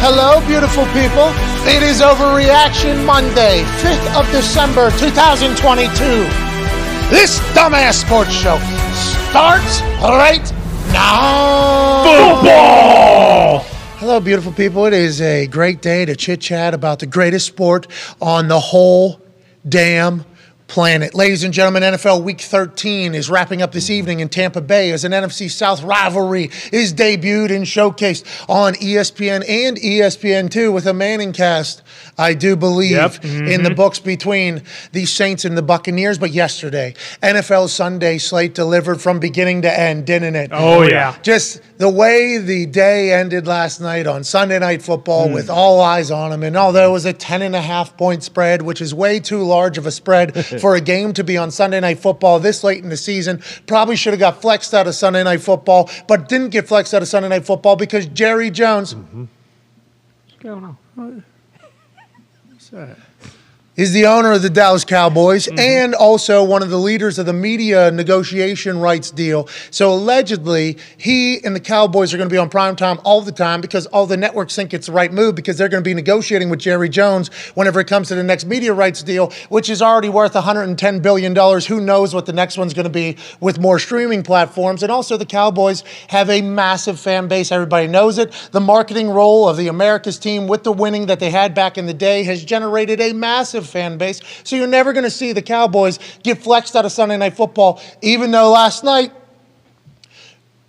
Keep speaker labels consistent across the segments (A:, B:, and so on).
A: Hello, beautiful people. It is Overreaction Monday, 5th of December, 2022. This dumbass sports show starts right now.
B: Football!
A: Hello, beautiful people. It is a great day to chit chat about the greatest sport on the whole damn planet. Ladies and gentlemen, NFL Week 13 is wrapping up this evening in Tampa Bay as an NFC South rivalry is debuted and showcased on E ESPN and E ESPN2 with a Manning cast, I do believe,
B: Yep. Mm-hmm.
A: in the books between the Saints and the Buccaneers. But yesterday, NFL Sunday slate delivered from beginning to end, didn't it?
B: Oh, yeah.
A: just the way the day ended last night on Sunday Night Football
B: Mm.
A: with all eyes on him. And although it was a 10 and a half point spread, which is way too large of a spread for a game to be on Sunday Night Football this late in the season, probably should have got flexed out of Sunday Night Football, but didn't get flexed out of Sunday Night Football because Jerry Jones
B: Mm-hmm.
A: is the owner of the Dallas Cowboys and also one of the leaders of the media negotiation rights deal. So allegedly, he and the Cowboys are going to be on primetime all the time because all the networks think it's the right move because they're going to be negotiating with Jerry Jones whenever it comes to the next media rights deal, which is already worth $110 billion. Who knows what the next one's going to be with more streaming platforms. And also, the Cowboys have a massive fan base. Everybody knows it. The marketing role of the America's team with the winning that they had back in the day has generated a massive fan base. So you're never going to see the Cowboys get flexed out of Sunday Night Football, even though last night,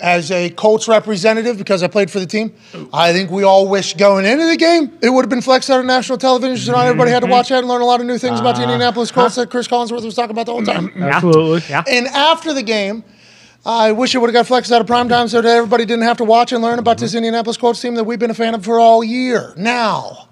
A: as a Colts representative, because I played for the team, I think we all wish going into the game it would have been flexed out of national television. So not everybody had to watch that and learn a lot of new things about the Indianapolis Colts that Chris Collinsworth was talking about the whole time.
B: Absolutely. Mm-hmm. Yeah.
A: And after the game, I wish it would have got flexed out of primetime so that everybody didn't have to watch and learn about
B: Mm-hmm.
A: this Indianapolis Colts team that we've been a fan of for all year. Now,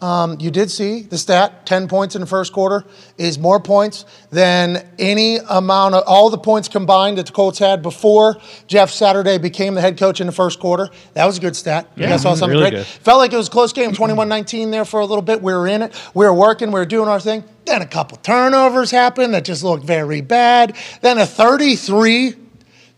A: um, you did see the stat 10 points in the first quarter is more points than any amount of all the points combined that the Colts had before Jeff Saturday became the head coach in the first quarter. That was a good stat. Yeah, I saw
B: mhm,
A: something
B: really
A: great.
B: good.
A: Felt like it was a close game, 21 19 there for a little bit. We were in it. We were working. We were doing our thing. Then a couple turnovers happened that just looked very bad. Then a 33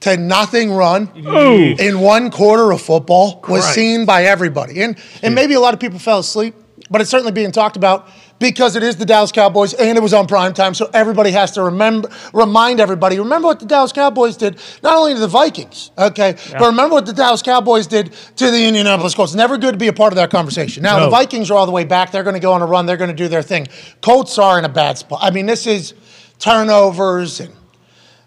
A: to nothing run
B: Ooh.
A: in one quarter of football was
B: Christ.
A: seen by everybody. And, and maybe a lot of people fell asleep, but it's certainly being talked about because it is the Dallas Cowboys and it was on prime time. So everybody has to remember, remind everybody, remember what the Dallas Cowboys did, not only to the Vikings, okay, but remember what the Dallas Cowboys did to the Indianapolis Colts. Never good to be a part of that conversation. Now, the
B: No.
A: Vikings are all the way back. They're going to go on a run. They're going to do their thing. Colts are in a bad spot. I mean, this is turnovers and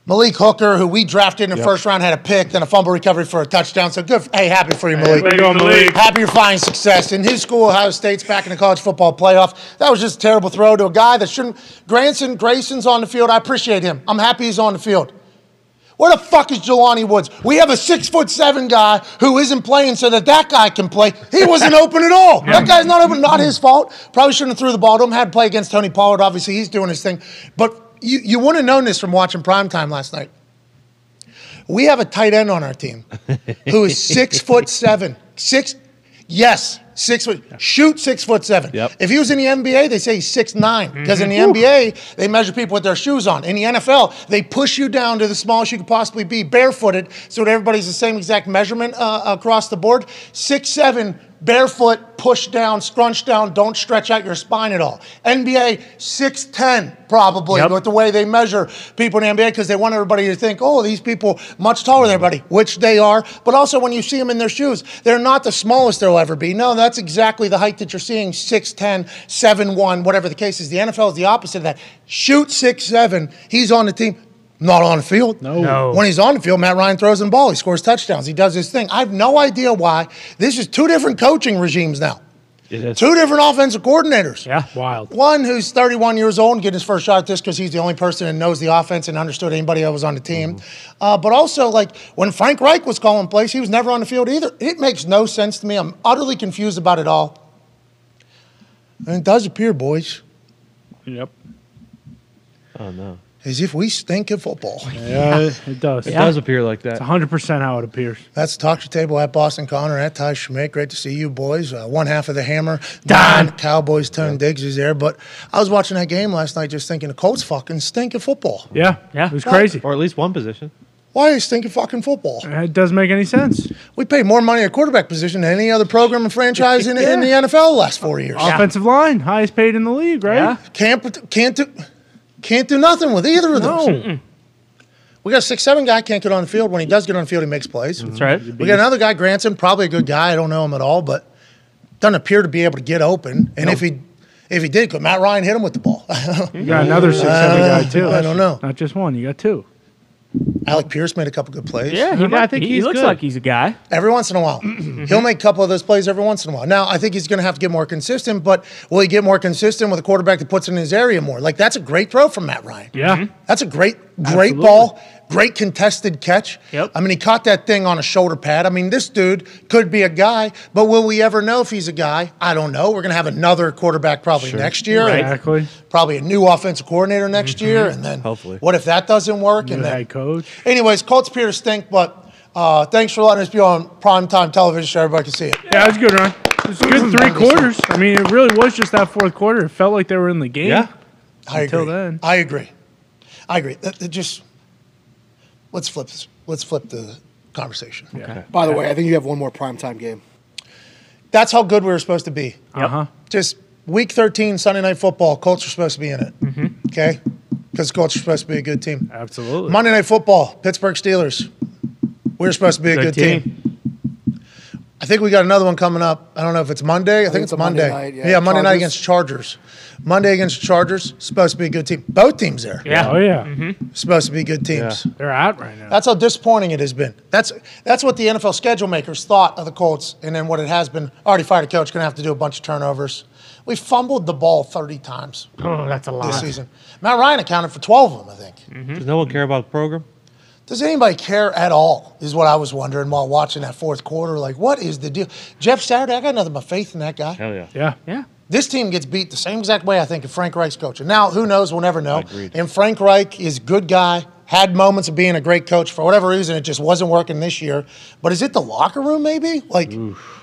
A: Malik Hooker, who we drafted in the first round, had a pick, then a fumble recovery for a touchdown. So good. For, hey, happy for you, Malik.
B: way to go, Malik.
A: Happy you're finding success. In his school, Ohio State's back in the college football playoff. That was just a terrible throw to a guy that shouldn't. Granson, Grayson's on the field. I appreciate him. I'm happy he's on the field. Where the fuck is Jelani Woods? We have a six foot seven guy who isn't playing so that that guy can play. He wasn't open at all. That guy's not open. Not his fault. Probably shouldn't have threw the ball to him. Had to play against Tony Pollard. Obviously, he's doing his thing. But you, you wouldn't have known this from watching primetime last night. We have a tight end on our team who is six foot seven. Six, yes, six foot. Shoot six foot seven.
C: Yep.
A: If he was in the NBA, they say he's six nine because in the NBA they measure people with their shoes on. In the NFL, they push you down to the smallest you could possibly be, barefooted, so that everybody's the same exact measurement uh, across the board. Six seven. Barefoot, push down, scrunch down, don't stretch out your spine at all. NBA 6'10, probably,
B: Yep.
A: with the way they measure people in the NBA because they want everybody to think, oh, these people much taller than everybody, which they are. But also when you see them in their shoes, they're not the smallest they'll ever be. No, that's exactly the height that you're seeing, 6'10", 7'1", whatever the case is. The NFL is the opposite of that. Shoot 6'7", he's on the team. Not on the field.
B: No.
A: When he's on the field, Matt Ryan throws him the ball. He scores touchdowns. He does his thing. I have no idea why. This is two different coaching regimes now.
C: It is.
A: Two different offensive coordinators.
B: Yeah. Wild.
A: One who's 31 years old and getting his first shot at this because he's the only person that knows the offense and understood anybody that was on the team. Uh, but also, like when Frank Reich was calling plays, he was never on the field either. It makes no sense to me. I'm utterly confused about it all. And it does appear, boys,
B: Yep.
C: Oh no.
A: as if we stink at football.
B: Yeah, it does.
C: It does appear like that.
B: It's 100% how it appears.
A: That's the Talk Your Table at Boston Connor at Ty Schmidt. Great to see you boys. Uh, one half of the hammer.
B: Don.
A: Cowboys Tone Diggs is there. But I was watching that game last night just thinking the Colts fucking stink at football.
B: Yeah.
D: Yeah.
B: It was crazy.
C: Or at least one position.
A: Why is stinking fucking football?
B: Uh, It doesn't make any sense.
A: We pay more money at quarterback position than any other program and franchise in, in the NFL last four years.
B: Offensive line, highest paid in the league, right?
C: Yeah.
A: Can't can't do, can't do nothing with either of those.
B: No.
A: We got a six seven guy can't get on the field. When he does get on the field, he makes plays.
C: That's right.
A: We got another guy, Granson, probably a good guy. I don't know him at all, but doesn't appear to be able to get open. And if he if he did, could Matt Ryan hit him with the ball?
B: You got another six seven
A: Uh,
B: guy too.
A: I don't know.
B: Not just one. You got two.
A: Alec Pierce made a couple good plays.
D: Yeah, he
C: I
D: might-
C: think
D: he
C: he's
D: looks
C: good.
D: like he's a guy.
A: Every once in a while.
D: Mm-hmm.
A: He'll make a couple of those plays every once in a while. Now, I think he's going to have to get more consistent, but will he get more consistent with a quarterback that puts it in his area more? Like, that's a great throw from Matt Ryan.
B: Yeah.
A: That's a great, great ball, great contested catch.
D: Yep.
A: I mean, he caught that thing on a shoulder pad. I mean, this dude could be a guy, but will we ever know if he's a guy? I don't know. We're going to have another quarterback probably next year, and
B: Exactly.
A: probably a new offensive coordinator next year, and then
C: Hopefully.
A: what if that doesn't work?
B: New
A: and then,
B: head coach.
A: anyways, Colts Peter stink, but uh, thanks for letting us be on primetime television so everybody can see it.
B: Yeah, it was good, Ron. It's good three quarters. I mean, it really was just that fourth quarter. It felt like they were in the game.
C: Yeah.
A: I
B: Until
A: agree.
B: then.
A: I agree. I agree. That- that just let's flip this. Let's flip the conversation.
E: By the way, I think you have one more primetime game.
A: That's how good we were supposed to be.
B: Uh huh.
A: Just week 13, Sunday night football, Colts are supposed to be in it.
B: Mm-hmm.
A: Okay? Because Colts are supposed to be a good team.
B: Absolutely.
A: Monday night football, Pittsburgh Steelers. We are supposed to be a good,
D: Good
A: team. I think we got another one coming up. I don't know if it's Monday. I, think, it's
E: it's a Monday
A: Monday.
E: night,
A: yeah,
E: yeah.
A: Monday
E: Chargers.
A: night against Chargers. Monday against Chargers. Supposed to be a good team. Both teams there.
D: Yeah.
B: Oh yeah.
A: Supposed to be good teams.
C: Yeah.
B: They're out right now.
A: That's how disappointing it has been. That's that's what the NFL schedule makers thought of the Colts, and then what it has been. Already fired a coach, going to have to do a bunch of turnovers. We fumbled the ball 30 times
D: Oh, that's a
A: this
D: lot.
A: season. Matt Ryan accounted for 12 of them, I think.
C: Does no one care about the program?
A: Does anybody care at all? Is what I was wondering while watching that fourth quarter. Like, what is the deal? Jeff Saturday, I got nothing but faith in that guy.
C: Hell yeah.
B: yeah.
D: Yeah.
A: This team gets beat the same exact way, I think, if Frank Reich's coaching. Now, who knows? We'll never know.
C: Agreed.
A: And Frank Reich is a good guy, had moments of being a great coach. For whatever reason, it just wasn't working this year. But is it the locker room, maybe? Like,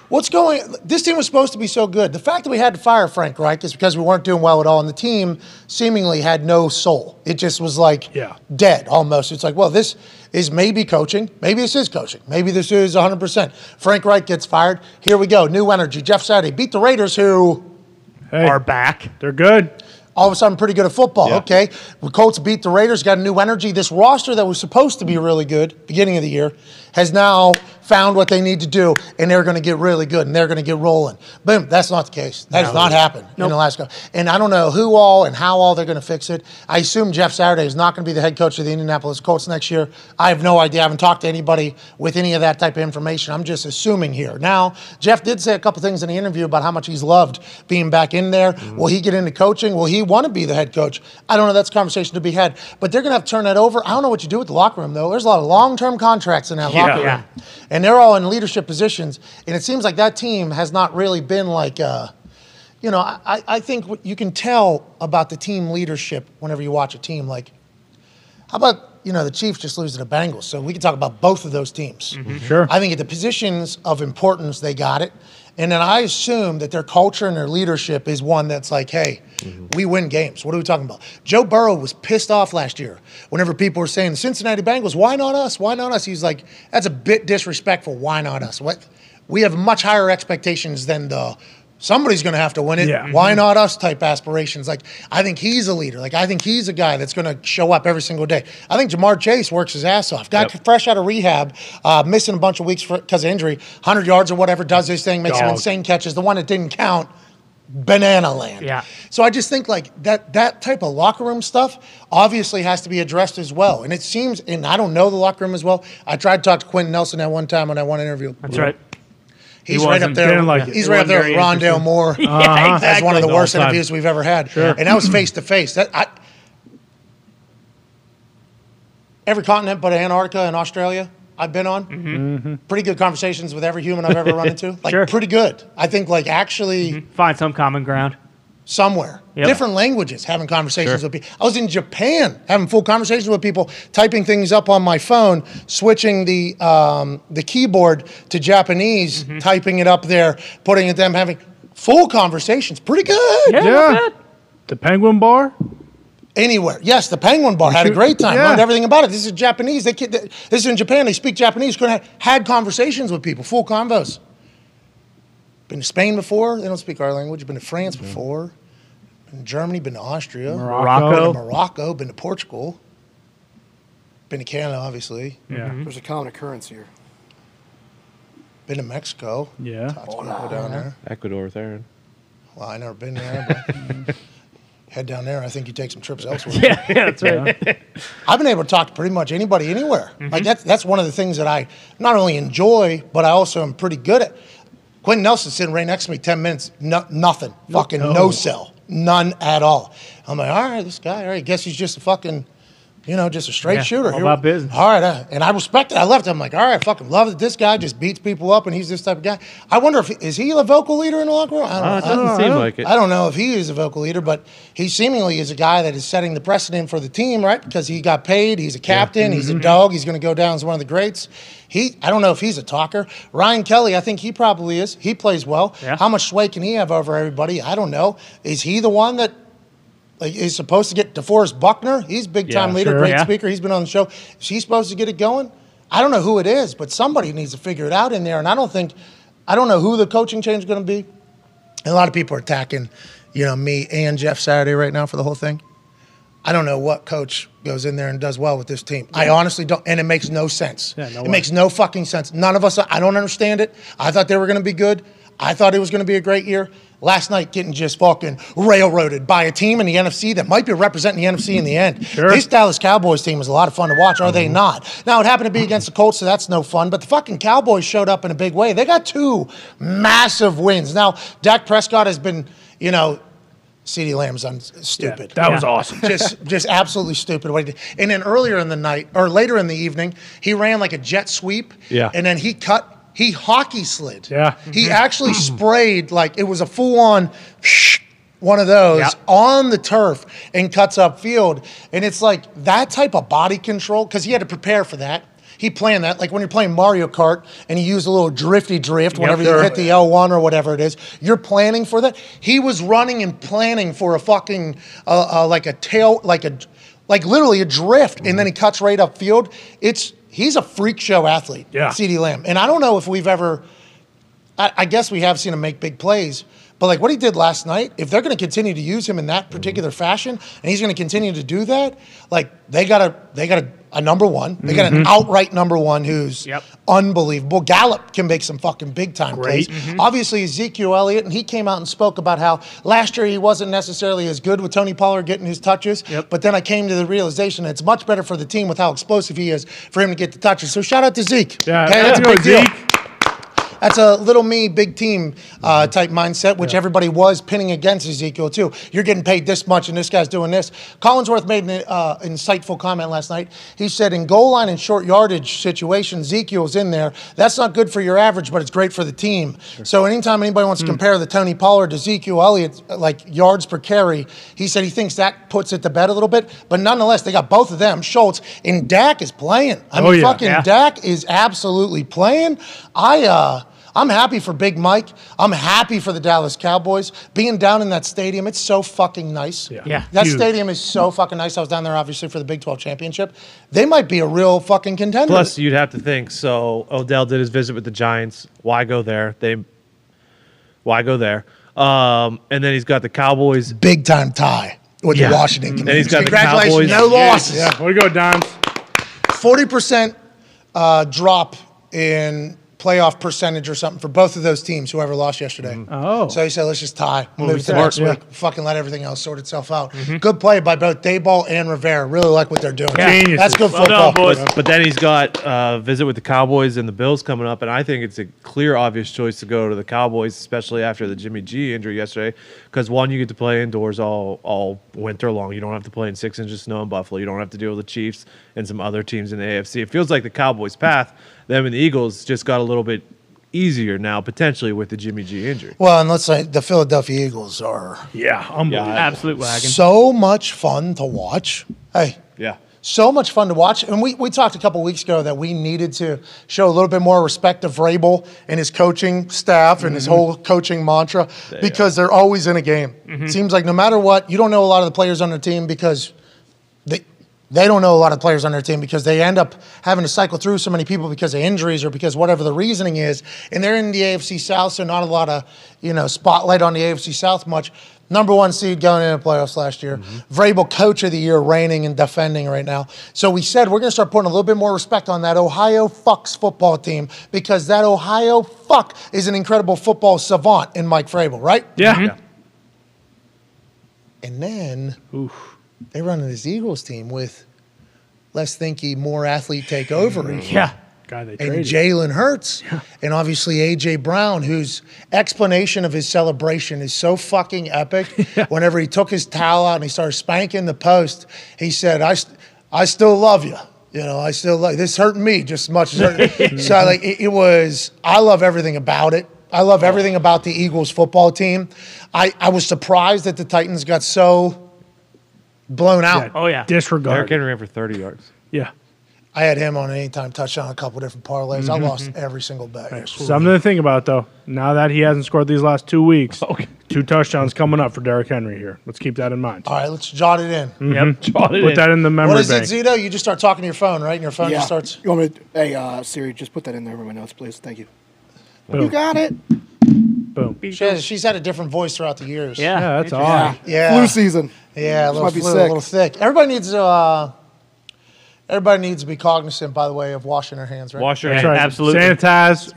A: what's going This team was supposed to be so good. The fact that we had to fire Frank Reich is because we weren't doing well at all, and the team seemingly had no soul. It just was like
B: Yeah.
A: dead almost. It's like, well, this is maybe coaching. Maybe this is coaching. Maybe this is 100%. Frank Reich gets fired. Here we go. New energy. Jeff Saturday beat the Raiders, who
B: Hey,
D: Are back.
B: they're good.
A: all of a sudden pretty good at football.
C: Yeah.
A: Okay. The Colts beat the Raiders, got a new energy. This roster that was supposed to be really good beginning of the year has now found what they need to do, and they're going to get really good and they're going to get rolling. Boom. That's not the case. That has not happened in the last couple. And I don't know who all and how all they're going to fix it. I assume Jeff Saturday is not going to be the head coach of the Indianapolis Colts next year. I have no idea. I haven't talked to anybody with any of that type of information. I'm just assuming here. Now, Jeff did say a couple things in the interview about how much he's loved being back in there.
D: Mm-hmm.
A: Will he get into coaching? Will he want to be the head coach? I don't know. That's a conversation to be had. But they're going to have to turn that over. I don't know what you do with the locker room, though. There's a lot of long term contracts in that locker room.
D: Yeah.
A: And they're all in leadership positions. And it seems like that team has not really been like. Uh, you know, I, I- I think what you can tell about the team leadership whenever you watch a team. Like, how about, you know, the Chiefs just losing to the Bengals? So we can talk about both of those teams.
B: Sure.
A: I think at the positions of importance, they got it. And then I assume that their culture and their leadership is one that's like, hey, we win games. What are we talking about? Joe Burrow was pissed off last year whenever people were saying, Cincinnati Bengals, why not us? Why not us? He's like, that's a bit disrespectful. Why not us? What? We have much higher expectations than the somebody's going to have to win it.
B: Yeah.
A: Why not us type aspirations? Like, I think he's a leader. Like, I think he's a guy that's going to show up every single day. I think Jamar Chase works his ass off. Got
C: Yep.
A: fresh out of rehab, uh, missing a bunch of weeks because of injury, 100 yards or whatever, does his thing, makes some
B: Dog.
A: insane catches. The one that didn't count, banana land.
D: Yeah.
A: So I just think like that that type of locker room stuff obviously has to be addressed as well. And it seems, and I don't know the locker room as well. I tried to talk to Quentin Nelson that one time on that one interview.
D: That's right.
A: He's
D: He
A: right up
D: wasn't-
A: there.
B: didn't like it.
A: he's
D: It
A: right
D: wasn't
A: up there
D: very
A: with Rondale
D: interesting.
A: Moore.
D: Yeah, exactly.
A: That's one of the worst
C: all time.
A: interviews we've ever had. And that was face to face. That I, every continent but Antarctica and Australia I've been on. Pretty good conversations with every human I've ever run into. Like
D: Mm-hmm. Sure.
A: pretty good. I think like actually
B: Mm-hmm.
D: Find some common ground.
A: somewhere.
D: Yep.
A: Different languages, having conversations with people. I was in Japan having full conversations with people, typing things up on my phone, switching the um, the keyboard to Japanese,
D: Mm-hmm.
A: typing it up there, putting it them having full conversations. Pretty good.
D: Yeah.
B: Yeah.
D: not bad.
B: The Penguin Bar.
A: anywhere. Yes, the Penguin Bar had a great time.
B: Yeah.
A: Learned everything about it. This is Japanese. They can, this is in Japan. They speak Japanese. Could have had conversations with people, full convos. Been to Spain before. They don't speak our language. Been to France before. Been to Germany. Been to Austria. Been to
D: Morocco.
A: Morocco. Been to Portugal. Been to Canada, obviously.
B: Yeah.
E: There's a common occurrence here.
A: Been to Mexico.
B: Yeah.
A: Todd's gonna go down there.
C: Ecuador there.
A: Well, I never been there. But head down there. I think you take some trips elsewhere.
D: Yeah, yeah, Mm-hmm. that's right.
A: I've been able to talk to pretty much anybody anywhere. Like that's that's one of the things that I not only enjoy, but I also am pretty good at. Quentin Nelson sitting right next to me, ten minutes, no, nothing, fucking no. sell, none at all. I'm like, all right, this guy, all right, guess he's just a fucking, you know, just a straight
D: Yeah,
A: shooter.
D: all about business.
A: All right, uh, and I respect it. I left. I'm like, all right, fucking love it. This guy just beats people up, and he's this type of guy. I wonder if is he a vocal leader in the locker room? I
C: Uh, it
A: don't know. I-
C: doesn't seem like it.
A: I don't know if he is a vocal leader, but he seemingly is a guy that is setting the precedent for the team, right? Because he got paid, he's a captain, he's
D: Mm-hmm.
A: a dog, he's going to go down as one of the greats. He, I don't know if he's a talker. Ryan Kelly, I think he probably is. He plays well.
D: Yeah.
A: How much sway can he have over everybody? I don't know. Is he the one that like, is supposed to get DeForest Buckner? He's big time
C: Yeah,
A: leader,
D: sure,
A: great
D: yeah.
A: speaker. He's been on the show. Is he supposed to get it going? I don't know who it is, but somebody needs to figure it out in there. And I don't think, I don't know who the coaching change is going to be. And a lot of people are attacking, you know, me and Jeff Saturday right now for the whole thing. I don't know what coach goes in there and does well with this team. I honestly don't, and it makes no sense.
B: Yeah, no
A: it
B: way.
A: makes no fucking sense. None of us. I don't understand it. I thought they were going to be good. I thought it was going to be a great year. Last night, getting just fucking railroaded by a team in the NFC that might be representing the NFC in the end. This Dallas Cowboys team is a lot of fun to watch, are
B: Mm-hmm.
A: they not? Now, it happened to be against the Colts, so that's no fun, but the fucking Cowboys showed up in a big way. They got two massive wins. Now, Dak Prescott has been, you know, CeeDee Lamb's un- stupid.
B: that was
D: Yeah.
B: awesome.
A: just just absolutely stupid what he did. And then earlier in the night or later in the evening, he ran like a jet sweep.
C: Yeah.
A: And then he cut. He hockey slid.
B: Yeah.
A: He actually sprayed like it was a full on. One of those
D: Yeah.
A: on the turf and cuts up field. And it's like that type of body control, because he had to prepare for that. He planned that. Like when you're playing Mario Kart and you use a little drifty drift whenever you
D: sure.
A: hit the L1 or whatever it is, you're planning for that. He was running and planning for a fucking, uh, uh, like a tail, like a, like literally a drift. And then he cuts right up field. It's, he's a freak show athlete,
B: Yeah.
A: CD Lamb. And I don't know if we've ever, I, I guess we have seen him make big plays, but like what he did last night, if they're going to continue to use him in that particular
D: Mm-hmm.
A: fashion, and he's going to continue to do that, like they got a they got a, a number one, they got an outright number one who's
D: Mm-hmm. Yep.
A: unbelievable. Gallup can make some fucking big time plays.
B: Great.
D: Mm-hmm.
A: Obviously Ezekiel Elliott, and he came out and spoke about how last year he wasn't necessarily as good with Tony Pollard getting his touches,
D: Yep.
A: but then I came to the realization that it's much better for the team with how explosive he is for him to get the touches. So shout out to Zeke.
B: Yeah.
A: Okay, that's
B: let's
A: a
B: go,
A: big deal.
B: Zeke.
A: That's a little me, big team uh, type mindset, which everybody was pinning against Ezekiel too. You're getting paid this much, and this guy's doing this. Collinsworth made an uh, insightful comment last night. He said, "In goal line and short yardage situations, Ezekiel's in there. That's not good for your average, but it's great for the team. So anytime anybody
B: Hmm.
A: wants to compare the Tony Pollard to Ezekiel Elliott, like yards per carry, he said he thinks that puts it to bed a little bit. But nonetheless, they got both of them. Schultz and Dak is playing. I mean,
B: Oh, yeah.
A: fucking
D: Yeah.
A: Dak is absolutely playing. I uh I'm happy for Big Mike. I'm happy for the Dallas Cowboys. Being down in that stadium, it's so fucking nice.
D: Yeah.
A: That
B: Huge.
A: stadium is so fucking nice. I was down there obviously for the Big 12 championship. They might be a real fucking contender.
C: Plus, you'd have to think. So Odell did his visit with the Giants. Why go there? They. Why go there? Um, and then he's got the Cowboys.
A: big time tie with
C: Yeah.
A: the Washington
C: And he's
A: Commanders.
C: got the
A: Congratulations,
C: Cowboys.
A: no losses.
B: Way to go, Don.
A: 40% uh, drop in playoff percentage or something for both of those teams, whoever lost yesterday.
C: Mm-hmm.
B: Oh.
A: So he said, let's just tie, move to
B: smart,
A: next
B: yeah.
A: week, fucking let everything else sort itself out.
C: Mm-hmm.
A: Good play by both Dayball and Rivera. Really like what they're doing.
B: Geniuses.
A: That's good
B: Well
A: football.
B: done, boys.
C: But then he's got a visit with the Cowboys and the Bills coming up, and I think it's a clear, obvious choice to go to the Cowboys, especially after the Jimmy G injury yesterday. Because one, you get to play indoors all all winter long. You don't have to play in six inches of snow in Buffalo. You don't have to deal with the Chiefs and some other teams in the AFC. It feels like the Cowboys' path, them and the Eagles, just got a little bit easier now, potentially with the Jimmy G injury.
A: Well, and let's say the Philadelphia Eagles are
B: Yeah. Unbelievable.
D: Absolute wagon.
A: so much fun to watch. Hey,
C: Yeah.
A: So much fun to watch. And we, we talked a couple weeks ago that we needed to show a little bit more respect to Vrabel and his coaching staff and his whole coaching mantra because they're always in a game. It seems like no matter what, you don't know a lot of the players on the team because they they don't know a lot of players on their team because they end up having to cycle through so many people because of injuries or because whatever the reasoning is. And they're in the AFC South, so not a lot of you know spotlight on the AFC South much. Number one seed going into the playoffs last year. Vrabel coach of the year, reigning and defending right now. So we said we're going to start putting a little bit more respect on that Ohio fucks football team because that Ohio fuck is an incredible football savant in Mike Vrabel, right?
B: Yeah.
A: And then they run this Eagles team with less thinky, more athlete
B: Mm.
A: takeover.
D: Yeah.
B: God, they
A: and
B: traded.
A: Jalen Hurts. And obviously A.J. Brown, whose explanation of his celebration is so fucking epic. Whenever he took his towel out and he started spanking the post, he said, I, st- I still love you. You know, I still like this hurt me just as much as hurt. so like it, it was I love everything about it. I love everything about the Eagles football team. I, I was surprised that the Titans got so blown out.
D: Oh, yeah.
C: Derrick
B: Disregard.
C: Henry ran for 30 yards.
B: Yeah.
A: I had him on an anytime touchdown, a couple different parlays.
B: Mm-hmm.
A: I lost every single bet.
B: Something to think about, though. Now that he hasn't scored these last two weeks, two touchdowns coming up for Derrick Henry here. Let's keep that in mind. Mm-hmm.
A: All right, let's jot it in.
D: Yep.
B: Put that in the
A: What
B: memory
A: is it,
B: bank.
A: Zito? You just start talking to your phone, right? And your phone
E: Yeah.
A: just starts.
E: You want me to, hey, uh, Siri, just put that in there with my notes, please. Thank you. You
B: Boom.
E: got it.
B: Boom. Yeah,
A: She has- she's had a different voice throughout the years.
D: Yeah.
B: that's
D: Interesting.
B: odd.
A: Yeah.
E: Flu season.
A: Yeah, a little,
E: might be
A: flu, a
E: sick.
A: little thick. Everybody needs to. Uh, everybody needs to be cognizant, by the way, of washing their hands. Right.
C: Wash your
D: Yeah.
C: hands.
B: That's right.
D: Absolutely.
B: Sanitize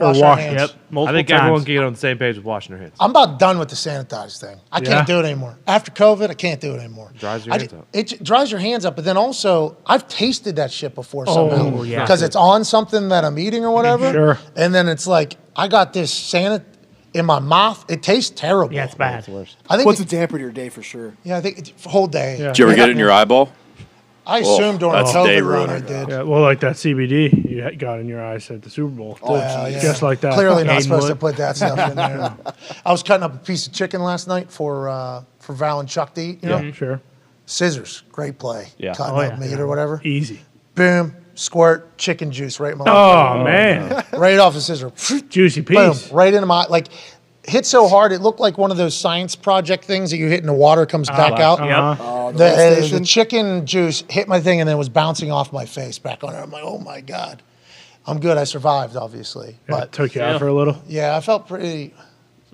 A: Wash
B: or
A: our
B: wash.
A: hands.
D: Yep. Multiple
C: I think
D: times.
C: everyone can get on the same page with washing their hands.
A: I'm about done with the sanitize thing. I can't
B: Yeah.
A: do it anymore. After COVID, I can't do it anymore.
C: Dries your
A: Oh, I
C: hands
A: ju-
C: up.
A: It j- dries your hands up, but then also I've tasted that shit before somehow
D: Oh, yeah.
A: because it's on something that I'm eating or whatever.
B: Sure.
A: And then it's like I got this sanit in my mouth. It tastes terrible.
D: Yeah, it's bad.
A: I think.
E: What's a
A: it-
E: damper to your day for sure?
A: yeah, I think it's whole day.
B: Yeah.
F: Did you ever get it in your eyeball?
A: I
F: Oh,
A: assume during
F: that's day
A: COVID run I
F: ruiner.
A: did.
B: Yeah, well, like that CBD you had- got in your eyes at the Super Bowl.
A: Well, Oh, yeah.
B: Just like that.
A: Clearly not
B: Hayden
A: supposed to
B: Wood.
A: put that stuff in there. I was cutting up a piece of chicken last night for uh, for Val and Chuck to eat. You know,
B: Yeah, sure.
A: scissors, great play.
C: Yeah.
A: cutting
D: Oh,
A: up
D: yeah.
A: meat or whatever.
B: Easy.
A: Boom, squirt chicken juice right in my
B: Oh, man.
A: right off the scissor.
B: Juicy
A: Boom,
B: piece.
A: right into my like. Hit so hard it looked like one of those science project things that you hit in the water comes back out.
B: Ah, Uh-huh.
E: Oh, the
A: The,
E: lift
A: uh, the
E: station?
A: chicken juice hit my thing and then was bouncing off my face back on it. I'm like, oh my god, I'm good. I survived, obviously,
B: Yeah,
A: but
B: took you
D: Yeah.
B: out for a little.
A: yeah, I felt pretty.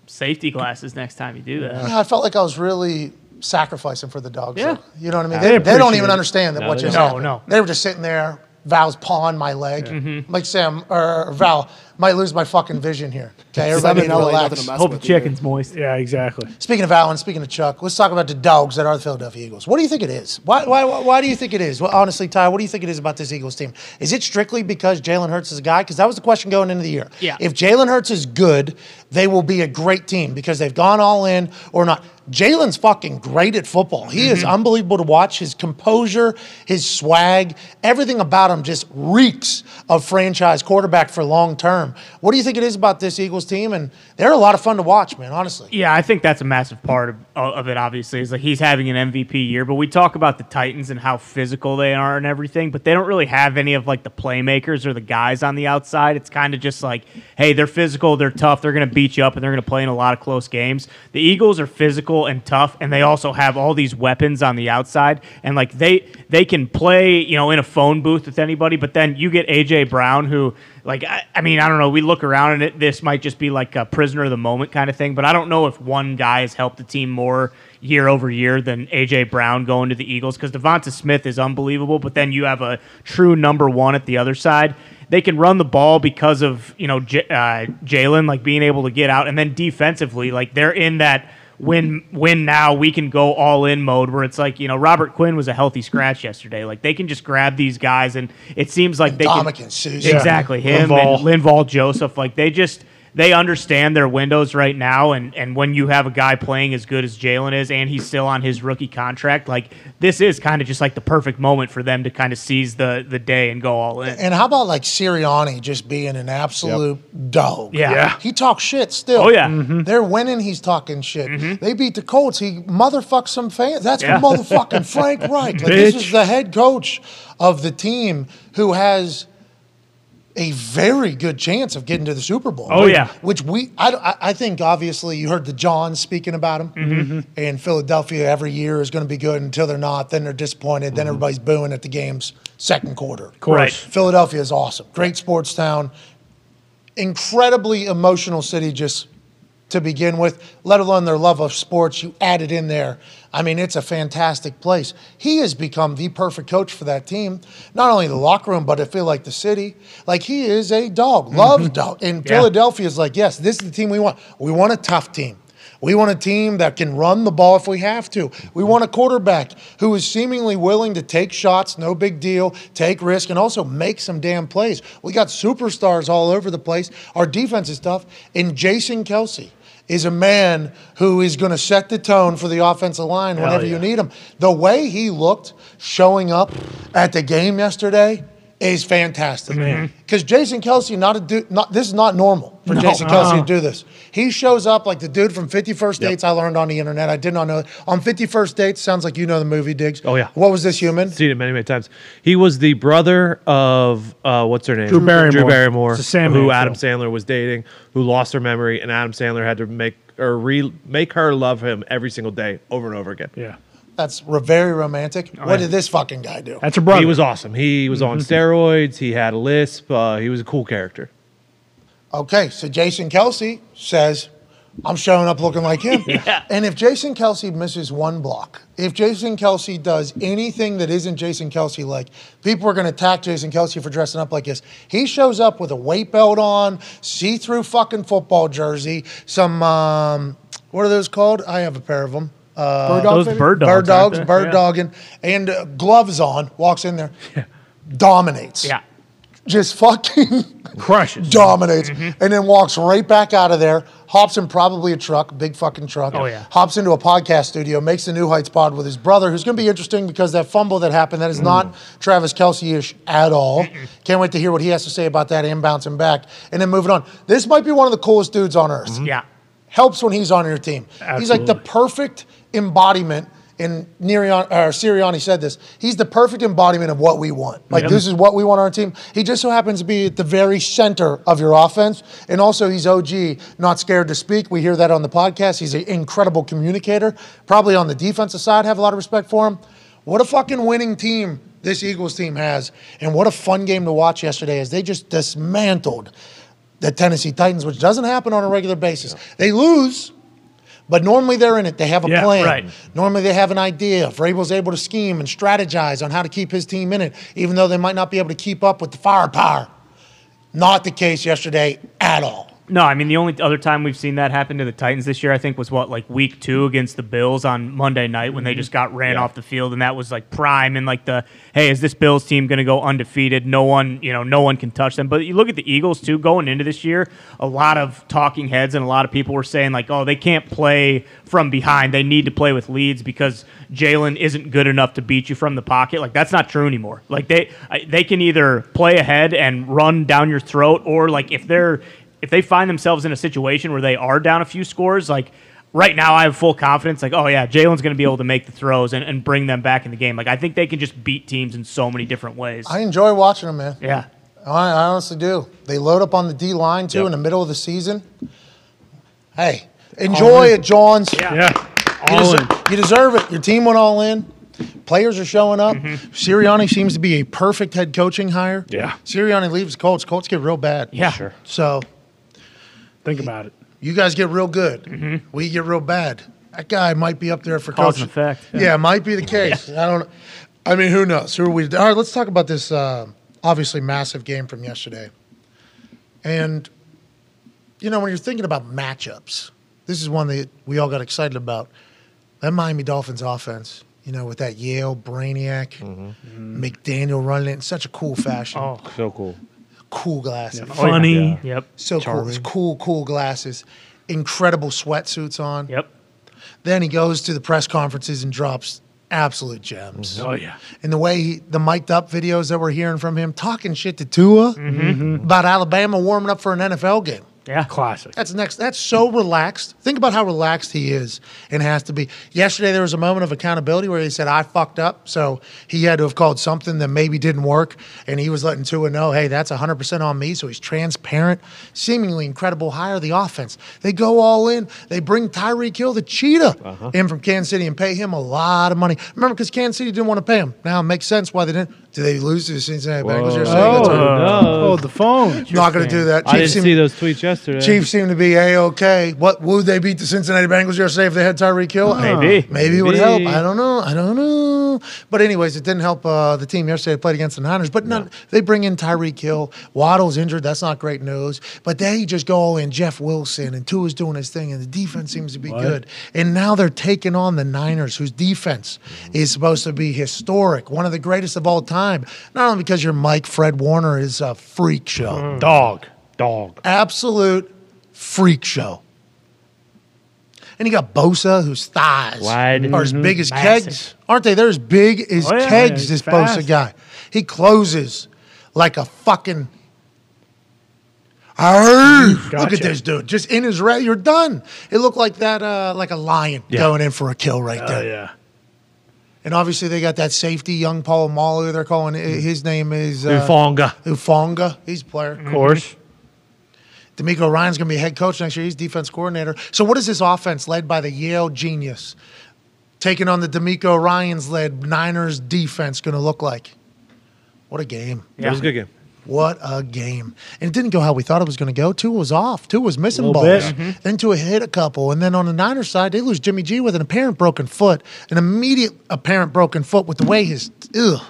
D: Safety glasses next time you do that.
A: Yeah, I felt like I was really sacrificing for the dogs.
D: Yeah.
A: though. You know what I mean? They, they don't
B: appreciate
A: even
B: it.
A: understand that
C: No,
A: what
C: they
A: just
D: don't. No,
A: happened.
D: no.
A: They were just sitting there. Val's pawing my leg.
D: Mm-hmm.
A: Like Sam or Val might lose my fucking vision here. Okay,
E: Does that
A: everybody
E: mean LA nothing
A: relax.
E: to mess
D: Hope the
E: with
D: chicken's moist.
B: Yeah, exactly.
A: Speaking of Val and speaking of Chuck, let's talk about the dogs that are the Philadelphia Eagles. What do you think it is? Why, why, why, why do you think it is? Well, honestly, Ty, what do you think it is about this Eagles team? Is it strictly because Jalen Hurts is a guy? Because that was the question going into the year.
D: Yeah.
A: If Jalen Hurts is good, they will be a great team because they've gone all in or not. Jalen's fucking great at football. He is unbelievable to watch. His composure, his swag, everything about him just reeks of franchise quarterback for long term. What do you think it is about this Eagles team? And they're a lot of fun to watch, man, honestly.
D: Yeah, I think that's a massive part of, uh, of it. Obviously, is like he's having an MVP year, but we talk about the Titans and how physical they are and everything, but they don't really have any of like the playmakers or the guys on the outside. It's kind of just like, hey, they're physical, they're tough, they're going to beat you up, and they're going to play in a lot of close games. The Eagles are physical and tough, and they also have all these weapons on the outside, and like they they can play, you know, in a phone booth with anybody. But then you get AJ Brown, who like I, I mean i don't know we look around and it, this might just be like a prisoner of the moment kind of thing but i don't know if one guy has helped the team more year over year than aj brown going to the eagles because devonta smith is unbelievable but then you have a true number one at the other side they can run the ball because of you know J- uh, jalen like being able to get out and then defensively like they're in that win win now we can go all in mode where it's like you know robert quinn was a healthy scratch yesterday like they can just grab these guys and it seems like they can
A: Dominican Susan.
D: Exactly. Him
B: Linval.
D: and Linval Joseph. Like they just they understand their windows right now and and when you have a guy playing as good as Jalen is and he's still on his rookie contract, like this is kind of just like the perfect moment for them to kind of seize the the day and go all in.
A: And how about like Sirianni just being an absolute dog?
D: Yeah. Yeah.
A: He talks shit still.
D: Oh, yeah. Mm-hmm.
A: They're winning, he's talking shit. They beat the Colts, he motherfucks some fans. That's
D: Yeah.
A: motherfucking Frank Reich. Like, this
B: Bitch.
A: is the head coach of the team who has a very good chance of getting to the Super Bowl.
D: Oh, yeah.
A: which we I, I- I think obviously you heard the Johns speaking about him, and Philadelphia every year is going to be good until they're not. Then they're disappointed. Then everybody's booing at the game's second quarter.
B: course.
A: Philadelphia is awesome. Great sports town. Incredibly emotional city just to begin with, let alone their love of sports. You added in there. I mean, it's a fantastic place. He has become the perfect coach for that team. Not only the locker room, but I feel like the city. Like he is a dog, loved dog. And Philadelphia is like, yes, this is the team we want. We want a tough team. We want a team that can run the ball if we have to. We want a quarterback who is seemingly willing to take shots, no big deal, take risk, and also make some damn plays. We got superstars all over the place. Our defense is tough. And Jason Kelsey is a man who is going to set the tone for the offensive line whenever you need him. The way he looked showing up at the game yesterday is fantastic.
B: Mm-hmm.
A: Because Jason Kelsey, not a dude, not, this is not normal for Jason
B: Uh-huh.
A: Kelsey to do this. He shows up like the dude from 51st Dates I learned on the internet. I did not know. On 51st Dates, sounds like you know the movie, Diggs.
C: Oh, yeah.
A: What was this human?
C: seen it many, many times. He was the brother of uh, what's her name?
B: Drew Barrymore.
C: Drew Barrymore,
B: It's a Sam
C: who
B: Hanks
C: Adam
B: film.
C: Sandler was dating, who lost her memory, and Adam Sandler had to make or re make her love him every single day over and over again.
B: Yeah.
A: That's r- very romantic. What did this fucking guy do?
B: Oh, That's a brother. Mm-hmm.
C: He was awesome. He was on steroids. He had a lisp. Uh, he was a cool character.
A: Okay, so Jason Kelsey says, I'm showing up looking like him. And if Jason Kelsey misses one block, if Jason Kelsey does anything that isn't Jason Kelsey like, people are going to attack Jason Kelsey for dressing up like this. He shows up with a weight belt on, see through fucking football jersey, some, um, what are those called? I have a pair of them. Uh,
E: Bird dogs,
D: Those
E: maybe?
D: bird dogs.
A: bird
D: aren't
A: dogs,
D: they?
A: bird
D: Yeah.
A: dogging, and uh, gloves on, walks in there, dominates.
D: Yeah.
A: Just fucking
B: crushes.
A: dominates,
D: Mm-hmm.
A: and then walks right back out of there. Hops in probably a truck, big fucking truck.
D: Oh, yeah.
A: Hops into a podcast studio, makes the New Heights pod with his brother, who's going to be interesting because that fumble that happened that is not
D: Mm.
A: Travis Kelsey-ish at all. Can't wait to hear what he has to say about that and bouncing back, and then moving on. This might be one of the coolest dudes on earth
D: Mm-hmm. Yeah.
A: helps when he's on your team. He's like the perfect embodiment. And Nirion, or Sirianni said this. He's the perfect embodiment of what we want. Like this is what we want on our team. He just so happens to be at the very center of your offense, and also he's OG, not scared to speak. We hear that on the podcast. He's an incredible communicator. Probably on the defensive side, have a lot of respect for him. What a fucking winning team this Eagles team has, and what a fun game to watch yesterday as they just dismantled the Tennessee Titans, which doesn't happen on a regular basis. They lose, but normally they're in it. They have a
B: Yeah,
A: plan.
B: right.
A: Normally they have an idea. Vrabel's able to scheme and strategize on how to keep his team in it, even though they might not be able to keep up with the firepower. Not the case yesterday at all.
D: No, I mean the only other time we've seen that happen to the Titans this year, I think, was what like week two against the Bills on Monday night when they just got ran off the field, and that was like prime and like the hey, is this Bills team going to go undefeated? No one, you know, no one can touch them. But you look at the Eagles too going into this year, a lot of talking heads and a lot of people were saying like, oh, they can't play from behind; they need to play with leads because Jalen isn't good enough to beat you from the pocket. Like that's not true anymore. Like they I- they can either play ahead and run down your throat, or like if they're if they find themselves in a situation where they are down a few scores, like right now, I have full confidence. Like, oh yeah, Jalen's going to be able to make the throws and, and bring them back in the game. Like, I think they can just beat teams in so many different ways.
A: I enjoy watching them, man.
D: yeah,
A: I, I honestly do. They load up on the D line too
C: Yep.
A: in the middle of the season. Hey, enjoy it, Johns.
B: Yeah.
A: You,
B: All
A: des-
B: in.
A: you deserve it. Your team went all in. Players are showing up. Sirianni seems to be a perfect head coaching hire.
B: Mm-hmm. Yeah.
A: Sirianni leaves the Colts. Colts get real bad.
D: yeah, sure.
A: So
B: Think about it.
A: you guys get real good. We get real bad. That guy might be up there for
D: Cause
A: coaching.
D: and effect.
A: Yeah, might be the case. I don't. I mean, who knows? Who are we? All right, let's talk about this. Uh, obviously, massive game from yesterday. And you know, when you're thinking about matchups, this is one that we all got excited about. That Miami Dolphins offense, you know, with that Yale brainiac, McDaniel running it in such a cool fashion,
D: Oh,
C: So cool.
A: cool glasses.
B: Funny.
D: yep,
A: So cool. It's cool, cool glasses, incredible sweatsuits on.
D: yep.
A: Then he goes to the press conferences and drops absolute gems.
B: Oh yeah.
A: And the way he, the mic'd up videos that we're hearing from him, talking shit to Tua about Alabama warming up for an NFL game.
D: Mm-hmm. Yeah.
B: Classic.
A: That's next. That's so relaxed. Think about how relaxed he is and has to be. Yesterday there was a moment of accountability where he said, "I fucked up," so he had to have called something that maybe didn't work, and he was letting Tua know, "Hey, that's 100 percent on me." So he's transparent, seemingly incredible hire the offense. They go all in. They bring Tyreek Hill, the cheetah,
C: Uh-huh.
A: in from Kansas City and pay him a lot of money. Remember, because Kansas City didn't want to pay him. Now it makes sense why they didn't. Do they lose to the Cincinnati Bengals? You're saying that's
C: Whoa.
A: what-
C: knows?
B: hold Oh, the phone.
A: not going to do that.
C: I didn't
A: Chiefs seem-
C: see those tweets yesterday.
A: Chiefs seem to be a okay. What would they beat the Cincinnati Bengals yesterday if they had Tyreek Hill?
D: Maybe.
A: maybe it would help.
C: Oh. Maybe.
A: I don't know. I don't know. But anyways, it didn't help uh, the team yesterday that played against the Niners. But none, they bring in Tyreek Hill. Waddle's injured. That's not great news. But they just go all in. Jeff Wilson and Tua's doing his thing, and the defense seems to be good. And now they're taking on the Niners, whose defense is supposed to be historic, one of the greatest of all time. Not only because your Mike Fred Warner is a freak show
B: Dog. Dog.
A: Mm. absolute freak show. And you got Bosa, whose thighs
C: Wide.
A: are as big as
D: Massive.
A: kegs, aren't they? They're as big as
B: Mm-hmm. Oh, yeah,
A: kegs.
B: yeah,
A: this
B: he's fast.
A: Bosa guy, he closes like a fucking. Arrgh! Look at
B: Gotcha.
A: this dude, just in his red. You're done. It looked like that, uh, like a lion going in for a kill right
B: Oh
A: there.
B: yeah.
A: And obviously they got that safety, young Paul Malu. They're calling
B: Mm-hmm.
A: his name is uh,
C: Ufonga.
A: Ufonga. He's a player. Mm-hmm.
B: Of course.
A: D'Amico Ryan's going to be head coach next year. He's defense coordinator. So, what is this offense led by the Yale genius taking on the D'Amico Ryan's led Niners defense going to look like? What a game.
C: That was a good game.
A: What a game. And it didn't go how we thought it was going to go. Two was off. Two was missing
B: Little
A: balls.
B: bit. Mm-hmm.
A: Then two hit a couple. And then on the Niners side, they lose Jimmy G with an apparent broken foot, an immediate apparent broken foot with the way his. Ugh.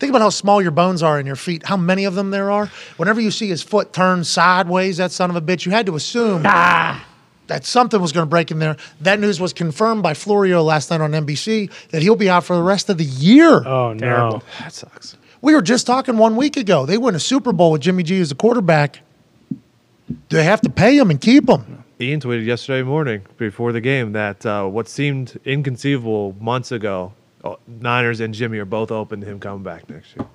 A: Think about how small your bones are in your feet, how many of them there are. Whenever you see his foot turn sideways, that son of a bitch, you had to assume
B: Ah.
A: that something was going to break in there. That news was confirmed by Florio last night on NBC that he'll be out for the rest of the year.
B: Oh no.
C: That sucks.
A: We were just talking one week ago. They win a Super Bowl with Jimmy G as the quarterback. Do they have to pay him and keep him?
C: Ian tweeted yesterday morning before the game that uh, what seemed inconceivable months ago, uh, Niners and Jimmy are both open to him coming back next year.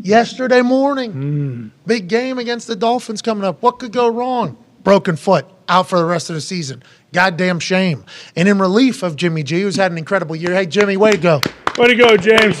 A: Yesterday morning,
B: Hmm.
A: big game against the Dolphins coming up. What could go wrong? Broken foot, out for the rest of the season. Goddamn shame. And in relief of Jimmy G, who's had an incredible year. Hey, Jimmy, way to go.
B: Way to go, James.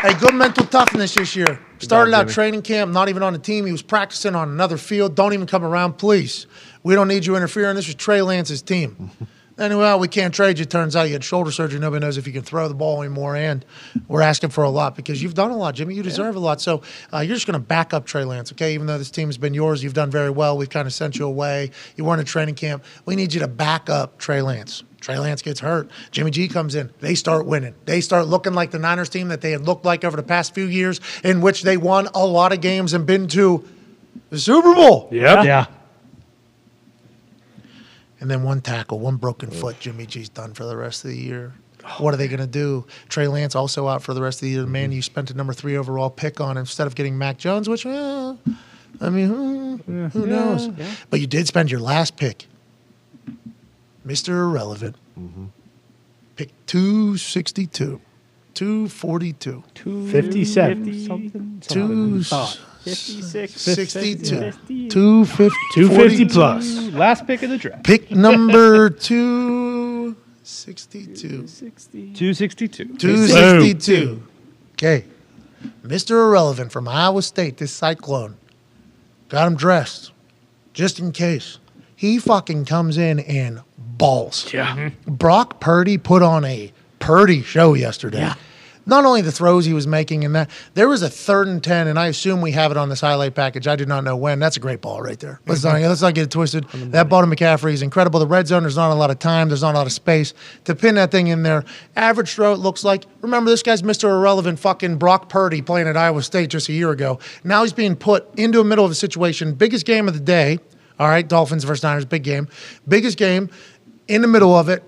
A: Hey, good mental toughness this year. Started
C: job,
A: out
C: Jimmy.
A: training camp, not even on the team. He was practicing on another field. Don't even come around, please. We don't need you interfering. This is Trey Lance's team. Anyway, well, we can't trade you. Turns out you had shoulder surgery. Nobody knows if you can throw the ball anymore. And we're asking for a lot because you've done a lot, Jimmy. You deserve a lot. So uh, you're just going to back up Trey Lance, okay? Even though this team's been yours, you've done very well. We've kind of sent you away. You weren't at training camp. We need you to back up Trey Lance. Trey Lance gets hurt. Jimmy G comes in. They start winning. They start looking like the Niners team that they had looked like over the past few years, in which they won a lot of games and been to the Super Bowl.
B: Yep.
C: Yeah.
A: And then one tackle, one broken foot. Jimmy G's done for the rest of the year. What are they going to do? Trey Lance also out for the rest of the year. The man you spent a number three overall pick on instead of getting Mac Jones, which, eh, I mean, who, who knows? But you did spend your last pick, Mr. Irrelevant, pick 262, 242,
B: 57.
A: 262,
D: 56.
A: 250, 250
B: 250 plus.
C: Last pick of the draft.
A: Pick number 262.
C: 262.
A: 262. Okay. Mr. Irrelevant from Iowa State, this cyclone, got him dressed just in case. He fucking comes in and balls.
B: Yeah.
A: Brock Purdy put on a Purdy show yesterday. Not only the throws he was making and that, there was a third and 10, and I assume we have it on this highlight package. I do not know when. That's a great ball right there. Let's, not, let's not get it twisted. That ball to McCaffrey is incredible. The red zone, there's not a lot of time, there's not a lot of space to pin that thing in there. Average throw, it looks like. Remember, this guy's Mr. Irrelevant fucking Brock Purdy playing at Iowa State just a year ago. Now he's being put into the middle of a situation. Biggest game of the day. All right, Dolphins versus Niners, big game. Biggest game in the middle of it,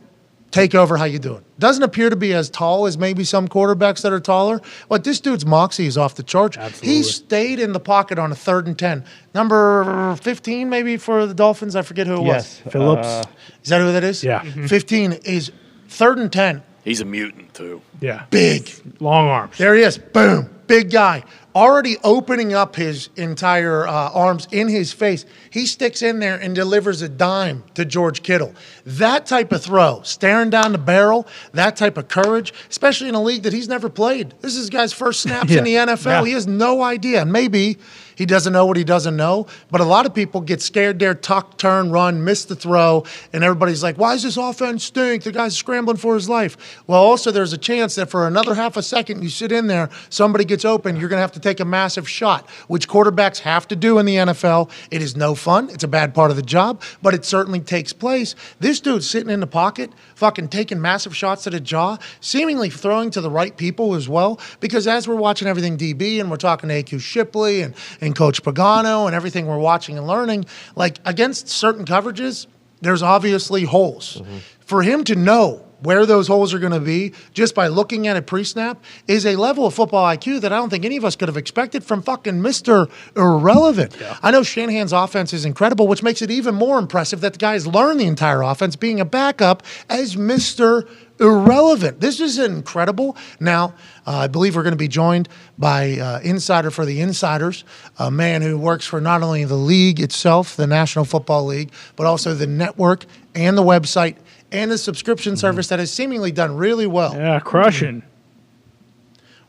A: take over. How you doing? Doesn't appear to be as tall as maybe some quarterbacks that are taller, but this dude's moxie is off the charts. He stayed in the pocket on a third and ten, number fifteen maybe for the Dolphins. I forget who it
C: Yes.
B: Phillips.
A: was. Is that who that is?
B: uh, Yeah. Mhm.
A: fifteen is third and ten.
F: He's a mutant too.
B: yeah.
A: Big.
B: Long arms.
A: There he is. Boom. Big guy. already opening up his entire uh, arms in his face. He sticks in there and delivers a dime to George Kittle. That type of throw, staring down the barrel, that type of courage, especially in a league that he's never played. This is his guy's first snaps in the
B: Yeah.
A: NFL.
B: Yeah.
A: He has no idea. Maybe he doesn't know what he doesn't know, but a lot of people get scared there, tuck, turn, run, miss the throw, and everybody's like, why is this offense stink? The guy's scrambling for his life. Well, also, there's a chance that for another half a second you sit in there, somebody gets open, you're going to have to take a massive shot, which quarterbacks have to do in the NFL. It is no fun. It's a bad part of the job, but it certainly takes place. This dude's sitting in the pocket, fucking taking massive shots to the jaw, seemingly throwing to the right people as well. Because as we're watching everything DB and we're talking to AQ Shipley and, and Coach Pagano and everything we're watching and learning, like against certain coverages, there's obviously holes. For him to know where those holes are going to be just by looking at it pre snap is a level of football IQ that I don't think any of us could have expected from fucking Mr. Irrelevant. I know Shanahan's offense is incredible, which makes it even more impressive that the guy has learned the entire offense being a backup as Mr. Irrelevant. This is incredible. Now, uh, I believe we're going to be joined by uh, Insider for the Insiders, a man who works for not only the league itself, the National Football League, but also the network and the website and the subscription
D: Mm-hmm.
A: service that has seemingly done really well. Mm-hmm.
B: Yeah, crushing.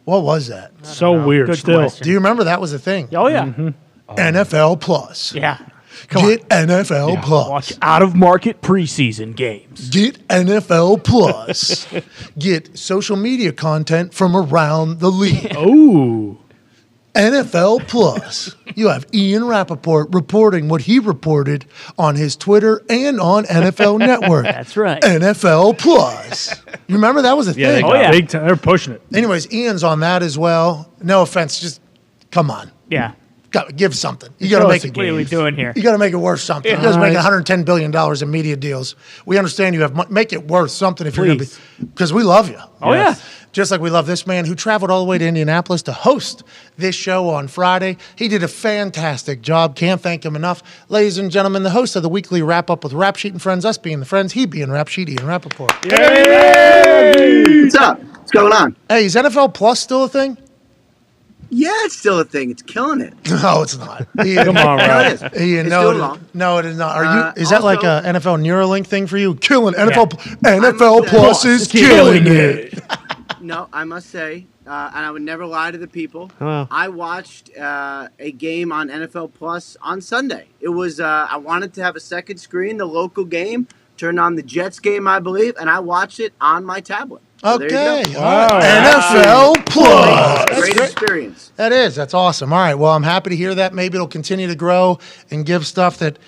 A: What was that?
B: So weird.
D: Good
B: Still,
D: question.
A: Do you remember that was a thing?
D: Oh yeah,
A: NFL Plus.
D: yeah.
A: Get NFL Plus.
D: Watch out of market preseason games.
A: Get NFL Plus. Get social media content from around the league.
B: ooh,
A: NFL Plus. You have Ian Rappaport reporting what he reported on his Twitter and on NFL Network.
D: That's right.
A: NFL Plus. You remember that was a
C: Yeah, they
A: thing.
C: got
D: Oh, yeah.
B: big time. They're pushing it.
A: Anyways, Ian's on that as well. No offense, just come on.
D: Yeah.
A: Got- give something. You got to
D: Show us
A: make
D: a
A: it.
D: What are we doing here?
A: You got to make it worth something. You guys
B: All
A: make
B: right.
A: 110 billion dollars in media deals. We understand you have mon- make it worth something if you're going
D: Please.
A: to be because we love you.
D: Oh yeah.
A: Just like we love this man who traveled all the way to Indianapolis to host this show on Friday. He did a fantastic job. Can't thank him enough. Ladies and gentlemen, the host of the weekly wrap up with Rap Sheet and Friends, us being the friends, he being Rap Sheet, Ian Rappaport.
F: What's up? What's going on?
A: Hey, is NFL Plus still a thing?
F: Yeah, it's still a thing. It's killing it.
A: No, it's not.
B: Come
F: No,
B: on,
F: it
B: Rob.
F: is.
A: Ian,
F: it's
A: no,
F: still
A: it is,
F: long.
A: no, it is not. Are
F: Uh,
A: you? Is that like a
F: also-
A: NFL Neuralink thing for you? Killing NFL, NFL
F: I'm-
A: Plus is killing it.
F: No, I must say, uh, and I would never lie to the people.
C: Wow.
F: I watched uh, a game on NFL Plus on Sunday. It was uh, I wanted to have a second screen, the local game. Turned on the Jets game, I believe, and I watched it on my tablet. So there you go.
A: Okay, all
B: Wow.
A: right. NFL Plus.
F: Great experience.
A: That is. That's awesome. All right. Well, I'm happy to hear that. Maybe it'll continue to grow and give stuff that,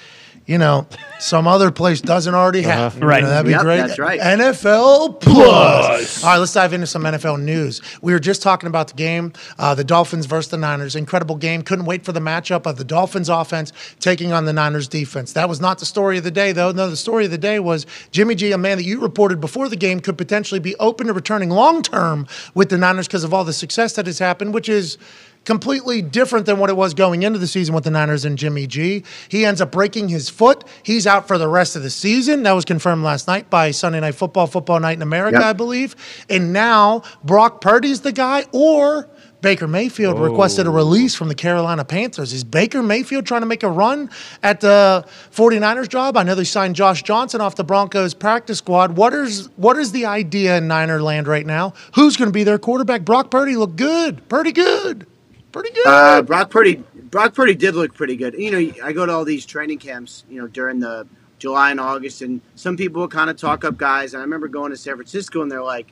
A: you know, some other place doesn't already have. You know,
D: Right.
A: that'd be
F: Yep,
A: great.
F: that's right.
A: NFL Plus. All right. Let's dive into some NFL news. We were just talking about the game, uh, the Dolphins versus the Niners. Incredible game. Couldn't wait for the matchup of the Dolphins offense taking on the Niners defense. That was not the story of the day, though. No, the story of the day was Jimmy G, a man that you reported before the game, could potentially be open to returning long term with the Niners because of all the success that has happened, which is completely different than what it was going into the season with the Niners and Jimmy G. He ends up breaking his foot. He's out for the rest of the season. That was confirmed last night by Sunday Night Football, Football Night in America,
F: Yep.
A: I believe. And now Brock Purdy's the guy, or Baker Mayfield requested
B: Oh.
A: a release from the Carolina Panthers. Is Baker Mayfield trying to make a run at the 49ers job? I know they signed Josh Johnson off the Broncos practice squad. What is what is the idea in Niner land right now? Who's going to be their quarterback? Brock Purdy looked good. Pretty good. Pretty good.
F: Uh, Brock Purdy, Brock Purdy did look pretty good. You know, I go to all these training camps, you know, during the July and August, and some people will kind of talk up guys. And I remember going to San Francisco, and they're like,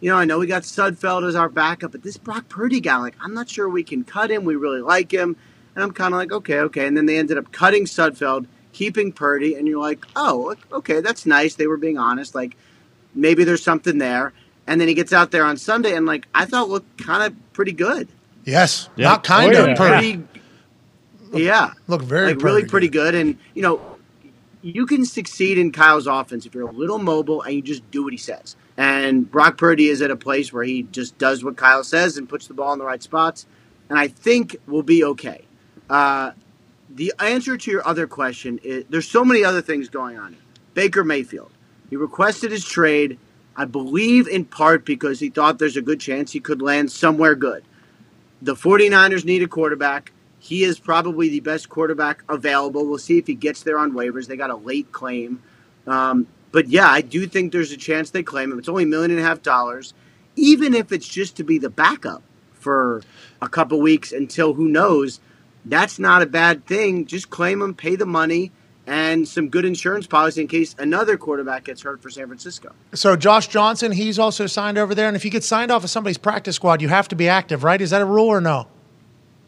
F: you know, I know we got Sudfeld as our backup, but this Brock Purdy guy, like, I'm not sure we can cut him. We really like him, and I'm kind of like, okay, okay. And then they ended up cutting Sudfeld, keeping Purdy, and you're like, oh, okay, that's nice. They were being honest, like maybe there's something there. And then he gets out there on Sunday, and like, I thought looked kind of pretty good.
A: yes. Not kind
B: Oh,
A: of.
B: yeah.
A: Purdy.
F: Pretty, yeah
A: Look very
F: like really
A: Purdy.
F: pretty good. And you know, you can succeed in Kyle's offense if you're a little mobile and you just do what he says. And Brock Purdy is at a place where he just does what Kyle says and puts the ball in the right spots, and I think we'll be okay. Uh, the answer to your other question is there's so many other things going on. Here. Baker Mayfield, he requested his trade, I believe in part because he thought there's a good chance he could land somewhere good. The 49ers need a quarterback. He is probably the best quarterback available. We'll see if he gets there on waivers. They got a late claim. Um, but yeah, I do think there's a chance they claim him. It's only a million and a half dollars, even if it's just to be the backup for a couple weeks until who knows. That's not a bad thing. Just claim him, pay the money, and some good insurance policy in case another quarterback gets hurt for San Francisco.
A: So Josh Johnson, he's also signed over there. And if you get signed off of somebody's practice squad, you have to be active, right? Is that a rule or no?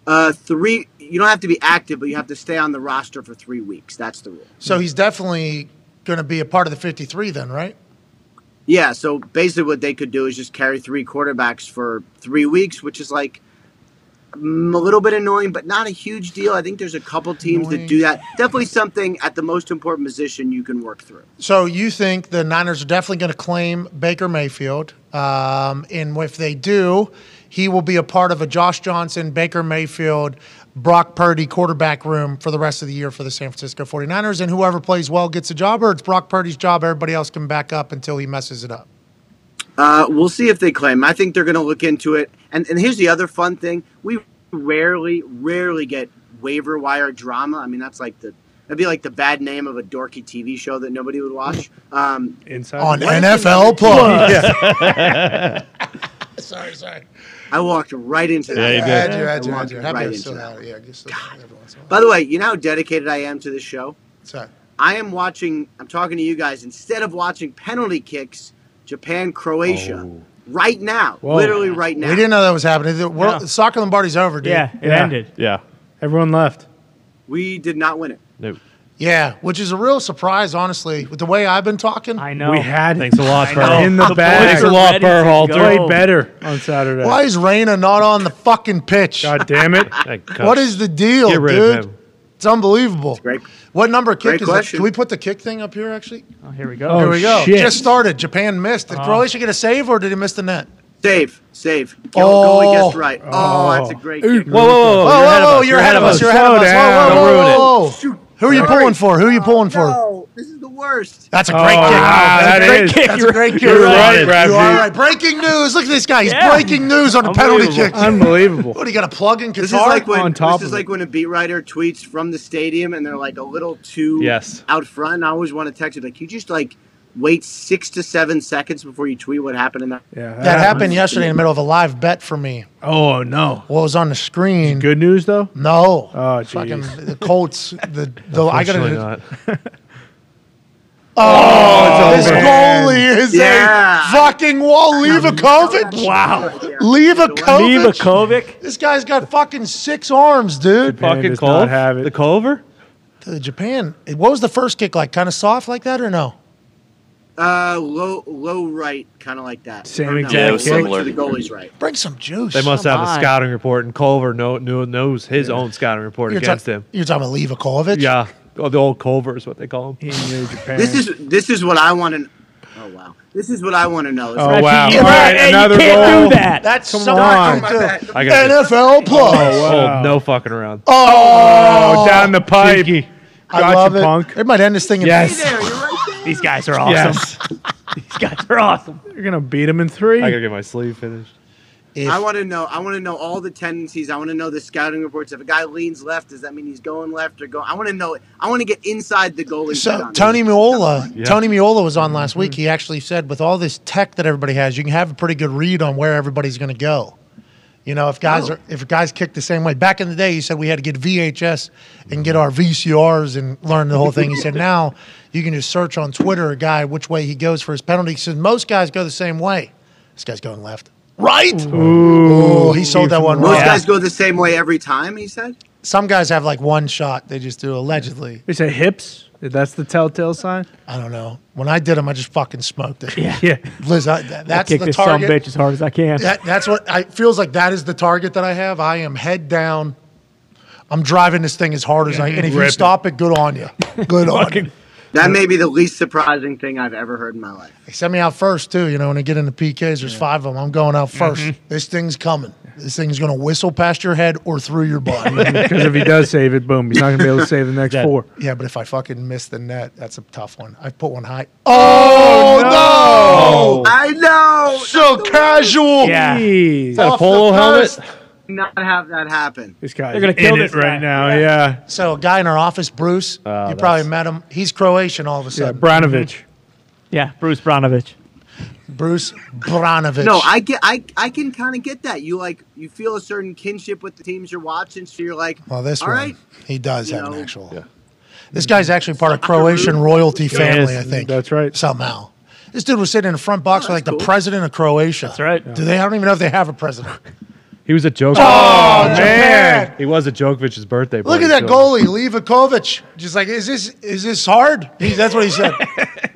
F: Uh, three. You don't have to be active, but you have to stay on the roster for three weeks. That's the rule.
A: So he's definitely going to be a part of the 53 then, right?
F: Yeah, so basically what they could do is just carry three quarterbacks for three weeks, which is like mm, a little bit annoying, but not a huge deal. I think there's a couple teams that do that. Definitely something at the most important position you can work through.
A: So you think the Niners are definitely going to claim Baker Mayfield, um, and if they do, he will be a part of a Josh Johnson, Baker Mayfield, Brock Purdy quarterback room for the rest of the year for the San Francisco 49ers, and whoever plays well gets a job, or it's Brock Purdy's job. Everybody else can back up until he messes it up.
F: Uh, we'll see if they claim. I think they're going to look into it. And and here's the other fun thing: we rarely, rarely get waiver wire drama. I mean, that's like the that'd be like the bad name of a dorky TV show that nobody would watch. Um,
B: Inside
A: On
F: What if
A: NFL
F: another-
A: Plus.
E: Sorry, sorry.
F: I walked right into that.
G: Yeah, you did.
A: I had you, I had you, I
F: walked
A: had you. Happy
F: right
A: to
F: into
A: still
F: that.
A: have it. Yeah, just still have it every once in a while.
F: By the way, you know how dedicated I am to this show.
A: Sorry.
F: I am watching. I'm talking to you guys instead of watching penalty kicks. Japan, Croatia, right now,
B: Oh. Whoa.
F: literally right now.
A: We didn't know that was happening. The world,
D: Yeah.
A: Soccer Lombardi's over, dude.
D: Yeah, it
B: Yeah.
D: ended.
G: Yeah.
B: Everyone left.
F: We did not win it.
G: Nope.
A: Yeah, which is a real surprise, honestly, with the way I've been talking.
D: I know.
B: We had
G: Thanks a lot, Pearl.
B: in the
G: Thanks a
B: bag.
G: lot,
D: Ready to
G: Burhalter.
D: go.
B: Played better on Saturday.
A: Why is Reina not on the fucking pitch?
B: God damn it!
A: What is the deal,
G: Get rid
A: dude?
G: of him.
A: It's unbelievable.
F: great-
A: What number kick
F: great
A: is
F: question.
A: it? Can we put the kick thing up here, actually?
D: Oh, here we go.
B: Oh,
A: here we go.
B: shit.
A: Just started. Japan missed. Did Croatia get a save or did he miss the net?
F: Save, save. Kill oh, goalie
A: Oh.
F: guessed right. Oh, that's a great kick.
G: Whoa, whoa, whoa!
A: Whoa,
G: you're ahead
A: whoa,
G: of
A: whoa.
G: us,
A: You're ahead of us. You're ahead of us.
B: Slow
A: Whoa,
G: down.
A: whoa,
G: Don't ruin it.
A: whoa, whoa, whoa. Who are you pulling for? Who are you pulling for?
F: No, this is the worst.
A: That's a great kick.
B: Oh, wow,
A: That's a
B: that
A: great
B: is-
A: kick. That's a great kick.
B: You're right, Brad
A: You
B: G.
A: are right. Breaking news. Look at this guy. He's breaking news on a penalty kick.
B: Unbelievable.
A: What, he got a plug in Qatar?
F: This is like when
B: on top
F: this
B: of
F: is
B: it.
F: like when a beat writer tweets from the stadium and they're like a little too
G: Yes.
F: out front. And I always want to text it like you just like wait six to seven seconds before you tweet what happened in that.
B: Yeah,
A: that happened yesterday in the middle of a live bet for me.
B: Oh no!
A: What was on the screen?
B: Good news though.
A: No.
B: Oh, geez.
A: Fucking the Colts. The, the I got
C: Unfortunately
A: to
C: not.
A: Oh,
B: Oh,
A: This goalie is
F: Yeah.
A: a fucking wall. Levakovic. Wow. Levakovic.
D: Kovic.
A: This guy's got fucking six arms, dude.
B: Japan
G: Fucking
B: does not
G: Cove.
B: have it.
G: The Culver.
A: Uh, Japan. What was the first kick like? Kind of soft like that or no?
F: Uh, low low right, kind of like that.
B: Same
F: Or no,
B: exact
F: low to
H: similar.
F: The goalie's right.
A: Bring some juice.
G: They must have
D: my.
G: a scouting report, and Culver know, knew, knows his own scouting report
A: you're,
G: against
A: ta-
G: him.
A: you're talking about Levakovic?
G: Yeah, oh, the old Culver is what they call him.
B: He knew Japan.
F: This is this is what I want to. Oh wow, this is what I want to know. Is
B: Oh wow!
D: You,
B: All right, another
D: you can't
B: goal.
D: do that.
A: That's
B: Come
A: something
B: on.
A: to
F: My bad.
G: I got this.
A: NFL Plus.
B: wow.
G: Oh, no fucking around.
A: Oh,
B: Oh, down the pipe.
A: I
B: Gotcha,
A: love it.
B: punk.
A: It might end this thing. in-
F: Hey there, you're right there.
D: These guys are awesome.
B: Yes,
D: These guys are awesome.
B: you're gonna beat him in three.
G: I gotta get my sleeve finished.
A: If-
F: I want to know. I want to know all the tendencies. I want to know the scouting reports. If a guy leans left, does that mean he's going left or going? I want to know it. I want to get inside the goalie. head
A: So
F: on
A: Tony
F: this.
A: Miola,
G: Yeah.
A: Tony Miola was on last week. He actually said, with all this tech that everybody has, you can have a pretty good read on where everybody's going to go. You know, if guys are if guys kick the same way. Back in the day, he said we had to get VHS and get our VCRs and learn the whole thing. He said now you can just search on Twitter a guy which way he goes for his penalty. He says most guys go the same way. This guy's going left, right. Ooh, oh, he sold that one.
F: Most
A: right.
F: guys go the same way every time. He said.
A: Some guys have like one shot. They just do allegedly.
B: They say hips. That's the telltale sign.
A: I don't know. When I did them, I just fucking smoked it.
B: Yeah.
A: Liz, I, that, that's
D: Kick
A: the
D: this some
A: target.
D: bitch as hard as I can.
A: That, that's what I feels like. That is the target that I have. I am head down. I'm driving this thing as hard as I can. And if you stop it, good on you. Good on you.
F: That may be the least surprising thing I've ever heard in my life.
A: They send me out first too. You know, when they get into PKs, there's five of them. I'm going out 1st This thing's coming. This thing's gonna whistle past your head or through your body.
B: Because if he does save it, boom, he's not gonna be able to save the next four.
A: yeah, but if I fucking miss the net, that's a tough one. I put one high. Oh, no!
F: I know.
B: Oh.
A: So casual.
D: Yeah.
B: Jeez.
A: Off the
G: polo helmet?
A: post.
F: not have that happen.
B: This guy
D: They're gonna
B: is
D: kill
B: in
D: this
B: it right
D: guy. Oh,
B: now. Yeah,
A: So a guy in our office, Bruce, you probably met him. He's Croatian all of a
B: yeah.
A: sudden.
B: Branovich.
D: Mm-hmm. Yeah, Bruce Bronovich.
A: Bruce Branovic.
F: No, I get, I, I can kind of get that. You like, you feel a certain kinship with the teams you're watching, so you're like,
A: Well, this
F: all
A: one,
F: right,
A: he does
F: you
A: have an
F: know.
A: actual. This guy's actually part of Croatian royalty family,
B: is.
A: I think.
B: That's right.
A: Somehow. This dude was sitting in the front box with like
F: Oh, that's
A: the
F: cool.
A: president of Croatia. That's
D: right.
A: Do they? I don't even know if they have a president.
G: He was a joke. Oh,
A: Man,
G: He was a Djokovic's birthday.
A: Oh, look
G: party,
A: at that
G: so-
A: goalie, Levakovic. Just like, is this is this hard? He, that's what he said.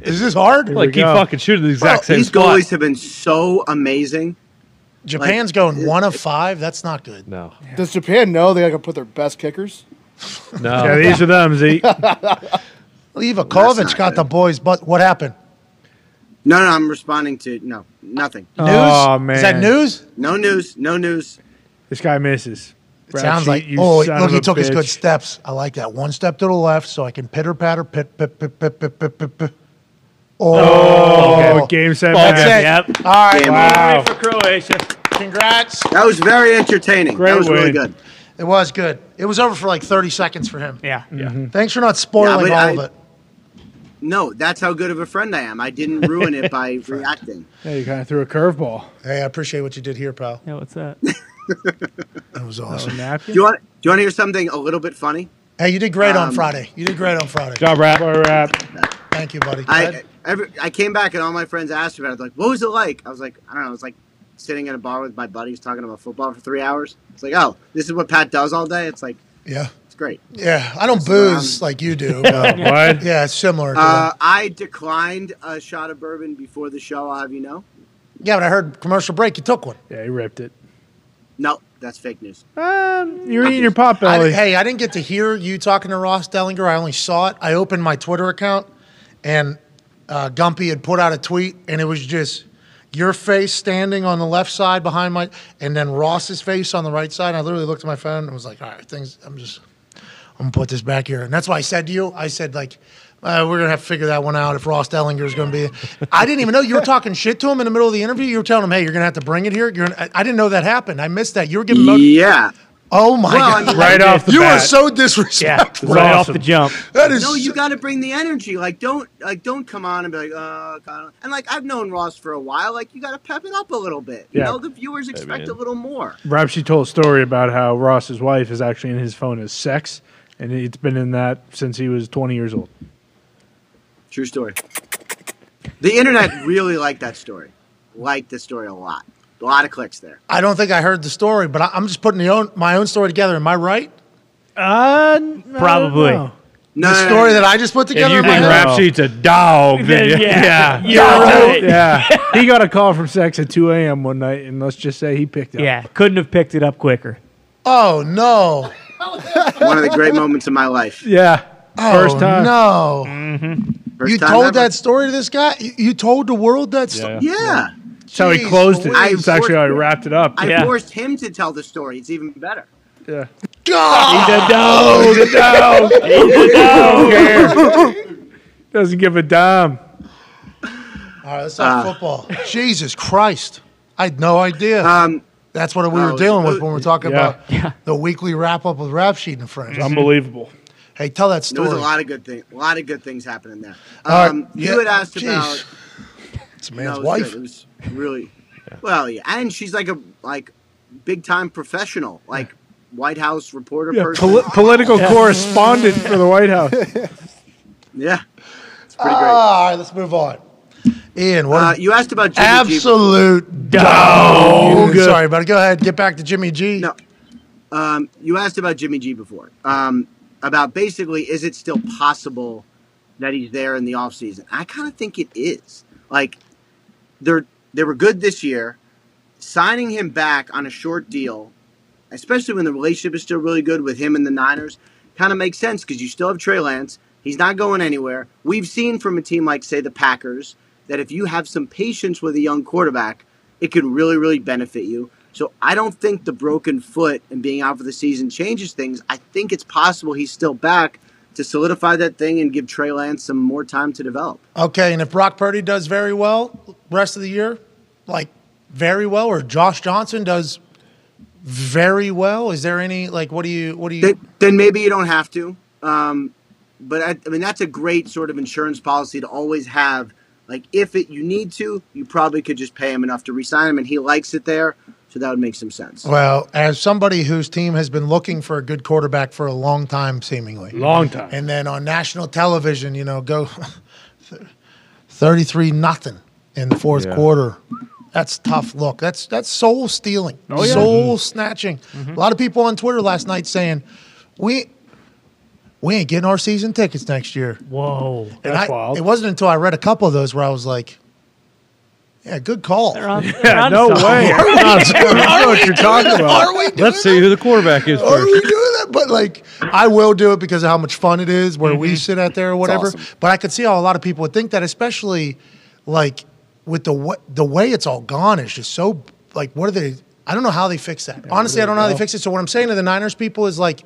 A: is this hard?
G: Like he
B: go.
G: fucking shooting the exact same
F: these
G: spot.
F: goalies have been so amazing.
A: Japan's
F: like,
A: going one of five. That's not good.
G: No,
E: Does Japan know they gotta put their best kickers?
A: Oh,
G: no.
B: Yeah, these are them. Z.
A: Levakovic
F: not
A: got
F: good.
A: the boys, but what happened?
F: No, no, I'm responding to no, nothing.
A: News?
B: Oh,
A: Is that
B: man.
A: news?
F: No news, no news.
B: This guy misses.
A: It
B: Brad
A: sounds
B: Sheet,
A: like
B: you
A: oh
B: son
A: look
B: of
A: he
B: a
A: took his good
B: bitch.
A: steps. I like that one step to the left so I can pitter patter pit pit pit pit pit pit pit. pit.
B: Oh,
A: Oh,
B: game set.
A: that's
B: match.
A: it.
D: Yep.
A: All right,
F: Game
A: wow.
D: For Croatia.
A: Congrats.
F: That was very entertaining.
B: Great
F: that was really
B: win.
F: good.
A: It was good. It was over for like 30 seconds for him.
D: Yeah.
B: Mm-hmm.
A: Thanks for not
F: Yeah,
A: spoiling
F: but
A: all
F: I-
A: of it.
F: No, that's how good of a friend I am. I didn't ruin it by reacting.
B: Yeah, you kind of threw a curveball.
A: Hey, I appreciate what you did here, pal.
D: Yeah, what's that?
A: That was
B: A
A: awesome.
F: Do
B: napkin.
F: you want? Do you want to hear something a little bit funny?
A: Oh, Hey, you did great on
F: Um,
A: Friday. You did great on Friday.
B: Job wrap. Boy, wrap.
A: Thank you, buddy.
F: I every, I came back and all my friends asked me about it. Like, what was it like? I was like, I don't know. It was like sitting in a bar with my buddies talking about football for three hours. It's like, oh, this is what Pat does all day. It's like,
A: yeah.
F: it's great.
A: Yeah. I don't
F: So, um,
A: booze like you do. but
B: What?
A: yeah, it's similar. To
F: Uh,
A: that.
F: I declined a shot of bourbon before the show. I'll have you know.
A: Yeah, but I heard commercial break. You took one.
B: Yeah, he ripped it.
F: No, that's fake news.
B: Um, you're eating your pot
A: I-
B: belly.
A: hey, I didn't get to hear you talking to Ross Dellinger. I only saw it. I opened my Twitter account, and uh, Gumpy had put out a tweet, and it was just your face standing on the left side behind my, and then Ross's face on the right side. I literally looked at my phone and was like, "All right, things. I'm just, I'm gonna put this back here." And that's why I said to you, I said like. Uh, we're gonna have to figure that one out if Ross Dellinger is gonna be. I didn't even know you were talking shit to him in the middle of the interview. You were telling him, "Hey, you're gonna have to bring it here." You're. Gonna, I, I didn't know that happened. I missed that. You were giving. mo-
F: Yeah.
A: oh my
F: Well, I
A: god!
F: mean,
B: right off the
A: You
B: bat.
A: are so
D: Yeah.
A: disrespectful.
B: Right
D: Right off
B: awesome.
D: the jump.
A: That is
F: No, you got to bring the energy. Like, don't like don't come on and be like, oh, God. and like I've known Ross for a while. Like, you got to pep it up a little bit.
B: Yeah.
F: You know, the viewers expect a little more.
B: Rap, she told a story about how Ross's wife is actually in his phone as sex, and it's been in that since he was 20 years old.
F: True story. The internet really liked that story. Liked the story a lot. A lot of clicks there.
A: I don't think I heard the story, but I, I'm just putting the own, my own story together. Am I right?
B: Uh,
D: Probably.
F: No,
A: the story that I just put
G: If
A: together.
G: you
A: in my
G: think
A: head?
G: rap sheet's a dog, then
D: Then,
G: you- yeah.
D: yeah. You're right.
B: Oh. Yeah, he got a call from sex at 2 a.m. one night, and let's just say he picked up.
D: Yeah. Couldn't have picked it up quicker.
A: oh no!
F: one of the great moments of my life.
B: yeah.
A: oh,
B: First time. Mm-hmm.
A: No,
F: First
A: you
F: time
A: told
F: ever.
A: that story to this guy. You, you told the world that story.
G: Yeah.
F: Yeah.
B: That's how he
A: Jeez
B: closed it.
A: Louise.
B: It's actually how he
F: I-
B: wrapped it up.
F: I
D: Yeah.
F: forced him to tell the story. It's even better.
B: yeah.
A: God,
B: The dog, the dog, the dog here. Doesn't give a damn.
A: all right, let's talk
F: Uh,
A: football. Jesus Christ, I had no idea.
F: Um,
A: That's what we were
F: oh,
A: dealing with
F: uh,
A: when we were talking
B: yeah.
A: about the weekly wrap up with Rap Sheet and Friends.
B: Unbelievable.
A: Hey, tell that
F: there was
A: story.
F: a lot of good things. A lot of good things happening there.
A: All right,
F: Um,
A: yeah,
F: You had asked
A: jeez.
F: about
A: it's a man's
F: No, it was
A: wife.
F: good. It was really well, yeah, and she's like a like big time professional, like White House reporter
B: Yeah,
F: person.
B: poli- political correspondent for the White House.
F: yeah, it's pretty great.
A: All right, let's move on. Ian, what?
F: Uh,
A: a-
F: you asked about Jimmy
A: Absolute dog. Sorry, buddy. Go ahead. Get back to Jimmy
F: G.
A: G.
F: No, um, you asked about Jimmy G before. Um, about basically, is it still possible that he's there in the off season? I kind of think it is. Like they're they were good this year. Signing him back on a short deal especially when the relationship is still really good with him and the Niners, kind of makes sense because you still have Trey Lance. He's not going anywhere. We've seen from a team like, say, the Packers, that if you have some patience with a young quarterback, it could really, really benefit you. So I don't think the broken foot and being out for the season changes things. I think it's possible he's still back to solidify that thing and give Trey Lance some more time to develop.
A: Okay, and if Brock Purdy does very well rest of the year, like very well, or Josh Johnson does very well? Is there any like what do you what do you?
F: Then, then maybe you don't have to. Um, but I, I mean, that's a great sort of insurance policy to always have. Like, if it you need to, you probably could just pay him enough to resign him, and he likes it there, so that would make some sense.
A: well, as somebody whose team has been looking for a good quarterback for a long time, seemingly,
B: Long time.
A: and then on national television, you know, go thirty-three nothing in the fourth quarter. That's tough look. That's that's soul stealing,
B: Oh, Mm-hmm.
A: soul snatching. A lot of people on Twitter last night saying, "We we ain't getting our season tickets next year."
B: Whoa,
A: And
B: that's
A: I-
B: wild.
A: It wasn't until I read a couple of those where I was like, "Yeah, good call."
B: yeah, no way. I know what you're talking about.
A: Are we doing
G: Let's see who the quarterback is
A: Are
G: first.
A: we doing that? But like, I will do it because of how much fun it is where we sit out there or whatever.
E: awesome.
A: But I could see how a lot of people would think that, especially like with the wa- the way it's all gone is just so like. What are they? I don't know how they fix that. Honestly, I don't know how they fix it. So what I'm saying to the Niners people is like.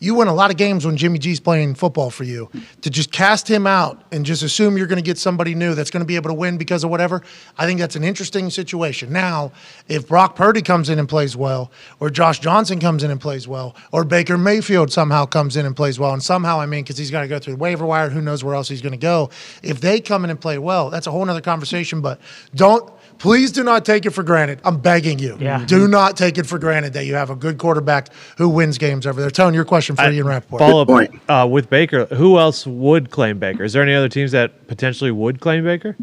A: You win a lot of games when Jimmy G's playing football for you. To just cast him out and just assume you're going to get somebody new that's going to be able to win because of whatever, I think that's an interesting situation. Now, if Brock Purdy comes in and plays well, or Josh Johnson comes in and plays well, or Baker Mayfield somehow comes in and plays well, and somehow, I mean, because he's got to go through the waiver wire, who knows where else he's going to go. If they come in and play well, that's a whole nother conversation, but don't. Please do not take it for granted. I'm begging you.
D: Yeah.
A: Do not take it for granted that you have a good quarterback who wins games over there. Tony, your question for Ian Rappaport.
G: Follow up
F: point.
G: uh, with Baker. Who else would claim Baker? Is there any other teams that potentially would claim Baker?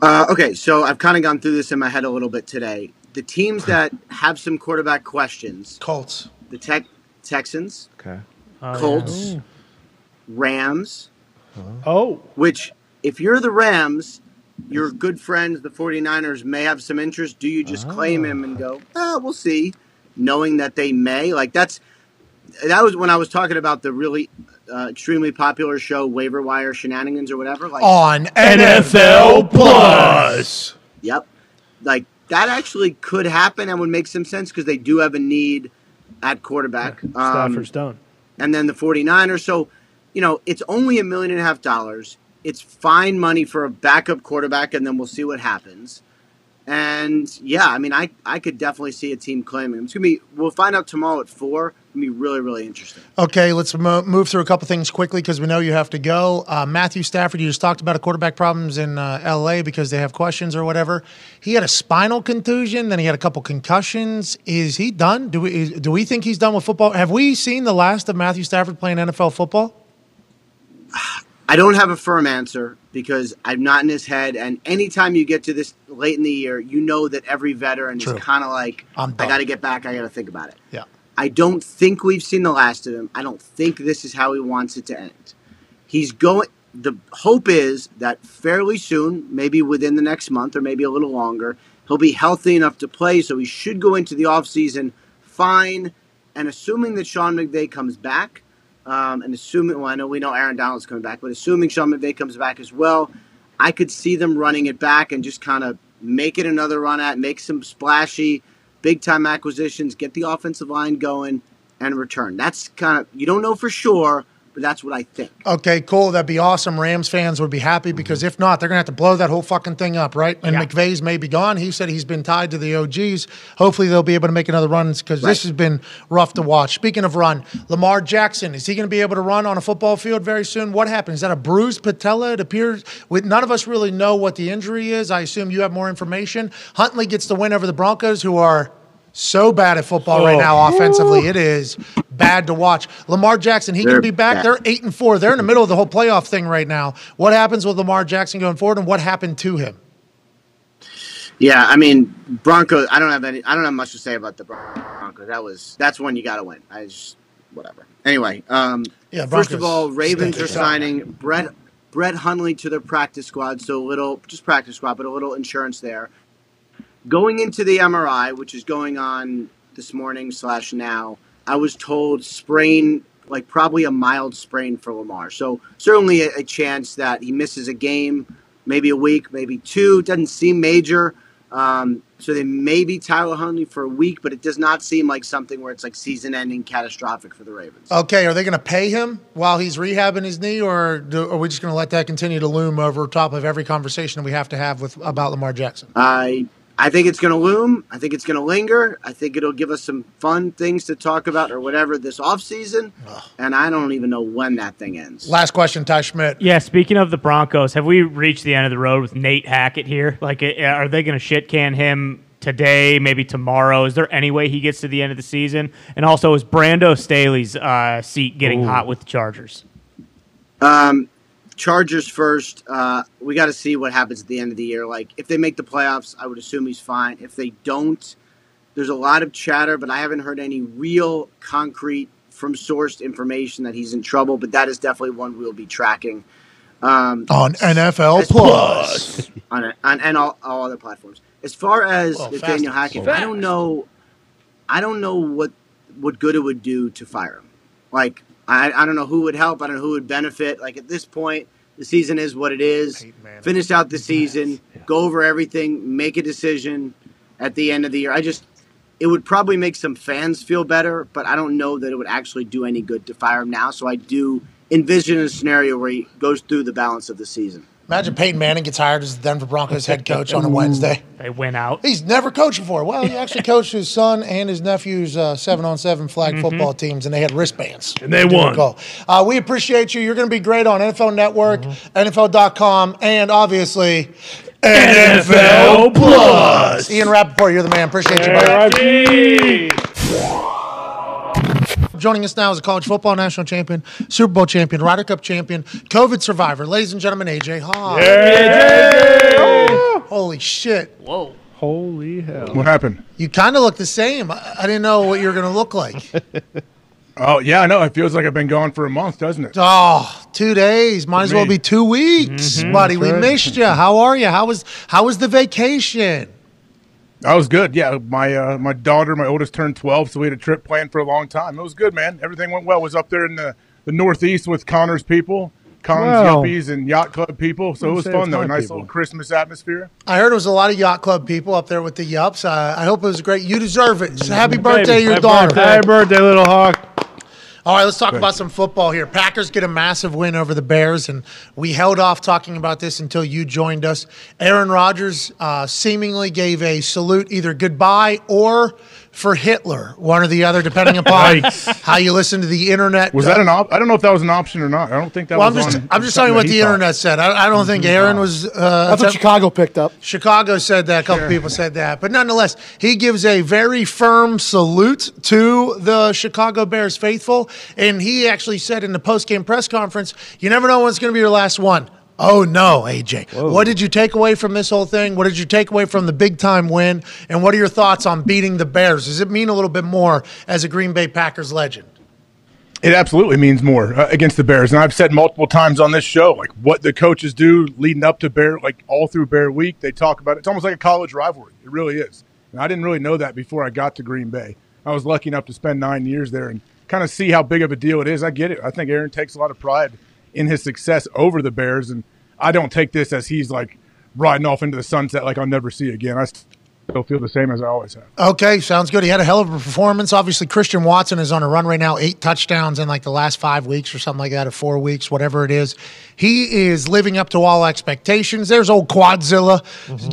F: Uh, okay, so I've kind of gone through this in my head a little bit today. The teams that have some quarterback questions:
A: Colts.
F: the Tech Texans,
G: Okay.
F: Colts,
A: Oh.
F: Rams.
B: Oh,
F: Which, if you're the Rams, your good friends, the 49ers, may have some interest. Do you just claim him and go, ah, we'll see, knowing that they may? Like, that's that was when I was talking about the really uh, extremely popular show, Waiver Wire Shenanigans or whatever. Like,
A: On NFL Plus.
F: Yep. Like that actually could happen and would make some sense because they do have a need at quarterback. Um,
B: Stafford's done.
F: and then the 49ers. So, you know, it's only a million and a half dollars. It's fine money for a backup quarterback, and then we'll see what happens. And yeah, I mean, I, I could definitely see a team claiming him. It's gonna be. We'll find out tomorrow at four. It's gonna be really really interesting.
A: Okay, let's mo- move through a couple things quickly because we know you have to go. Uh, Matthew Stafford, you just talked about a quarterback problems in uh, LA because they have questions or whatever. He had a spinal contusion, then he had a couple concussions. Is he done? Do we is, do we think he's done with football? Have we seen the last of Matthew Stafford playing NFL football?
F: I don't have a firm answer because I'm not in his head. And anytime you get to this late in the year, you know that every veteran
A: True.
F: is kind of like,
A: I'm
F: I
A: done.
F: got to get back. I got to think about it.
A: Yeah.
F: I don't think we've seen the last of him. I don't think this is how he wants it to end. He's going. The hope is that fairly soon, maybe within the next month or maybe a little longer, he'll be healthy enough to play. So he should go into the offseason fine. And assuming that Sean McVay comes back, um, and assuming, well, I know we know Aaron Donald's coming back, but assuming Sean McVay comes back as well, I could see them running it back and just kind of make it another run at, make some splashy, big time acquisitions, get the offensive line going, and return. That's kind of you don't know for sure, but that's what I think.
A: Okay, cool. That'd be awesome. Rams fans would be happy because if not, they're gonna have to blow that whole fucking thing up, right? And McVay's may be gone. He said he's been tied to the OGs. Hopefully, they'll be able to make another run because this has been rough to watch. Speaking of run, Lamar Jackson is he gonna be able to run on a football field very soon? What happened? Is that a bruised patella? It appears. With none of us really know what the injury is. I assume you have more information. Huntley gets the win over the Broncos, who are so bad at football right now offensively. It is bad to watch. Lamar Jackson, he
F: They're
A: can be back.
F: bad.
A: They're eight and four. They're in the middle of the whole playoff thing right now. What happens with Lamar Jackson going forward, and what happened to him?
F: Yeah, I mean Broncos. I don't have any. I don't have much to say about the Bron- Broncos. That was that's one you got to win. I just whatever. Anyway, um,
A: Yeah,
F: first of
A: Broncos
F: all, Ravens
A: stink.
F: are signing Brett Brett Hundley to their practice squad, so a little just practice squad, but a little insurance there. Going into the MRI, which is going on this morning slash now, I was told sprain, like probably a mild sprain for Lamar. So certainly a, a chance that he misses a game, maybe a week, maybe two. Doesn't seem major. Um, so they may be Tyler Huntley for a week, but it does not seem like something where it's like season-ending catastrophic for the Ravens.
A: Okay, are they going to pay him while he's rehabbing his knee, or do, are we just going to let that continue to loom over top of every conversation we have to have with about Lamar Jackson?
F: I I think it's going to loom. I think it's going to linger. I think it'll give us some fun things to talk about or whatever this offseason. And I don't even know when that thing ends.
A: Last question, Ty Schmidt.
D: Yeah, speaking of the Broncos, have we reached the end of the road with Nate Hackett here? Like, eh, are they going to shit can him today, maybe tomorrow? Is there any way he gets to the end of the season? And also, is Brando Staley's uh, seat getting hot with the Chargers?
F: Um, Chargers first. Uh, we got to see what happens at the end of the year. Like, if they make the playoffs, I would assume he's fine. If they don't, there's a lot of chatter, but I haven't heard any real concrete from sourced information that he's in trouble. But that is definitely one we'll be tracking um,
A: On NFL Plus.
F: on, a, on and all, all other platforms. As far as
A: Well,
F: Nathaniel
A: fast and
F: Hackett, I don't know. I don't know what what good it would do to fire him. Like, I, I don't know who would help. I don't know who would benefit. Like at this point, the season is what it is.
A: Peyton Manning.
F: Finish out the season, go over everything, make a decision at the end of the year. I just it would probably make some fans feel better, but I don't know that it would actually do any good to fire him now. So I do envision a scenario where he goes through the balance of the season.
A: Imagine Peyton Manning gets hired as the Denver Broncos head coach on a Wednesday.
D: They went out.
A: He's never coached before. Well, he actually coached his son and his nephew's uh, seven on seven flag
D: Mm-hmm.
A: football teams, and they had wristbands.
B: And they
A: Do
B: won.
A: recall. Uh, we appreciate you. You're going to be great on NFL Network,
D: Mm-hmm.
A: NFL.com, and obviously
B: NFL Plus.
A: Ian Rappaport. You're the man. Appreciate you, buddy.
B: RIP.
A: Joining us now is a college football national champion, Super Bowl champion, Ryder Cup champion, COVID survivor. Ladies and gentlemen, AJ Hawk. Holy shit.
B: Holy hell.
H: What happened?
A: You kind of look the same. I, I didn't know what you were going to look like.
H: Oh yeah, I know. It feels like I've been gone for a month, doesn't it?
A: Oh, two days. Might as well be two weeks,
B: Mm-hmm.
A: buddy. We missed you. How are you? How was how was the vacation?
H: I was good. Yeah, my uh, my daughter, my oldest, turned twelve, so we had a trip planned for a long time. It was good, man. Everything went well. Was up there in the, the Northeast with Connor's people, Connor's
B: Wow.
H: yuppies, and yacht club people. So it was
B: say it's
H: fun though.
B: my
H: Nice
B: people.
H: little Christmas atmosphere.
A: I heard it was a lot of yacht club people up there with the yups. I, I hope it was great. You deserve it. So happy birthday to your
B: Happy
A: daughter.
B: Mm-hmm. birthday. Happy birthday, little hawk.
A: All right, let's talk about some football here. Packers get a massive win over the Bears, and we held off talking about this until you joined us. Aaron Rodgers uh, seemingly gave a salute, either goodbye or for Hitler, one or the other, depending upon how you listen to the internet. uh,
H: Was that an op? I don't know if that was an option or not. I don't think that
A: Well, I'm
H: was.
A: just
H: on-
A: I'm just
H: something
A: telling you what
H: that
A: the
H: he thought. Mm-hmm.
A: internet said. I, I don't think Aaron was. Uh,
E: That's what Chicago picked up.
A: Chicago said that. A couple people said that, but nonetheless, he gives a very firm salute to the Chicago Bears faithful, and he actually said in the post-game press conference, "You never know when's going to be your last one." Oh no, AJ. What did you take away from this whole thing? What did you take away from the big time win? And what are your thoughts on beating the Bears? Does it mean a little bit more as a Green Bay Packers legend?
H: It absolutely means more uh, against the Bears, and I've said multiple times on this show, like what the coaches do leading up to Bear, like all through Bear Week, they talk about it. It's almost like a college rivalry. It really is, and I didn't really know that before I got to Green Bay. I was lucky enough to spend nine years there and kind of see how big of a deal it is. I get it. I think Aaron takes a lot of pride in his success over the Bears, and I don't take this as he's like riding off into the sunset, like I'll never see again. I still feel the same as I always have.
A: Okay, sounds good. He had a hell of a performance. Obviously, Christian Watson is on a run right now, eight touchdowns in like the last five weeks or something like that, or four weeks, whatever it is. He is living up to all expectations. There's old Quadzilla,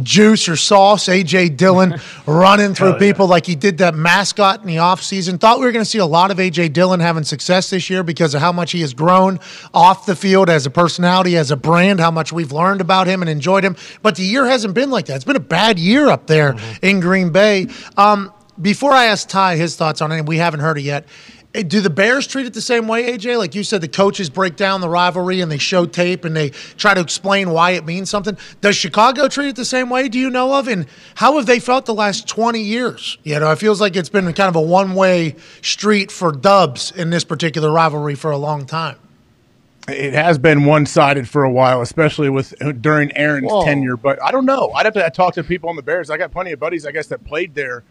A: Juice or Sauce, AJ Dillon running through people like he did that mascot in the offseason. Thought we were going to see a lot of AJ Dillon having success this year because of how much he has grown off the field as a personality, as a brand, how much we've learned about him and enjoyed him. But the year hasn't been like that. It's been a bad year up there in Green Bay. Um, before I ask Ty his thoughts on it, we haven't heard it yet. eh, Do the Bears treat it the same way, AJ? Like you said, the coaches break down the rivalry and they show tape and they try to explain why it means something. Does Chicago treat it the same way? Do you know of? And how have they felt the last 20 years? You know, it feels like it's been kind of a one way street for dubs in this particular rivalry for a long time.
H: it has been one sided for a while, especially with uh, during Aaron's
A: Whoa.
H: tenure. But I don't know. I'd have to talk to people on the Bears. I got plenty of buddies, I guess, that played there.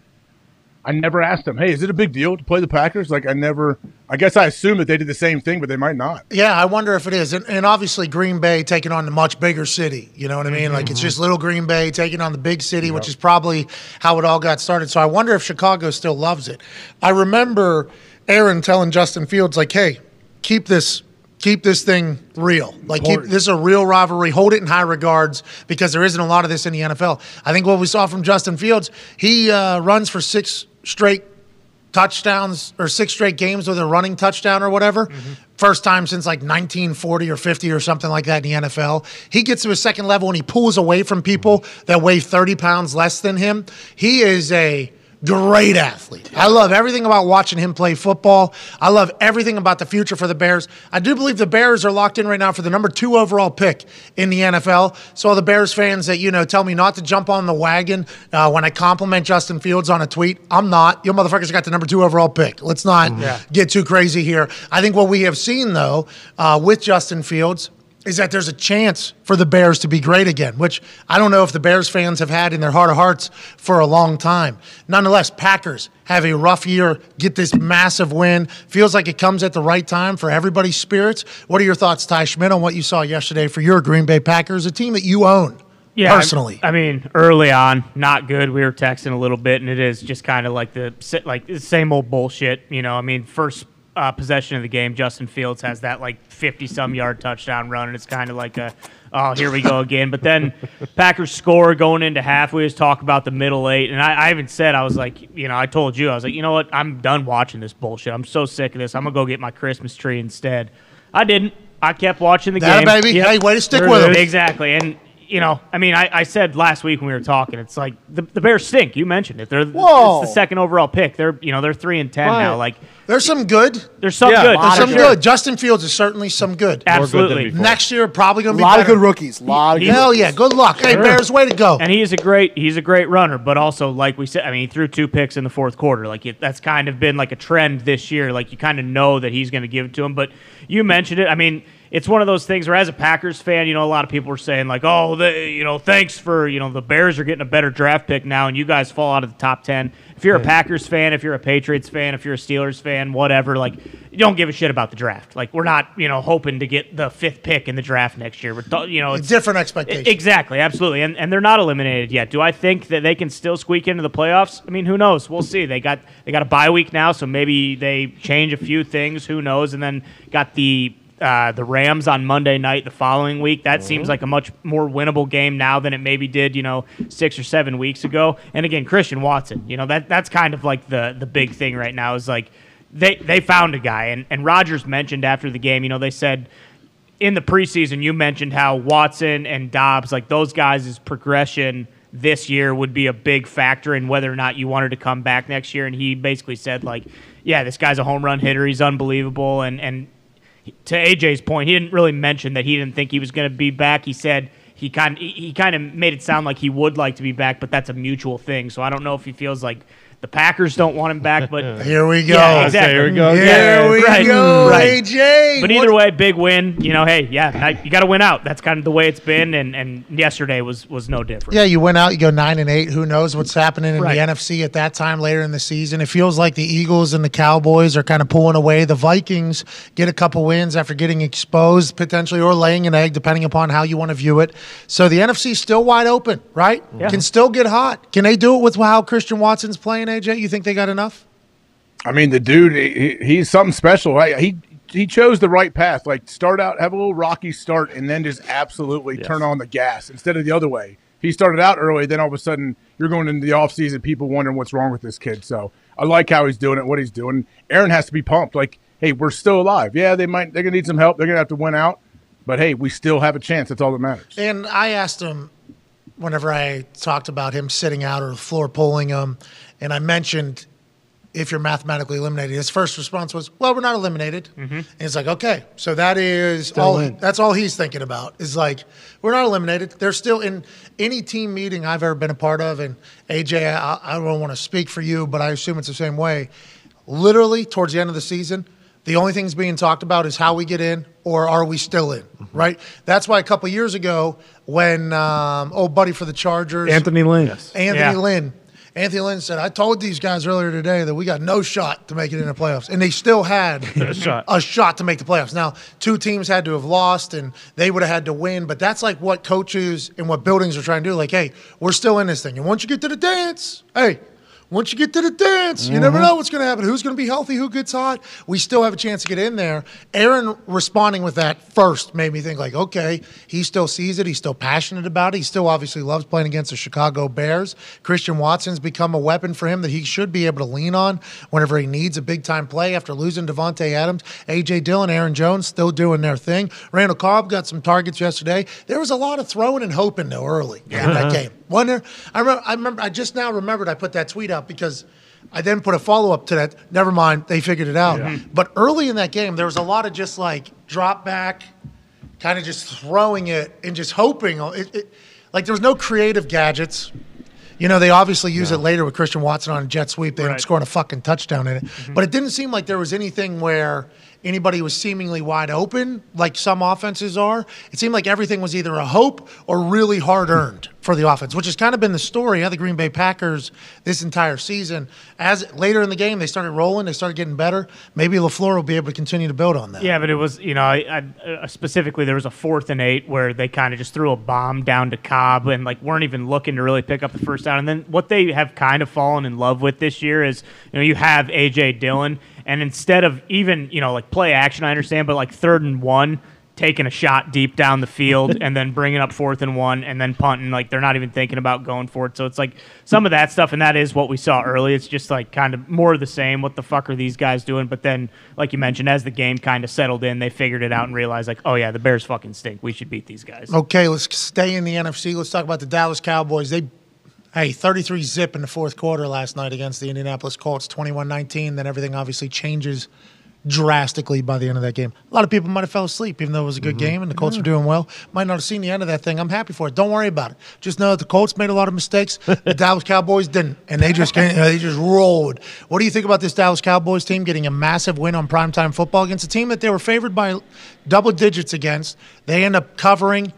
H: I never asked them, hey, is it a big deal to play the Packers? Like, I never, I guess I assume that they did the same thing, but they might not.
A: Yeah, I wonder if it is. And, and obviously, Green Bay taking on the much bigger city. You know what I mean? Like, it's just little Green Bay taking on the big city, which is probably how it all got started. So I wonder if Chicago still loves it. I remember Aaron telling Justin Fields, like, hey, keep this keep this thing real. Like keep, this is a real rivalry. Hold it in high regards because there isn't a lot of this in the NFL. I think what we saw from Justin Fields, he uh, runs for six straight touchdowns or six straight games with a running touchdown or whatever. First time since like 1940 or 50 or something like that in the NFL. He gets to a second level and he pulls away from people that weigh 30 pounds less than him. He is a great athlete. I love everything about watching him play football. I love everything about the future for the Bears. I do believe the Bears are locked in right now for the number two overall pick in the NFL. So all the Bears fans that you know tell me not to jump on the wagon uh, when I compliment Justin Fields on a tweet, I'm not. You motherfuckers got the number two overall pick. Let's not get too crazy here. I think what we have seen though uh, with Justin Fields is that there's a chance for the Bears to be great again, which I don't know if the Bears fans have had in their heart of hearts for a long time. Nonetheless, Packers have a rough year, get this massive win. Feels like it comes at the right time for everybody's spirits. What are your thoughts, Ty Schmidt, on what you saw yesterday for your Green Bay Packers, a team that you own
D: Yeah, I-
A: personally?
D: I, mean, early on, not good. We were texting a little bit, and it is just kind of like the si- like the same old bullshit. You know, I mean, first uh, possession of the game, Justin Fields has that like fifty some yard touchdown run, and it's kind of like a oh here we go again. But then Packers score going into half. We always talk about the middle eight, and I, I even said I was like, you know, I told you I was like, you know what, I'm done watching this bullshit. I'm so sick of this. I'm gonna go get my Christmas tree instead. I didn't. I kept watching the
A: That
D: game.
A: a baby.
D: Yep.
A: Hey, way to stick
D: There
A: with
D: it
A: them.
D: is. Exactly. And, you know, I mean, I, I said last week when we were talking, it's like the, the Bears stink. You mentioned it. They're
A: Whoa.
D: It's the second overall pick. They're, you know, they're 3 and 10 now. Like,
A: There's some good.
D: there's some
C: Yeah,
D: good.
A: There's some
D: Sure.
A: good. Justin Fields is certainly some good.
D: Absolutely.
C: before.
A: Next year, probably going
E: A
A: to be
E: lot of
A: better.
E: good rookies. A lot of good
A: Hell yeah. Good luck. Hey, Bears, way to go.
D: And he is a great he's a great runner, but also like we said, I mean, he threw two picks in the fourth quarter. Like it, that's kind of been like a trend this year. Like you kind of know that he's going to give it to him. But you mentioned it. I mean, it's one of those things where as a Packers fan, you know, a lot of people are saying like, oh, they, you know, thanks for you know the Bears are getting a better draft pick now, and you guys fall out of the top ten. If you're a Packers fan, if you're a Patriots fan, if you're a Steelers fan, whatever, like you don't give a shit about the draft. Like we're not you know hoping to get the fifth pick in the draft next year. But you know, it's
A: Different expectations.
D: Exactly, absolutely, and and they're not eliminated yet. Do I think that they can still squeak into the playoffs? I mean, who knows? We'll see. They got they got a bye week now, so maybe they change a few things. Who knows? And then got the uh, the Rams on Monday night the following week. That seems like a much more winnable game now than it maybe did, you know, six or seven weeks ago. And again, Christian Watson, you know that that's kind of like the the big thing right now is like they they found a guy, and and Rogers mentioned after the game, you know, they said in the preseason, you mentioned how Watson and Dobbs, like those guys' progression this year would be a big factor in whether or not you wanted to come back next year. And he basically said, like, yeah, this guy's a home run hitter. He's unbelievable. And, and to AJ's point, he didn't really mention that he didn't think he was going to be back. He said he kind he, he kind of made it sound like he would like to be back, but that's a mutual thing. So I don't know if he feels like the Packers don't want him back, but
A: Here we go.
D: yeah, exactly.
C: Here we go.
A: Here we
D: Right,
A: go,
D: right.
A: AJ.
D: But either way, big win. You know, hey, yeah, I- you got to win out. That's kind of the way it's been, and and yesterday was was no different.
A: Yeah, you went out, you go nine and eight. Who knows what's happening in
D: Right.
A: the NFC at that time later in the season? It feels like the Eagles and the Cowboys are kind of pulling away. The Vikings get a couple wins after getting exposed potentially or laying an egg, depending upon how you want to view it. So the NFC is still wide open, right? Can still get hot. Can they do it with how Christian Watson's playing, AJ? You think they got enough?
H: I mean, the dude, he, he- he's something special. I, he he chose the right path. Like start out, have a little rocky start, and then just absolutely turn on the gas instead of the other way. He started out early, then all of a sudden you're going into the offseason, people wondering what's wrong with this kid. So I like how he's doing it, what he's doing. Aaron has to be pumped. Like, hey, we're still alive. Yeah, they might they're gonna need some help. They're gonna have to win out, but hey, we still have a chance. That's all that matters.
A: And I asked him whenever I talked about him sitting out or the floor pulling him, and I mentioned if you're mathematically eliminated, his first response was, "Well, we're not eliminated." And he's like, "Okay, so that is all.
E: in.
A: That's all he's thinking about is like, we're not eliminated. They're still in any team meeting I've ever been a part of, and AJ, I, I don't want to speak for you, but I assume it's the same way. Literally towards the end of the season." The only things being talked about is how we get in or are we still in, right? That's why a couple years ago, when um, old buddy for the Chargers,
B: Anthony Lynn.
A: Anthony
D: Yeah.
A: Lynn. Anthony Lynn said, I told these guys earlier today that we got no shot to make it in the playoffs. And they still had a, shot. to make the playoffs. Now, two teams had to have lost and they would have had to win, but that's like what coaches and what buildings are trying to do. Like, hey, we're still in this thing. And once you get to the dance, hey, once you get to the dance, you never know what's going to happen. Who's going to be healthy? Who gets hot? We still have a chance to get in there. Aaron responding with that first made me think like, okay, he still sees it. He's still passionate about it. He still obviously loves playing against the Chicago Bears. Christian Watson's become a weapon for him that he should be able to lean on whenever he needs a big time play after losing Devontae Adams, AJ Dillon, Aaron Jones still doing their thing. Randall Cobb got some targets yesterday. There was a lot of throwing and hoping though early in that game. Wonder I remember I remember I just now remembered I put that tweet out because I then put a follow up to that. Never mind, they figured it out. But early in that game, there was a lot of just like drop back, kind of just throwing it and just hoping. It, it, like there was no creative gadgets. You know, they obviously use it later with Christian Watson on a jet sweep. They end up scoring a fucking touchdown in it.
B: Mm-hmm.
E: Mm-hmm.
A: But it didn't seem like there was anything where anybody was seemingly wide open, like some offenses are. It seemed like everything was either a hope or really hard earned for the offense, which has kind of been the story of the Green Bay Packers this entire season. As later in the game, they started rolling, they started getting better. Maybe LaFleur will be able to continue to build on that.
D: Yeah, but it was you know I, I, uh, specifically there was a fourth and eight where they kind of just threw a bomb down to Cobb and like weren't even looking to really pick up the first down. And then what they have kind of fallen in love with this year is you know you have AJ Dillon and instead of even you know like play action I understand, but like third and one taking a shot deep down the field and then bringing up fourth and one and then punting like they're not even thinking about going for it so it's like some of that stuff and that is what we saw early it's just like kind of more of the same what the fuck are these guys doing but then like you mentioned as the game kind of settled in they figured it out and realized like oh yeah the bears fucking stink we should beat these guys
A: Okay, let's stay in the NFC. Let's talk about the Dallas Cowboys. They, hey, 33 zip in the fourth quarter last night against the Indianapolis Colts, 21 19. Then everything obviously changes drastically by the end of that game. A lot of people might have fell asleep, even though it was a good game and the Colts were doing well. Might not have seen the end of that thing. I'm happy for it. Don't worry about it. Just know that the Colts made a lot of mistakes. The Dallas Cowboys didn't, and they just came, they just rolled. What do you think about this Dallas Cowboys team getting a massive win on primetime football against a team that they were favored by double digits against? They end up covering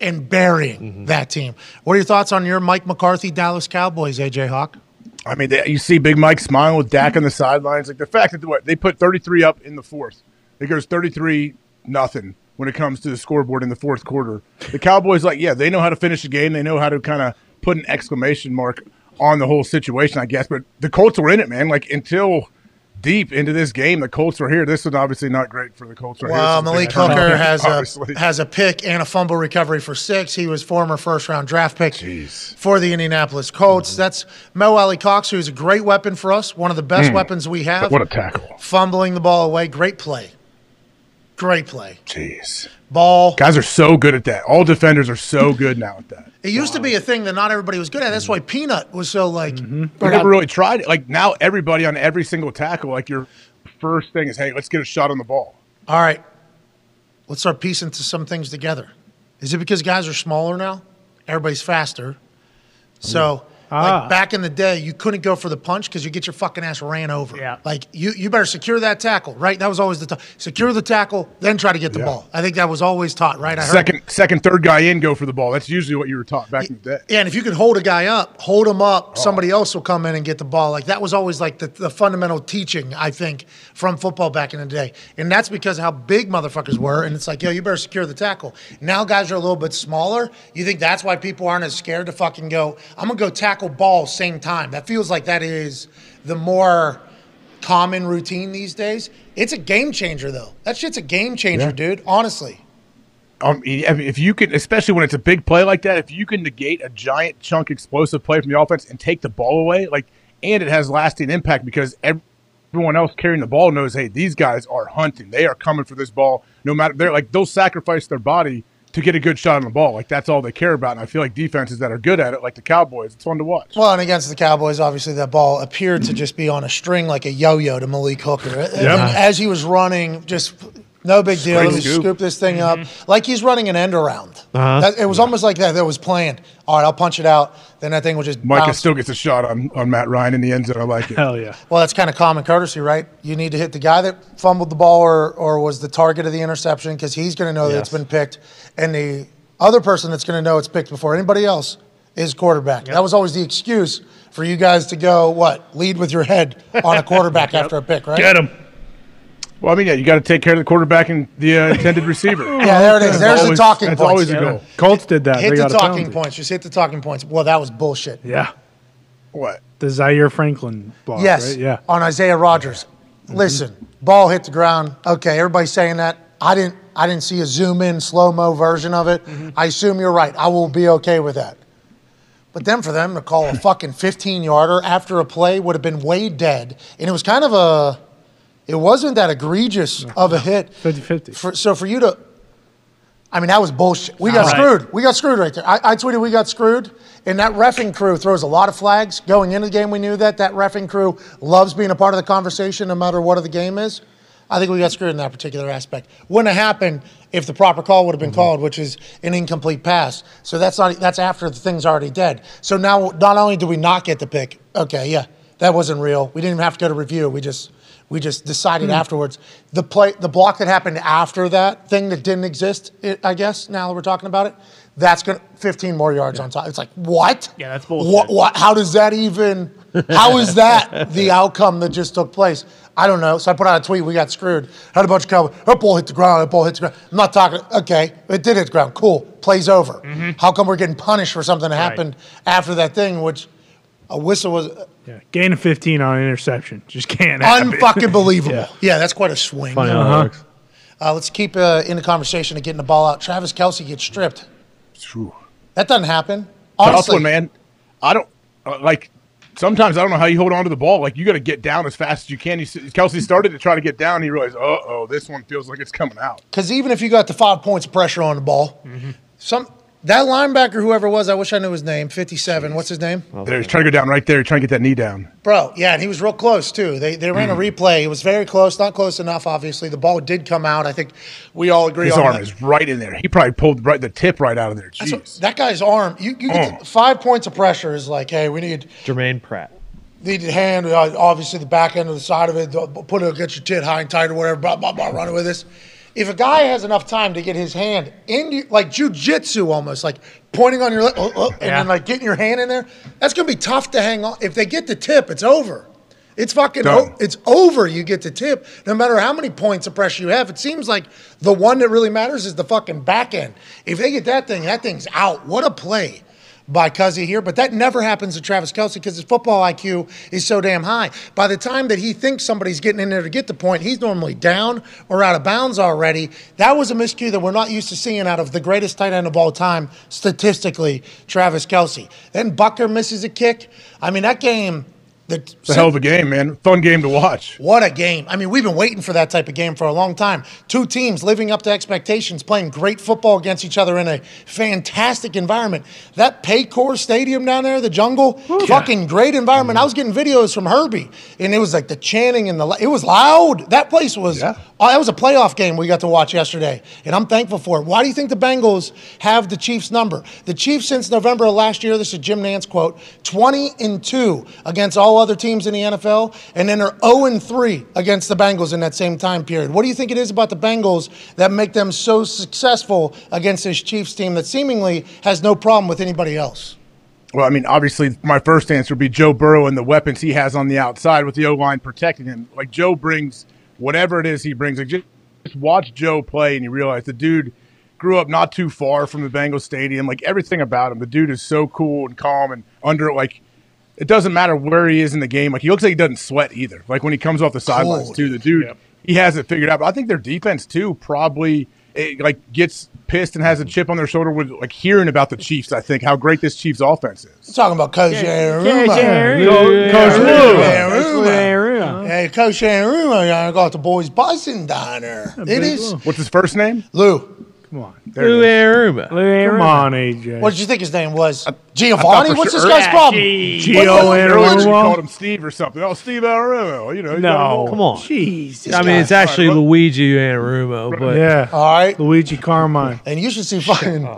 A: and burying that team. What are your thoughts on your Mike McCarthy Dallas Cowboys, AJ Hawk?
H: I mean, they, you see Big Mike smiling with Dak on the sidelines. Like the fact that what, they put 33 up in the fourth, it goes 33 nothing when it comes to the scoreboard in the fourth quarter. The Cowboys, like, yeah, they know how to finish the game. They know how to kind of put an exclamation mark on the whole situation, I guess. But the Colts were in it, man. Like until deep into this game, the Colts were here. This was obviously not great for the Colts. Right
A: Well, Malik
H: here. This is a big
A: Hooker
H: turnover,
A: has
H: obviously.
A: a has a pick and a fumble recovery for six. He was former first round draft pick for the Indianapolis Colts.
H: Mm-hmm.
A: That's Mo Ali Cox, who's a great weapon for us, one of the best weapons we have.
H: Mm. what a tackle.
A: Fumbling the ball away, great play, great play.
H: Jeez.
A: Ball.
H: Guys are so good at that. All defenders are so good now at that.
A: It used to be a thing that not everybody was good at.
H: Mm-hmm.
A: That's why Peanut was so like.
H: I never really tried it. Like now, everybody on every single tackle, like your first thing is, hey, let's get a shot on the ball.
A: All right, let's start piecing to some things together. Is it because guys are smaller now? Everybody's faster. So,
H: Mm. Ah.
A: like back in the day, you couldn't go for the punch because you get your fucking ass ran over.
D: Yeah.
A: Like you, you better secure that tackle, right? That was always the t- secure the tackle, then try to get the ball. I think that was always taught, right? I heard
H: Second, second, third guy in, go for the ball. That's usually what you were taught back in the day.
A: Yeah, and if you can hold a guy up, hold him up, somebody else will come in and get the ball. Like that was always like the, the fundamental teaching, I think, from football back in the day. And that's because of how big motherfuckers were. And it's like, yo, you better secure the tackle. Now guys are a little bit smaller. You think that's why people aren't as scared to fucking go, I'm gonna go tackle ball same time. That feels like that is the more common routine these days. It's a game changer though. That shit's a game changer, dude. Honestly.
H: Um, I mean, if you can, especially when it's a big play like that, if you can negate a giant chunk explosive play from the offense and take the ball away, like, and it has lasting impact because ev- everyone else carrying the ball knows, hey, these guys are hunting. They are coming for this ball. No matter they're like they'll sacrifice their body to get a good shot on the ball. Like that's all they care about. And I feel like defenses that are good at it, like the Cowboys, it's fun to watch.
A: Well, and against the Cowboys, obviously that ball appeared to just be on a string like a yo-yo to Malik Hooker. And As he was running, just no big deal. Let me
H: scoop. Mm-hmm. Uh-huh.
A: scoop this thing up. Like he's running an end around. That, it was almost like that. That was planned. All right, I'll punch it out. Then that thing will just
H: Micah
A: bounce.
H: still gets a shot on, on Matt Ryan in the end zone. I like it.
B: Hell yeah.
A: well, that's kind of common courtesy, right? You need to hit the guy that fumbled the ball or, or was the target of the interception because he's going to know that it's been picked. And the other person that's going to know it's picked before anybody else is quarterback. That was always the excuse for you guys to go, what, lead with your head on a quarterback after a pick, right?
B: Get him.
H: Well, I mean, yeah, you got to take care of the quarterback and the uh, intended receiver.
A: Yeah, there it is. There's the
H: Always-
A: talking
H: That's
A: points.
H: always a goal.
B: Colts did that.
A: Hit
B: they
A: the
B: got a
A: talking
B: penalty.
A: points. Just hit the talking points. Well, that was bullshit.
B: Yeah.
H: What?
B: The Zaire Franklin block.
A: Yes.
B: Right? Yeah. Mm-hmm.
A: On Isaiah Rogers. Listen, ball hit the ground. Okay, everybody's saying that. I didn't I didn't see a zoom in slow mo version of it.
B: Mm-hmm.
A: I assume you're right. I will be okay with that. But then for them to call a fucking 15 yarder after a play would have been way dead. And it was kind of a it wasn't that egregious of a hit.
B: 50-50.
A: For, so for you to I mean, that was bullshit. We
D: All
A: got
D: right.
A: screwed. We got screwed right there. I, I tweeted we got screwed, and that refing crew throws a lot of flags. Going into the game, we knew that. That refing crew loves being a part of the conversation no matter what of the game is. I think we got screwed in that particular aspect. Wouldn't have happened if the proper call would have
D: Mm-hmm.
A: been called, which is an incomplete pass. So that's not that's after the thing's already dead. So now not only do we not get the pick, okay, yeah, that wasn't real. We didn't even have to go to review. We just we just
D: Mm.
A: decided afterwards. The play, the block that happened after that thing that didn't exist, it, I guess. Now that we're talking about it, that's gonna 15 more yards on top. It's like what?
D: Yeah, that's
A: Wha-
D: bullshit.
A: wha- how does that even? How is that the outcome that just took place? I don't know. So I put out a tweet. We got screwed. Had a bunch of cowboys. That ball hit the ground. That ball hit the ground. I'm not talking. Okay, it did hit the ground. Cool. Plays over. How come we're getting punished for something that happened after that thing, which a whistle was
B: yeah. Gain of 15 on an interception. Just can't happen.
A: unfucking believable. yeah. that's quite a swing.
G: Funny how that
B: Uh-huh.
G: works.
A: Uh, let's keep uh, in the conversation of getting the ball out. Travis Kelsey gets stripped.
H: Phew.
A: That doesn't happen.
H: Tough
A: Honestly,
H: one, man. I don't uh, like. Sometimes I don't know how you hold on to the ball. Like you got to get down as fast as you can. You, s- Kelsey started to try to get down. He realized, uh oh, this one feels like it's coming out.
A: Because even if you got the five points of pressure on the ball,
B: Mm-hmm.
A: some that linebacker, whoever it was, I wish I knew his name. Fifty-seven. What's his name?
H: There, he's trying to go down right there. He's trying to get that knee down.
A: Bro, yeah, and he was real close too. They they ran a
H: Mm.
A: replay. It was very close, not close enough. Obviously, the ball did come out. I think we all agree
H: His
A: on
H: arm
A: that.
H: is right in there. He probably pulled right the tip right out of there.
A: That's what-
H: Jeez.
A: that guy's arm. You, you get
H: Oh.
A: five points of pressure is like, hey, we need
G: Jermaine Pratt.
A: needed hand, uh, obviously the back end of the side of it, uh, put it against your tit high and tight or whatever, blah, blah, blah, run it with this. If a guy has enough time to get his hand in, you- like jujitsu almost, like pointing on your lip oh, oh, and then like getting your hand in there, that's going to be tough to hang on. If they get the tip, it's over. It's fucking,
H: Done.
A: o- it's over. You get the tip, no matter how many points of pressure you have. It seems like the one that really matters is the fucking back end. If they get that thing, that thing's out. What a play by Cuzzy here, but that never happens to Travis Kelsey because his football IQ is so damn high. By the time that he thinks somebody's getting in there to get the point, he's normally down or out of bounds already. That was a miscue that we're not used to seeing out of the greatest tight end of all time, statistically, Travis Kelsey. Then Bucker misses a kick. I mean, that game. The,
H: It's a hell of a game, man. Fun game to watch.
A: what a game. I mean, we've been waiting for that type of game for a long time. Two teams living up to expectations, playing great football against each other in a fantastic environment. That Paycor Stadium down there, the jungle, fucking great environment. I was getting videos from Herbie, and it was like the chanting and the it was loud. That place was
H: Yeah.
A: Oh, that was a playoff game we got to watch yesterday, and I'm thankful for it. Why do you think the Bengals have the Chiefs' number? The Chiefs, since November of last year, this is Jim Nance quote, 20 and 2 against all other teams in the NFL, and then are 0 and 3 against the Bengals in that same time period. What do you think it is about the Bengals that make them so successful against this Chiefs team that seemingly has no problem with anybody else?
H: Well, I mean, obviously, my first answer would be Joe Burrow and the weapons he has on the outside with the O line protecting him. Like Joe brings whatever it is he brings. Like just, just watch Joe play, and you realize the dude grew up not too far from the Bengals stadium. Like everything about him, the dude is so cool and calm and under like. It doesn't matter where he is in the game. Like he looks like he doesn't sweat either. Like when he comes off the sidelines
A: Cold.
H: too, the dude he has it figured out. But I think their defense too probably it, like gets pissed and has a chip on their shoulder with like hearing about the Chiefs. I think how great this Chiefs offense is.
A: talking about Coach Aruma.
B: Coach Lou.
A: Aruma. Hey, Coach Aruma, I got the boys buzzing down there. It is
H: What's his first name?
A: Lou.
B: Come on.
H: There it is.
B: Come on, AJ.
A: What did you think his name was?
H: thought
A: Giovanni?
H: for
A: What's this
H: sure-
A: guy's
D: Yeah,
A: problem?
D: gee.
B: Gio
H: Earlier you called
B: Arumo?
H: him Steve or something. Oh, Steve Arumo. You know. you gotta
B: No.
H: go.
G: Come on.
B: Jesus.
G: I mean, it's actually Luigi Anarumo, but
B: Yeah.
A: All right.
B: Luigi Carmine.
A: And you should see fucking.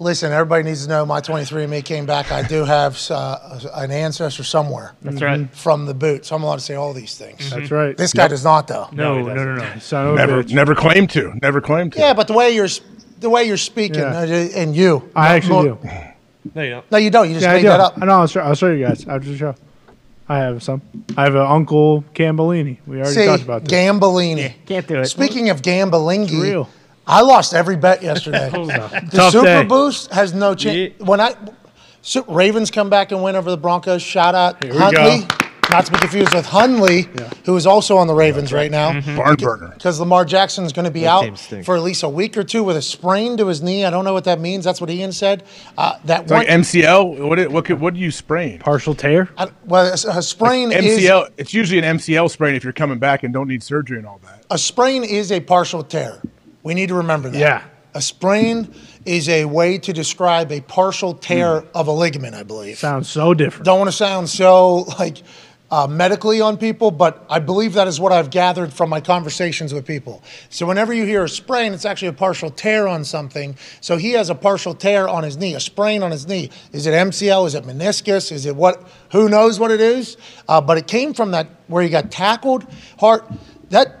A: Listen, everybody needs to know my 23andMe came back. I do have uh, an ancestor somewhere Mm-hmm.
D: That's right.
A: from the boot, so I'm allowed to say all these things.
B: Mm-hmm. That's right.
A: This guy does not, though.
B: Oh, no, no, no, no. Son of a
H: Never,
B: bitch.
H: never claimed to. Never claimed to.
A: Yeah, but the way you're s- the way you're speaking
B: Yeah.
A: uh, and you,
B: I actually
A: no,
B: do.
G: no, you don't.
A: No, you don't. You just
B: Yeah, I
A: made
B: do.
A: that up.
B: I know. I'll show, I'll show you guys after the show. I have some. I have an uncle Cambellini. We already
A: See,
B: talked about this.
A: Gambolini.
D: can't do it.
A: Speaking of Gambolini,
B: real.
A: I lost every bet yesterday. the
B: Tough
A: Super
B: day.
A: Boost has no chance. When I So Ravens come back and win over the Broncos. Shout out
B: we
A: Huntley.
B: go.
A: Not to be confused with Hunley, who is also on the Ravens right now.
B: Mm-hmm.
H: Barn burner.
A: Because Lamar Jackson's going to be
C: team
A: out
C: stinks.
A: for at least a week or two with a sprain to his knee. I don't know what that means. That's what Ian said. Uh, that
H: It's like MCL. What? It, what? Could, what do you sprain?
B: Partial tear.
A: I- well, a sprain is
H: MCL. It's usually an MCL sprain if you're coming back and don't need surgery and all that.
A: a sprain is a partial tear. We need to remember that.
B: Yeah.
A: A sprain is a way to describe a partial tear of a ligament, I believe.
B: Hmm. Sounds so different.
A: Don't want to sound so like uh, medically on people, but I believe that is what I've gathered from my conversations with people. So whenever you hear a sprain, it's actually a partial tear on something. So he has a partial tear on his knee, a sprain on his knee. Is it MCL? Is it meniscus? Is it what? Who knows what it is? Uh, but it came from that where he got tackled hard. That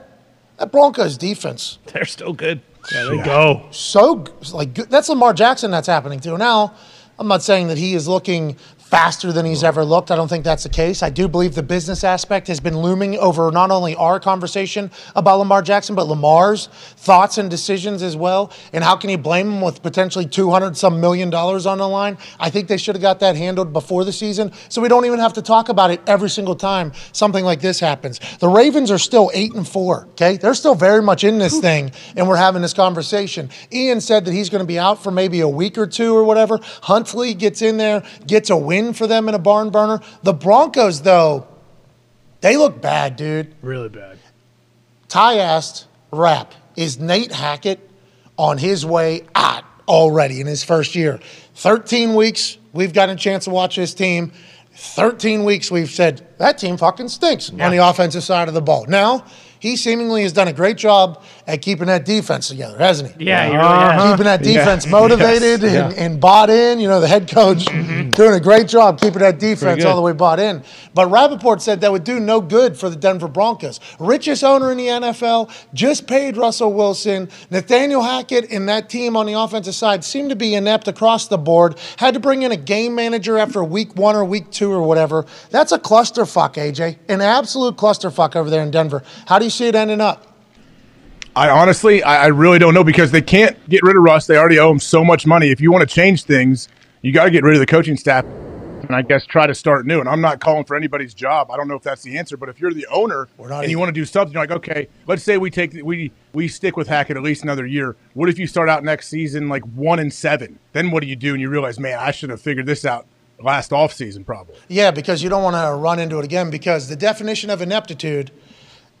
A: that Broncos defense
C: They're still good.
B: There they go.
A: so g- like good- that's Lamar Jackson that's happening to now. I'm not saying that he is looking faster than he's ever looked. I don't think that's the case. I do believe the business aspect has been looming over not only our conversation about Lamar Jackson, but Lamar's thoughts and decisions as well. And how can you blame him with potentially 200 some million dollars on the line? I think they should have got that handled before the season. So we don't even have to talk about it every single time something like this happens. The Ravens are still 8 and 4, okay? They're still very much in this thing and we're having this conversation. Ian said that he's going to be out for maybe a week or two or whatever. Huntley gets in there, gets a win for them in a barn burner. The Broncos, though, they look bad, dude.
B: Really bad.
A: Ty asked, rap, is Nate Hackett on his way out already in his first year? 13 weeks, we've gotten a chance to watch this team. 13 weeks, we've said, that team fucking stinks on the offensive side of the ball. Now, he seemingly has done a great job at keeping that defense together, hasn't he?
D: Yeah, he really has.
A: keeping that defense motivated and, and bought in. You know, the head coach doing a great job keeping that defense all the way bought in. But Rappaport said that would do no good for the Denver Broncos. Richest owner in the NFL, just paid Russell Wilson. Nathaniel Hackett and that team on the offensive side seemed to be inept across the board. Had to bring in a game manager after week one or week two or whatever. That's a clusterfuck, AJ. An absolute clusterfuck over there in Denver. How do you see it ending up?
H: I honestly, I, I really don't know because they can't get rid of Russ. They already owe him so much money. If you want to change things, you got to get rid of the coaching staff and I guess try to start new. And I'm not calling for anybody's job. I don't know if that's the answer, but if you're the owner
A: not
H: and you
A: either.
H: want to do something, you're like, okay, let's say we take we we stick with Hackett at least another year. What if you start out next season like one and seven? Then what do you do? And you realize, man, I should have figured this out last offseason probably.
A: Yeah, because you don't want to run into it again. Because the definition of ineptitude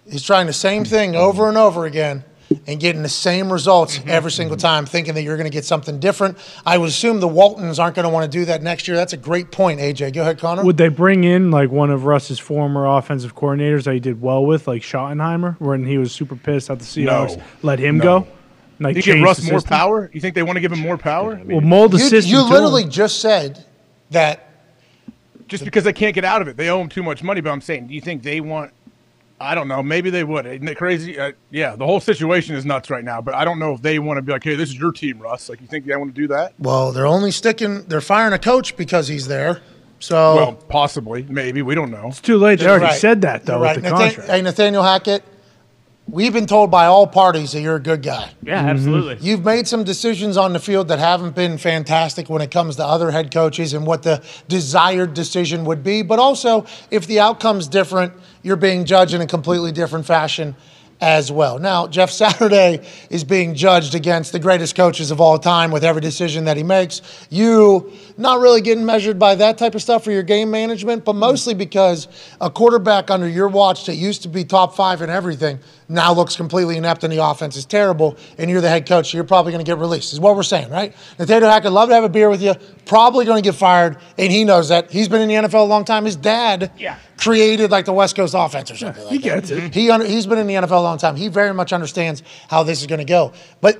A: is trying the same thing over and over again and getting the same results every single time, thinking that you're going to get something different. I would assume the Waltons aren't going to want to do that next year. That's a great point, AJ. Go ahead, Connor.
B: Would they bring in like one of Russ's former offensive coordinators that he did well with, like Schottenheimer, when he was super pissed at the Seahawks?
H: No.
B: Let him
H: No.
B: go. And, Like
H: You give
B: change
H: Russ
B: the
H: more
B: system?
H: power? You think they want to give him more power?
B: Well, mold the
A: you,
B: system.
A: you
B: to him.
A: literally just said that
H: just because they can't get out of it. They owe him too much money. But I'm saying, do you think they want? I don't know. Maybe they would. Isn't it crazy? Uh, yeah, the whole situation is nuts right now. But I don't know if they want to be like, hey, this is your team, Russ. Like, you think they want to do that?
A: well, they're only sticking, they're firing a coach because he's there. So
H: Well, possibly, maybe. We don't know.
B: It's too late. They already
A: Oh. Right.
B: said that though
A: You're
B: with the
A: Nathan-
B: contract.
A: Hey, Nathaniel Hackett, we've been told by all parties that you're a good guy.
D: Yeah, Mm-hmm. absolutely.
A: You've made some decisions on the field that haven't been fantastic when it comes to other head coaches and what the desired decision would be. But also, if the outcome's different, you're being judged in a completely different fashion as well. Now, Jeff Saturday is being judged against the greatest coaches of all time with every decision that he makes. You not really getting measured by that type of stuff for your game management, but mostly because a quarterback under your watch that used to be top five in everything now looks completely inept and the offense is terrible, and you're the head coach, so you're probably going to get released, is what we're saying, right? Nathaniel Hackett, love to have a beer with you, probably going to get fired, and he knows that. He's been in the NFL a long time. His dad
D: Yeah.
A: created like the West Coast offense or something like
B: he
A: that.
B: gets it.
A: He under, he's been in the NFL a long time. He very much understands how this is going to go. But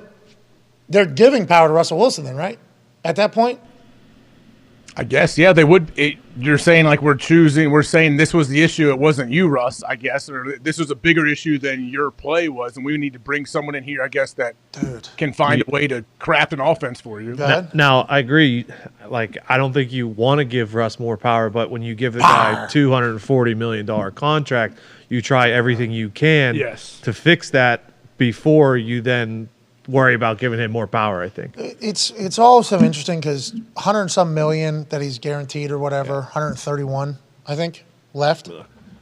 A: they're giving power to Russell Wilson, then, right? At that point,
H: I guess, yeah, they would. It, you're saying like we're choosing. We're saying this was the issue. It wasn't you, Russ. I guess, or this was a bigger issue than your play was, and we need to bring someone in here. I guess that
A: dude.
H: can find a way to craft an offense for you.
A: Go ahead.
C: Now I agree. Like I don't think you want to give Russ more power, but when you give the
A: Ah.
C: guy two hundred and forty million dollar contract, you try everything you can
B: Yes.
C: to fix that before you then
G: worry about giving him more power. I think.
A: It's it's also interesting because 100 and some million that he's guaranteed or whatever, 131, I think, left.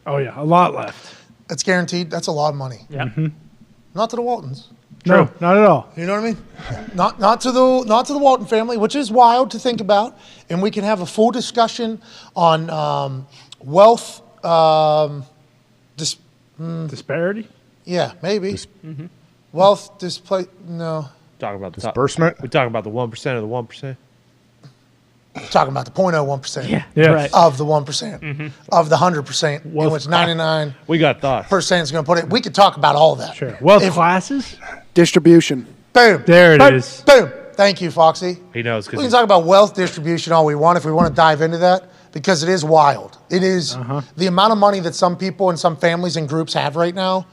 B: Oh yeah, a lot left.
A: That's guaranteed. That's a lot of money.
D: Yeah.
A: Not to the Waltons.
B: Mm-hmm. No, not at all.
A: You know what I mean? Not not to the not to the Walton family, which is wild to think about, and we can have a full discussion on um, wealth. Um, dis- hmm.
B: Disparity.
A: yeah, maybe wealth display. No,
G: Talk about the top.
H: Disbursement.
G: We talk about the one percent of the one percent.
A: talking about the 0.01 percent
B: Yes.
D: Right.
A: of the one of the hundred percent, in
B: Wealth-
A: which ninety nine
G: We got thoughts.
A: percent is going to put it. We could talk about all that.
B: Sure. Well,
A: If-
B: classes.
E: Distribution.
A: Boom.
B: There it
A: boom,
B: is.
A: Boom. Thank you, Foxy.
G: He knows
A: We can
G: because
A: talk about wealth distribution all we want if we want to dive into that because it is wild. It is- the amount of money that some people and some families and groups have right now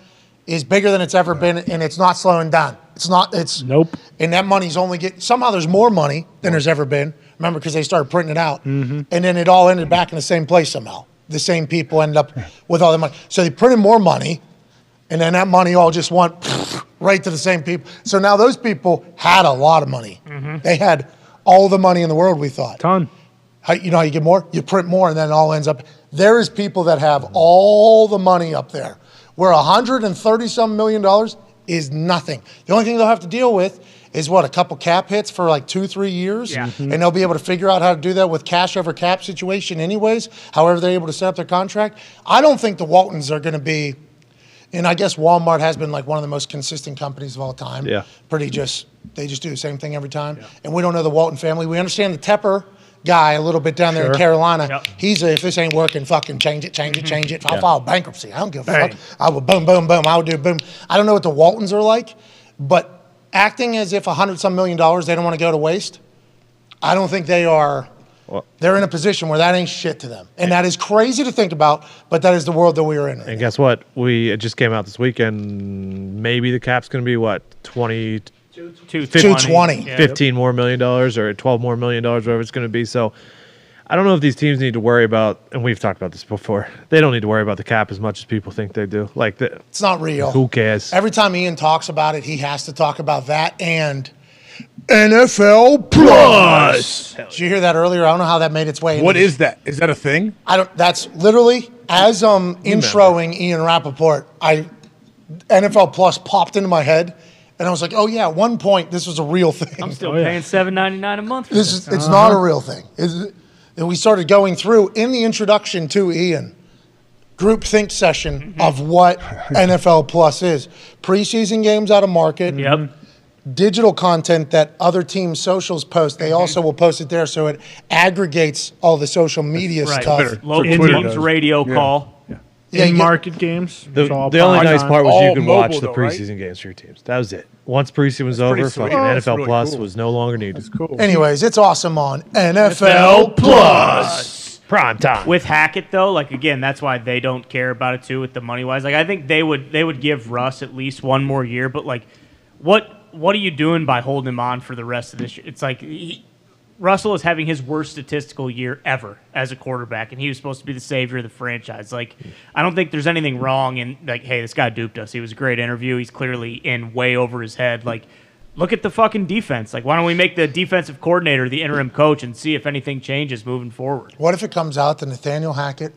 A: is bigger than it's ever been, and it's not slowing down. It's not. It's
B: Nope.
A: And that money's only getting somehow. There's more money than there's ever been. Remember, because they started printing it out,
B: Mm-hmm.
A: and then it all ended back in the same place somehow. The same people ended up with all the money. So they printed more money, and then that money all just went right to the same people. So now those people had a lot of money. They had all the money in the world. We thought,
B: Ton.
A: how, you know, how you get more, you print more, and then it all ends up. There is people that have all the money up there, where 130 some million dollars is nothing. The only thing they'll have to deal with is what a couple cap hits for like two, three years,
D: Yeah. Mhm.
A: and they'll be able to figure out how to do that with cash over cap situation, anyways. However, they're able to set up their contract. I don't think the Waltons are going to be. And I guess Walmart has been like one of the most consistent companies of all time.
G: Yeah.
A: Pretty just, they just do the same thing every time. And we don't know the Walton family. We understand the Tepper guy a little bit down there in Carolina.
D: Yep.
A: He's a, if this ain't working, fucking change it, change it, change it. I'll file bankruptcy. I don't give a fuck. I will boom, boom, boom. I will do boom. I don't know what the Waltons are like, but acting as if a hundred some million dollars they don't want to go to waste, I don't think they are. They're in a position where that ain't shit to them. And that is crazy to think about, but that is the world that we are in. right
G: and guess what? We it just came out this weekend. Maybe the cap's going to be what 20,
D: Two-
A: 220.
D: Yeah.
G: 15 more million dollars or 12 more million dollars, whatever it's going to be. So I don't know if these teams need to worry about, and we've talked about this before, they don't need to worry about the cap as much as people think they do. Like, the,
A: It's not real.
G: who cares?
A: Every time Ian talks about it, he has to talk about that and NFL Plus. Did you hear that earlier? I don't know how that made its way. into
H: What
A: the-
H: is that? Is that a thing?
A: I don't. That's literally as I'm introing Ian Rappaport, I NFL Plus popped into my head, and I was like, oh yeah, at one point this was a real thing.
D: I'm still
B: Oh, yeah.
D: paying seven ninety nine a month. For
A: This
D: this
A: is, it's not a
B: Uh-huh.
A: real thing. It's- and we started going through in the introduction to Ian, group think session
B: Mm-hmm.
A: of what NFL Plus is. Preseason games out of market.
D: yep.
A: digital content that other teams' socials post,
B: Mm-hmm.
A: they also will post it there. So it aggregates all the social media
D: Right.
A: stuff.
H: Twitter.
D: Local
B: Twitter
D: teams
H: does.
D: radio call.
A: Yeah,
B: in
A: you-
B: market games.
G: The,
B: it's all
G: the only
B: prime
G: nice
B: time.
G: part was you
H: All
G: can
H: mobile
G: watch the
H: though, right?
G: preseason games for your teams. That was it. Once preseason was over,
H: pretty sweet.
G: fucking
H: Oh, that's
G: NFL
H: really
G: Plus
H: cool.
G: was no longer needed.
H: Cool.
A: Anyways, it's awesome on NFL Plus.
G: Uh, Prime time.
D: With Hackett though, like again, that's why they don't care about it too with the money wise. Like I think they would they would give Russ at least one more year, but like what what are you doing by holding him on for the rest of this year? It's like he, Russell is having his worst statistical year ever as a quarterback, and he was supposed to be the savior of the franchise. Like, I don't think there's anything wrong in like, hey, this guy duped us. He was a great interview. He's clearly in way over his head. Like, look at the fucking defense. Like, why don't we make the defensive coordinator the interim coach and see if anything changes moving forward?
A: What if it comes out that Nathaniel Hackett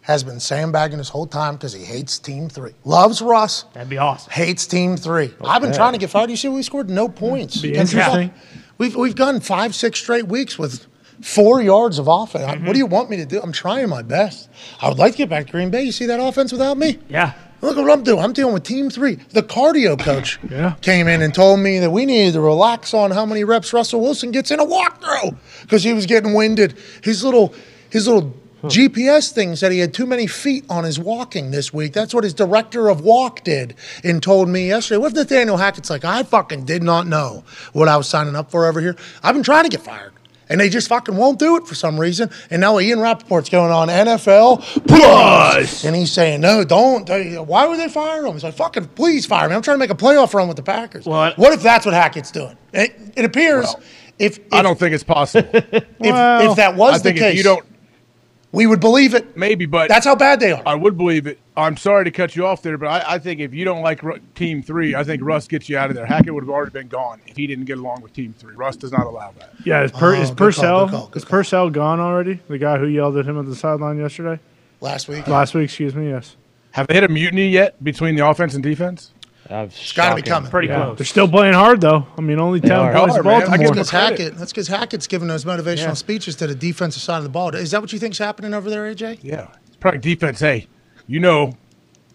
A: has been sandbagging this whole time because he hates Team Three, loves Russ,
D: That'd be awesome.
A: hates Team Three. I've been trying to get fired. You see, we scored no points.
B: Be
A: That's just-
B: interesting.
A: We've we've gone five, six straight weeks with four yards of offense. What do you want me to do? I'm trying my best. I would like to get back to Green Bay. You see that offense without me?
D: Yeah.
A: Look at what I'm doing. I'm dealing with team three. The cardio coach
B: Yeah.
A: came in and told me that we needed to relax on how many reps Russell Wilson gets in a walkthrough because he was getting winded. His little his little GPS thing said he had too many feet on his walking this week. That's what his director of walk did and told me yesterday. What if Nathaniel Hackett's like, I fucking did not know what I was signing up for over here. I've been trying to get fired. And they just fucking won't do it for some reason. And now Ian Rappaport's going on NFL Plus. And he's saying, no, don't. They- Why would they fire him? He's like, fucking, please fire me. I'm trying to make a playoff run with the Packers.
D: Well, I-
A: what if that's what Hackett's doing? It, it appears if, if,
H: I don't think it's possible.
A: if, if that was
H: I
A: the
H: think
A: case,
H: if you don't
A: we would believe it.
H: Maybe, but
A: That's how bad they are.
H: I would believe it. I'm sorry to cut you off there, but I, I think if you don't like Ru- Team Three, I think Russ gets you out of there. Hackett would have already been gone if he didn't get along with Team Three. Russ does not allow that.
B: Yeah, is, per,
A: Oh,
B: is
A: good call, good
B: Purcell
A: call, good
B: is
A: call.
B: Purcell gone already? The guy who yelled at him at the sideline yesterday,
A: Last week,
B: last week, excuse me. Yes,
H: Have they hit a mutiny yet between the offense and defense?
A: it's got to be coming.
D: Pretty
B: Yeah.
D: close.
B: they're still playing hard though. I mean, only
G: are.
B: ten
H: They
A: Oh,
B: points.
H: are,
B: to
H: man. I give
B: Baltimore.
H: them
A: That's
H: credit.
A: Hackett. That's because Hackett's giving those motivational speeches to the defensive side of the ball. Is that what you think's happening over there, AJ?
H: Yeah, it's probably defense. Hey, you know,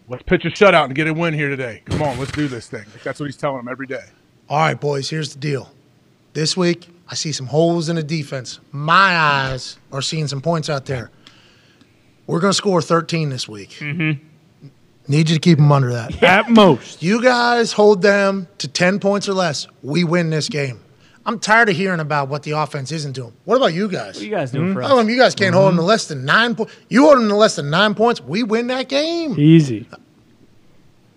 H: let's pitch a shutout and get a win here today. Come on, let's do this thing. Like, that's what he's telling them every day.
A: All right, boys, here's the deal. This week, I see some holes in the defense. My eyes are seeing some points out there. We're going to score 13 this week. Mm-hmm. Need you to keep them under that.
B: At most,
A: You guys hold them to 10 points or less. We win this game. I'm tired of hearing about what the offense isn't doing. What about you guys?
D: What are you guys doing
B: Mm-hmm.
D: for us?
A: Tell them you guys can't hold them to less than nine points. You hold them to less than nine points, we win that game.
B: easy.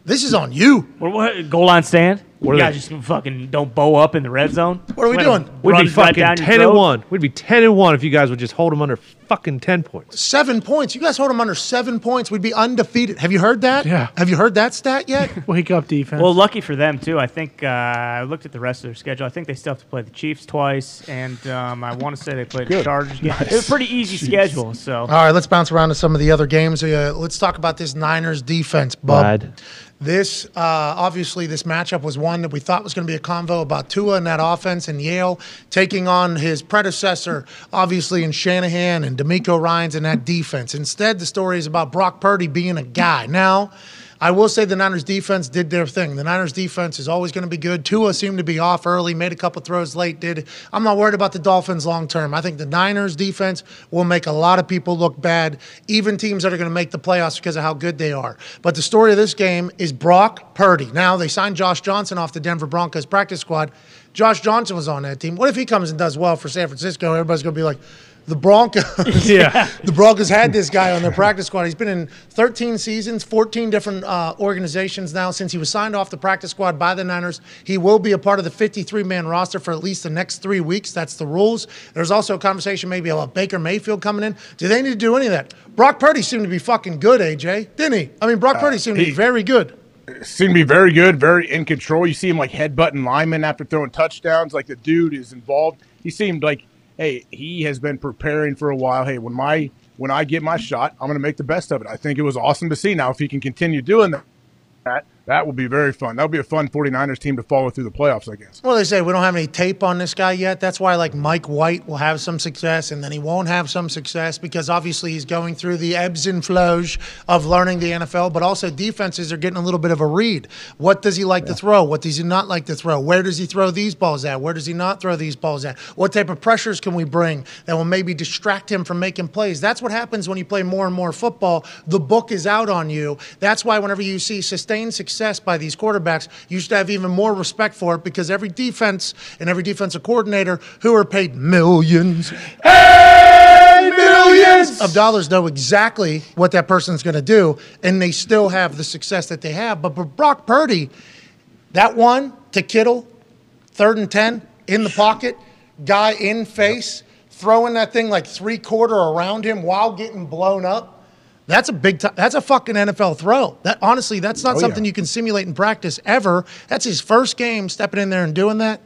A: This is on you.
D: What, what, goal line stand?
G: are
D: you
G: they-
D: guys just fucking don't bow up in the red zone?
A: What are we
D: Let
A: doing?
D: 'em
G: We'd
D: run
G: be
D: right
G: fucking
D: down your
G: ten and
D: throat?
G: one. We'd be ten and one if you guys would just hold them under fucking ten points.
A: Seven points. You guys hold them under seven points, we'd be undefeated. Have you heard that?
B: Yeah.
A: Have you heard that stat yet?
B: Wake up, defense.
D: Well, lucky for them too. I think uh, I looked at the rest of their schedule. I think they still have to play the Chiefs twice, and um, I want to say they played the Chargers. Again. It was a pretty easy schedule. So
A: All right, let's bounce around to some of the other games. Uh, let's talk about this Niners defense, Bub. This uh, obviously this matchup was one that we thought was going to be a convo about Tua and that offense and Yale taking on his predecessor, obviously in Shanahan and D'Amico Ryan's and that defense. Instead, the story is about Brock Purdy being a guy. Now, I will say the Niners defense did their thing. The Niners defense is always going to be good. Tua seemed to be off early, made a couple throws late. Did I'm not worried about the Dolphins long term. I think the Niners defense will make a lot of people look bad, even teams that are going to make the playoffs because of how good they are. But the story of this game is Brock Purdy. Now they signed Josh Johnson off the Denver Broncos practice squad. Josh Johnson was on that team. What if he comes and does well for San Francisco? Everybody's going to be like, the Broncos.
B: Yeah.
A: the Broncos had this guy on their practice squad. He's been in 13 seasons, 14 different uh, organizations now since he was signed off the practice squad by the Niners. He will be a part of the 53 man roster for at least the next three weeks. That's the rules. There's also a conversation maybe about Baker Mayfield coming in. Do they need to do any of that? Brock Purdy seemed to be fucking good, AJ, didn't he? I mean, Brock Purdy seemed to
H: he-
A: be very good.
H: Seemed to be very good, very in control. You see him like headbutting linemen after throwing touchdowns. Like the dude is involved. He seemed like, hey, he has been preparing for a while. Hey, when my when I get my shot, I'm going to make the best of it. I think it was awesome to see. Now, if he can continue doing that, that will be very fun. That'll be a fun 49ers team to follow through the playoffs, I guess.
A: Well, they say we don't have any tape on this guy yet. That's why, like, Mike White will have some success and then he won't have some success because obviously he's going through the ebbs and flows of learning the NFL, but also defenses are getting a little bit of a read. What does he like to throw? What does he not like to throw? Where does he throw these balls at? Where does he not throw these balls at? What type of pressures can we bring that will maybe distract him from making plays? That's what happens when you play more and more football. The book is out on you. That's why whenever you see sustained success by these quarterbacks, you should have even more respect for it because every defense and every defensive coordinator who are paid millions of dollars know exactly what that person's going to do, and they still have the success that they have. But, but Brock Purdy, that one to Kittle, third and 10 in the pocket, guy in face, throwing that thing like three quarter around him while getting blown up. That's a big time. That's a fucking NFL throw. That honestly, that's not something you can simulate in practice ever. That's his first game stepping in there and doing that.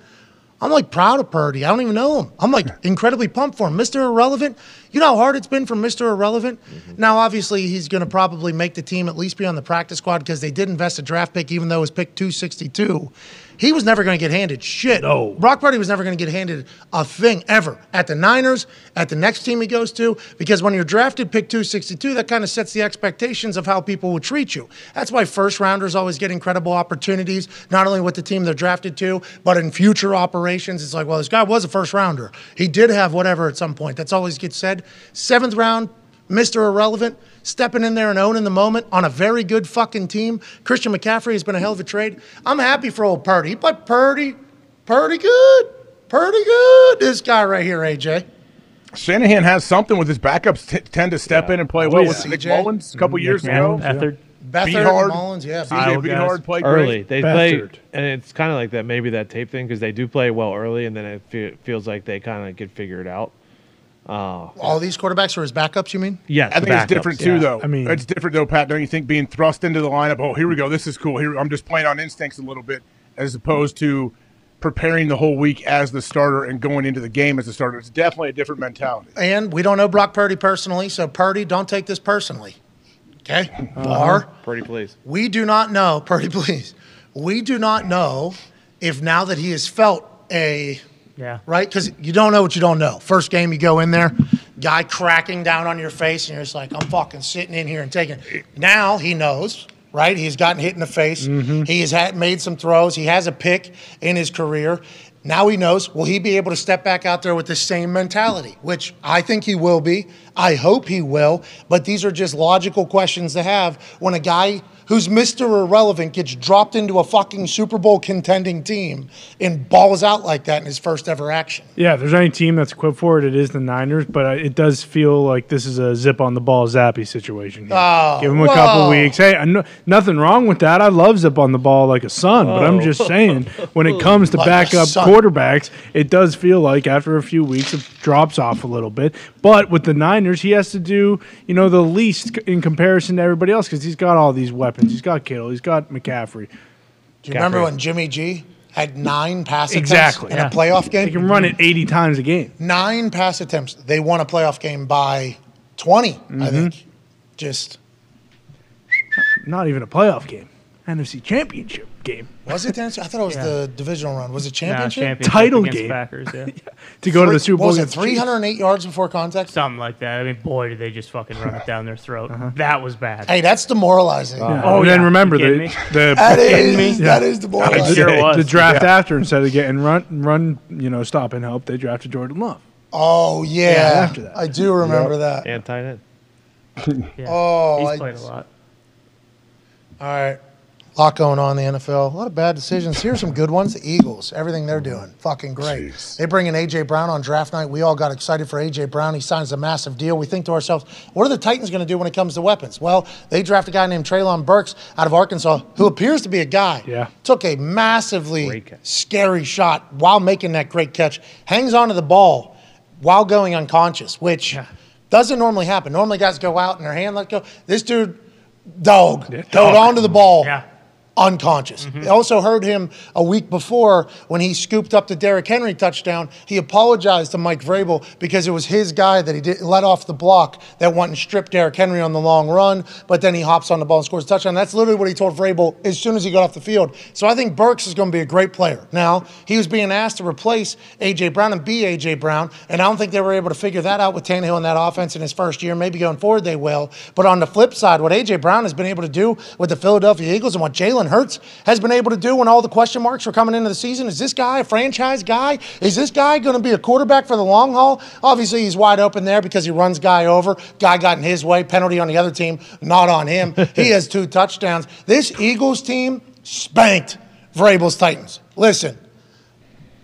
A: I'm like proud of Purdy. I don't even know him. I'm like incredibly pumped for him. Mr. Irrelevant, you know how hard it's been for Mr. Irrelevant? Now, obviously, he's going to probably make the team at least be on the practice squad because they did invest a draft pick, even though it was pick 262. He was never going to get handed shit. No. Brock Purdy was never going to get handed a thing ever at the Niners, at the next team he goes to, because when you're drafted pick 262, that kind of sets the expectations of how people will treat you. That's why first rounders always get incredible opportunities, not only with the team they're drafted to, but in future operations. It's like, well, this guy was a first rounder. He did have whatever at some point. That's always gets said. Seventh round, Mr. Irrelevant, stepping in there and owning the moment on a very good fucking team. Christian McCaffrey has been a hell of a trade. I'm happy for old Purdy. He played Purdy, Purdy good. Purdy good. This guy right here, AJ.
H: Shanahan has something with his backups t- tend to step in and play well.
A: yeah.
H: With Nick
A: CJ.
H: Mullins a couple years ago,
D: Beathard.
A: Bethard,
H: hard.
A: Mullins, yeah.
H: CJ Beathard played
G: Early,
H: great.
G: they
B: Bastard.
G: play, and it's kind of like that. Maybe that tape thing because they do play well early, and then it fe- feels like they kind of get figured out. Uh,
A: All these quarterbacks are his backups, you mean?
C: Yes,
H: I
C: the
H: think it's
C: backups,
H: different
C: yeah.
H: too, though.
B: I mean-
H: it's different though, Pat. Don't you think being thrust into the lineup? Oh, here we go. This is cool. Here I'm just playing on instincts a little bit, as opposed to preparing the whole week as the starter and going into the game as the starter. It's definitely a different mentality.
A: And we don't know Brock Purdy personally, so Purdy, don't take this personally. Okay? Bar,
C: Pretty please.
A: we do not know, Purdy, please. We do not know if now that he has felt a
D: Yeah.
A: right? Because you don't know what you don't know. First game, you go in there, guy cracking down on your face, and you're just like, I'm fucking sitting in here and taking. it." Now he knows, right? He's gotten hit in the face. He has had, made some throws. He has a pick in his career. Now he knows. Will he be able to step back out there with the same mentality? Which I think he will be. I hope he will. But these are just logical questions to have when a guy who's Mr. Irrelevant gets dropped into a fucking Super Bowl contending team and balls out like that in his first ever action.
B: Yeah, if there's any team that's equipped for it, it is the Niners. But uh, it does feel like this is a zip on the ball zappy situation. Here.
A: Oh,
B: Give him a
A: whoa.
B: couple weeks. Hey, I know, nothing wrong with that. I love zip on the ball like a son. But I'm just saying, when it comes to
A: Like a
B: backup
A: son.
B: quarterbacks, it does feel like after a few weeks it drops off a little bit. But with the Niners, he has to do you know the least c- in comparison to everybody else because he's got all these weapons. He's got Kittle. He's got McCaffrey.
A: Do you remember when Jimmy G had nine pass attempts
B: Exactly,
A: in
B: yeah.
A: a playoff
B: They can
A: game?
B: run it 80 times a game.
A: Nine pass attempts. They won a playoff game by 20,
B: Mm-hmm.
A: I think. Just,
B: Not even a playoff game. NFC Championship game.
A: was it the I thought it was the divisional run. Was it
D: Nah,
A: championship?
D: championship
B: Title
D: against
B: game.
D: Packers, yeah.
B: to go to the
A: Three-
B: Super
A: what
B: Bowl.
A: was it
B: against the Chiefs.
A: 308 yards before contact?
D: Something like that. I mean, boy, did they just fucking run it down their throat.
B: Uh-huh.
D: That was bad.
A: Hey, that's demoralizing.
B: Oh,
D: yeah.
B: then remember
D: You kidding
B: the
D: me?
A: That
B: the,
A: is, that
B: Yeah.
A: is demoralizing.
B: the,
D: sure was.
B: the draft after instead of getting run run you know stop and help they drafted Jordan Love.
A: Oh, yeah.
B: after that.
A: I do remember that.
C: And tight end.
D: Yeah.
A: Oh,
D: he's
A: I-
D: played a lot.
A: All right. A lot going on in the NFL. A lot of bad decisions. Here's some good ones. The Eagles, everything they're doing, fucking great.
H: Jeez.
A: They bring in A.J. Brown on draft night. We all got excited for A.J. Brown. He signs a massive deal. We think to ourselves, what are the Titans going to do when it comes to weapons? Well, they draft a guy named Traylon Burks out of Arkansas, who appears to be a guy.
B: Yeah.
A: Took a massively
C: Great catch.
A: scary shot while making that great catch. Hangs onto the ball while going unconscious, which doesn't normally happen. Normally, guys go out and their hand let go. This dude, dog, held onto the ball
D: Yeah.
A: unconscious. I also heard him a week before when he scooped up the Derrick Henry touchdown. He apologized to Mike Vrabel because it was his guy that he did, let off the block that went and stripped Derrick Henry on the long run, but then he hops on the ball and scores a touchdown. That's literally what he told Vrabel as soon as he got off the field. So I think Burks is going to be a great player. Now, he was being asked to replace A.J. Brown and be A.J. Brown, and I don't think they were able to figure that out with Tannehill in that offense in his first year. Maybe going forward they will. But on the flip side, what A.J. Brown has been able to do with the Philadelphia Eagles and what Jalen Hurts has been able to do when all the question marks were coming into the season is this guy a franchise guy? Is this guy going to be a quarterback for the long haul? Obviously, he's wide open there because he runs guy over. Guy got in his way, penalty on the other team, not on him. he has two touchdowns. This Eagles team spanked Vrabel's Titans. Listen,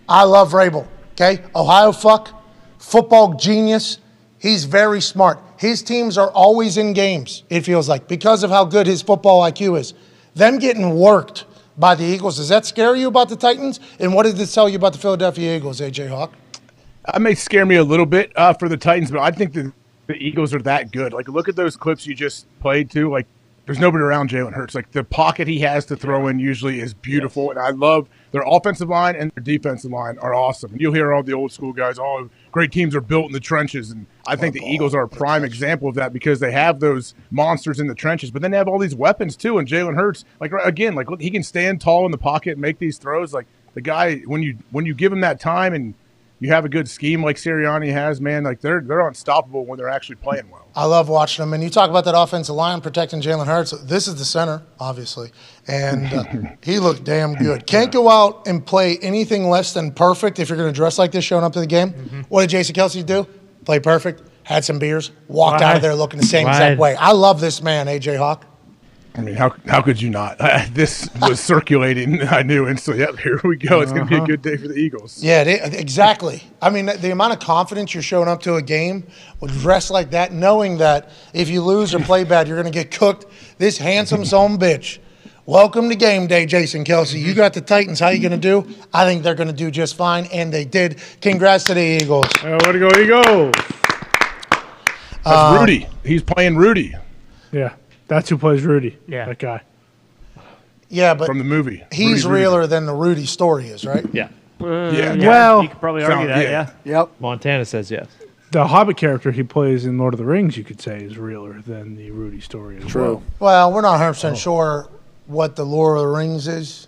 A: I love Rabel. Okay, Ohio fuck, football genius. He's very smart. His teams are always in games. It feels like because of how good his football IQ is. Them getting worked by the Eagles. Does that scare you about the Titans? And what does it tell you about the Philadelphia Eagles, AJ Hawk?
H: That may scare me a little bit uh, for the Titans, but I think the, the Eagles are that good. Like, look at those clips you just played too. Like, there's nobody around Jalen Hurts. Like, the pocket he has to throw in usually is beautiful, and I love their offensive line and their defensive line are awesome. And you'll hear all the old school guys, all great teams are built in the trenches, and I think the Eagles are a prime example of that because they have those monsters in the trenches, but then they have all these weapons too. And Jalen Hurts, like right- again, like look, he can stand tall in the pocket and make these throws. Like the guy, when you when you give him that time and you have a good scheme like Sirianni has, man. Like they're they're unstoppable when they're actually playing well.
A: I love watching them. And you talk about that offensive line protecting Jalen Hurts. This is the center, obviously, and uh, he looked damn good. Can't go out and play anything less than perfect if you're going to dress like this showing up to the game. What did Jason Kelsey do? Play perfect, had some beers, walked out of there looking the same exact
C: Right.
A: way. I love this man, AJ Hawk.
H: I mean, how how could you not? this was circulating. I knew instantly. Yep, here we go. It's going to be a good day for the Eagles.
A: Uh-huh. Yeah, it, exactly. I mean, the amount of confidence you're showing up to a game, dressed like that, knowing that if you lose or play bad, you're going to get cooked. This handsome son of a bitch. Welcome to game day, Jason Kelsey. You got the Titans. How you going to do? I think they're going to do just fine, and they did. Congrats to the Eagles.
B: Uh, way to go, Eagles!
H: That's
A: Uh,
H: Rudy. He's playing Rudy
B: Yeah, that's who plays Rudy.
D: Yeah.
B: that guy.
A: Yeah, but
H: from the movie.
A: he's
H: Rudy, Rudy.
A: realer than the Rudy story is, right?
G: Yeah.
H: Yeah.
B: Well,
D: Uh, you could probably
H: Sound-
D: argue that.
H: yeah.
D: Yeah.
E: Yep.
G: Montana says yes.
B: the Hobbit character he plays in Lord of the Rings, you could say, is realer than the Rudy story. As Well.
A: Well, we're not 100% sure what the Lord of the Rings is,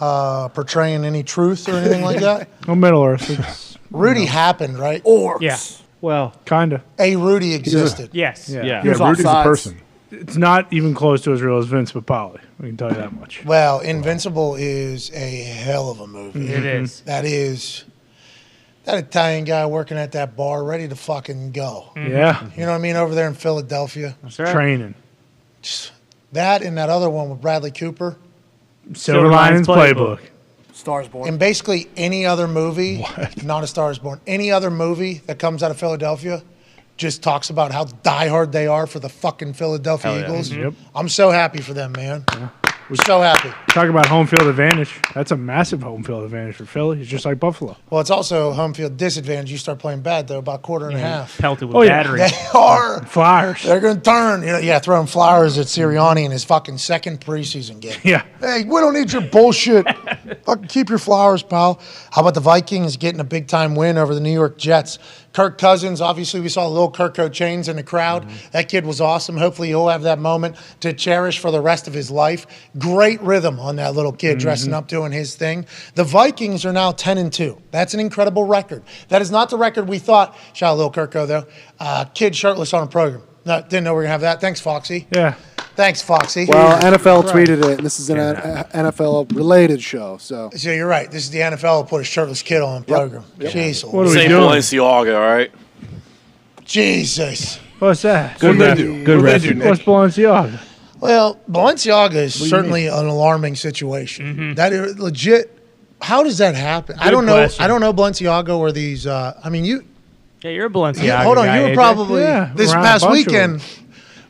A: uh, portraying any truth or anything like that.
B: Well, Middle Earth, it's
A: Rudy happened, right?
E: Orcs.
D: Yeah.
G: Well,
B: kind of.
A: A Rudy existed.
D: Yes.
B: Yeah.
G: yeah.
H: Yeah, Rudy's a
E: offsides.
H: person.
B: It's not even close to as real as Vince Papali. I can tell you that much.
A: Well, Invincible is a hell of a movie.
D: It is.
A: That is that Italian guy working at that bar, ready to fucking go.
B: Yeah,
A: You know what I mean? Over there in Philadelphia.
D: That's right.
B: training.
A: That and that other one with Bradley Cooper.
B: Silver Linings Playbook.
E: Stars born.
A: In basically any other movie, not a Star is Born, any other movie that comes out of Philadelphia just talks about how diehard they are for the fucking Philadelphia
G: Hell yeah.
A: Eagles.
B: Mm-hmm. Yep.
A: I'm so happy for them, man. We're so happy.
B: Talk about home field advantage. That's a massive home field advantage for Philly. It's just like Buffalo.
A: Well, it's also home field disadvantage. You start playing bad, though, about a quarter and a half.
D: Pelted with
B: Oh, yeah.
D: battery.
A: They are.
B: Flyers.
A: They're going to turn. You know, yeah, throwing flowers at Sirianni in his fucking second preseason game.
B: Yeah.
A: Hey, we don't need your bullshit. Fucking keep your flowers, pal. How about the Vikings getting a big time win over the New York Jets? Kirk Cousins, obviously, we saw little Kirko Chains in the crowd. That kid was awesome. Hopefully, he'll have that moment to cherish for the rest of his life. Great rhythm on that little kid dressing up, doing his thing. The Vikings are now 10 and 2. That's an incredible record. That is not the record we thought. Shout out Lil Kirko, though. Uh, kid shirtless on a program. No, didn't know we were going to have that. Thanks, Foxy.
B: Yeah.
A: Thanks, Foxy.
E: Well, NFL tweeted it, and this is an uh, NFL related show, so
A: So you're right. This is the NFL will put a shirtless kid on the program. Jesus.
B: What are we
I: Same
B: doing?
I: Balenciaga, all right?
A: Jesus.
B: What's that?
H: Good ref. Good ref.
B: What's Balenciaga?
A: Well, Balenciaga is certainly an alarming situation.
B: Mm-hmm.
A: That is legit. How does that happen? I
D: Good
A: don't know.
D: question.
A: I don't know Balenciaga or these. Uh, I mean, you.
D: Yeah, you're a Balenciaga.
A: Yeah, hold on.
D: guy,
A: you were
D: AJ.
A: probably
B: Yeah,
A: this
B: around a
A: past
B: bunch of
A: weekend.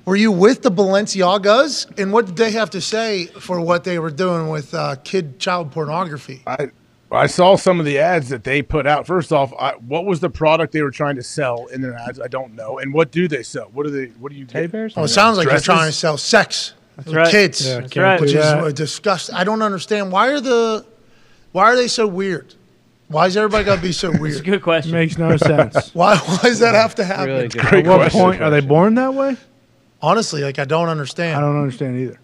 A: Were you with the Balenciagas? And what did they have to say for what they were doing with uh, kid child pornography?
H: I I saw some of the ads that they put out. First off, I, what was the product they were trying to sell in their ads? I don't know. And what do they sell? What do they? What do you? Teddy
G: bears?
A: Well, Oh, it sounds like
H: Dresses?
A: they're trying to sell sex with
D: right.
A: kids.
B: Yeah, can't
D: right.
B: do
A: which is
B: that.
A: uh, disgusting. I don't understand why are the why are they so weird? Why is everybody got to be so
D: It's a
A: weird?
D: good question.
B: makes no sense.
A: Why why does that have to happen?
G: Really good.
H: Great
B: At what
H: question.
B: point are they born that way?
A: Honestly, like I don't
B: I
A: understand
B: don't understand either.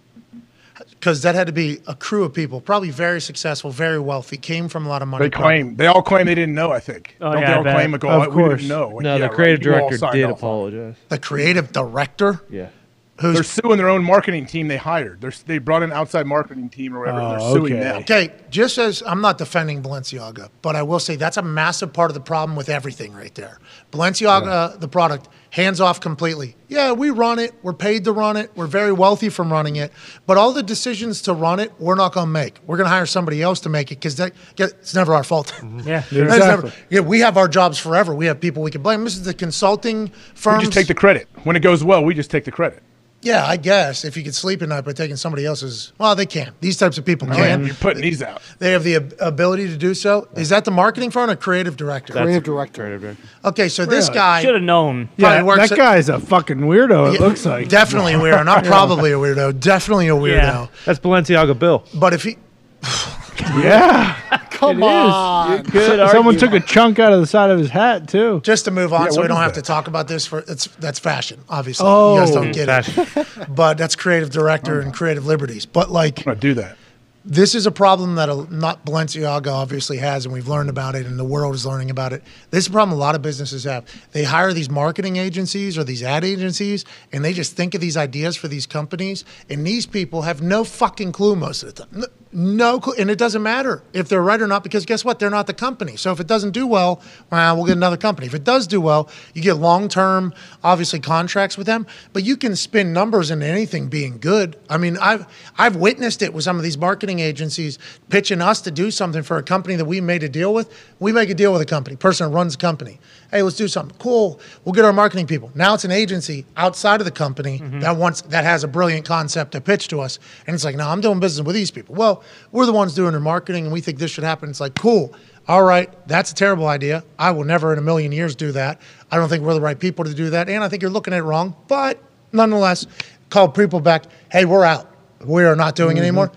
A: because that had to be a crew of people, probably very successful, very wealthy, came from a lot of money.
H: They claim. They all claim they didn't know. I think.
D: Oh,
H: don't
D: yeah,
H: they
D: I
H: all
D: bet.
H: claim like, oh,
B: Of
H: we
B: course.
H: didn't know? Like,
G: No,
H: yeah,
G: the
H: right.
G: creative
H: You all
G: director
H: signed
G: did
H: off on it.
G: apologize.
A: The creative director,
G: Yeah.
H: They're
A: who's
H: suing their own marketing team they hired. They're, they brought an outside marketing team or whatever. and
B: Oh,
H: they're suing
B: okay.
H: them.
A: okay, just as I'm not defending Balenciaga, but I will say that's a massive part of the problem with everything right there. Balenciaga, the product, hands off completely. Yeah, we run it. We're paid to run it. We're very wealthy from running it. But all the decisions to run it, we're not going to make. We're going to hire somebody else to make it because that, it's never our fault.
D: Yeah.
A: That's never-
B: Exactly.
A: yeah, we have our jobs forever. We have people we can blame. This is the consulting
H: We
A: firms.
H: just take the credit when it goes well. We just take the credit.
A: yeah, I guess if you could sleep at night by taking somebody else's. Well, they can. These types of people can.
H: You're putting these out.
A: They have the ab- ability to do so. Is that the marketing firm or creative director?
E: creative director.
A: Okay, so this
B: Really?
A: guy
D: Should have known.
B: Yeah,
A: works
B: that
A: at-
B: guy's a fucking weirdo. It
A: Yeah,
B: looks like.
A: definitely a weirdo. Not probably a weirdo. Definitely a weirdo.
D: Yeah.
G: That's Balenciaga Bill.
A: But if he,
B: yeah.
E: Come on.
B: Someone took a chunk out of the side of his hat too.
A: just to move on, so
H: what
A: we don't
H: is
A: have
H: that?
A: to talk about this for it's that's fashion, obviously. you guys don't get it. But that's creative director and creative liberties. But like
H: I'm gonna do that.
A: this is a problem that a, not Balenciaga obviously has, and we've learned about it, and the world is learning about it. This is a problem a lot of businesses have. They hire these marketing agencies or these ad agencies, and they just think of these ideas for these companies, and these people have no fucking clue most of the time. No, no clue, and it doesn't matter if they're right or not, because guess what? They're not the company. So if it doesn't do well, well, we'll get another company. If it does do well, you get long-term, obviously contracts with them, but you can spin numbers into anything being good. I mean, I've I've witnessed it with some of these marketing agencies pitching us to do something for a company that we made a deal with. We make a deal with a company, person who runs the company. Hey, let's do something. Cool. We'll get our marketing people. Now it's an agency outside of the company that wants that has a brilliant concept to pitch to us. And it's like, no, I'm doing business with these people. Well, we're the ones doing their marketing and we think this should happen. It's like, cool. all right, that's a terrible idea. I will never in a million years do that. I don't think we're the right people to do that. And I think you're looking at it wrong. But nonetheless, call people back, hey, we're out. We are not doing it anymore.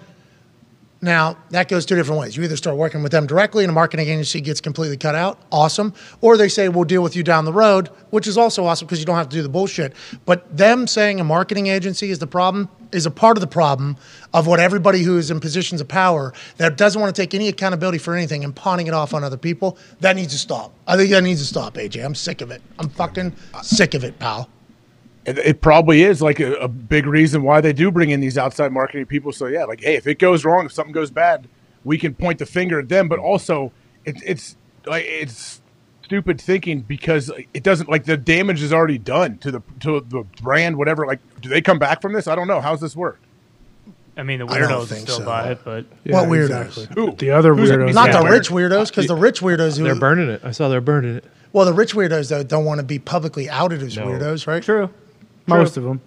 A: Now, that goes two different ways. You either start working with them directly and a marketing agency gets completely cut out, awesome. Or they say, we'll deal with you down the road, which is also awesome because you don't have to do the bullshit. But them saying a marketing agency is the problem is a part of the problem of what everybody who is in positions of power that doesn't want to take any accountability for anything and pawning it off on other people. That needs to stop. I think that needs to stop, AJ. I'm sick of it. I'm fucking sick of it, pal.
H: It, it probably is like a, a big reason why they do bring in these outside marketing people. So yeah, like hey, if it goes wrong, if something goes bad, we can point the finger at them. But also, it's it's like it's stupid thinking because it doesn't like the damage is already done to the to the brand. Whatever. Like, do they come back from this? I don't know. How's this work?
D: I mean, the
A: I don't
D: weirdos
A: think
D: still
A: so.
D: buy it, but
A: what weirdos?
H: Who?
B: The other
H: Who's-
B: weirdos.
A: Not
B: out
A: the
B: there.
A: rich weirdos, because the rich weirdos who
G: They're burning it. I saw they're burning it.
A: Well, the rich weirdos though don't want to be publicly outed as weirdos, right?
D: true.
B: Most of them.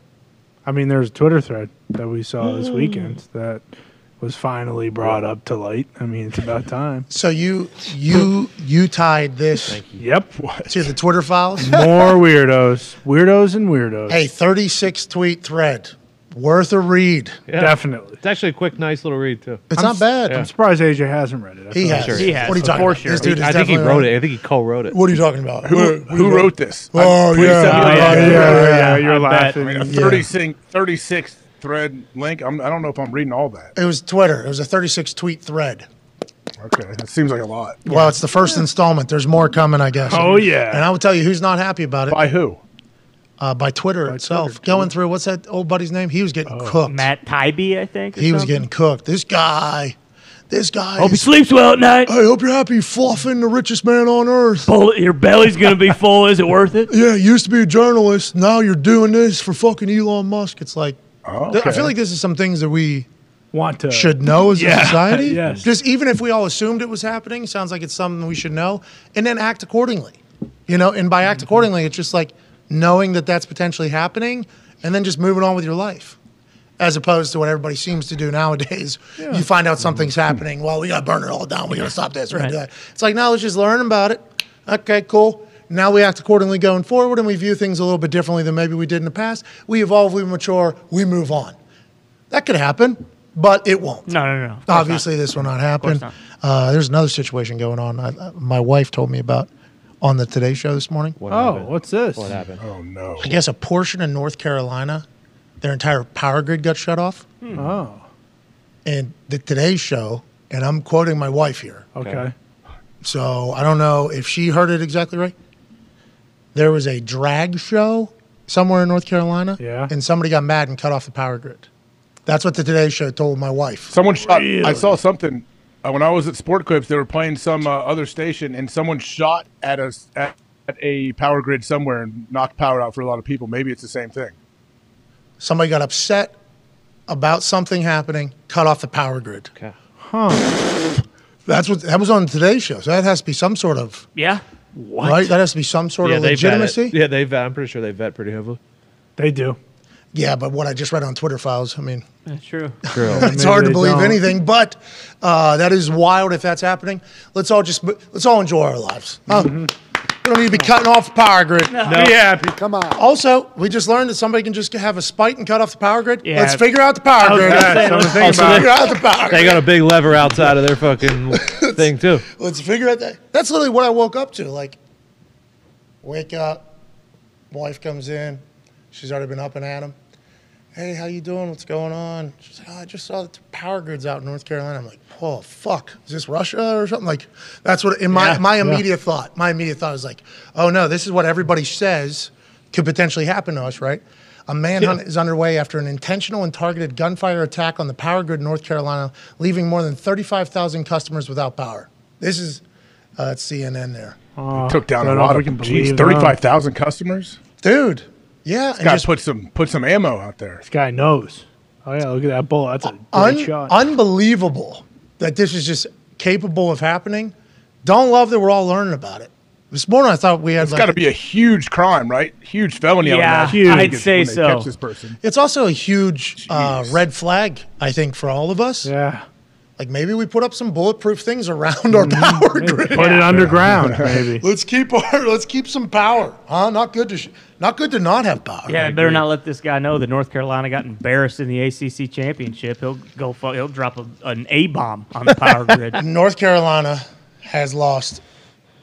B: I mean, there's a Twitter thread that we saw this weekend that was finally brought up to light. I mean, it's about time.
A: So you you you tied this
B: Yep.
A: to the Twitter files.
B: More weirdos. Weirdos and weirdos.
A: hey, 36 tweet thread worth a read.
G: Yeah.
B: Definitely.
G: It's actually a quick, nice little read too.
A: It's not bad.
B: I'm surprised AJ hasn't read it. I
A: He
B: feel
A: has.
B: like-
D: He has,
A: What are you
D: for
A: talking about?
D: sure.
A: This dude is
G: I think he
A: definitely-
G: wrote it. I think he co-wrote it.
A: What are you talking about?
H: Who, who wrote this?
A: Oh,
H: I'm- please
A: yeah.
H: tell me
B: Oh,
H: I'm
B: yeah,
H: not
B: yeah,
H: here.
B: yeah,
D: yeah,
B: You're
D: I bet.
B: laughing.
H: I mean, a
A: Yeah.
H: 36, 36 thread link. I'm, I don't know if I'm reading all that.
A: It was Twitter. It was a 36 tweet thread.
H: Okay, that seems like a lot.
A: Well, it's the first installment. There's more coming, I guess.
B: Oh, yeah.
A: And I will tell you who's not happy about it
H: By who?
A: uh, by Twitter itself. Going through what's that old buddy's name? He was getting
D: Oh,
A: cooked.
D: Matt Tybee, I think. or
A: he was
D: something.
A: getting cooked. This guy. This guy.
D: Hope he
A: is- Oh,
D: sleeps well at night.
A: I hope you're happy fluffing the richest man on earth.
D: Bullet- Your belly's gonna be full. Is it worth it?
A: Yeah, you used to be a journalist. Now you're doing this for fucking Elon Musk. It's like,
H: Oh,
A: th- I
H: okay.
A: feel like this is some things that we
B: Want to.
A: should know as a society.
B: yes.
A: Just even if we all assumed it was happening, sounds like it's something we should know and then act accordingly. You know, and by act
D: Mm-hmm.
A: accordingly, it's just like knowing that that's potentially happening and then just moving on with your life. As opposed to what everybody seems to do nowadays, you find out something's
D: Mm-hmm.
A: happening. Well, we got to burn it all down. We got to stop this. We got to do that. It's like, no, let's just learn about it. Okay, cool. Now we act accordingly going forward and we view things a little bit differently than maybe we did in the past. We evolve, we mature, we move on. That could happen, but it won't.
D: No, no, no. of course not.
A: Obviously, this will not happen.
D: not.
A: Uh, there's another situation going on. I, I- my wife told me about on the Today Show this morning.
B: Oh, what's this?
G: What happened?
H: Oh, no.
A: I guess a portion of North Carolina, their entire power grid got shut off.
B: Oh,
A: And the Today Show, and I'm quoting my wife here.
B: okay.
A: So I don't know if she heard it exactly right. There was a drag show somewhere in North Carolina,
B: Yeah.
A: and somebody got mad and cut off the power grid. That's what the Today Show told my wife.
H: Someone shot. I saw something uh, when I was at Sport Clips. They were playing some uh, other station, and someone shot at us at, at a power grid somewhere and knocked power out for a lot of people. Maybe it's the same thing.
A: somebody got upset about something happening, cut off the power grid. Okay. That's what that was on today's show. So that has to be some sort of
D: Yeah.
A: right. That has to be some sort
G: Yeah,
A: of
G: they vet it.
A: legitimacy.
G: Yeah, they vet. I'm pretty sure they vet pretty heavily.
B: They do.
A: Yeah, but what I just read on Twitter files, I mean,
D: That's true.
A: it's hard to
B: they
A: believe
B: don't.
A: anything. But uh, that is wild if that's happening. Let's all just let's all enjoy our lives. Oh. Huh? We don't need to be cutting off the power grid.
B: Be happy.
E: Come on.
A: Also, we just learned that somebody can just have a spite and cut off the power grid.
D: Yeah.
A: Let's figure out the power grid.
B: Yeah, so I'm
A: Let's
B: thinking about
A: figure out the power
G: They got a big lever outside of their fucking thing too.
A: Let's figure out that. That's literally what I woke up to. Like, wake up, wife comes in, she's already been up and at 'em. Hey, how you doing? What's going on? She's like, oh, I just saw the power grids out in North Carolina. I'm like, oh fuck, is this Russia or something? Like, that's what in my my immediate thought. My immediate thought was like, oh no, this is what everybody says could potentially happen to us, right? A manhunt is underway after an intentional and targeted gunfire attack on the power grid in North Carolina, leaving more than 35,000 customers without power. This is uh, it's CNN there,
H: Took down
B: Uh, I
H: a
B: don't
H: lot of
B: freaking
H: geez,
B: believe uh, them.
H: thirty-five thousand customers.
A: dude. Yeah, and
H: Got to
A: just
H: put some put some ammo out there.
B: This guy knows. Oh yeah, look at that bull. That's a great
A: un-
B: shot.
A: unbelievable that this is just capable of happening. Don't love that we're all learning about it. This morning I thought we had
H: It's
A: like,
H: got to be a huge crime, right? Huge felony. I would
D: Yeah,
H: imagine,
D: huge.
H: when
D: I'd
H: they
D: say
H: catch
D: so.
H: this person.
A: It's also a huge uh, red flag, I think, for all of us.
B: yeah.
A: Like maybe we put up some bulletproof things around
D: Mm,
A: our power grid.
B: Put it underground, maybe.
A: Let's keep our let's keep some power, huh? Not good to sh- not good to not have power.
D: Yeah, better not let this guy know that North Carolina got embarrassed in the ACC championship. He'll go. fu- He'll drop a, an A bomb on the power grid.
A: North Carolina has lost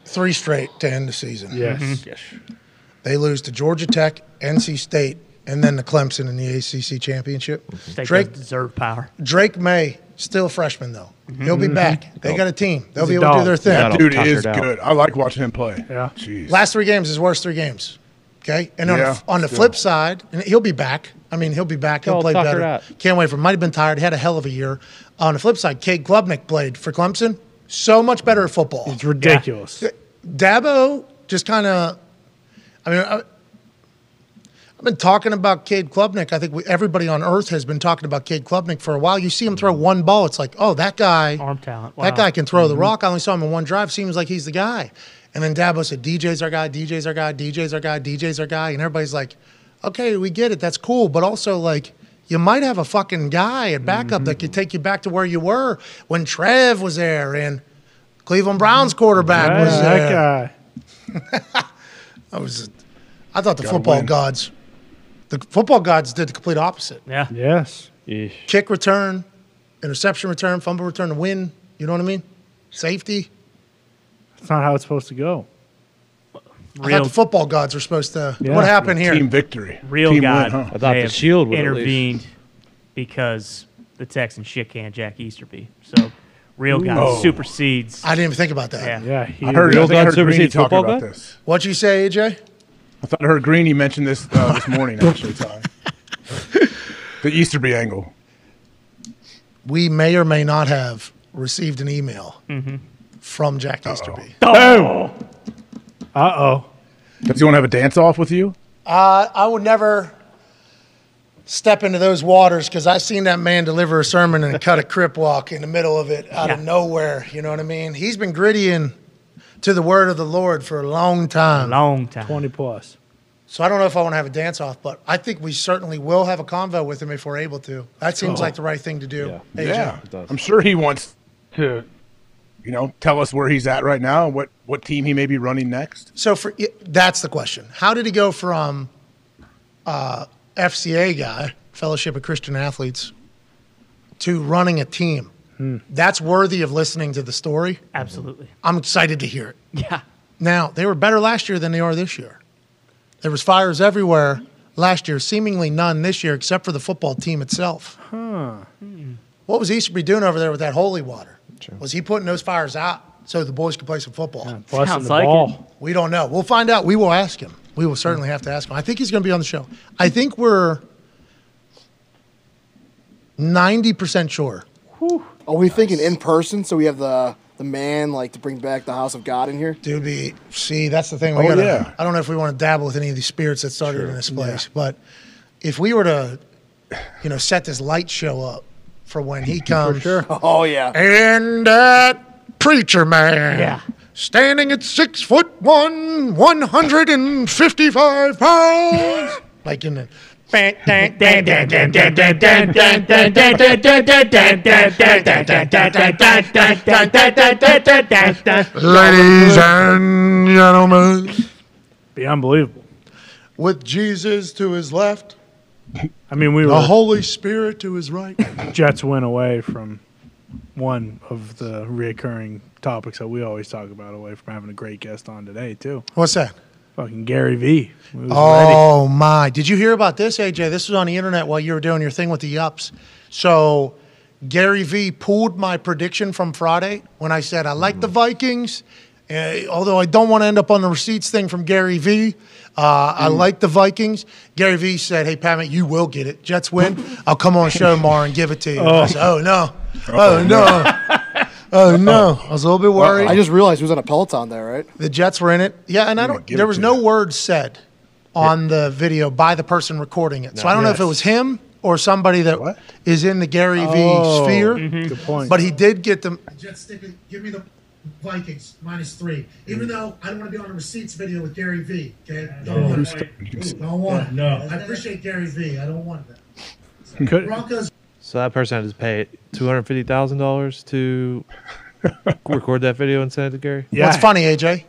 A: three straight to end the season.
B: Yes.
D: Mm-hmm.
H: Mm-hmm.
A: They lose to Georgia Tech, NC State, and then the Clemson in the ACC championship.
D: Take
A: Drake
D: Drake deserve power.
A: Drake May still a freshman though.
B: Mm-hmm.
A: He'll be back. They got a team. They'll be
B: a
A: able to do
B: dog.
A: their thing.
H: Mm-hmm. That dude
G: tuckered
H: is
G: out.
H: good. I like watching him play.
B: Yeah.
H: Jeez.
A: Last three games is worst three games. Okay, and on
H: Yeah,
A: the, on the flip side, and he'll be back. I mean, he'll be back. He'll
G: All
A: play
G: tuckered
A: better.
G: out.
A: Can't wait for. Him. Might have been tired. Had a hell of a year. On the flip side, Kate Klubnik played for Clemson. So much better at football.
B: It's ridiculous.
A: Dabo just kind of. I mean, I, I've been talking about Cade Klubnik. I think we, everybody on earth has been talking about Cade Klubnik for a while. You see him throw one ball, it's like, oh, that guy.
D: Mm-hmm. Arm talent. Wow. Mm-hmm.
A: That guy can throw the rock. I only saw him in one drive. Seems like he's the guy. And then Dabo said, DJ's our guy, DJ's our guy, DJ's our guy, DJ's our guy. And everybody's like, okay, we get it. That's cool. But also, like, you might have a fucking guy at backup that
D: Mm-hmm.
A: could take you back to where you were when Trev was there and Cleveland Browns quarterback
B: Right,
A: was there.
B: that guy.
A: I was, I thought the football gods, the football gods did the complete opposite.
D: Yeah.
B: Yes.
A: Kick return, interception return, fumble return to win. You know what I mean? Safety.
B: That's not how it's supposed to go.
A: I
D: Real
A: thought the football gods were supposed to.
B: Yeah.
A: What happened here?
H: Team victory.
D: real
H: Team
D: God.
H: Win, huh?
G: I thought
D: may
G: the
D: have
G: Shield would at least.
D: intervened because the Texans shit can Jack Easterby. So real God supersedes.
A: I didn't even think about that.
D: Yeah.
B: Yeah. He,
H: I heard, I
G: Real
H: think
G: God
H: I heard Greeny
G: supersedes
H: talking
G: football
H: about
G: God?
H: this.
A: What'd you say, AJ?
H: I thought I heard Greeny mention this uh, this morning, actually, Ty. the Easterby angle.
A: We may or may not have received an email
D: Mm-hmm.
A: from Jack Easterby.
B: Uh oh.
H: Does he want to have a dance off with you?
A: I, Uh, I would never step into those waters because I seen that man deliver a sermon and cut a crip walk in the middle of it out of nowhere. You know what I mean? He's been grittying to the word of the Lord for a long time.
D: Long time.
B: 20 plus.
A: So I don't know if I want to have a dance off, but I think we certainly will have a convo with him if we're able to. That seems like the right thing to do. AJ.
H: Yeah, I'm sure he wants to, you know, tell us where he's at right now, what what team he may be running next.
A: So for i- that's the question. How did he go from uh, FCA guy, Fellowship of Christian Athletes, to running a team? That's worthy of listening to the story.
D: Hmm. Absolutely.
A: I'm excited to hear it.
D: Yeah.
A: Now, they were better last year than they are this year. There was fires everywhere last year, seemingly none this year except for the football team itself. What was Easterby doing over there with that holy water? Was he putting those fires out so the boys could play some football?
B: Busting
D: Sounds
B: the
D: like
B: ball.
A: We don't know. We'll find out. We will ask him. We will certainly have to ask him. I think he's going to be on the show. I think we're 90% sure.
E: Mm-hmm. Are we thinking in person? So we have the the man like to bring back the house of God in here.
A: Dude, be, see, that's the thing. We
H: Oh,
A: gotta,
H: yeah.
A: I don't know if we want to dabble with any of these spirits that started in this place, but if we were to, you know, set this light show up for when he comes.
E: Oh yeah.
A: And that preacher man.
D: Yeah.
A: Standing at six foot one, 155 pounds. like in the. Ladies and gentlemen.
B: Be unbelievable.
A: With Jesus to his left,
B: I mean, we were
A: the Holy Spirit to his right.
B: Jets went away from one of the reoccurring topics that we always talk about, away from having a great guest on today too.
A: What's that?
B: Fucking Gary V.
A: Oh my! Did you hear about this, AJ? This was on the internet while you were doing your thing with the yups. So Gary V pulled my prediction from Friday when I said I like the Vikings. eh, although I don't want to end up on the receipts thing from Gary V, uh, I like the Vikings. Gary V said, "Hey, Pat, you will get it. Jets win. I'll come on show tomorrow and give it to you." I said, "Oh no! Oh no! Oh no!" I was a little bit worried.
E: I just realized he was on a Peloton there, right?
A: The Jets were in it. Yeah, and I don't.
H: give
A: There
H: it
A: was
H: to
A: no
H: you.
A: word said on the video by the person recording it, so I don't know if it was him or somebody that is
H: What?
A: in the Gary V
B: Oh,
A: sphere.
B: Good point.
A: But he did get them. Jets sticking. Give me the Vikings minus three. Even though I don't want to be on a receipts video with Gary V. Okay, don't want it. Don't want it. No, I appreciate Gary V. I don't want that.
B: Could-
A: Broncos
G: So that person had to pay two hundred fifty thousand dollars to record that video and send it to Gary.
B: Yeah,
A: What's funny, AJ?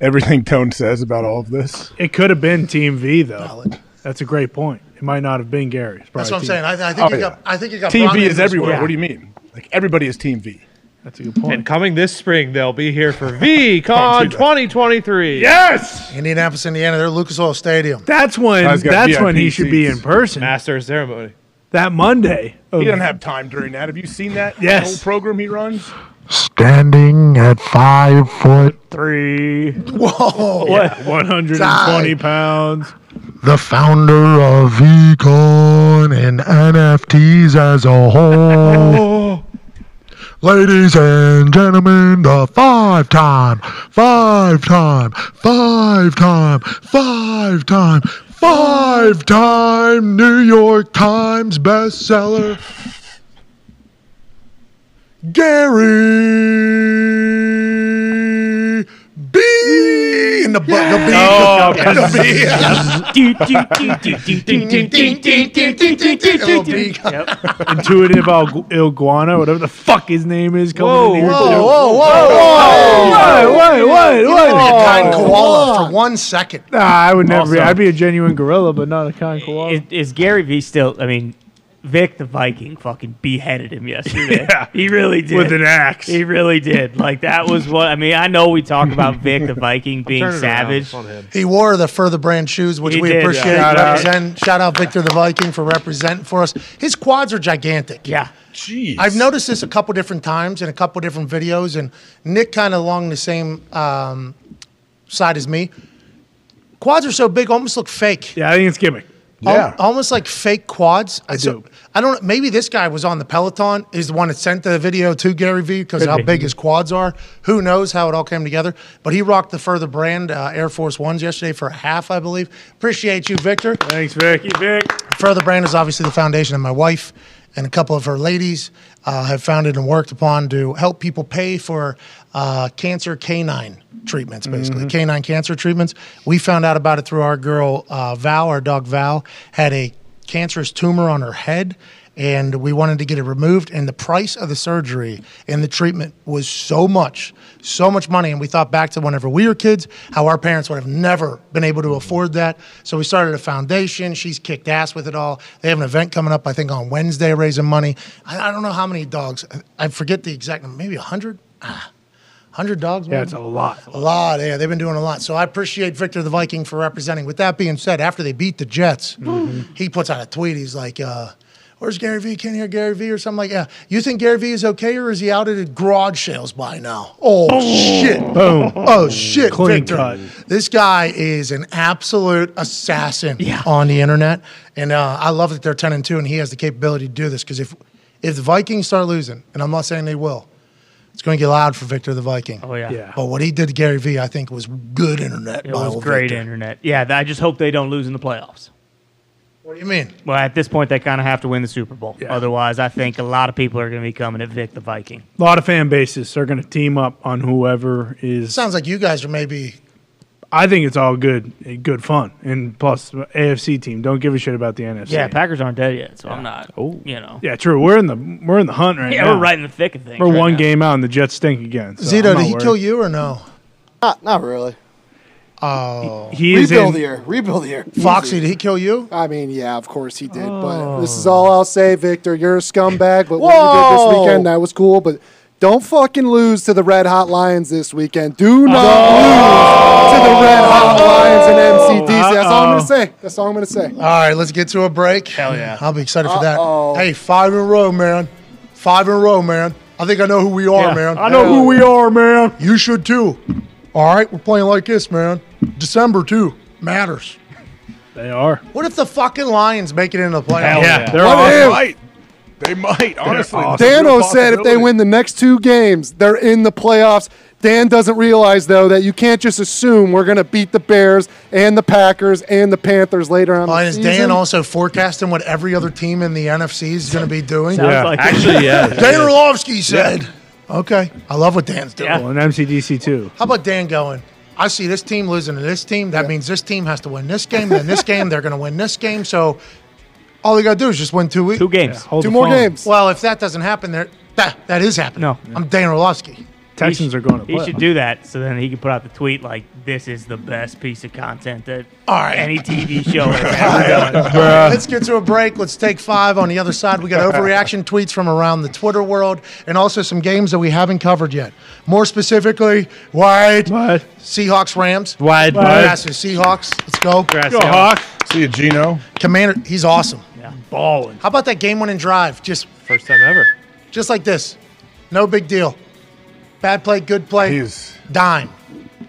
H: Everything Tone says about all of this.
B: It could have been Team V though. That's a great point. It might not have been Gary. It's
A: That's
B: probably
A: what I'm
B: Team-
A: saying. I, I think
H: Oh,
A: you
H: yeah.
A: got. I think you got.
H: Team
A: Bronny
H: V
A: in
H: is
A: this
H: everywhere.
A: one.
H: What do you mean? Like everybody is Team V.
B: That's a good point.
G: And coming this spring, they'll be here for VCon
H: that.
G: 2023.
B: yes,
A: Indianapolis, Indiana. They're at Lucas Oil Stadium.
B: that's when.
H: Guy's got
B: That's
H: VIP
B: when he should be in
H: seats.
B: person.
G: Master of ceremony.
B: That Monday.
H: He doesn't have time during that. Have you seen that
B: Yes.
H: whole program he runs?
I: Standing at five foot,
B: three.
A: Whoa.
B: What? One hundred and twenty pounds.
I: the founder of Econ and NFTs as a
G: Oh.
I: whole. Ladies and gentlemen, the five time, five time, five time, five time, five time New York Times bestseller, Gary B. In the, bu- the B.
B: because-
D: Do, do, do, do, do, do, do, do, do, do, do, do, do, do, do.
A: Yep.
B: Intuitive Al- Iguana, whatever the fuck his name is, coming in here.
A: Whoa, whoa, whoa, whoa.
B: Wait, wait, wait, wait.
A: A kind koala for one second.
B: Nah, I would never. be,
D: Also-
B: I'd be a genuine gorilla, but not a
H: Eh,
B: kind koala.
D: Is, is Gary V still? I mean, Vic the Viking fucking beheaded him yesterday.
B: Yeah.
D: he really did.
B: With an axe.
D: he really did. Like that was what I mean. I know we talk about Vic the Viking being
G: Turn it around.
D: savage.
G: It's on him.
A: He wore the Further Brand shoes, which
D: He
A: we
D: did,
A: appreciate.
D: yeah. Shout
A: Shout
D: out.
A: Represent, shout out Victor the Viking for representing for us. His quads are gigantic.
D: Yeah.
H: Jeez.
A: I've noticed this a couple different times in a couple different videos, and Nick kind of along the same um, side as me. Quads are so big, almost look fake.
B: yeah, I think it's gimmick.
A: Al-
H: Yeah.
A: almost like fake quads. I
B: do.
A: I don't. Maybe this guy was on the Peloton. Is the one that sent the video to Gary Vee because how big his quads are. Who knows how it all came together? But he rocked the Further Brand uh, Air Force Ones yesterday for a half, I believe. Appreciate you, Victor.
B: Thanks, Vicky. Vic.
A: Further Brand is obviously the foundation that my wife and a couple of her ladies uh, have founded and worked upon to help people pay for uh, cancer canine treatments, basically canine cancer treatments. We found out about it through our girl uh, Val, our dog Val, had a cancerous tumor on her head. And we wanted to get it removed, and the price of the surgery and the treatment was so much, so much money. And we thought back to whenever we were kids, how our parents would have never been able to afford that. So we started a foundation. She's kicked ass with it all. They have an event coming up, I think, on Wednesday, raising money. I, I don't know how many dogs. I forget the exact number. Maybe 100? Ah, 100 dogs?
B: Yeah,
A: maybe?
B: it's a lot.
A: A lot, yeah. They've been doing a lot. So I appreciate Victor the Viking for representing. With that being said, after they beat the Jets, he puts out a tweet. He's like, uh, Where's Gary Vee? Can't hear Gary Vee or something like that. You think Gary Vee is okay or is he out at garage sales by now? Oh, shit.
B: Boom.
A: Oh, shit,
B: Clean
A: Victor.
B: cut.
A: This guy is an absolute assassin on the internet. And uh, I love that they're 10 and 2 and he has the capability to do this because if, if the Vikings start losing, and I'm not saying they will, it's going to get loud for Victor the Viking.
D: Oh yeah.
B: Yeah.
A: But what he did to Gary Vee, I think, was good internet.
D: It was great internet. Yeah. th- I just hope they don't lose in the playoffs.
A: What do you mean?
D: Well, at this point, they kind of have to win the Super Bowl.
B: Yeah.
D: Otherwise, I think a lot of people are going to be coming at Vic the Viking.
B: A lot of fan bases are going to team up on whoever is.
A: Sounds like you guys are maybe.
B: I think it's all good, eh, good fun, and plus the AFC team. Don't give a shit about the NFC.
D: Yeah, Packers aren't dead yet, so I'm not. Oh, you know.
B: Yeah, true. We're in the we're in the hunt right
D: Yeah,
B: now.
D: we're right in the thick of things.
B: We're
D: right
B: one
D: now.
B: game out, and the Jets stink again. So
A: Zito, did he kill you or no?
E: Not, not really.
A: Oh.
B: He is
E: Rebuild
B: in,
E: the year. Rebuild the year.
A: Foxy,
E: Easy.
A: did he kill you?
E: I mean, yeah, of course he did.
D: Oh.
E: But this is all I'll say, Victor. You're a scumbag. But what you did
A: Whoa!
E: this weekend, that was cool. But don't fucking lose to the Red Hot Lions this weekend. Do not
D: Oh.
E: lose to the Red Hot
A: Oh.
E: Lions and MCDC. That's all I'm
B: Uh-uh.
E: gonna say. That's all I'm gonna say.
A: All right, let's get to a break. Hell
D: yeah.
A: I'll be excited for
E: Uh-oh.
A: that. Hey, five in a row, man. Five in a row, man. I think I know who we are,
B: Yeah,
A: man.
B: I know who we are, man.
A: You should too. All right, we're playing like this, man. December too matters.
B: They are.
A: What if the fucking Lions make it into the playoffs?
B: yeah, they're
E: What
B: awesome.
E: if?
H: might. They might, honestly.
B: awesome.
H: It's a real
E: Dano said if they
H: possibility.
E: win the next two games, they're in the playoffs. Dan doesn't realize though that you can't just assume we're gonna beat the Bears and the Packers and the Panthers later on. in
A: Oh,
E: the
A: and is
E: season.
A: Dan also forecasting what every other team in the NFC is going to be doing?
D: Sounds
B: Yeah.
D: like it.
G: Actually, yeah.
A: Dan Orlovsky said. Okay. I love what Dan's doing.
D: Yeah.
B: Well, and MCDC too.
A: How about Dan going? I see this team losing to this team. That means this team has to win this game. Then this game, they're going to win this game. So All they got to do is just win two weeks.
D: Two games.
B: Hold
E: Two
B: the
E: more
B: phone.
E: games.
A: Well, if that doesn't happen, there that that is happening.
D: No.
A: I'm Dan Orlovsky.
B: Texans
D: He
B: are
D: sh-
B: going to
D: He
B: play.
D: should do that, so then he could put out the tweet like, "This is the best piece of content that
A: All right.
D: any TV show has ever done."
A: Let's get to a break. Let's take five. On the other side, we got overreaction tweets from around the Twitter world and also some games that we haven't covered yet. More specifically, wide
B: What?
A: Seahawks Rams.
G: Wide.
A: Grass is Seahawks. Let's go.
B: Go Hawk.
H: See you, Gino.
A: Commander, he's awesome.
B: Balling.
A: How about that game winning drive? Just
G: First time ever.
A: just like this. No big deal. Bad play, good play.
H: He's-
A: Dime.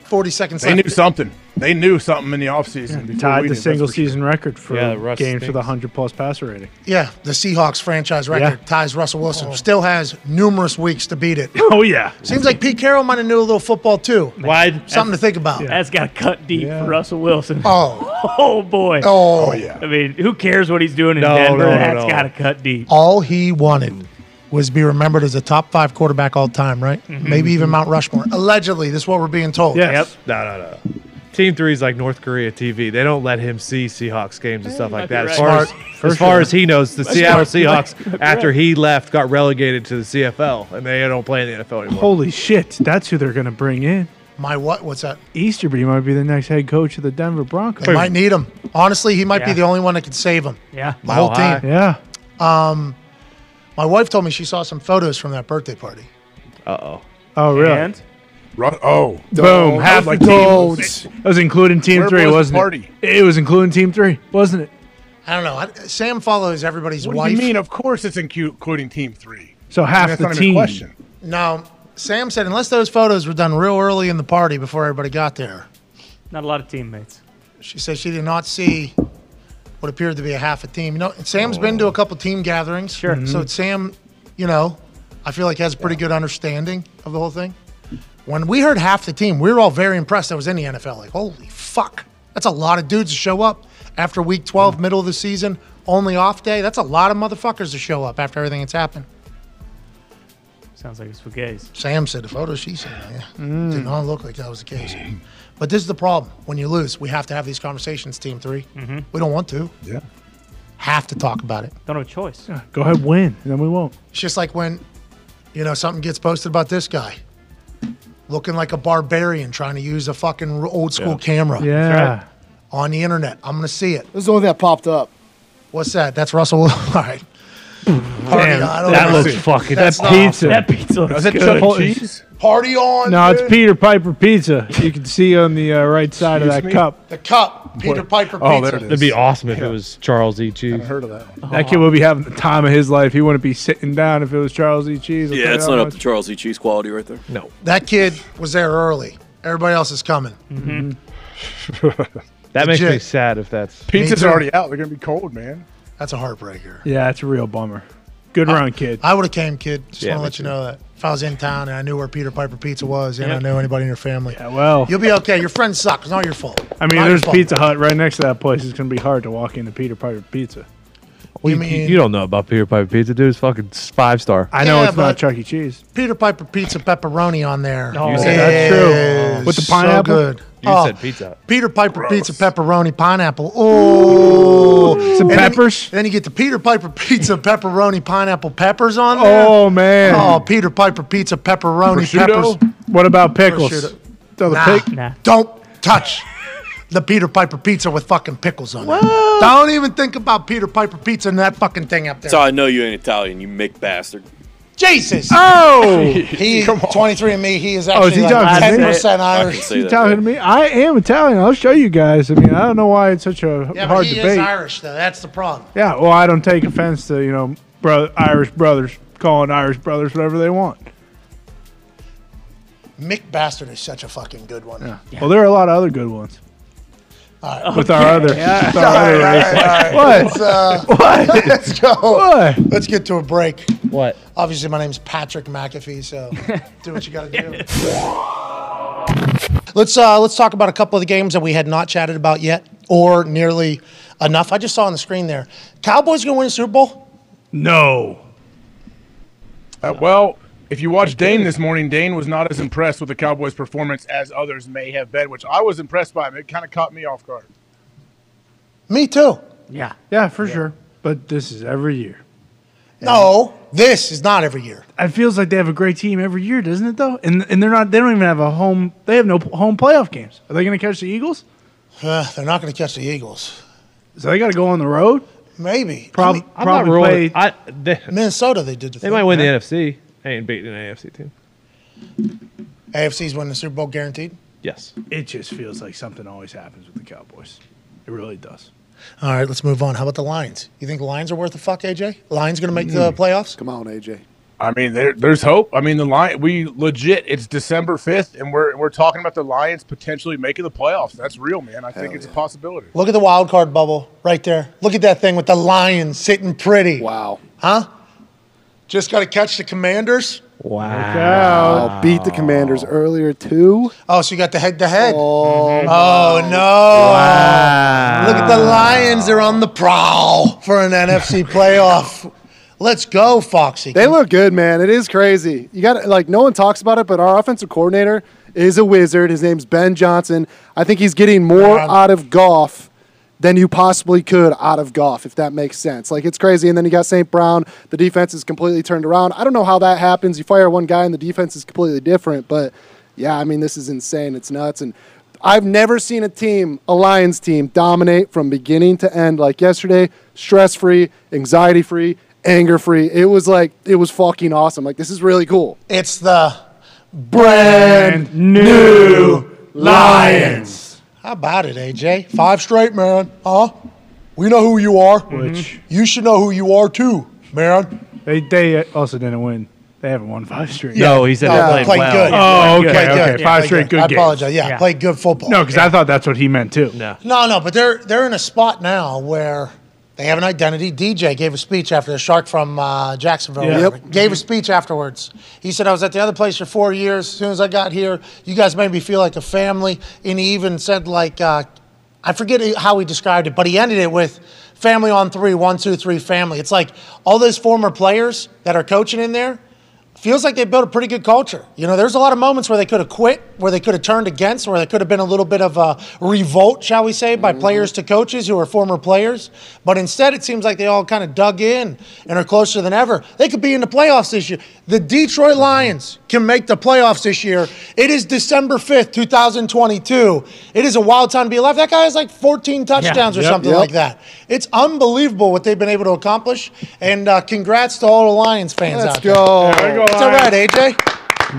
A: 40 seconds
H: They
A: left.
H: knew something. They knew something in the offseason. before we
B: Tied the
H: did, that's
B: single
H: for sure.
B: season record for
G: Yeah, Russ
B: games for the
G: stinks.
B: 100 plus passer rating.
A: Yeah, the Seahawks franchise record
B: Yeah.
A: ties Russell Wilson.
D: Oh.
A: Still has numerous weeks to beat it.
B: Oh, yeah.
A: Seems like Pete Carroll might have knew a little football too.
G: Wide.
A: Something to think about.
D: That's got to cut deep for Russell Wilson.
A: Oh,
D: Oh boy.
A: oh,
D: I mean, who cares what he's doing in
G: No,
D: Denver?
G: no, no,
D: That's
G: no.
D: got to cut deep.
A: All he wanted was to be remembered as a top five quarterback all time, right?
D: Mm-hmm.
A: Maybe even Mount Rushmore. Allegedly, this is what we're being told.
B: Yes.
G: No, no, no. Team three is like North Korea TV. They don't let him see Seahawks games and stuff like that. As
D: might be
G: far, as, as, far as he knows, the Seattle Seahawks, after he left, got relegated to the CFL, and they don't play in the NFL anymore.
B: Holy shit. That's who they're going to bring in.
A: My what? What's that?
B: Easterby might be the next head coach of the Denver Broncos.
A: They might need him. Honestly, he might be
D: Yeah.
A: the only one that could save him.
D: Yeah.
A: The whole
G: Mile
A: team. Um,
G: high.
B: Yeah.
A: My wife told me she saw some photos from that birthday party.
B: Oh, really?
D: And
H: Ru- oh,
B: Boom. Half the team.
E: Don't.
B: That was including team
H: Where
B: three,
H: was the
B: wasn't
H: party?
B: it? It was including team three, wasn't it?
A: I don't know. I, Sam follows everybody's
H: what
A: wife.
H: do you mean? Of course, it's including Team Three.
B: So half
H: That's
B: the
H: not even
B: team.
H: a question.
A: No, Sam said unless those photos were done real early in the party before everybody got there,
D: not a lot of teammates.
A: she said she did not see what appeared to be a half a team. You know, and Sam's been
D: Oh.
A: to a couple team gatherings. Sure.
D: Mm-hmm.
A: So Sam, you know, I feel like has a pretty good understanding of the whole thing. When we heard half the team, we were all very impressed that was in the NFL. Like, holy fuck. That's a lot of dudes to show up after week
D: Mm.
A: 12, middle of the season, only off day. That's a lot of motherfuckers to show up after everything that's happened.
D: Sounds like it's Fugazi.
A: Sam said the photo she said, yeah.
D: Mm.
A: Did not look like that was the case. But this is the problem. When you lose, we have to have these conversations, team 3 We don't want to.
H: Yeah.
A: Have to talk about it.
D: Mm-hmm. Don't have a choice.
B: Go ahead, win, and then we won't.
A: It's just like when, you know, something gets posted about this guy looking like a barbarian trying to use a fucking old school camera
B: Yeah.
A: on the internet. I'm going to see it.
E: This is the only thing that popped up.
A: What's that? That's Russell. All right. Party on.
G: That
A: Let's
G: looks
A: see.
G: fucking.
A: That's not-
B: Pizza.
D: That pizza looks
H: Is that
D: good.
H: Chuck E. Cheese?
A: Party on.
B: no, it's
A: dude.
B: Peter Piper Pizza. You can see on the uh, right side of
H: Excuse
B: that
H: me?
B: cup.
A: The cup. Peter Piper
H: Oh,
A: pizza.
H: there it is.
G: It'd be awesome if it was Charles E. Cheese.
H: Heard of that? One.
B: That kid would be having the time of his life. He wouldn't be sitting down if it was Charles E. Cheese. I'll tell
J: Yeah,
B: you
J: it's
B: that
J: not up
B: much.
J: to Charles E. Cheese quality right there.
G: No.
A: That kid was there early. Everybody else is coming.
G: Mm-hmm. That makes me
A: Legit.
G: sad if that's.
H: Pizza's
A: too.
H: already out. They're gonna be cold, man.
A: That's a heartbreaker.
B: Yeah, it's a real bummer. Good run, kid.
A: I would have came, kid. Just
G: Yeah,
A: want to
G: me
A: let
G: too.
A: you know that if I was in town and I knew where Peter Piper Pizza was, and I know anybody in your family,
B: Yeah, well,
A: you'll be okay. Your friends suck. It's not your fault.
B: I mean,
A: Not your
B: there's
A: fault.
B: Pizza Hut right next to that place. It's going to be hard to walk into Peter Piper Pizza.
A: You
G: You,
A: mean-
G: you don't know about Peter Piper Pizza, dude. It's fucking five star.
B: I know
A: Yeah,
B: it's not
A: but-
B: Chuck E. Cheese.
A: Peter Piper Pizza pepperoni on there.
B: Oh,
A: is
B: that's true. With the pineapple?
A: So good.
G: You
A: Oh,
G: said pizza.
A: Peter Piper Pizza pepperoni pineapple. Oh,
B: Some
A: And then-
B: peppers?
A: Then, you get the Peter Piper Pizza pepperoni pineapple peppers on there.
B: Oh, man.
A: Oh, Peter Piper Pizza pepperoni
H: Prosciutto?
A: peppers.
B: What about pickles?
A: Prosciutto.
B: Throw the
A: Nah,
B: pick-
D: Nah.
A: Don't touch the Peter Piper pizza with fucking pickles on it. Don't even think about Peter Piper pizza and that fucking thing up there.
J: That's how I know you ain't Italian, you Mick bastard.
A: Jesus.
B: Oh!
A: He, 23 and me, he is
B: Oh, is
A: actually
B: he
A: like
B: talking to me?
A: 10%
J: I can
A: Irish.
J: say
B: You
J: that.
B: talking to me? I am Italian. I'll show you guys. I mean, I don't know why it's such a
A: Yeah, but
B: hard
A: he is
B: debate.
A: Irish, though. That's the problem.
B: Yeah, well, I don't take offense to you know, bro- Irish brothers calling Irish brothers whatever they want.
A: Mick Bastard is such a fucking good one.
B: Well, there are a lot of other good ones.
A: All right.
B: With our other, with our other races.
A: Let's, uh, let's go.
B: What?
A: Let's get to a break.
G: What?
A: Obviously, my name's Patrick McAfee, so do what you got to do. let's uh, let's talk about a couple of the games that we had not chatted about yet, or nearly enough. I just saw on the screen there, Cowboys gonna win the Super Bowl.
B: No.
H: Uh, well, if you watched Dane this morning, Dane was not as impressed with the Cowboys' performance as others may have been, which I was impressed by. It kind of caught me off guard.
A: Me too.
D: Yeah.
B: Yeah, for sure. but this is every year.
A: No, Oh, this is not every year.
B: It feels like they have a great team every year, doesn't it? Though, and and they're not. They don't even have a home. They have no p- home playoff games. Are they going to catch the Eagles?
A: Uh, they're not going to catch the Eagles.
B: So they got to go on the road.
A: Maybe. I
B: Prob-
A: mean,
C: I'm not
B: probably
C: ruling.
B: play-
C: I, they,
A: Minnesota, they did the
C: they
A: thing.
C: might win the NFC. They ain't beating an AFC team.
A: AFC's winning the Super Bowl guaranteed.
C: Yes.
B: it just feels like something always happens with the Cowboys. It really does.
A: All right, let's move on. How about the Lions? You think the Lions are worth a fuck, AJ? Lions going to make the playoffs?
E: Come on, AJ.
H: I mean, there, there's hope. I mean, the Lion. We legit. It's December fifth, and we're we're talking about the Lions potentially making the playoffs. That's real, man. I think it's a possibility.
A: Look at the wild card bubble right there. Look at that thing with the Lions sitting pretty.
E: Wow.
A: Huh? Just got to catch the Commanders.
E: Wow. Beat the Commanders earlier too.
A: Oh, so you got the head to head. Oh,
E: Oh,
A: no. Look at the Lions. They're on the prowl for an NFC playoff. Let's go, Foxy.
E: They look good, man. It is crazy. You got to like no one talks about it, but our offensive coordinator is a wizard. His name's Ben Johnson. I think he's getting more
A: Um,
E: out of golf than you possibly could out of golf, if that makes sense. Like it's crazy. And then you got St. Brown. The defense is completely turned around. I don't know how that happens. You fire one guy and the defense is completely different. But yeah, I mean this is insane. It's nuts. And I've never seen a team, a Lions team, dominate from beginning to end like yesterday. Stress free, anxiety free, anger free. It was like it was fucking awesome. Like this is really cool.
A: It's the brand
B: new
A: Lions. How about it, AJ? Five straight, man. Huh? We know who you are.
B: Which
A: You should know who you are too, man.
B: they they also didn't win. They haven't won five straight.
C: No, he said
A: No,
C: they played,
A: played
C: well.
A: good.
B: Oh, okay,
A: Played
B: okay.
A: good.
B: Five
A: Played
B: straight good
A: I
B: games.
A: apologize. Yeah,
D: Yeah.
A: played good football.
B: No, because I thought that's what he meant too.
C: No.
A: No, no, but they're they're in a spot now where they have an identity. DJ gave a speech after the shark from uh, Jacksonville.
B: Yeah.
E: Yep.
A: Gave a speech afterwards. He said, "I was at the other place for four years. As soon as I got here, you guys made me feel like a family." And he even said, "Like uh, I forget how he described it, but he ended it with." Family on three, one, two, three, family. It's like all those former players that are coaching in there, feels like they built a pretty good culture. You know, there's a lot of moments where they could have quit, where they could have turned against, where there could have been a little bit of a revolt, shall we say, by players to coaches who are former players. But instead, it seems like they all kind of dug in and are closer than ever. They could be in the playoffs this year. The Detroit Lions can make the playoffs this year. It is December 5th, 2022. It is a wild time to be alive. That guy has like 14 touchdowns or
B: Yep.
A: something
E: Yep.
A: like that. It's unbelievable what they've been able to accomplish. And uh, congrats to all the Lions fans
E: Let's
A: out there.
E: go.
A: It's all right, AJ.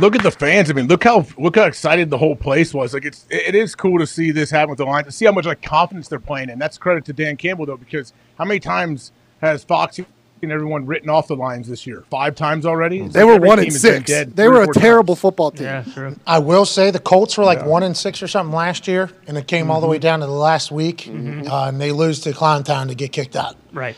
H: Look at the fans. I mean, look how look how excited the whole place was. Like it's it is cool to see this happen with the Lions. To see how much like confidence they're playing, and that's credit to Dan Campbell though, because how many times has Foxy and everyone written off the Lions this year? Five times already. It's
E: They
H: like
E: were
H: every
E: one
H: team
E: and
H: has been
E: six.
H: dead
E: They
H: three or
E: were a
H: four times.
E: terrible football team.
D: Yeah, true.
A: I will say the Colts were like one and six or something last year, and it came all
H: Mm-hmm.
A: the way down to the last week, uh, and they lose to Clowntown to get kicked out.
D: Right.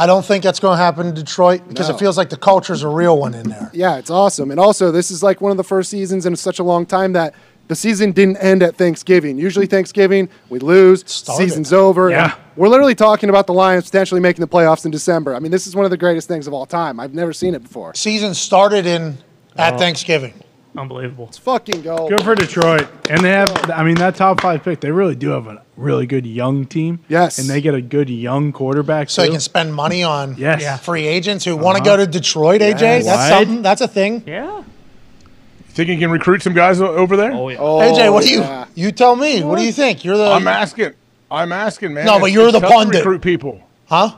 A: I don't think that's going to happen in Detroit because
E: No.
A: it feels like the culture's a real one in there.
E: Yeah, it's awesome. And also, this is like one of the first seasons in such a long time that the season didn't end at Thanksgiving. Usually, Thanksgiving, we lose,
A: Started.
E: season's over.
B: Yeah.
E: We're literally talking about the Lions potentially making the playoffs in December. I mean, this is one of the greatest things of all time. I've never seen it before.
A: Season started in at Thanksgiving.
D: Unbelievable.
E: Let's fucking go.
B: Good for Detroit, and they have. I mean, that top five pick, they really do have a really good young team.
E: Yes.
B: and they get a good young quarterback.
A: So
B: too.
A: you can spend money on
B: Yes. Yeah.
A: free agents
H: Uh-huh.
A: who want to go to Detroit, AJ. That's
B: Right.
A: something. That's a thing.
D: Yeah.
H: Think you can recruit some guys o- over there?
C: Oh, yeah.
E: Oh,
A: AJ, what do you
E: yeah.
A: you tell me? What do you think? You're the
H: I'm asking. I'm asking, man.
A: No, but
H: It's-
A: you're
H: it's
A: the
H: tough to
A: pundit.
H: Recruit people.
A: huh?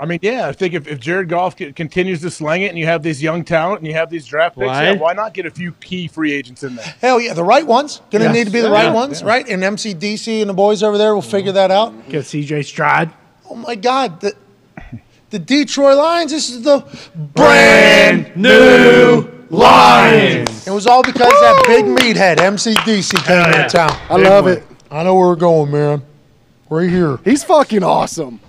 H: I mean, yeah, I think if, if Jared Goff c- continues to slang it and you have these young talent and you have these draft picks,
C: Why?
H: yeah, why not get a few key free agents in there?
A: Hell yeah, the right ones. Gonna
B: Yes.
A: need to be the
B: Yeah.
A: right ones, right? And MCDC and the boys over there will figure that out.
B: get CJ Stride.
A: Oh my God, the the Detroit Lions. This is the brand.
B: Brand new Lions.
A: It was all because of that big meathead MCDC came into town.
E: I love it.
A: I know where we're going, man. We're here
E: He's fucking awesome.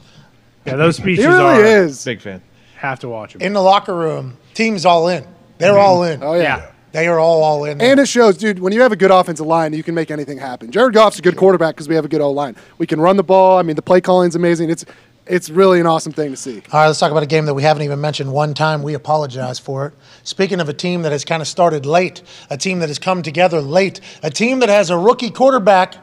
B: Yeah, those
E: He
B: speeches
E: really
B: are.
E: is.
C: Big fan.
B: Have to watch them.
A: in the locker room. Team's all in. They're
B: Mm-hmm.
A: all in.
E: Oh, yeah.
A: They are all all in.
E: And it shows, dude, when you have a good offensive line, you can make anything happen. Jared Goff's a good quarterback because we have a good O line. We can run the ball. I mean, the play calling's amazing. It's it's really an awesome thing to see.
A: All right, let's talk about a game that we haven't even mentioned one time. We apologize for it. Speaking of a team that has kind of started late, a team that has come together late, a team that has a rookie quarterback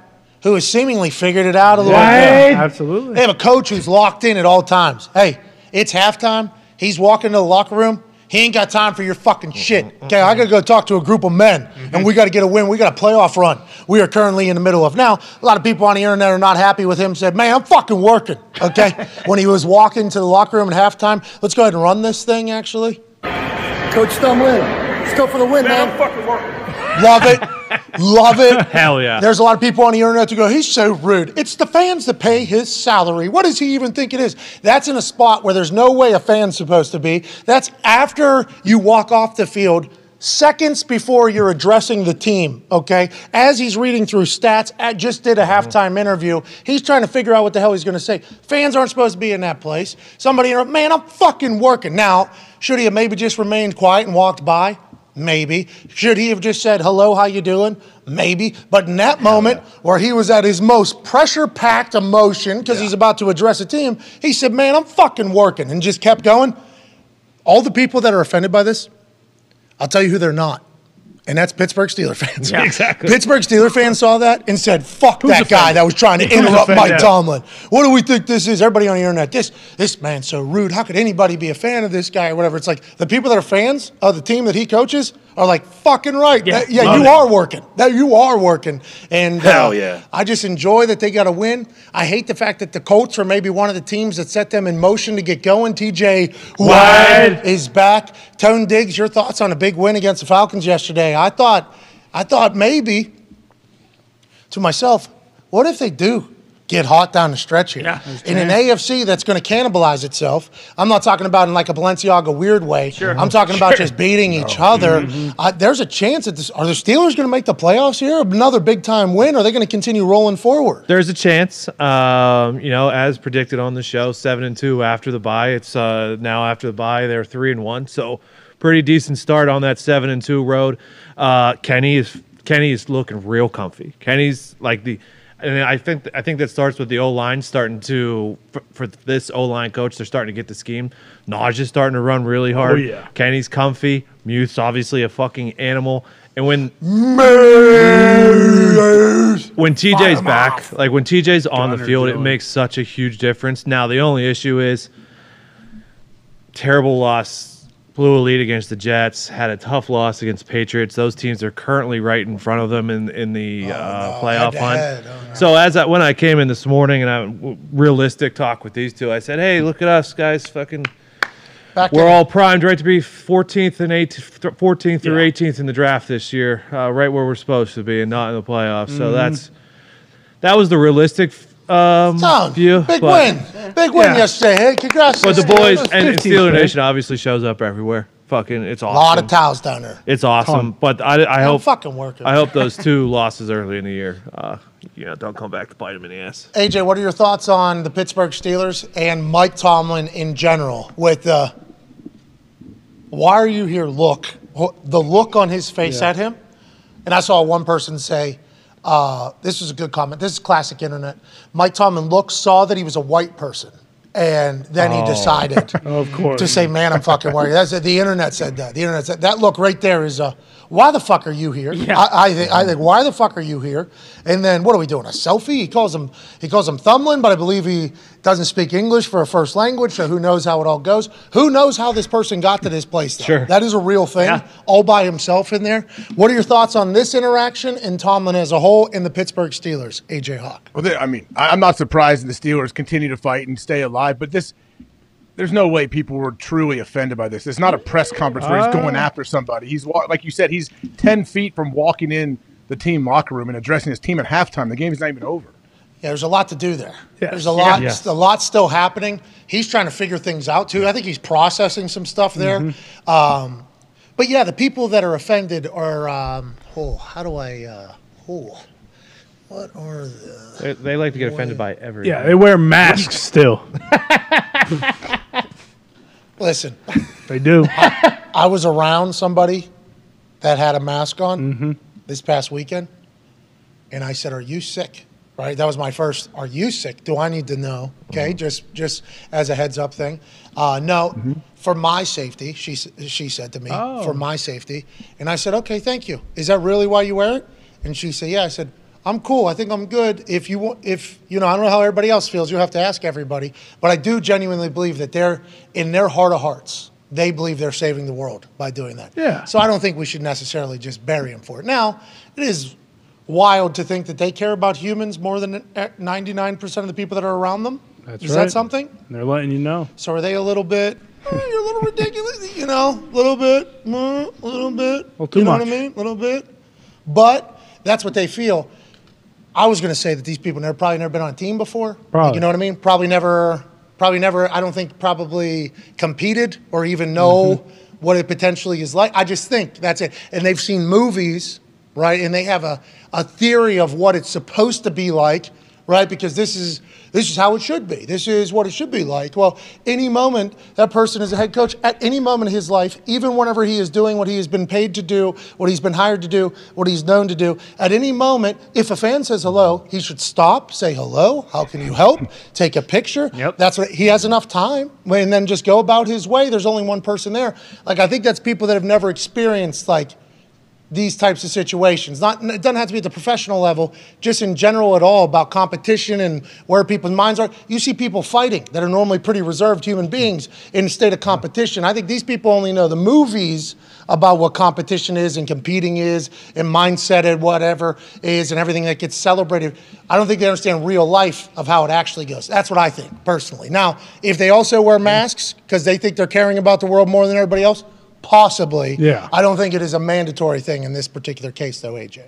A: who has seemingly figured it out a little bit.
B: Yeah, absolutely.
A: They have a coach who's locked in at all times. Hey, it's halftime. He's walking to the locker room. He ain't got time for your fucking shit. Okay, I gotta go talk to a group of men, and we gotta get a win. We got a playoff run. We are currently in the middle of now. A lot of people on the internet are not happy with him. Said, man, I'm fucking working. Okay, when he was walking to the locker room at halftime, let's go ahead and run this thing. Actually,
E: Coach Thumlin, let's go for the win, man.
A: love it, love it.
C: Hell yeah.
A: There's a lot of people on the internet who go, he's so rude. It's the fans that pay his salary. What does he even think it is? That's in a spot where there's no way a fan's supposed to be. That's after you walk off the field. Seconds before you're addressing the team, okay? As he's reading through stats, I just did a halftime interview. He's trying to figure out what the hell he's going to say. Fans aren't supposed to be in that place. Somebody, interrupt, man, I'm fucking working. Now, should he have maybe just remained quiet and walked by? Maybe. Should he have just said, hello, how you doing? Maybe. But in that moment where he was at his most pressure-packed emotion because he's about to address a team, he said, man, I'm fucking working and just kept going. All the people that are offended by this, I'll tell you who they're not. And that's Pittsburgh Steeler fans.
C: exactly.
A: Pittsburgh Steeler fans saw that and said, "Fuck that guy that was trying to interrupt
C: offended?
A: Mike Tomlin. What do we think this is? Everybody on the internet, this this man's so rude. How could anybody be a fan of this guy or whatever?" It's like the people that are fans of the team that he coaches are like fucking right.
D: Yeah,
A: That- Yeah,
D: love
A: you
D: it.
A: are working. That you are working. And uh,
J: Hell yeah.
A: I just enjoy that they got a win. I hate the fact that the Colts are maybe one of the teams that set them in motion to get going. TJ Wide is back. Tone Diggs, your thoughts on a big win against the Falcons yesterday? I thought, I thought maybe to myself, what if they do get hot down the stretch here?
D: Yeah.
A: in an AFC that's going to cannibalize itself. I'm not talking about in like a Balenciaga weird way.
C: Oh,
A: I'm talking about just beating each other.
C: Mm-hmm.
A: Uh, there's a chance that this, are the Steelers going to make the playoffs here? Another big time win? Are they going to continue rolling forward?
C: There's a chance, um, you know, as predicted on the show, seven and two after the bye. It's uh, now after the bye, they're three and one, so pretty decent start on that seven and two road. Uh, Kenny is Kenny is looking real comfy. Kenny's like the, and I think I think that starts with the O line starting to for, for this O line coach, they're starting to get the scheme. Naj is starting to run really hard.
B: yeah.
C: Kenny's comfy. Mute's obviously a fucking animal. And when when TJ's back, like when TJ's on the
B: Gunner
C: field, it
B: Jones.
C: makes such a huge difference. Now the only issue is terrible loss, blew a lead against the Jets, had a tough loss against Patriots. Those teams are currently right in front of them in in
A: Oh,
C: the uh, playoff hunt.
A: Head-to-head. Oh, no.
C: So as I, when I came in this morning and I w- realistic talk with these two, I said, "Hey, look at us guys, fucking."
A: Back
C: We're
A: in-
C: all primed, right, to be 14th and 18th, 14th through 18th in the draft this year, uh, right where we're supposed to be, and not in the playoffs. So that's that was the realistic um,
A: Son,
C: view.
A: big
C: but,
A: win. Big win yesterday. Hey, congrats.
C: But the
A: Steelers.
C: boys and, and
B: 15th,
C: Steeler
B: right?
C: Nation obviously shows up everywhere. Fucking, it's
A: A
C: awesome.
A: lot of towels down there.
C: It's awesome. But I, I
A: I'm
C: hope
A: fucking working.
C: I hope those two losses early in the year, uh, you know, don't come back to bite them in the ass.
A: AJ, what are your thoughts on the Pittsburgh Steelers and Mike Tomlin in general? With the why are you here? Look, Wh- the look on his face at him, and I saw one person say, uh, "This was a good comment. This is classic internet." Mike Tomlin looked, saw that he was a white person, and then he decided
B: Oh. Of course.
A: to say, "Man, I'm fucking worried." That's the internet said that. The internet said that. Look right there is a. Why the fuck are you here? I, I think. I think. Why the fuck are you here? And then what are we doing? A selfie? He calls him. He calls him Thumlin, but I believe he doesn't speak English for a first language. So who knows how it all goes? Who knows how this person got to this place? Though? Sure. That is a real thing. All by himself in there. What are your thoughts on this interaction and Tomlin as a whole and the Pittsburgh Steelers? AJ Hawk.
H: Well, they, I mean, I, I'm not surprised the Steelers continue to fight and stay alive, but this, there's no way people were truly offended by this. It's not a press conference where he's going after somebody. He's wa- like you said, he's ten feet from walking in the team locker room and addressing his team at halftime. The game's not even over.
A: Yeah, there's a lot to do there.
B: Yes.
A: There's a lot,
B: Yes.
A: a lot still happening. He's trying to figure things out too. I think he's processing some stuff there.
B: Mm-hmm.
A: Um, but yeah, the people that are offended are, um, oh, how do I, uh, oh, what are the?
C: They, they like to get offended by everything.
B: yeah, they wear masks still.
A: Listen,
B: They do.
A: I was around somebody that had a mask on this past weekend, and I said, "Are you sick?" Right? That was my first. Are you sick? Do I need to know? Okay, just just as a heads up thing. Uh, no, for my safety, she s- she said to me, "For my safety," and I said, "Okay, thank you." Is that really why you wear it? And she said, "Yeah." I said, I'm cool. I think I'm good. If you want, if you know, I don't know how everybody else feels. You'll have to ask everybody. But I do genuinely believe that they're in their heart of hearts. They believe they're saving the world by doing that.
B: Yeah.
A: So I don't think we should necessarily just bury them for it. Now, it is wild to think that they care about humans more than 99% of the people that are around them.
B: That's
A: is
B: right.
A: that something?
B: They're letting you know.
A: So are they a little bit? "Eh, you're a little ridiculous, you know, a little bit, a little bit.
B: Well, too
A: you know
B: much.
A: what I mean? A little bit. But that's what they feel. I was going to say that these people never probably never been on a team before. Like,
B: Probably.
A: you know what I mean? Probably never. Probably never. I don't think probably competed or even know what it potentially is like. I just think that's it. And they've seen movies, right? And they have a, a theory of what it's supposed to be like, right? Because this is this is how it should be. This is what it should be like. Well, any moment that person is a head coach at any moment of his life, even whenever he is doing what he has been paid to do, what he's been hired to do, what he's known to do, at any moment, if a fan says hello, he should stop, say hello, how can you help? Take a picture.
D: Yep.
A: That's what he has enough time and then just go about his way. There's only one person there. Like I think that's people that have never experienced like these types of situations. Not it doesn't have to be at the professional level, just in general at all about competition and where people's minds are. You see people fighting that are normally pretty reserved human beings in a state of competition. I think these people only know the movies about what competition is and competing is and mindset and whatever is and everything that gets celebrated. I don't think they understand real life of how it actually goes. That's what I think personally. Now, if they also wear masks because they think they're caring about the world more than everybody else, possibly.
B: Yeah.
A: I don't think it is a mandatory thing in this particular case, though, AJ.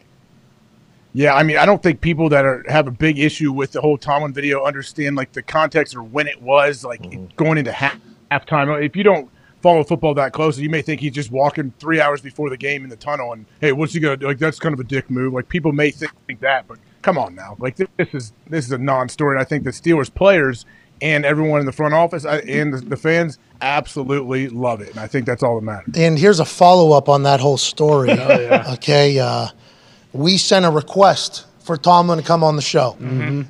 H: Yeah, I mean, I don't think people that are have a big issue with the whole Tomlin video understand like the context or when it was, like
C: Mm-hmm.
H: going into half halftime. If you don't follow football that closely, you may think he's just walking three hours before the game in the tunnel, and hey, what's he gonna do? Like that's kind of a dick move. Like people may think, think that, but come on now, like this, this is this is a non-story. And I think the Steelers players and everyone in the front office I, and the, the fans absolutely love it, and I think that's all that matters.
A: And here's a follow up on that whole story. Okay. Uh, we sent a request for Tomlin to come on the show.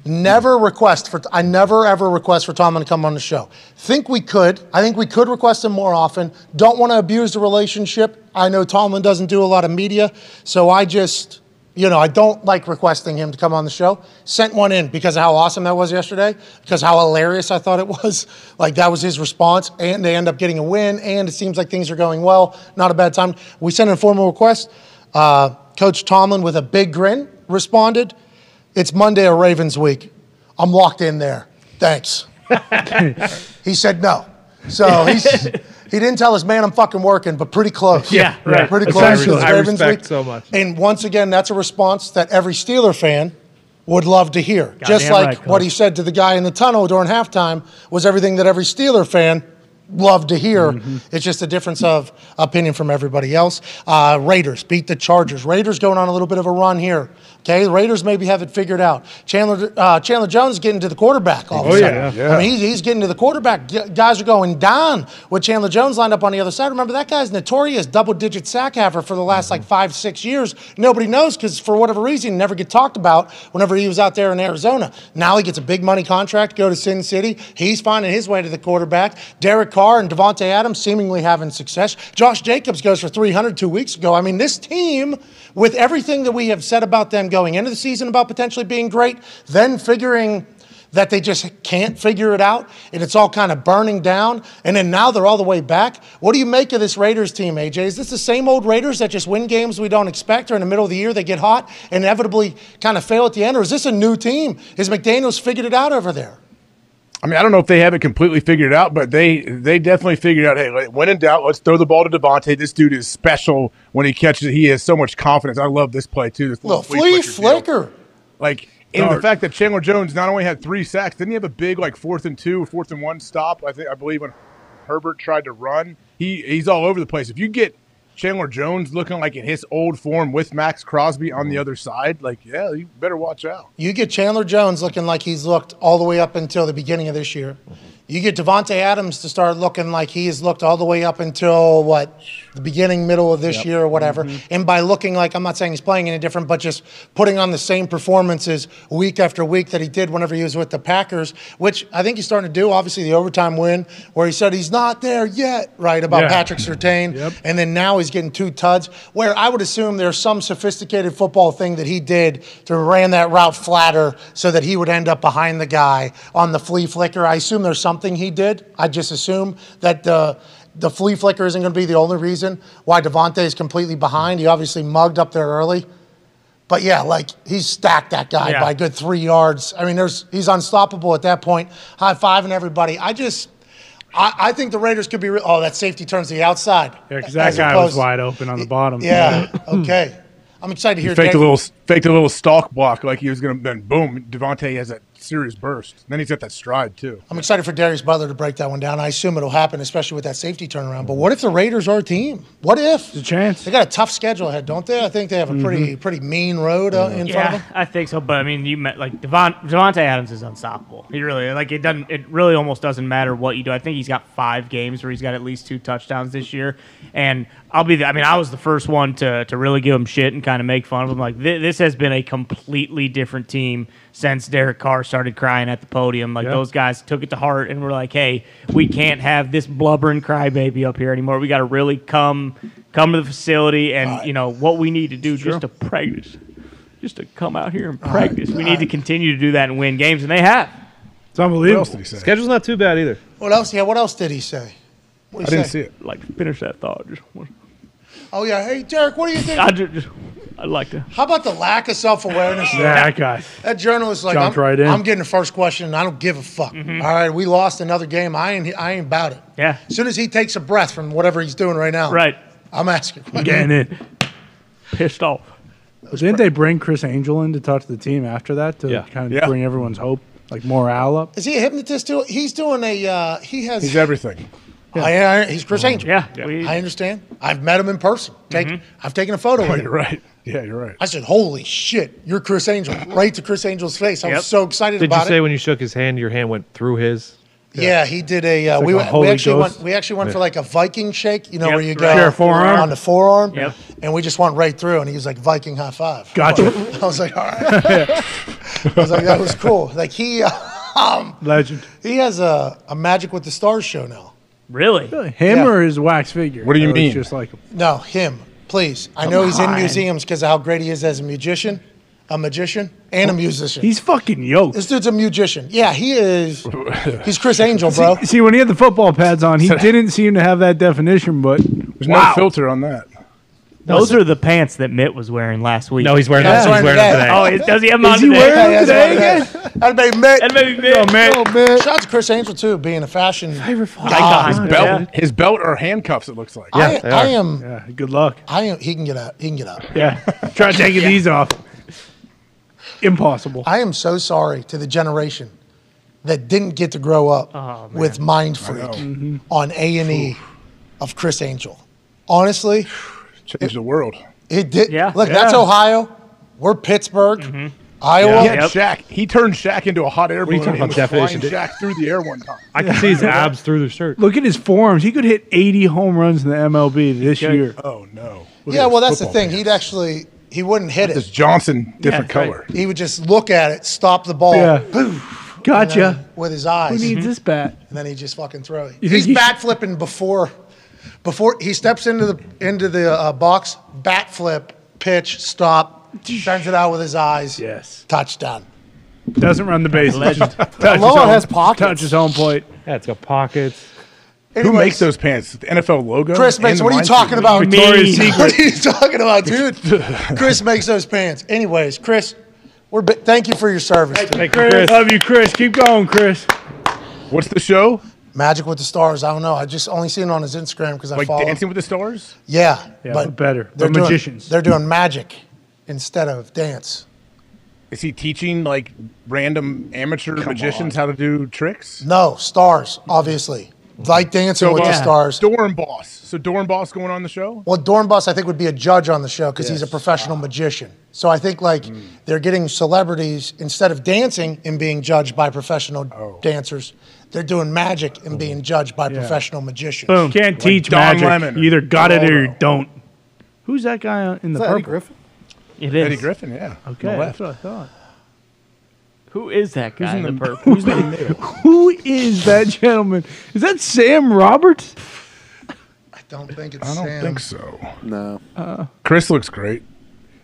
A: Never request for, I never ever request for Tomlin to come on the show. Think we could. I think we could request him more often. Don't want to abuse the relationship. I know Tomlin doesn't do a lot of media, so I just. you know, I don't like requesting him to come on the show. Sent one in because of how awesome that was yesterday, because how hilarious I thought it was. Like that was his response, and they end up getting a win, and it seems like things are going well. Not a bad time. We sent in a formal request. Uh, Coach Tomlin, with a big grin, responded, "It's Monday of Ravens week. I'm locked in there. Thanks." he said no, so he's. He didn't tell us, man, I'm fucking working, but pretty close.
D: Yeah, right.
A: Pretty
B: That's
A: close.
B: what I
A: It's
B: really-
C: I
A: Ravens
C: respect
A: week.
C: so much.
A: And once again, that's a response that every Steeler fan would love to hear. Just
D: damn
A: like
D: right, Coach.
A: what he said to the guy in the tunnel during halftime was everything that every Steeler fan loved to hear. It's just a difference of opinion from everybody else. Uh, Raiders beat the Chargers. Raiders going on a little bit of a run here. Okay, the Raiders maybe have it figured out. Chandler uh, Chandler Jones getting to the quarterback all of a
B: Oh, yeah,
A: sudden.
H: yeah.
A: I mean, he's, he's getting to the quarterback. G- guys are going down with Chandler Jones lined up on the other side. Remember, that guy's notorious double digit sack haver for the last like five, six years. Nobody knows because for whatever reason, he never get talked about whenever he was out there in Arizona. Now he gets a big money contract, go to Sin City. He's finding his way to the quarterback. Derek Carr and Devontae Adams seemingly having success. Josh Jacobs goes for 300 two weeks ago. I mean, this team, with everything that we have said about them going into the season about potentially being great, then figuring that they just can't figure it out and it's all kind of burning down and then now they're all the way back what do you make of this raiders team aj is this the same old raiders that just win games we don't expect or in the middle of the year they get hot and inevitably kind of fail at the end or is this a new team is mcdaniels figured it out over there
H: I mean, I don't know if they haven't completely figured it out, but they they definitely figured out. Hey, like, when in doubt, let's throw the ball to Devontae. This dude is special when he catches it. He has so much confidence. I love this play too. This
A: little flea
H: deal.
A: flicker
H: Like, and the
B: Dart.
H: fact that Chandler Jones not only had three sacks, didn't he have a big like fourth and two, fourth and one stop? I think I believe when Herbert tried to run, he he's all over the place. If you get Chandler Jones looking like in his old form with Max Crosby on the other side, like yeah, you better watch out.
A: You get Chandler Jones looking like he's looked all the way up until the beginning of this year. You get Devonte Adams to start looking like he has looked all the way up until what the beginning, middle of this year or whatever. And by looking like I'm not saying he's playing any different, but just putting on the same performances week after week that he did whenever he was with the Packers, which I think he's starting to do. Obviously, the overtime win where he said he's not there yet, right about
B: Yeah.
A: Patrick Sertain, and then now he's getting two tuds. Where I would assume there's some sophisticated football thing that he did to ran that route flatter so that he would end up behind the guy on the flea flicker. I assume there's something he did. I just assume that the the flea flicker isn't going to be the only reason why Devontae is completely behind. He obviously mugged up there early. But yeah, like he's stacked that guy
D: Yeah.
A: by a good three yards. I mean, there's he's unstoppable at that point. High fiving everybody. I just, I, I think the Raiders could be. Re- oh, that safety turns to the outside.
B: Yeah, because that
A: As
B: guy was
A: opposed-
B: wide open on the bottom.
A: Yeah. okay. I'm excited to
H: He
A: hear.
H: faked a
A: Dave-
H: little faked a little stalk block like he was gonna then boom, Devontae has that serious burst. Then he's got that stride too.
A: I'm excited for Darius Butler to break that one down. I assume it'll happen, especially with that safety turnaround. But what if the Raiders are a team? What if
B: There's a chance.
A: they got a tough schedule ahead, don't they? I think they have a pretty pretty mean road uh, in front of
D: Yeah,
A: them.
D: I think so. But I mean, you met like Devon, Devontae Adams is unstoppable. He really like it doesn't. It really almost doesn't matter what you do. I think he's got five games where he's got at least two touchdowns this year. And I'll be. The, I mean, I was the first one to to really give him shit and kind of make fun of him. Like thi- this has been a completely different team since Derek Carr started crying at the podium. Like those guys took it to heart and were like, "Hey, we can't have this blubbering crybaby up here anymore. We got to really come." Come to the facility, and you know what we need to do just to practice just to come out here and practice. we need to continue to do that and win games, and they have.
B: It's unbelievable.
H: What did he say?
G: Schedule's not too bad either.
A: What else? Yeah. What else did he say? What
H: I
A: did he
H: didn't
A: say?
H: see it.
D: Like finish that thought. Just, one-
A: Oh yeah. Hey, Derek, what do you think?
D: I just, just I'd like to.
A: How about the lack of self awareness?
B: Yeah, that guy.
A: That journalist like I'm,
B: Jumped right in.
A: I'm getting the first question and I don't give a fuck. All right, we lost another game. I ain't I ain't about it.
D: Mm-hmm. Yeah.
A: As soon as he takes a breath from whatever he's doing right now,
D: Right.
A: I'm asking.
B: Getting it.
D: Pissed off.
B: Didn't they bring Chris Angel in to talk to the team after that to
G: Yeah.
B: kind of
H: Yeah.
B: bring everyone's hope, like morale up?
A: Is he a hypnotist too? He's doing a uh, he has
H: He's everything.
A: I, I- he's Chris Angel.
D: Yeah. we- Mm-hmm.
A: I understand. I've met him in person. Take, I've taken a photo with him.
H: You're right. Yeah, you're right.
A: I said, "Holy shit, you're Chris Angel!" Right to Chris Angel's face. I
D: Yep.
A: was so excited
G: Did
A: about
G: you say
A: it.
G: when you shook his hand, your hand went through his?
A: Yeah, he did a. Uh,
G: like
A: we,
G: a
A: went- we
G: Holy
A: actually
G: Ghost.
A: went. We actually went for like a Viking shake. You know
D: Yep,
A: where you
D: right.
A: go
D: Sure,
B: forearm.
A: on the forearm.
D: Yep.
A: And we just went right through, and he was like Viking high five.
B: Gotcha.
A: I was like, all right. I was like, that was cool. Like he uh,
B: Legend.
A: he has a, a Magic with the Stars show now.
D: really?
B: Him
A: Yeah.
B: or his wax figure?
H: What do you
B: That was
H: mean?
B: Just like him.
A: No, him, please. I know he's in
D: on.
A: museums because of how great he is as a musician, a magician, and a musician.
B: he's fucking yoked.
A: this dude's a musician. Yeah, he is. He's Chris Angel, bro.
B: See, when he had the football pads on, he didn't seem to have that definition, but
H: There's no filter on that.
D: Those are the pants that Mitt was wearing last week.
G: No, he's wearing
A: Yeah.
G: them. He's
A: Sorry,
G: wearing them
A: today.
G: today.
D: Oh, is- does he have them on
B: he
D: today?
B: wearing-
A: Yeah, that's
B: Today
A: what it is. That'd be Mitt.
D: And maybe Mitt.
B: man,
A: Shout out to Chris Angel too, being a fashion
D: Icon.
H: His belt, his belt or handcuffs. It looks like.
A: I,
G: Yeah, they
A: I
G: are.
A: am.
B: yeah, good luck.
A: I am. He can get up. He can get up.
B: Yeah, try taking these off. Impossible.
A: I am so sorry to the generation that didn't get to grow up with Mind Freak Mm-hmm. on A and E of Chris Angel. Honestly,
H: Changed the world.
A: it did.
D: Yeah.
A: Look, that's
B: Yeah.
A: Ohio. We're Pittsburgh, Iowa.
H: He
D: Yeah.
H: had
D: Yep.
H: Shaq. He turned Shaq into a hot air
G: are you
H: balloon.
G: talking
H: and
G: about
H: he was flying
G: definition, dude?
H: Shaq through the air one time.
G: I can see his abs through the shirt.
B: Look at his forearms. He could hit 80 home runs in the MLB this
D: Yeah.
B: year.
H: Oh no. Look
A: Yeah,
H: at
A: well,
H: his
A: that's the
H: football
A: thing.
H: pants.
A: He'd actually he wouldn't hit
H: This
A: it.
H: Johnson, different
D: that's right.
H: color.
A: He would just look at it, stop the ball
B: Yeah. Gotcha.
A: with his eyes,
B: Who needs this bat?
A: and then he just fucking throw it.
B: think
A: He's
B: he-
A: bat flipping before before he steps into the into the uh, box. Bat flip, pitch, stop, sends it out with his eyes.
B: Yes.
A: touchdown.
B: Doesn't run the bases.
D: Legend.
B: Touches
E: Aloha
B: home-
E: has pockets.
B: Touches home plate.
G: Yeah, it's got pockets.
H: Who
A: Anyways,
H: makes those pants? The NFL logo.
A: Chris
H: and
A: makes.
H: the
A: What are you
H: line
A: talking
H: through-
A: about?
B: Victoria's
A: dude?
B: Secret.
A: What are you talking about, dude? Chris makes those pants. Anyways, Chris, we're bi- thank you for your service. dude.
G: Thank you, Chris.
B: Love you, Chris. Keep going, Chris.
H: What's the show?
A: Magic with the Stars. I don't know. I just only seen it on his Instagram because I
H: Like
A: follow. him.
H: Dancing with the Stars?
A: Yeah,
B: Yeah, but better. They're
A: doing-
B: magicians.
A: They're doing magic instead of dance.
H: Is he teaching like random amateur magicians how to do tricks?
A: No, stars, obviously. like Dancing with the
H: uh,
A: Stars.
H: Dornboss. So Dornboss going on the show? Ah.
A: Well, Dornbus, I think, would be a judge on the show because he's a professional magician. So I think like
H: Hmm.
A: they're getting celebrities instead of dancing and being judged by professional
H: Oh.
A: dancers, they're doing magic and being judged by professional magicians.
B: Boom. Can't teach
H: Don
B: magic.
H: Lemon or
B: you either got it or you
H: Geraldo.
B: don't. Who's that guy on- in
E: Is
B: the
E: that Eddie
B: purple?
E: Griffin?
D: It is.
H: Eddie Griffin, yeah.
B: Okay, that's what I thought.
D: Who is that guy? in the purple?
H: Who's in the middle?
B: Who is that gentleman? Is that Sam Roberts?
A: I don't think it's
H: I don't
A: Sam.
H: think so.
E: No.
H: Chris looks great.
B: Uh.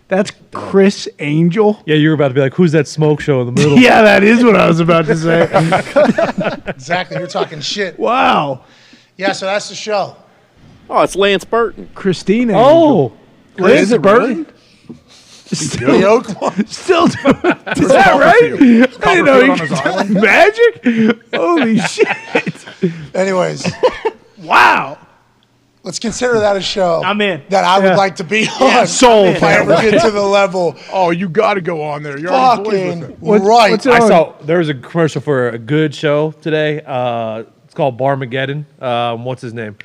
B: That's Chris Angel.
G: Yeah, you were about to be like, who's that smoke show in the middle?
B: Yeah, that is what I was about to say.
A: Exactly. You're talking shit.
B: wow,
A: Yeah, so that's the show.
J: Oh, it's Lance Burton.
B: Christina.
G: Oh,
B: Angel.
H: Is it
B: Burton?
A: The
B: Still,
A: Oakland.
B: still doing. Is that right? I didn't know
H: Copperfield
B: you
H: on his
B: could do magic. Holy shit!
A: Anyways,
B: Wow.
A: let's consider that a show.
D: I'm in.
A: That I would
B: Yeah.
A: like to be on.
B: sold.
A: If I ever get to the level,
H: Oh, you got to go on there. You're already boys with
A: fucking
H: it.
A: right.
B: what's
G: I
B: on?
G: saw there was a commercial for a good show today. Uh, it's called Barmageddon. Um, what's his name?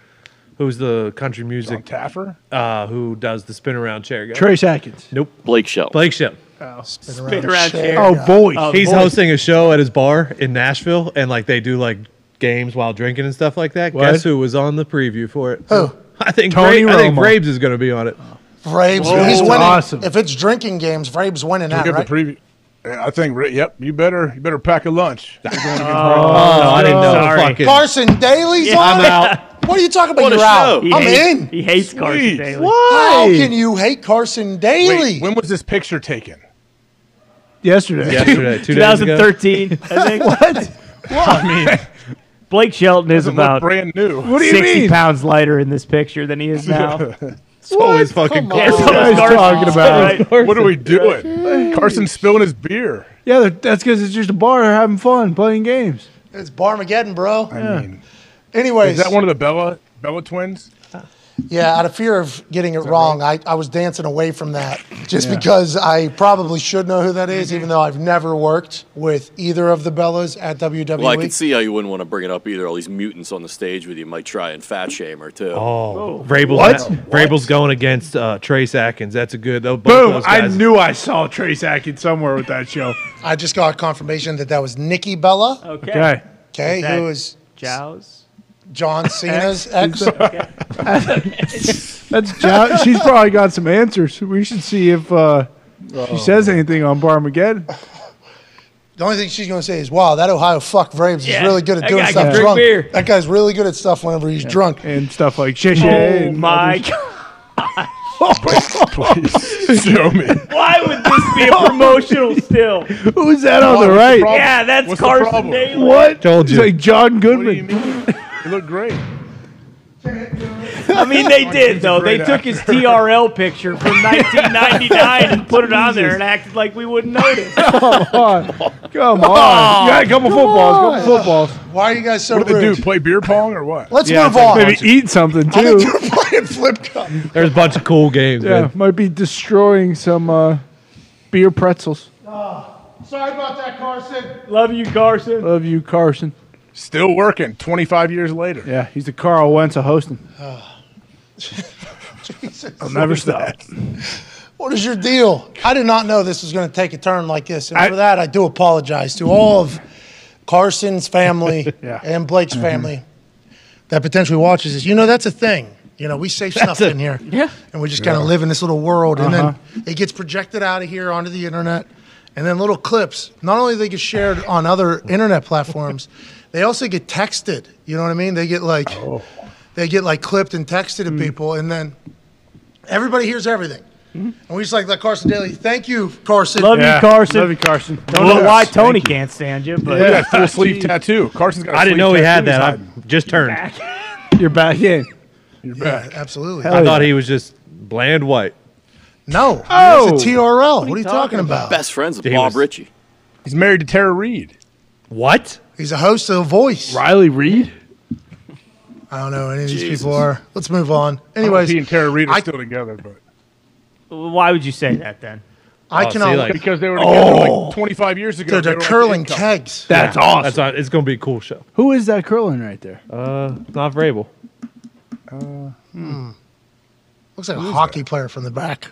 G: Who's the country
H: John
G: music
H: Taffer.
G: uh, who does the spin around chair guy?
B: Trace Atkins.
J: Blake Shell.
G: Blake Ship.
A: spin
D: Oh, around chair.
B: Oh boy.
G: He's hosting a show at his bar in Nashville, and like they do like games while drinking and stuff like that. Guess who was on the preview for it?
A: Who?
G: I think
B: Tony
G: Gra- I think
B: Romo.
G: Graves is going to be on it.
A: Vrabes. He's
B: Whoa.
A: winning.
B: Awesome.
A: If it's drinking games, Vrabes winning
H: Look
A: that,
H: at
A: right?
H: the preview. Yeah, I think. Ri- Yep, you better you better pack a lunch. You're going against Ron.
G: Oh, I didn't know.
D: sorry.
G: Fucking-
A: Carson Daly's on
G: I'm out.
A: What are you talking about?
J: What a
A: You're
J: show.
A: out.
D: He
A: I'm
D: hates,
A: in.
D: He hates Carson
H: Sweet.
D: Daly.
A: How
B: Hey.
A: can you hate Carson Daly?
H: Wait, when was this picture taken?
B: Yesterday.
G: Yesterday, two days ago.
D: 2013, I think. what? Blake Shelton is
H: Doesn't look
D: about
H: brand new.
B: What do you
D: 60
B: mean?
D: pounds lighter in this picture than he is now.
G: It's always fucking
A: Come on.
D: Yeah, so
B: What are
D: is
B: you
D: Carson.
B: talking about?
D: Right.
H: What are we doing? Carson's spilling his beer.
B: Yeah, that- that's because it's just a bar They're having fun, playing games.
A: It's Barmageddon, bro.
H: I mean,
A: Anyways,
H: is that one of the Bella Bella twins?
A: yeah, out of fear of getting it wrong, I, I was dancing away from that just because I probably should know who that is, even though I've never worked with either of the Bellas at E. WWE.
J: Well, I can see how you wouldn't want to bring it up either. All these mutants on the stage with you might try and fat shame her too.
G: Oh, Vrabel's, Vrabel's going against uh, Trace Atkins. That's a good. Both
B: Boom!
G: those
B: I
G: guys.
B: knew I saw Trace Atkins somewhere with that show.
A: I just got confirmation that that was Nikki Bella,
D: Okay.
B: Okay.
A: okay,
D: That-
A: who is
D: Jows.
A: John Cena's ex.
B: That's jo- she's probably got some answers. We should see if uh,
A: Oh,
B: she says anything on Barmageddon.
A: The only thing she's going to say is, "Wow, that Ohio fuck Braves
D: Yeah,
A: is really good at
D: that
A: doing
D: guy
A: stuff
D: can drink
A: drunk.
D: beer."
A: That guy's really good at stuff whenever he's drunk."
B: and stuff like shit.
D: Oh my god.
H: Please show me.
D: Why would this be a promotional still?
B: Who's that on the right?
H: problem?
D: Yeah, that's
H: What's the
D: Carson
H: problem?
D: Daly.
B: What?
G: Told
B: It's
G: you.
B: like John
H: What do you
B: Goodman.
H: mean? You look great.
D: I mean, they did
H: a
D: though. They
H: great
D: took his TRL picture from 1999 and put it on there and acted like we wouldn't notice.
B: Come on. You got a couple footballs. Couple footballs.
A: Why are you guys so
H: What did they
A: rude?
H: do? Play beer pong or what?
A: Let's
G: Yeah,
A: move
G: it's like
A: on.
B: Maybe eat something
A: I think
B: too.
A: they're playing flip cup.
G: There's a bunch of cool games. man.
B: Yeah, might be destroying some uh, beer pretzels.
A: Sorry about that, Carson.
D: Love you, Carson.
B: Love you, Carson.
H: Still working 25 years later.
B: Yeah, he's the Carl Wentz of hosting. I'll never stop.
A: What is your deal? I did not know this was going to take a turn like this, and
B: I-
A: for that, I do apologize to all of Carson's family
B: Yeah. Mm-hmm.
A: and Blake's family that potentially watches this. You know, that's a thing. You know, we say stuff in here, yeah, and we just kind of live in this little world, and
B: Uh-huh.
A: then it gets projected out of here onto the internet, and then little clips. Not only they get shared on other internet platforms, they also get texted. You know what I mean? They get like,
B: Oh.
A: they get like clipped and texted
B: Mm.
A: to people, and then everybody hears everything. And we just like let Carson Daly. Thank you, Carson.
D: Love
B: Mm-hmm. Yeah,
D: you, Carson.
B: Love you, Carson.
D: Don't know why Tony can't stand you, but
H: Look at that full sleeve tattoo. Carson's got. I
G: I didn't know he had that. I just turned.
B: You're back in.
A: Yeah, absolutely.
G: I thought he was just bland white.
A: No,
B: Oh!
A: it's a TRL. What are you, talking, about?
J: Best friends of
G: He
J: Bob
G: was-
J: Ritchie.
H: He's married to Tara Reed.
G: What?
A: He's a host of The Voice.
B: Riley Reed?
A: I don't know who any of these
J: Jesus.
A: people are. Let's move on.
H: Anyways,
A: Anyways,
H: he and Tara Reed are
A: I-
H: still together, but
D: why would you say that then?
A: I
C: Oh, see,
A: cannot.
C: like-
H: because they were together
A: Oh.
H: like 25 years ago.
A: Dude,
H: They
A: they're
H: were on
A: curling
H: income.
A: kegs.
B: That's
C: Yeah,
B: awesome.
C: That's
G: uh,
C: not, it's going to be a cool show.
B: Who is that curling right there?
C: Uh, not Vrabel.
A: uh, hmm. Looks like a hockey player from the back.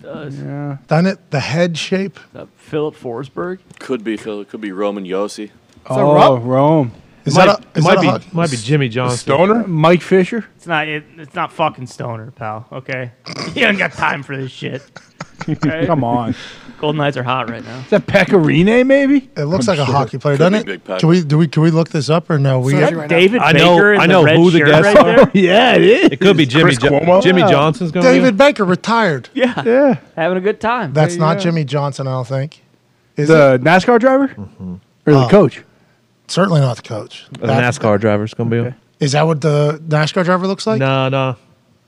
K: Does
B: Yeah.
A: Done it? The head shape.
K: that Uh, Philip Forsberg?
J: Could be Phil. Could be Roman Yossi.
B: oh,
A: Rob?
B: Rome.
A: Is
C: might,
A: that a,
C: it
A: is
C: might
A: that a
C: be
A: hockey?
C: might be Jimmy Johnson.
H: Stoner?
B: Mike Fisher.
D: It's not. It, it's not fucking stoner, pal. Okay, you ain't got time for this shit.
B: Come on.
K: Golden Knights are hot right now.
B: Is that Pecorine maybe?
A: It looks like a hockey player,
J: Could
A: doesn't
J: be
A: it?
J: Big Pack.
A: Can we do we can we look this up or no? We
E: Search
A: got-
E: it right now.
D: David
C: I
D: Baker
C: know-
D: in
C: I
D: the
C: know
D: red
C: who the
D: shirt
C: guests
D: right
C: are.
D: there.
B: yeah, it is.
C: It could be Jimmy.
H: Chris
C: Jo-
H: Cuomo?
C: Jimmy Johnson's going.
A: David Baker retired.
K: Yeah,
B: Yeah.
K: having a good time.
A: That's
B: There you
A: not
B: go.
A: Jimmy Johnson, I don't think. Is it?
B: The NASCAR driver? Or the
A: Oh.
B: coach?
A: Certainly not the coach.
C: The NASCAR driver's going to be.
A: Is that what the NASCAR driver looks like?
C: on. Nah, nah. Mm.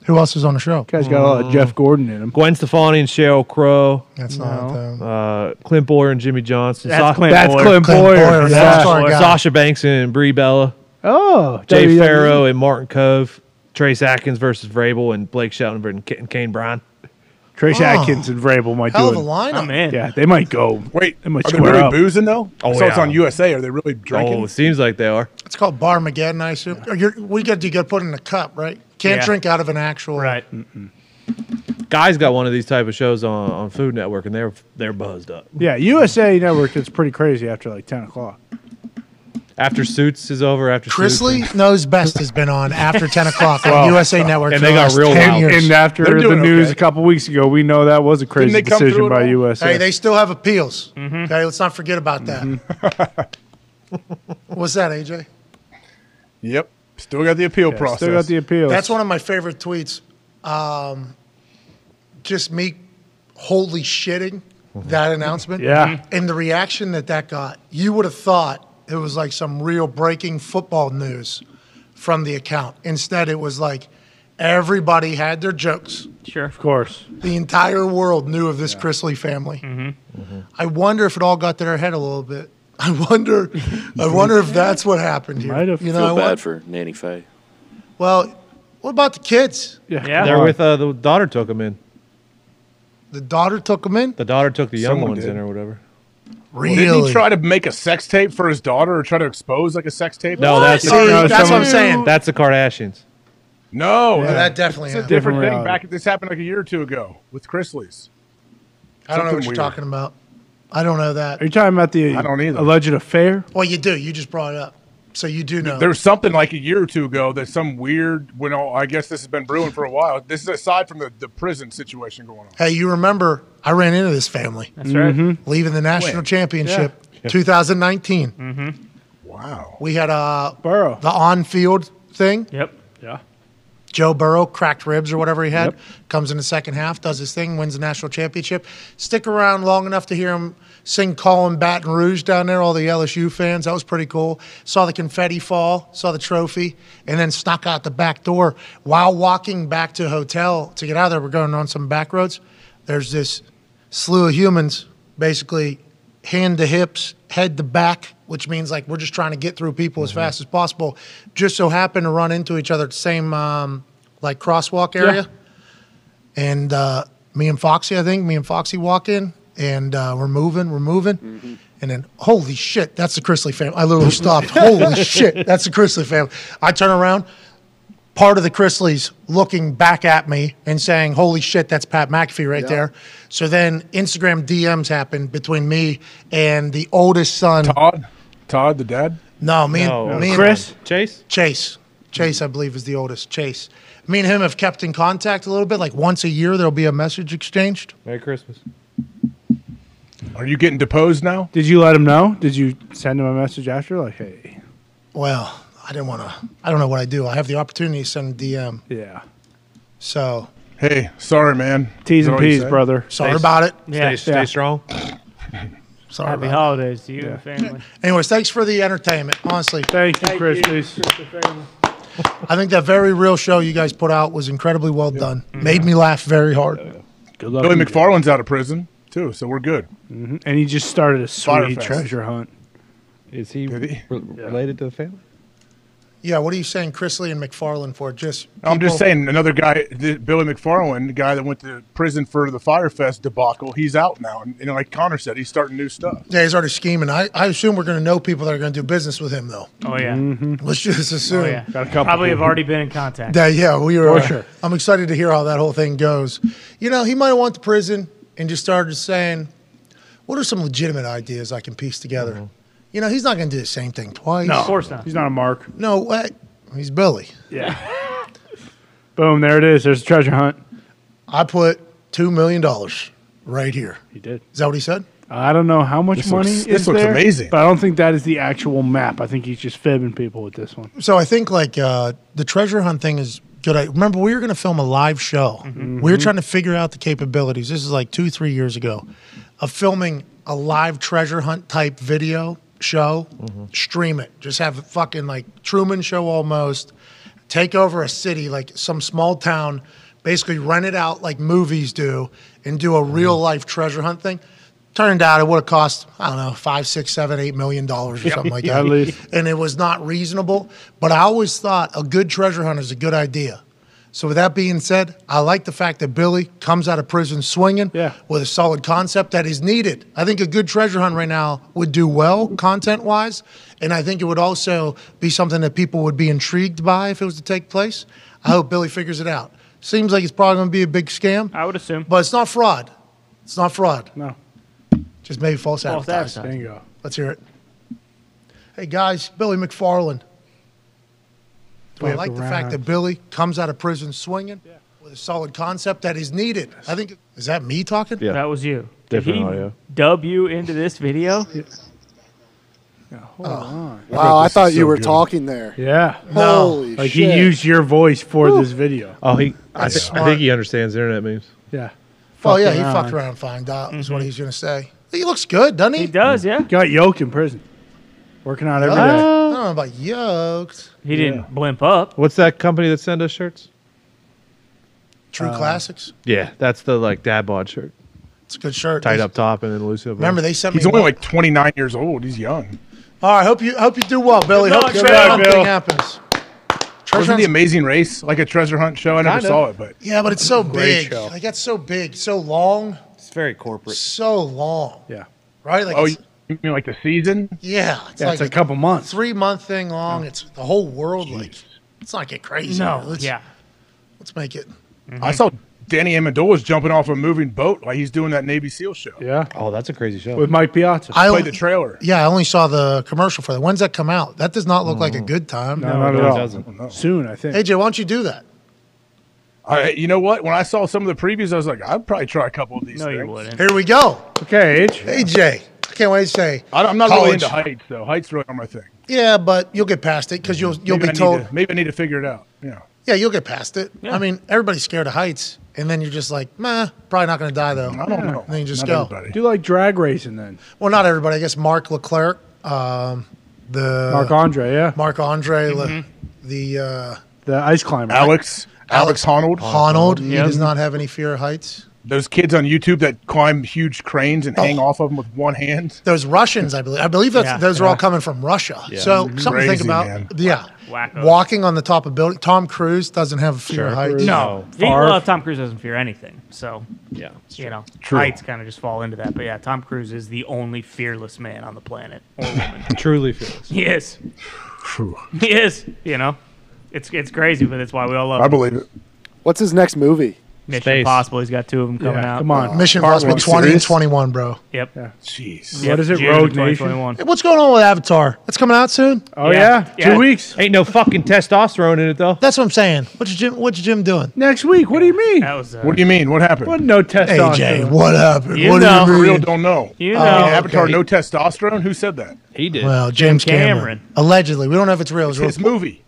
A: Who else is on the show?
B: Guy's got a lot of Jeff Gordon in him.
C: Gwen Stefani and Cheryl Crow,
A: That's not them.
C: uh, Clint Boyer and Jimmy Johnson,
D: That's
C: Sa-
D: Clint
B: That's
D: Boyer.
B: Clint
A: Clint
B: Boyer.
A: Boyer,
B: Yeah.
A: NASCAR guy.
C: Sasha Banks and Brie Bella,
B: Oh,
C: Jay
B: WWE.
C: Farrow and Martin Cove, Trace Atkins versus Vrabel and Blake Shelton and K- Kane Bryan.
B: Trace
A: Oh.
B: Atkins and Vrabel might
A: Hell of a
B: do it.
A: lineup.
D: I'm in.
B: Yeah, they might go.
H: Wait,
B: They might
H: are they
B: square
H: really
B: up.
H: boozing though?
C: Oh,
H: so it's
C: yeah.
H: on USA. Are they really drinking?
C: Oh, it seems like they are.
A: It's called Barmageddon, I assume. Or You're, we got you got put in a cup, right? Can't
D: Yeah.
A: drink out of an actual.
D: Right.
C: Guys got one of these type of shows on, on Food Network and they're they're buzzed up.
B: Yeah, USA Network is pretty crazy after like 10 o'clock.
C: After Suits is over, after Suits and-
A: Chrisley knows best has been on after ten o'clock on USA Network.
C: And
A: for
C: they
A: the
C: got
A: last
C: real
A: 10
C: wild.
A: years.
B: And after
H: They're
B: the
H: doing
B: news
H: okay.
B: a couple weeks ago, we know that was a crazy
H: they come through
B: decision
H: it
B: by
H: all?
B: USA.
A: Hey, they still have appeals. Okay, let's not forget about that.
B: Mm-hmm.
A: What's that, AJ?
H: Yep. Still got the appeal
B: Yeah,
H: process.
B: Still got the appeal.
A: That's one of my favorite tweets. Um, just me wholly shitting that announcement.
B: Mm-hmm.
A: Mm-hmm.
B: Yeah.
A: And the reaction that that got, you would have thought it was like some real breaking football news from the account. Instead, it was like everybody had their jokes.
D: Sure.
B: Of course.
A: The entire world knew of this Chrisley family.
B: Mm-hmm.
A: I wonder if it all got to their head a little bit. I wonder. I wonder if that's what happened here.
B: Might have.
A: You know,
J: Feel
A: I
J: bad
A: won-
J: for Nanny Faye.
A: well, what about the kids?
B: Yeah.
D: Yeah.
C: they're
B: come on.
C: with uh, the daughter took them in.
A: The daughter took them in.
C: The daughter took the young
H: Someone
C: ones
H: did.
C: in or whatever.
A: Really?
H: Didn't he try to make a sex tape for his daughter or try to expose like a sex tape?
C: No, that's
A: See,
C: the,
B: No,
A: that's what
B: someone-
A: I'm saying.
C: that's the Kardashians.
H: No,
A: Yeah, that definitely
H: It's a
A: happened.
H: different,
B: Different
H: thing.
B: reality.
H: Back this happened like a year or two ago with Chrisley's.
A: I don't know what
H: something
A: you're
H: weird.
A: talking about. I don't know that.
B: Are you talking about the
H: I don't either.
B: alleged affair?
A: Well, you do. You just brought it up, so you do know.
H: There was something like a year or two ago that some weird. When all, I guess this has been brewing for a while. This is aside from the, the prison situation going on.
A: hey, you remember? I ran into this family
D: That's right.
A: leaving the national
H: When?
A: championship, 2019.
B: Mm-hmm.
H: Wow.
A: We had uh,
B: Burrow.
A: the on-field thing.
D: Yep.
A: Joe Burrow, cracked ribs or whatever he had, comes in the second half, does his thing, wins the national championship. Stick around long enough to hear him sing Colin Baton Rouge down there, all the LSU fans. That was pretty cool. Saw the confetti fall, saw the trophy, and then snuck out the back door. While walking back to hotel to get out of there, we're going on some back roads. There's this slew of humans basically hand to hips, head to back, which means like we're just trying to get through people as fast as possible. Just so happen to run into each other at the same um, like crosswalk area. And uh, me and Foxy, I think, me and Foxy walk in and uh, we're moving, we're moving. And then, holy shit, that's the Chrisley family. I literally stopped. holy shit, that's the Chrisley family. I turn around, part of the Chrisleys looking back at me and saying, "Holy shit, that's Pat McAfee right there." So then Instagram DMs happened between me and the oldest son.
H: Todd, Todd, the dad.
A: no, me and
C: No.
A: me and
B: Chris?
C: Chase?
A: Chase. Chase, I believe, is the oldest. Chase. Me and him have kept in contact a little bit. Like once a year, there'll be a message exchanged.
C: Merry Christmas.
H: Are you getting deposed now?
B: Did you let him know? Did you send him a message after? Like, hey,
A: Well, I didn't want to. I don't know what I do. I have the opportunity to send a DM.
B: yeah.
A: So
H: Hey, sorry, man.
B: T's
H: Is that
B: and
H: all you
B: P's,
H: said?
B: brother.
A: sorry about it.
D: Yeah.
C: Stay, stay
B: Yeah.
C: strong.
A: Sorry
D: Happy
A: about it.
D: holidays to you and family.
A: Anyways, thanks for the entertainment. Honestly,
B: Thank you, Chris. please.
A: I think that very real show you guys put out was incredibly well done. Made me laugh very hard.
B: Good luck.
H: Billy
B: to you. Mm-hmm.
H: McFarland's out of prison too, so we're good.
B: And he just started a sweet
H: Firefest.
B: treasure hunt.
C: Is he
H: Did he?
C: re- related to the family?
A: Yeah, what are you saying, Chrisley and McFarland for? Just
H: I'm
A: people-
H: just saying, another guy, the, Billy McFarland, the guy that went to prison for the Firefest debacle, he's out now. And, and like Connor said, he's starting new stuff.
A: Yeah, he's already scheming. I, I assume we're going to know people that are going to do business with him, though.
D: Oh yeah.
H: Mm-hmm.
A: Let's just assume.
D: Oh, yeah. Probably have already been in contact.
A: That, yeah, we are.
D: For sure.
A: I'm excited to hear how that whole thing goes. You know, he might have went to prison and just started saying, "What are some legitimate ideas I can piece together?" You know, he's not going to do the same thing twice.
B: Mm-hmm. No, Of course not. he's not a mark.
A: No way. He's Billy.
B: Yeah. Boom, there it is. There's a treasure hunt.
A: I put two million dollars right here.
B: He did.
A: Is that what he said?
B: I don't know how much
A: This
B: money
A: looks-
B: is
A: this looks
B: there,
A: amazing.
B: but I don't think that is the actual map. I think he's just fibbing people with this one.
A: So I think like uh, the treasure hunt thing is good. I remember we were going to film a live show. We were trying to figure out the capabilities. This is like two, three years ago, of filming a live treasure hunt type video show. Stream it. Just have a fucking like Truman Show almost. Take over a city like some small town. Basically rent it out like movies do, and do
B: Mm-hmm.
A: a real life treasure hunt thing. Turned out it would have cost I don't know five, six, seven, eight million dollars or
B: Yeah,
A: something like
B: yeah,
A: that
B: at least.
A: and it was not reasonable. But I always thought a good treasure hunt is a good idea. So with that being said, I like the fact that Billy comes out of prison swinging with a solid concept that is needed. I think a good treasure hunt right now would do well content wise, and I think it would also be something that people would be intrigued by if it was to take place. I hope Billy figures it out. Seems like it's probably going to be a big scam. I
D: would assume,
A: but it's not fraud. It's not fraud.
B: No,
A: just maybe false,
B: False
A: advertising.
B: advertising. There you go.
A: Let's hear it. Hey guys, Billy McFarland. Do we
B: Fuck
A: like the
B: around.
A: fact that Billy comes out of prison swinging with a solid concept that is needed? I think is that me talking?
D: That was you.
A: Different
D: Did he
A: audio.
D: dub you into this video?
A: Oh.
E: Wow, I
B: this
E: thought
B: is
E: you
B: so
E: were
B: good.
E: talking there.
B: Yeah.
E: Holy
B: Like
E: shit.
B: he used your voice for this video.
C: Oh, he. I,
A: That's
C: thi- I
A: smart.
C: think he understands internet memes.
B: Yeah.
A: Oh yeah, he fucked around and found out. Is
H: Mm-hmm.
A: what he's gonna say. He looks good, doesn't he? He
D: does, yeah.
B: Got yoked in prison. Working out every day.
A: I don't know about yoked.
D: He didn't blimp up.
C: What's that company that send us shirts?
A: True
C: Uh,
A: classics.
C: Yeah, that's the like dad bod shirt.
A: It's a good shirt.
C: Tight
A: He's-
C: up top and then loose up.
A: Remember, they sent me
H: He's only
A: one-
H: like 29 years old. He's young.
A: All right, hope you hope you do well, Billy.
H: Good
A: hope
H: luck,
A: the
H: Bill.
A: something
H: Bill.
A: happens.
H: Wasn't
A: hunt's-
H: the Amazing Race like a treasure hunt show? I never
A: Kinda.
H: saw it, but
A: yeah, but it's so
H: Great
A: big.
H: show.
A: Like that's so big, so long,
C: It's very corporate.
A: so long.
B: Yeah.
A: Right? Like
H: oh,
A: it's-
H: you mean like the season?
A: Yeah,
H: Yeah, it's a couple months.
A: three month thing long. It's the whole world. Like, let's not get crazy.
H: No,
A: let's,
H: yeah.
A: let's make it.
H: Mm-hmm. I saw Danny Amendola's jumping off a moving boat like he's doing that Navy SEAL show.
B: Yeah.
C: Oh, that's a crazy show.
B: With Mike Piazza.
A: I
H: played the trailer.
A: Yeah, I only saw the commercial for that. When's that come out? That does not look like a good time.
B: No, not at all. Soon, I think.
A: AJ, why don't you do that?
H: I, you know what? When I saw some of the previews, I was like, I'd probably try a couple of these. No, you
D: wouldn't.
A: Here we go.
B: Okay, AJ.
A: AJ, I can't wait to say.
H: I, am not really
A: college.
H: into heights though. Heights really are my thing.
A: Yeah, but you'll get past it because you'll you'll
H: Maybe I
A: be
H: need
A: told.
H: to- maybe I need to figure it out. Yeah.
A: Yeah, you'll get past it. I mean, everybody's scared of heights, and then you're just like, meh, probably not going to die though. I
H: don't know.
A: And then you just
B: Not
A: go.
B: everybody. Do like drag racing then.
A: Well, not everybody. I guess Mark Leclerc, um, the
B: Mark Andre, yeah.
A: Mark Andre, Le- the uh,
B: The ice climber.
H: Alex. Alex Honnold.
A: Honnold. He does not have any fear of heights.
H: Those kids on YouTube that climb huge cranes and hang off of them with one hand.
A: Oh. Those Russians, I believe. I believe that's,
H: Yeah.
A: those are all
H: Yeah.
A: coming from Russia.
H: Yeah.
A: So
H: Mhm.
A: something to think
H: Crazy,
A: about.
H: man.
A: Yeah.
D: Wackos.
A: Walking on the top of building. Tom Cruise doesn't have a fear of heights.
D: No. He, well, Tom Cruise doesn't fear anything. So,
C: yeah,
D: you know,
A: True.
D: heights kind of just fall into that. But yeah, Tom Cruise is the only fearless man on the planet or woman.
C: Truly fearless.
D: he is. He is. You know, it's it's crazy, but that's why we all love
E: I
D: him.
E: believe it. What's his next movie?
D: Mission Impossible. He's got two of them coming out.
A: Mission Impossible 20 and 21, bro.
D: Yep.
H: Jeez.
D: Yep.
B: What is it,
D: June
B: Rogue
D: of
B: Nation?
D: 2021.
A: Hey, what's going on with Avatar? That's coming out soon?
B: Oh, Yeah. yeah? Two Yeah. weeks.
C: Ain't no fucking testosterone in it though.
A: That's what I'm saying. What's Jim, what's Jim doing?
B: Next week. What do you mean? That
D: was, uh,
H: What do you mean? What happened?
B: What, no testosterone.
A: AJ, what happened?
B: You What
H: what
B: do you know.
H: do
B: mean?
H: you real don't know.
B: You
H: I mean,
B: know.
H: Avatar,
B: Okay.
H: no testosterone. Who said that?
C: He did.
A: Well, James Cameron. Allegedly. We don't know if it's real. It was
H: His movie.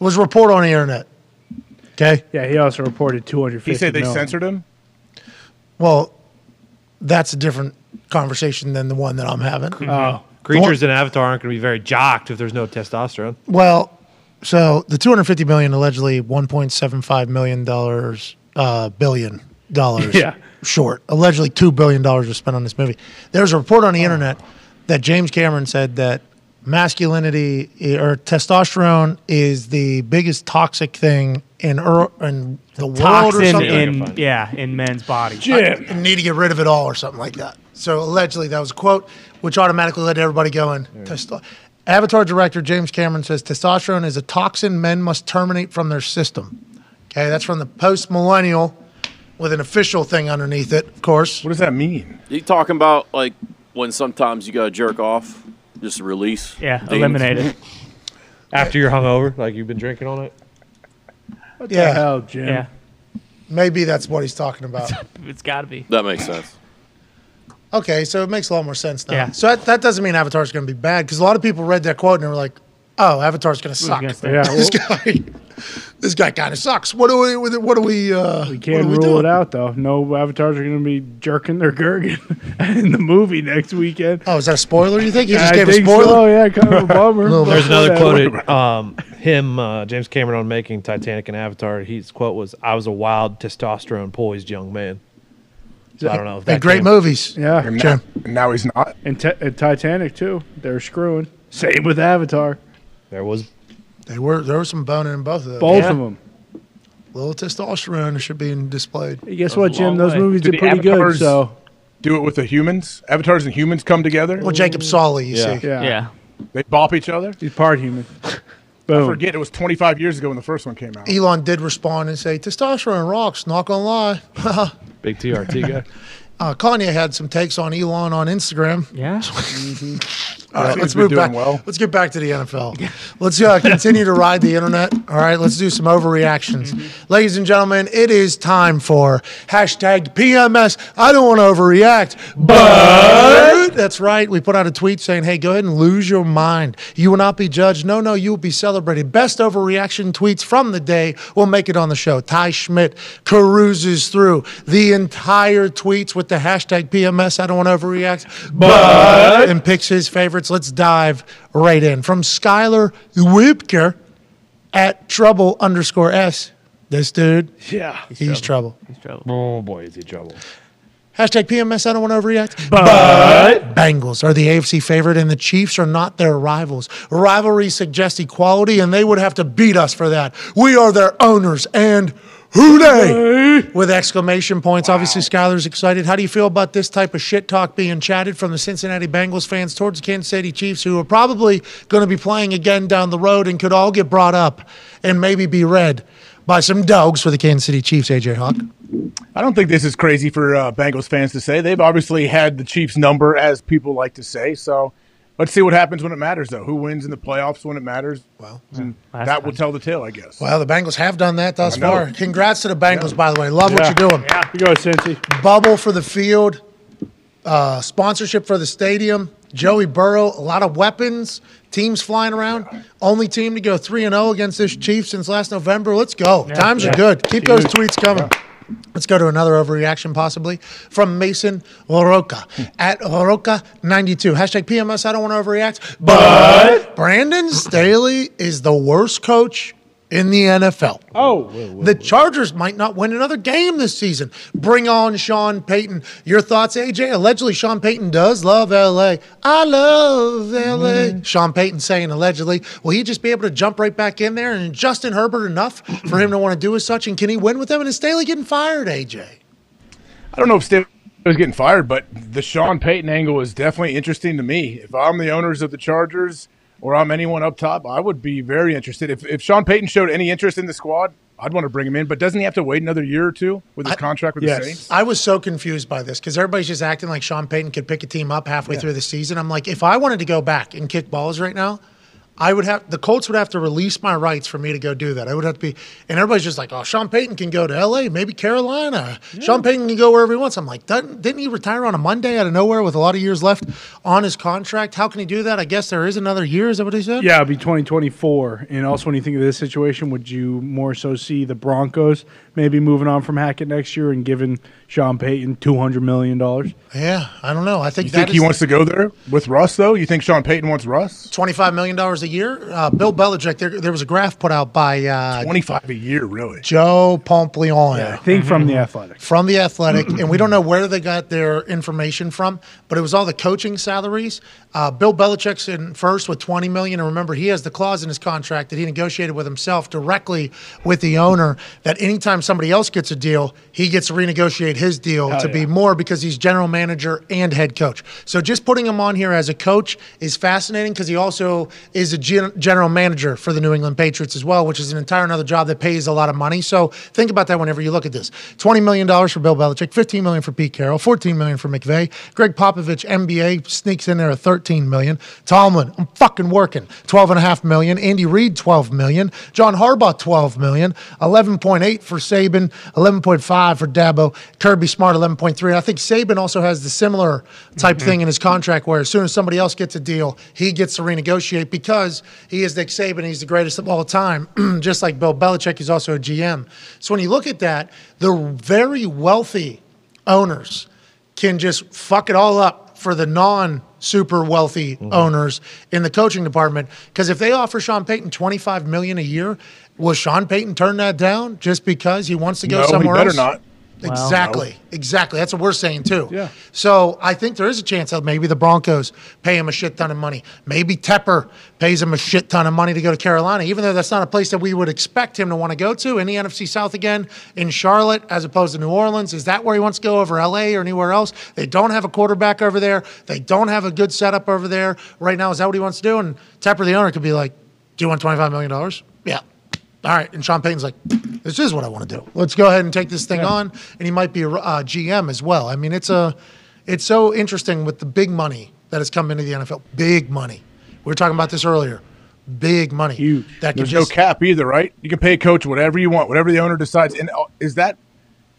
A: It was a report on the internet. Okay.
B: Yeah, he also reported 250
H: He said they
B: mil.
H: censored him.
A: Well, that's a different conversation than the one that I'm having.
H: Mm-hmm.
B: Oh.
C: creatures in Avatar aren't going to be very jocked if there's no testosterone.
A: Well, so the 250 million allegedly 1.75 million dollars uh, billion dollars
B: Yeah.
A: short. Allegedly 2 billion dollars was spent on this movie. There was a report on the internet that James Cameron said that masculinity i- or testosterone is the biggest toxic thing in er, in the world or
D: Toxin
A: something.
D: in yeah in men's bodies.
A: I need to get rid of it all or something like that. So allegedly that was a quote, which automatically led everybody going. Testo- Avatar director James Cameron says testosterone is a toxin men must terminate from their system. Okay, that's from the post millennial, with an official thing underneath it, of course. What
H: does that mean?
J: You talking about like when sometimes you gotta jerk off, just release.
D: Yeah,
J: demons?
D: eliminate it.
C: After you're hungover, like you've been drinking all night.
A: What yeah,
B: hell, Jim?
K: Yeah.
A: Maybe that's what he's talking about.
K: It's got to be.
J: That makes sense.
A: Okay, so it makes a lot more sense now.
K: Yeah.
A: So that, that doesn't mean Avatar's going to be bad because a lot of people read that quote and they were like, "Oh, Avatar's going to suck."
B: gonna say- Yeah,
A: this guy, this guy kind of sucks. What do we? What do we? Uh,
B: We
A: what
B: can't
A: do we
B: rule
A: do?
B: it out though. No avatars are going to be jerking their gherkin in the movie next weekend.
A: Oh, is that a spoiler? You think you just
B: I
A: gave a
B: think
A: spoiler?
B: So, yeah, kind of a bummer. but
C: There's another
B: whatever.
C: quote. Um, him, uh, James Cameron, on making Titanic and Avatar. His quote was, "I was a wild, testosterone poised young man." So I don't know. If
A: They're
C: that
A: great
C: came-
A: movies.
B: Yeah,
H: And
A: Jim.
H: now, and now he's not.
B: and, t- and Titanic too. They're screwing. Same with Avatar.
C: There was
A: They were there was some uh, boning in both of those.
B: Both of them.
A: Little testosterone should be displayed.
B: Hey, guess
K: That was
B: what,
K: a
B: Jim?
K: long
B: Those
K: way.
B: movies
H: Do
B: did
H: the
B: pretty good.
H: avatars-
B: So
H: Do it with the humans. Avatars and humans come together.
A: Well, Jacob Sawley, you see.
B: yeah,
K: Yeah.
H: They bop each other.
B: he's part human.
H: I
B: Boom.
H: forget it was 25 years ago when the first one came out.
A: Elon did respond and say, "Testosterone rocks." Not gonna lie.
C: big TRT guy.
A: Uh, Kanye had some takes on Elon on Instagram.
D: Yeah.
A: All right,
H: Seems
A: let's
H: to be
A: move
H: doing
A: back.
H: well.
A: Let's get back to the NFL. Let's uh, continue to ride the internet. All right, let's do some overreactions,
H: Mm-hmm.
A: ladies and gentlemen. It is time for hashtag PMS. I don't want to overreact, but that's right. We put out a tweet saying, "Hey, go ahead and lose your mind. You will not be judged. No, no, you will be celebrated. Best overreaction tweets from the day will make it on the show." Ty Schmidt caruses through the entire tweets with the hashtag PMS. I don't want to overreact, but and picks his favorites. Let's dive right in from Skylar Wipker at trouble underscore s. This dude,
B: Yeah.
A: he's, trouble.
K: He's trouble.
C: Oh boy, is he trouble?
A: Hashtag PMS. I don't want to overreact.
B: But
A: Bengals are the AFC favorite, and the Chiefs are not their rivals. Rivalry suggests equality, and they would have to beat us for that. We are their owners, and who they? With exclamation points. Obviously, Skylar's excited. How do you feel about this type of shit talk being chatted from the Cincinnati Bengals fans towards the Kansas City Chiefs, who are probably going to be playing again down the road and could all get brought up and maybe be read by some dogs for the Kansas City Chiefs, AJ Hawk?
H: I don't think this is crazy for uh, Bengals fans to say. They've obviously had the Chiefs number, as people like to say. So let's see what happens when it matters, though. Who wins in the playoffs when it matters? Well, that will tell the tale, I guess.
A: Well, the Bengals have done that thus
H: I know.
A: far. Congrats to the Bengals, by the way. Love
B: Yeah.
A: what you're doing.
B: you go, Cincy.
A: bubble for the field, uh, sponsorship for the stadium, Joey Burrow, a lot of weapons, teams flying around. Only team to go 3 and 0 against this Chiefs since last November. Let's go. Times are good. Keep those tweets coming. Let's go to another overreaction, possibly from Mason Loroca at Loroca92. Hashtag PMS. I don't want to overreact, but Brandon Staley is the worst coach in the NFL.
B: Oh,
A: The Chargers might not win another game this season. Bring on Sean Payton. Your thoughts, AJ? Allegedly, Sean Payton does love LA. I love LA. Sean Payton saying allegedly, will he just be able to jump right back in there and Justin Herbert enough for him to want to do as such? And can he win with them? And is Staley getting fired, AJ?
H: I don't know if Staley was getting fired, but the Sean Payton angle is definitely interesting to me. If I'm the owners of the Chargers or I'm anyone up top, I would be very interested. If, if Sean Payton showed any interest in the squad, I'd want to bring him in. But doesn't he have to wait another year or two with his contract with
B: yes.
H: the Saints?
A: I was so confused by this because everybody's just acting like Sean Payton could pick a team up halfway through the season. I'm like, if I wanted to go back and kick balls right now, I would have the Colts would have to release my rights for me to go do that. I would have to be, and everybody's just like, oh, Sean Payton can go to L.A., maybe Carolina. Sean Payton can go wherever he wants. I'm like, doesn't- didn't he retire on a Monday out of nowhere with a lot of years left on his contract? How can he do that? I guess there is another year. Is that what he said?
B: Yeah, it'll be 2024. And also, when you think of this situation, would you more so see the Broncos maybe moving on from Hackett next year and giving Sean Payton 200 million dollars?
A: Yeah, I don't know. I think
H: You think
A: that
H: he
A: is-
H: wants to go there with Russ, though? You think Sean Payton wants Russ?
A: $25 million a a year. Uh, Bill Belichick. There, there was a graph put out by uh,
H: twenty five a year, really.
A: Joe Pompliano.
B: I think from the Athletic.
A: From the Athletic, and we don't know where they got their information from, but it was all the coaching salaries. Uh, Bill Belichick's in first with twenty million, and remember he has the clause in his contract that he negotiated with himself directly with the owner that anytime somebody else gets a deal, he gets to renegotiate his deal
H: Oh,
B: Hell
A: to be
B: yeah.
A: more because he's general manager and head coach. So just putting him on here as a coach is fascinating because he also is a gen- general manager for the New England Patriots as well, which is an entire another job that pays a lot of money. So think about that whenever you look at this. $20 million for Bill Belichick, $15 million for Pete Carroll, $14 million for McVay. Greg Popovich, MBA, sneaks in there at $13 million. Tomlin, I'm fucking working, $12.5 million. Andy Reid, $12 million. John Harbaugh, $12 million. 11.8 for Saban, 11.5 for Dabo. Kirby Smart, 11.3. And I think Saban also has the similar type thing in his contract where as soon as somebody else gets a deal, he gets to renegotiate because he is Nick Saban. He's the greatest of all time, just like Bill Belichick. He's also a GM. So when you look at that, the very wealthy owners can just fuck it all up for the non super wealthy
H: Mm-hmm.
A: owners in the coaching department. Because if they offer Sean Payton twenty five million a year, will Sean Payton turn that down just because he wants to go
H: No, he
A: somewhere
H: better
A: else?
H: not. Well,
A: Exactly. Exactly. That's what we're saying too. Yeah. So I think there is a chance that maybe the Broncos pay him a shit ton of money. Maybe Tepper pays him a shit ton of money to go to Carolina, even though that's not a place that we would expect him to want to go to in the NFC South again, in Charlotte as opposed to New Orleans. Is that where he wants to go over LA or anywhere else? They don't have a quarterback over there. They don't have a good setup over there right now. Is that what he wants to do? And Tepper, the owner, could be like, Do you want $25 million? Yeah. All right. And Sean Payton's like, this is what I want to do. Let's go ahead and take this thing on. And he might be a uh, GM as well. I mean, it's a, it's so interesting with the big money that has come into the NFL. Big money. We were talking about this earlier. Big money. Huge. That can
H: There's
A: just
H: no cap either, right? You can pay a coach whatever you want, whatever the owner decides. And uh, is that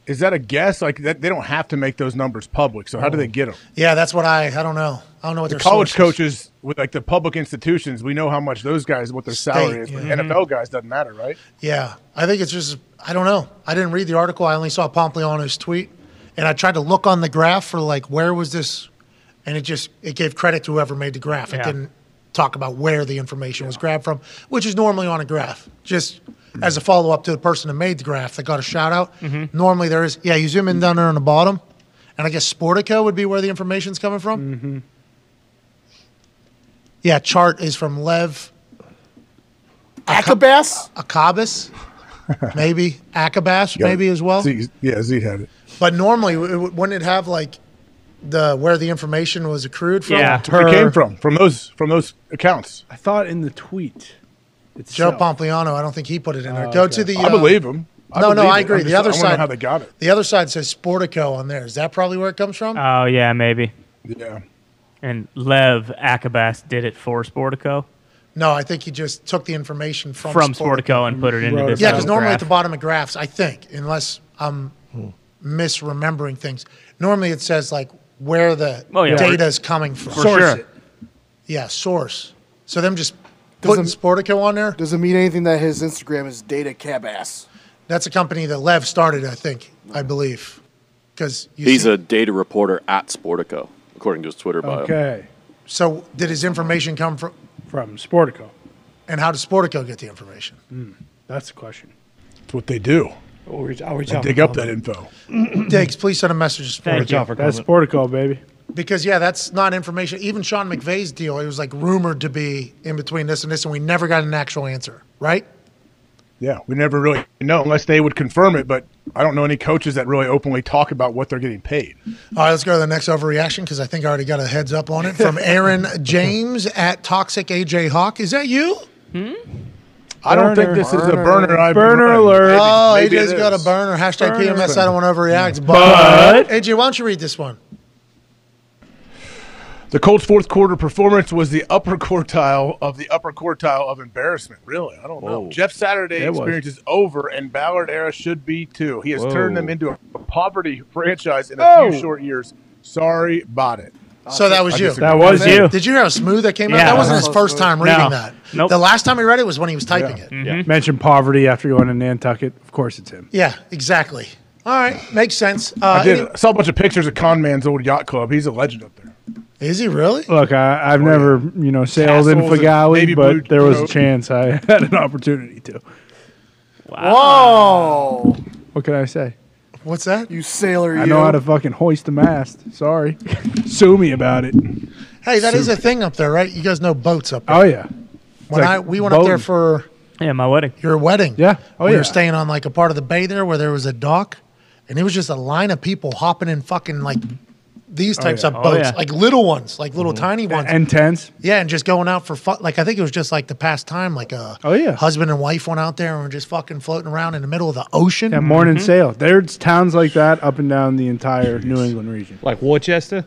H: is that a guess? Like that, they don't have to make those numbers public. So how do they get them?
A: Yeah, that's what I. I don't know. I don't know what
H: The
A: Oh. their source
H: college
A: is.
H: coaches with like the public institutions, we know how much those guys what their salary is.
A: yeah.
H: But
A: Mhm.
H: NFL guys doesn't matter, right?
A: Yeah, I think it's just I don't know. I didn't read the article. I only saw Pompliano's tweet, and I tried to look on the graph for like where was this, and it just it gave credit to whoever made the graph. It
I: Yeah.
A: didn't talk about where the information was grabbed from, which is normally on a graph. Just as a follow up to the person that made the graph that got a shout out. Normally there is yeah, you zoom in down there on the bottom, and I guess Sportico would be where the information's coming from. Mm-hmm. Yeah, chart is from Lev
E: Acabas?
A: Acabas, maybe Acabas,
H: Yeah.
A: maybe as well.
H: Z, yeah, Z had it.
A: But normally, it would- wouldn't it have like the where the information was accrued from?
H: where it came from from those from those accounts.
B: I thought in the tweet.
A: Joe
B: itself.
A: Pompliano. I don't think he put it in there.
B: Oh,
A: Go
B: okay.
A: to the. uh,
H: I believe him. I
A: no, no,
H: believe
A: I
H: it.
A: agree.
H: I'm
A: the
H: just-
A: other
H: I wanna know
A: side.
H: how they got it.
A: The other side says Sportico on there. Is that probably where it comes from?
D: Oh yeah, maybe.
H: Yeah.
D: And Lev Akabas did it for Sportico
A: no, I think he just took the information from
D: from, Sportico, and put it into this.
A: Yeah, because
D: little
A: normally at
D: graph.
A: the bottom of graphs, I think, unless I'm misremembering things, normally it says like where the
D: Oh, yeah.
A: data is coming from.
D: For Source sure. it.
A: Yeah, source. So them just putting
E: Doesn't-
A: Sportico on there.
E: Does it mean anything that his Instagram is data cabass?
A: That's a company that Lev started, I think, I believe, because
J: He's a data reporter at Sportico, according to his Twitter bio.
A: So did his information come from
B: from Sportico? Hmm,
A: And how did Sportico get the information?
B: That's the question.
H: That's what they do.
B: I'll reach, I'll
H: They dig up that info.
A: Diggs, please send a message to Sportico.
B: Thank you. That's Sportico, baby.
A: Because yeah, that's not information. Even Sean McVay's deal, it was like rumored to be in between this and this, and we never got an actual answer, right?
H: Yeah, we never really know unless they would confirm it. But I don't know any coaches that really openly talk about what they're getting paid.
A: All right, let's go to the next overreaction because I think I already got a heads up on it from Aaron James at Toxic AJ Hawk. Is that you?
H: Hmm? I don't think this is a burner. I've been
B: Burner
H: running.
B: alert.
H: Maybe-
A: Oh,
H: maybe it
A: AJ's got a
H: is.
A: burner. Hashtag
H: Burner.
A: PMS. I don't want to overreact, but,
H: But-
A: AJ, why don't you read this one?
H: The Colts' fourth quarter performance was the upper quartile of the upper quartile of embarrassment. Really, I don't know.
I: Whoa.
H: Jeff Saturday
I: It was.
H: experience is over, and Ballard era should be too. He has
I: Whoa.
H: turned them into a poverty franchise in a
I: Oh.
H: few short years. Sorry about it.
A: So that was
H: I
A: you.
H: disagree. That was you.
A: Did you hear how smooth that came out?
H: Yeah.
A: That wasn't his
H: Uh-huh.
A: first time
H: No.
A: reading that.
H: Nope. Mm-hmm.
A: The last time he read it was when he was typing it.
G: Mm-hmm.
B: Mentioned poverty after going to Nantucket. Of course, it's him.
A: Yeah, exactly. All right, makes sense. Uh,
H: I did.
A: any-
H: I saw a bunch of pictures of Conman's old yacht club. He's a legend up there.
A: Is he really?
B: Look, I, I've never, you know, sailed in
A: Castles Oh, and baby blue
B: Fagawi, but there was a
A: coat.
B: chance I had an opportunity to.
A: Whoa!
B: What can I say?
A: What's that?
E: You sailor,
B: I know how to fucking hoist a mast. Sorry. Sue me about it.
A: Hey, that is a thing up there, right? You guys know boats up there.
B: Oh, yeah.
A: When
B: like
A: I we went up there
B: boating.
A: for
D: yeah my wedding,
A: your wedding.
B: Yeah. Oh,
A: we
B: yeah.
A: were staying on like a part of the bay there where there was a dock, and it was just a line of people hopping in fucking like these
B: Oh,
A: types
B: yeah.
A: of
B: Oh,
A: boats,
B: yeah.
A: like little ones, like little tiny ones.
B: And tens.
A: yeah, and just going out for fun. Like I think it was just like the past time. Like a
B: Oh, yeah.
A: husband and wife went out there and were just fucking floating around in the middle of the ocean.
B: That morning
G: Mm-hmm.
D: Mm-hmm.
B: sail. There's towns like that up and down the entire New England region.
G: Like Worcester?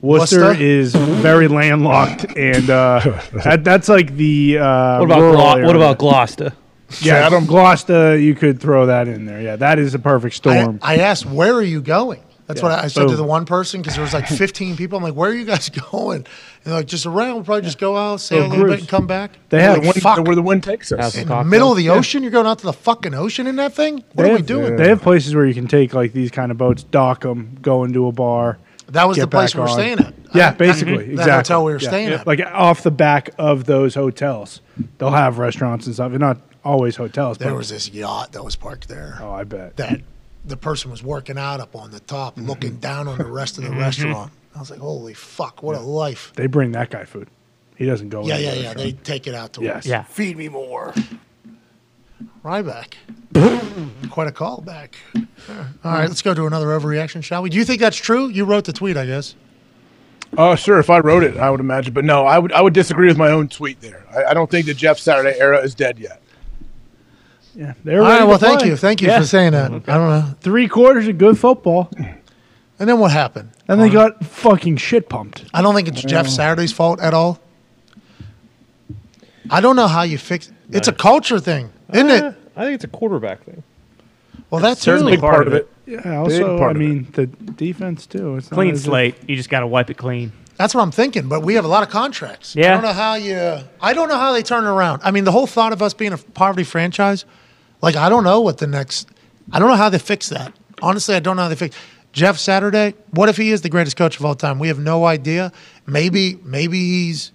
B: Worcester,
G: Worcester?
B: is very landlocked, and uh, that, that's like the. Uh,
G: What about
B: rural
G: Glo-
B: area.
G: what about Gloucester?
B: Yeah, from Gloucester, you could throw that in there. Yeah, that is a perfect
A: I,
B: storm.
A: I asked, "Where are you going?" That's what I, I said to
B: Boom.
A: the one person because there was like 15 people. I'm like, "Where are you guys going?" And they're like, "Just around. We'll probably just go out, sail a
B: Little
A: little bit,
B: cruise.
A: and come back."
B: They
A: I'm
B: have-
A: like,
B: Wind-
A: fuck,
H: where the wind takes us.
A: in the middle of the ocean. You're going out to the fucking ocean in that thing. What
B: they
A: are we
B: have,
A: doing?
B: They have places where you can take like these kind of boats, dock them, go into a bar.
A: That was
B: get
A: the place
B: back
A: we were
B: on.
A: staying at.
B: Yeah, basically,
A: that
B: exactly.
A: hotel we were
B: Yeah.
A: staying at.
B: Like off the back of those hotels, they'll have restaurants and stuff. They're not always hotels.
A: There
B: but
A: was this yacht that was parked there.
B: Oh, I bet.
A: that the person was working out up on the top, looking down on the rest of the
B: Mhm.
A: restaurant. I was like, "Holy fuck, what a life!"
B: They bring that guy food. He doesn't go.
A: Yeah,
B: in
A: yeah,
B: the
A: yeah. They
B: restaurant.
A: take it out to
B: Yes.
A: us.
B: Yeah.
A: Feed me more. Ryback. Quite a callback. All right, let's go to another overreaction, shall we? Do you think that's true? You wrote the tweet, I guess.
H: Oh, sure. If I wrote it, I would imagine. But no, I would I would disagree with my own tweet there. I, I don't think the Jeff Saturday era is dead yet.
B: yeah.
A: All right, well, thank you. Thank you for saying that. I don't know.
B: Three quarters of good football,
A: and then what happened?
B: And they got fucking shit pumped.
A: I don't think it's Jeff Saturday's fault at all. I don't know how you fix it. It's a culture thing, isn't it?
G: I think it's a quarterback thing.
A: Well, that's
G: certainly
A: too.
G: part Part of of it.
B: Yeah. Also, I mean, the defense too. It's not
D: clean
B: as if-
D: slate. You just got to wipe it clean.
A: That's what I'm thinking. But we have a lot of contracts. I
D: Yeah.
A: don't know how you. I don't know how they turn it around. I mean, the whole thought of us being a poverty franchise, like I don't know what the next. I don't know how they fix that. Honestly, I don't know how they fix. Jeff Saturday. What if he is the greatest coach of all time? We have no idea. Maybe, maybe he's,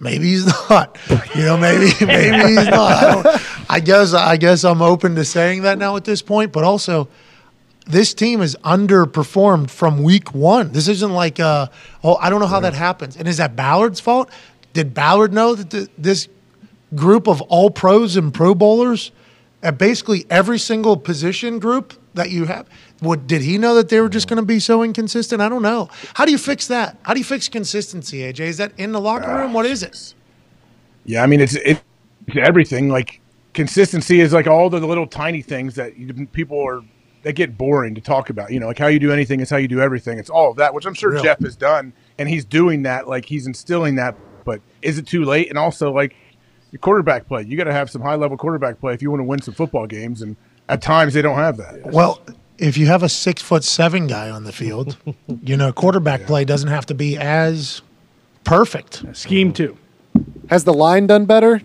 A: maybe he's not. You know, maybe, maybe he's not. I, don't- I guess, I guess I'm open to saying that now at this point. But also, this team is underperformed from week one. This isn't like, uh, oh, I don't know how that happens. And is that Ballard's fault? Did Ballard know that th- this group of all pros and pro bowlers at basically every single position group that you have? What did he know that they were just going to be so inconsistent? I don't know. How do you fix that? How do you fix consistency, AJ? Is that in the locker room? What is it?
H: Yeah, I mean it's it, it's everything. Like consistency is like all the little tiny things that you, people are that get boring to talk about. You know, like how you do anything is how you do everything. It's all of that, which I'm sure
I: Really?
H: Jeff has done, and he's doing that. Like he's instilling that. But is it too late? And also like your quarterback play, you got to have some high level quarterback play if you want to win some football games. And at times they don't have that.
A: Well, if you have a six foot seven guy on the field, you know, quarterback play doesn't have to be as perfect.
B: Scheme two.
E: Has the line done better?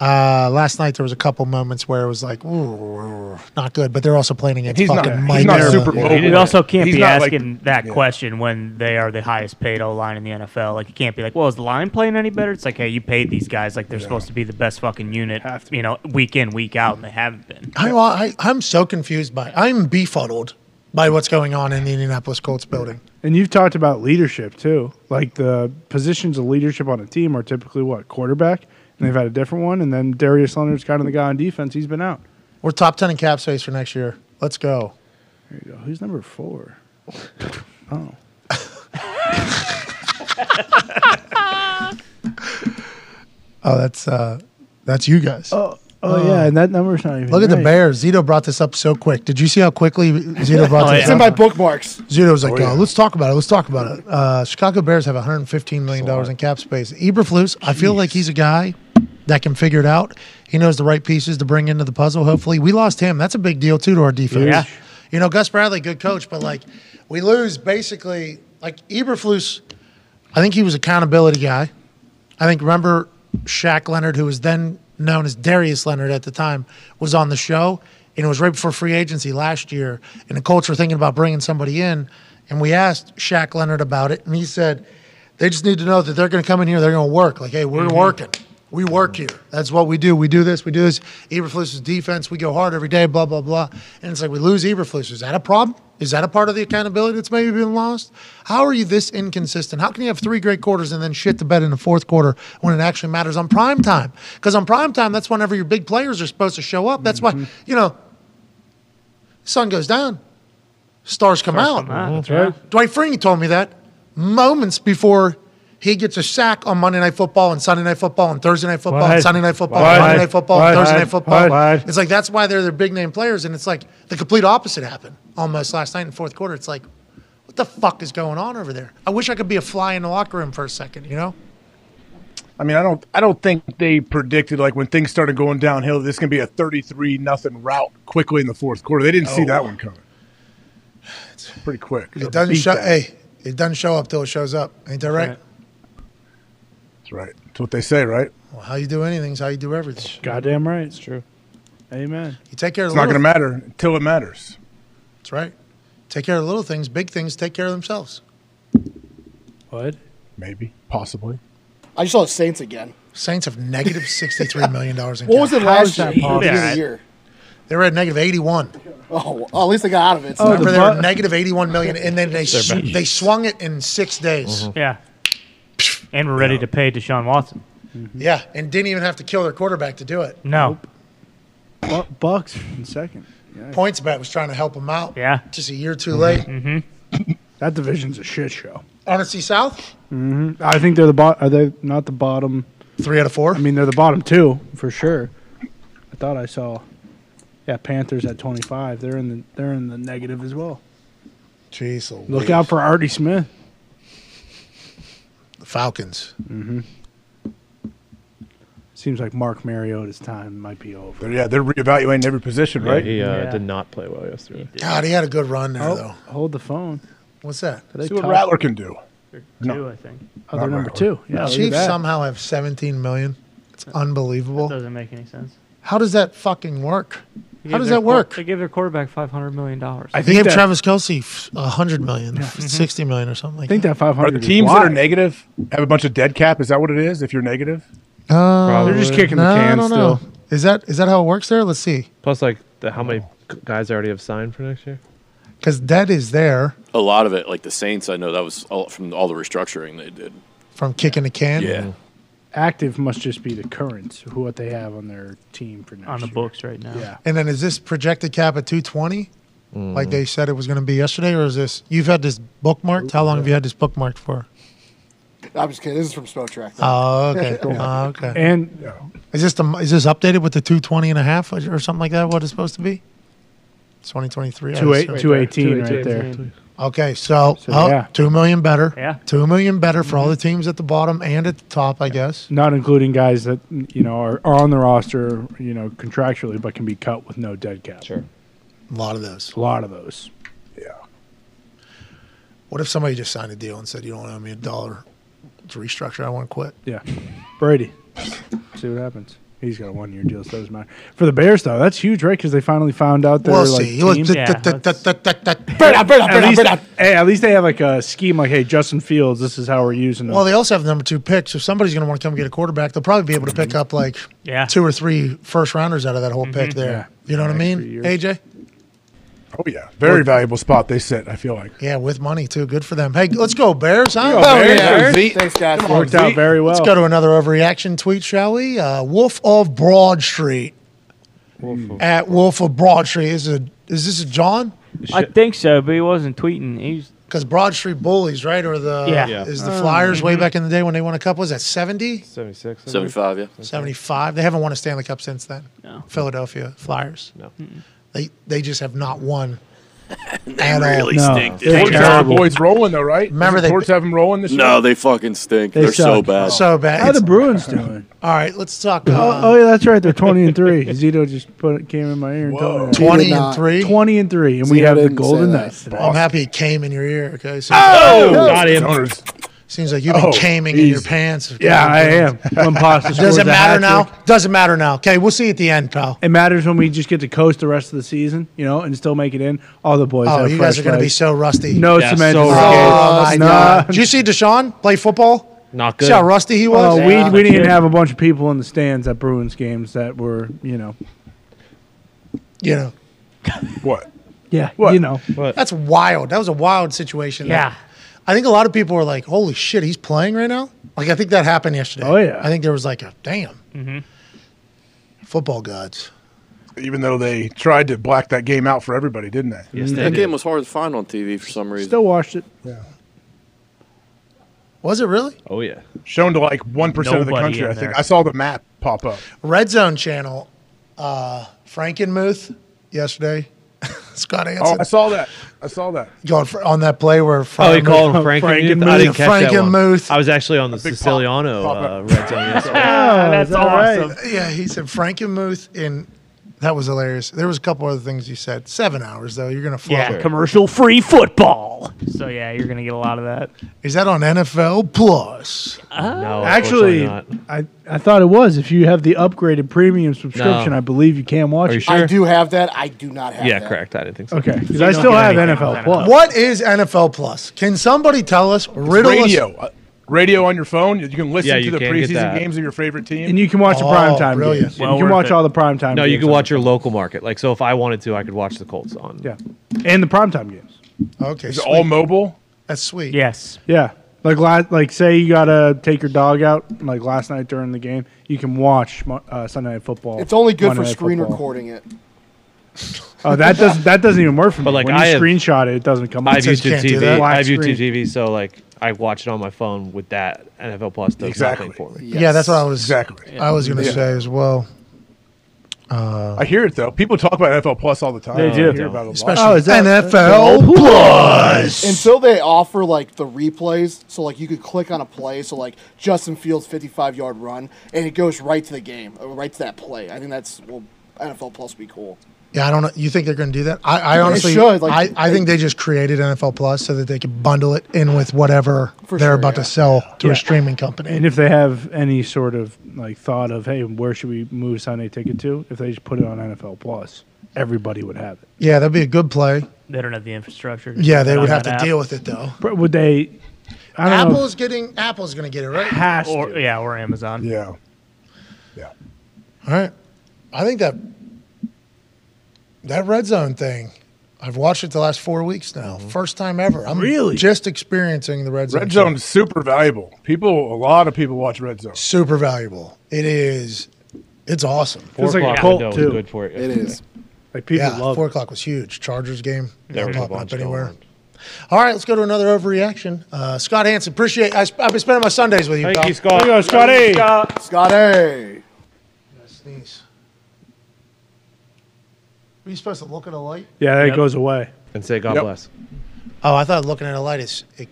A: Uh, last night there was a couple moments where it was like, ooh, not good. But they're also playing against
D: He's not-
A: fucking
D: he's
A: Mike.
D: not
A: Miller.
D: Super
A: Yeah.
D: We also can't
A: He's
D: be
A: not, like-
D: asking that question when they are the highest paid O line in the NFL. Like you can't be like, "Well, is the line playing any better?" It's like, "Hey, you paid these guys like they're supposed to be the best fucking unit, you know, week in, week out, and they haven't been."
A: I'm, I, I'm so confused by. I'm befuddled by what's going on in the Indianapolis Colts building.
B: And you've talked about leadership too. Like the positions of leadership on a team are typically what quarterback, and they've had a different one. And then Darius Leonard's kind of the guy on defense. He's been out.
A: We're top ten in cap space for next year. Let's go.
B: There you go. Who's number four? Oh,
A: Oh, that's uh, that's you guys. Oh,
B: oh yeah, and that number's not even.
A: Look at the
B: right.
A: Bears. Zito brought this up so quick. Did you see how quickly Zito brought
E: Oh,
A: this
E: It's
A: up?
E: in my Oh, bookmarks.
A: Zito's like, uh, let's talk about it. Let's talk about it. Uh, Chicago Bears have 115 million dollars in cap space. Eberflus, I feel like he's a guy that can figure it out. He knows the right pieces to bring into the puzzle. Hopefully, we lost him. That's a big deal too to our defense.
B: Yeah.
A: You know, Gus Bradley, good coach, but like we lose basically like Eberflus. I think he was accountability guy. I think remember Shaq Leonard, who was then known as Darius Leonard at the time, was on the show, and it was right before free agency last year, and the Colts were thinking about bringing somebody in, and we asked Shaq Leonard about it, and he said They just need to know that they're going to come in here. They're going to work. Like, hey, we're working. We work here. That's what we do. We do this. We do this. Eberflus's defense. We go hard every day. Blah blah blah. And it's like we lose Eberflus. Is that a problem? Is that a part of the accountability that's maybe been lost? How are you this inconsistent? How can you have three great quarters and then shit the bed in the fourth quarter when it actually matters on prime time? Because on prime time, that's whenever your big players are supposed to show up. That's why you know, sun goes down, stars come out.
B: That's right.
A: Dwight Freeney told me that moments before he gets a sack on Monday Night Football and Sunday Night Football and Thursday Night Football
B: Why?
A: and Sunday Night Football
B: Why?
A: and Monday Night Football and
B: Why?
A: Thursday Night Football.
B: Why?
A: It's like that's why they're their big name players, and it's like the complete opposite happened almost last night in fourth quarter. It's like, what the fuck is going on over there? I wish I could be a fly in the locker room for a second, you know?
H: I mean, I don't, I don't think they predicted like when things started going downhill, this can be a thirty-three nothing route quickly in the fourth quarter. They didn't see that one coming. It's pretty quick.
A: Oh, It doesn't show. Hey, it doesn't show up till it shows up. Ain't that right?
H: That's right. That's what they say, right?
A: Well, how you do anything's how you do everything.
B: Goddamn right. It's true. Amen.
A: You take care of
H: It's
A: the
H: not going to
A: little-
H: matter until it matters.
A: That's right. Take care of little things. Big things take care of themselves.
B: What?
H: Maybe, possibly.
E: I just saw the Saints again.
A: Saints have negative $63 million in cap.
E: What was it
A: How
E: last
A: is
E: year?
A: that
E: Beginning of
A: possible?
E: the year.
A: They were at negative 81.
E: Oh, well, at least they got out of it. So.
A: Remember,
B: Oh, the
A: they were
B: Bu-
A: negative 81 million, and then they
C: They're
A: sw-
C: back.
A: they swung it in six days.
D: Yeah. And we're ready to pay Deshaun Watson.
A: Yeah, and didn't even have to kill their quarterback to do it.
D: No.
B: Bu- bucks in second. Yeah.
A: Points bet was trying to help them out.
D: Yeah.
A: Just a year too late.
B: That division's a shit show.
A: NFC South,
B: Mm-hmm. I think they're the bot. Are they not the bottom?
A: three out of four.
B: I mean, they're the bottom two for sure. I thought I saw. Yeah, Panthers at twenty five. They're in the they're in the negative as well.
A: Jeez,
B: Look out for Artie Smith.
A: the Falcons.
B: Mm-hmm. Seems like Mark Mariota's time might be over.
H: They're, yeah, they're reevaluating every position,
C: Yeah,
H: right?
C: he uh,
B: Yeah.
C: did not play well yesterday.
A: God, he had a good run there,
B: Oh,
A: though.
B: hold the phone.
A: What's that?
B: Are they
H: See what
B: top?
H: Rattler can do.
D: Two, I think.
B: Oh, they're
H: Not
B: number
H: Rattler.
B: two. Yeah, look at
A: Chiefs
B: that.
A: somehow have 17 million. It's unbelievable.
D: Doesn't make any sense.
A: How does that fucking work?
K: They
A: How
K: gave
A: does
K: their
A: that
K: quar-
A: work?
K: They gave their quarterback five hundred million dollars.
B: I
A: They
B: think
A: gave
B: that,
A: Travis Kelsey f- 100 million, 60 million or something like
B: I think that five
H: Are
B: hundred.
H: the teams that are negative have a bunch of dead cap? Is that what it is? If you're negative,
A: that. Uh,
B: They're just kicking
A: no,
B: the can
A: I don't
B: still.
A: know. Is that is that how it works there? Let's see.
C: Plus, like the, how many c- guys already have signed for next year?
A: Because that is there
J: A lot of it, like the Saints, I know that was all from all the restructuring they did.
A: from kicking the can.
B: Active must just be the current who what they have on their team for next
D: On the
B: year.
D: books right now.
B: Yeah.
A: And then is this projected cap at 220? Like they said it was going to be yesterday, or is this you've had this bookmarked? How long have you had this bookmarked for?
E: I'm just kidding. This is from Smoke Track.
A: Oh, okay. Oh, okay.
B: And
A: Is this the is this updated with the 220 and a half or something like that? What it's supposed to be? 2023. I
B: two eight
A: assume.
B: two eighteen right there.
A: Okay, so,
B: So,
A: oh,
B: yeah. Mm-hmm.
A: two million better.
D: Yeah.
A: two million better for all the teams at the bottom and at the top, I guess.
B: Not including guys that you know are, are on the roster, you know, contractually, but can be cut with no dead cap. Sure,
A: A lot of those.
B: a lot of those.
A: What if somebody just signed a deal and said, "You don't owe me a dollar to restructure. I want to quit."
B: Yeah, Brady. See what happens. He's got a one year deal, so it doesn't matter. For the Bears, though, that's huge, right? Because they finally found out their
A: We'll
B: like
A: see. Let's-
B: team.
A: th-
D: Yeah,
A: th- th-
D: let's-
A: th- th- th- th-
E: Burn out, burn out,
B: At
E: burn out,
B: least,
E: burn out.
B: hey, at least they have like a scheme, like, hey, Justin Fields, this is how we're using him.
A: Well, they also have the number two pick. So if somebody's going to want to come get a quarterback, they'll probably be able to pick up like
D: Yeah.
A: two or three first rounders out of that whole pick
H: Mm-hmm.
A: there. You know what I
B: Next
A: mean,
B: three years.
A: AJ?
H: oh yeah, very valuable spot they sit. I feel like.
A: Yeah, with money too. Good for them. Hey, let's go Bears, huh?
H: Go, Bears.
A: yeah.
H: Zeke.
E: Thanks, guys.
B: worked out very well.
A: Let's go to another overreaction tweet, shall we? Uh, Wolf of Broad Street. At Wolf of Broad Street. Is, a, is this a John?
D: I think so, but he wasn't tweeting. He was
A: Because Broad Street Bullies, right? Or the
D: Yeah. Oh, Yeah.
A: is the Flyers way back in the day when they won a cup? Was that 70?
C: Seventy six.
J: 75, yeah.
A: 75. They haven't won a Stanley Cup since then.
D: No.
A: Philadelphia Flyers.
C: No.
A: They they just have not won. at
J: Really
A: all.
B: No.
J: stink.
B: They-
J: dude.
H: Torch has the
B: Terrible.
H: boys rolling though, right?
A: Remember
H: Doesn't
A: they-
H: Torch have them rolling this
J: No,
H: year.
J: they fucking stink.
B: They
J: They are so
B: suck.
J: bad.
A: So bad.
B: How the
A: It's-
B: Bruins doing?
A: all right, let's talk.
B: Oh,
A: Uh,
B: oh, yeah, that's right. They're twenty and three. Zito just put it came in my ear and Oh,
H: Whoa.
B: told
A: 20 and
B: me that.
E: not.
A: 3.
B: twenty and three, and we
E: Zito
B: have the
E: didn't say
B: Golden
E: that.
B: Knights. today.
A: I'm happy it came in your ear. Okay, so
H: Oh, got it. Owners.
A: Seems like you've been
B: Oh,
A: caming in
B: easy.
A: your pants.
B: Yeah, I am. When Pasta scores
A: Does it
B: a
A: matter
B: hat
A: now?
B: trick.
A: Doesn't matter now. Okay, we'll see at the end, pal.
B: It matters when we just get to coast the rest of the season, you know, and still make it in. All the boys.
A: Oh,
B: have
A: you guys
B: first
A: are going to be
B: place.
A: so rusty.
B: No Yeah, cement so to rusty. skate.
A: Oh, my
B: Nah.
A: God. Did you see Deshaun play football?
C: Not
A: See how rusty he was?
B: Oh, we we didn't have a bunch of people in the stands at Bruins games that were, you know,
A: You know.
H: What?
B: yeah, you know.
A: That's wild. That was a wild situation.
B: Yeah.
A: I think a lot of people were like, holy shit, he's playing right now? Like, I think that happened yesterday.
H: Oh, yeah.
A: I think there was like a damn.
E: Mm-hmm.
A: Football Oh, gods.
H: Even though they tried to black that game out for everybody, didn't they?
J: Yes,
B: Mm-hmm.
J: that game was hard to find on TV for some reason.
B: Still watched it.
A: Was it really?
C: Oh yeah,
H: shown to like one percent of the
A: Nobody
H: country.
A: in
H: I think
A: there.
H: I saw the map pop up.
A: Red Zone channel, uh, Frankenmuth yesterday. Scott
H: Oh,
A: Anson.
H: I saw that. I saw that.
A: Going for, on that play where
C: Oh, you
A: Frank
C: called him Frankenmuth? I didn't catch that one. I was actually on the
A: big pop-
C: Siciliano uh, red zone
B: Oh,
C: yesterday.
A: Yeah,
D: that's awesome.
A: Yeah, he said Frankenmuth in. That was hilarious. There was a couple other things you said. Seven hours though, you're gonna flop.
D: Yeah, commercial free football. So yeah, you're gonna get a lot of that.
A: Is that on NFL Plus?
C: no,
B: Actually, I, I thought it was. If you have the upgraded premium subscription,
C: No.
B: I believe you can watch
C: Are you
B: it.
C: sure? I do
A: have that. I do not
C: yeah, correct. I didn't think so.
B: Okay, because I still have NFL Plus.
A: What is NFL Plus? Can somebody tell us? Riddle us-
H: radio. Uh, radio on your phone. You can listen
C: Yeah,
H: to
C: you
H: the
C: can get
H: preseason
C: that.
H: games of your favorite team, Oh,
B: And you can watch the primetime
H: brilliant.
B: games. you can watch all the primetime
C: No,
B: games.
C: you can watch your local market. Like, so if I wanted to, I could watch the Colts on.
B: Yeah. And the primetime games.
A: Okay.
H: Is it all mobile?
A: That's sweet.
D: Yes.
B: Yeah. Like, la- like say you got to take your dog out, like last night during the game, you can watch Mo- uh, Sunday Night Football.
E: It's only good
B: Monday
E: for
B: Night
E: screen
B: Football.
E: recording it.
B: Oh, that doesn't that doesn't even work for me.
C: But, like,
B: when you
C: I have-
B: screenshot it, it doesn't come.
C: I
B: up.
C: have YouTube TV. I
B: Black
C: have YouTube
B: screen.
C: TV, so like I watch it on my phone with that. NFL Plus does
H: Exactly.
C: nothing for me.
A: Yeah, that's what I was.
H: Exactly.
A: I was gonna
H: Yeah.
A: say as well. Uh,
H: I hear it though. People talk about NFL Plus all the time.
A: They
H: I
A: do.
H: hear about it a lot.
A: Especially Oh, is that- NFL Plus.
E: Until they offer like the replays, so like you could click on a play, so like Justin Fields' 55 yard run, and it goes right to the game, or right to that play. I think that's well, NFL Plus would be cool.
A: Yeah, I don't know. You think they're going to do that? I, I
E: They
A: honestly,
E: should, like-
A: I, I think they just created NFL Plus so that they could bundle it in with whatever
B: For
A: they're
B: sure,
A: about
B: yeah.
A: to sell to
B: Yeah.
A: a streaming company.
B: And if they have any sort of like thought of, hey, where should we move Sunday Ticket to? If they just put it on NFL Plus, everybody would have it.
A: yeah, that'd be a good play.
D: They don't have the infrastructure.
A: Yeah, they
D: Not
A: would
D: on
A: have to
D: that app.
A: deal with it though.
B: But would they? I don't
A: Apple's getting Apple's going to get it right.
D: or, Yeah, or Amazon.
H: Yeah.
A: All right, I think that that red zone thing. I've watched it the last four weeks now. First time ever. I'm really just experiencing the red zone.
H: Red zone is super valuable. People, a lot of people watch red zone.
A: super valuable. It is. It's awesome.
H: Feels like a
C: o'clock
H: cult,
C: window is
H: too.
C: Good for it.
H: It is.
B: Like people
A: yeah,
B: love
A: four o'clock was huge. Chargers game.
C: There
A: not
C: was a
A: popping up
C: bunch
A: anywhere. All right, let's go to another overreaction. Uh, Scott Hansen, appreciate. I, sp- I've been spending my Sundays with you. pal.
E: Scott. Scotty.
A: Sneeze. Were you supposed to look at a light?
B: Yeah, that
C: Yep.
B: goes away.
C: And say God
A: Yep.
C: bless.
A: Oh, I thought looking at a light is it.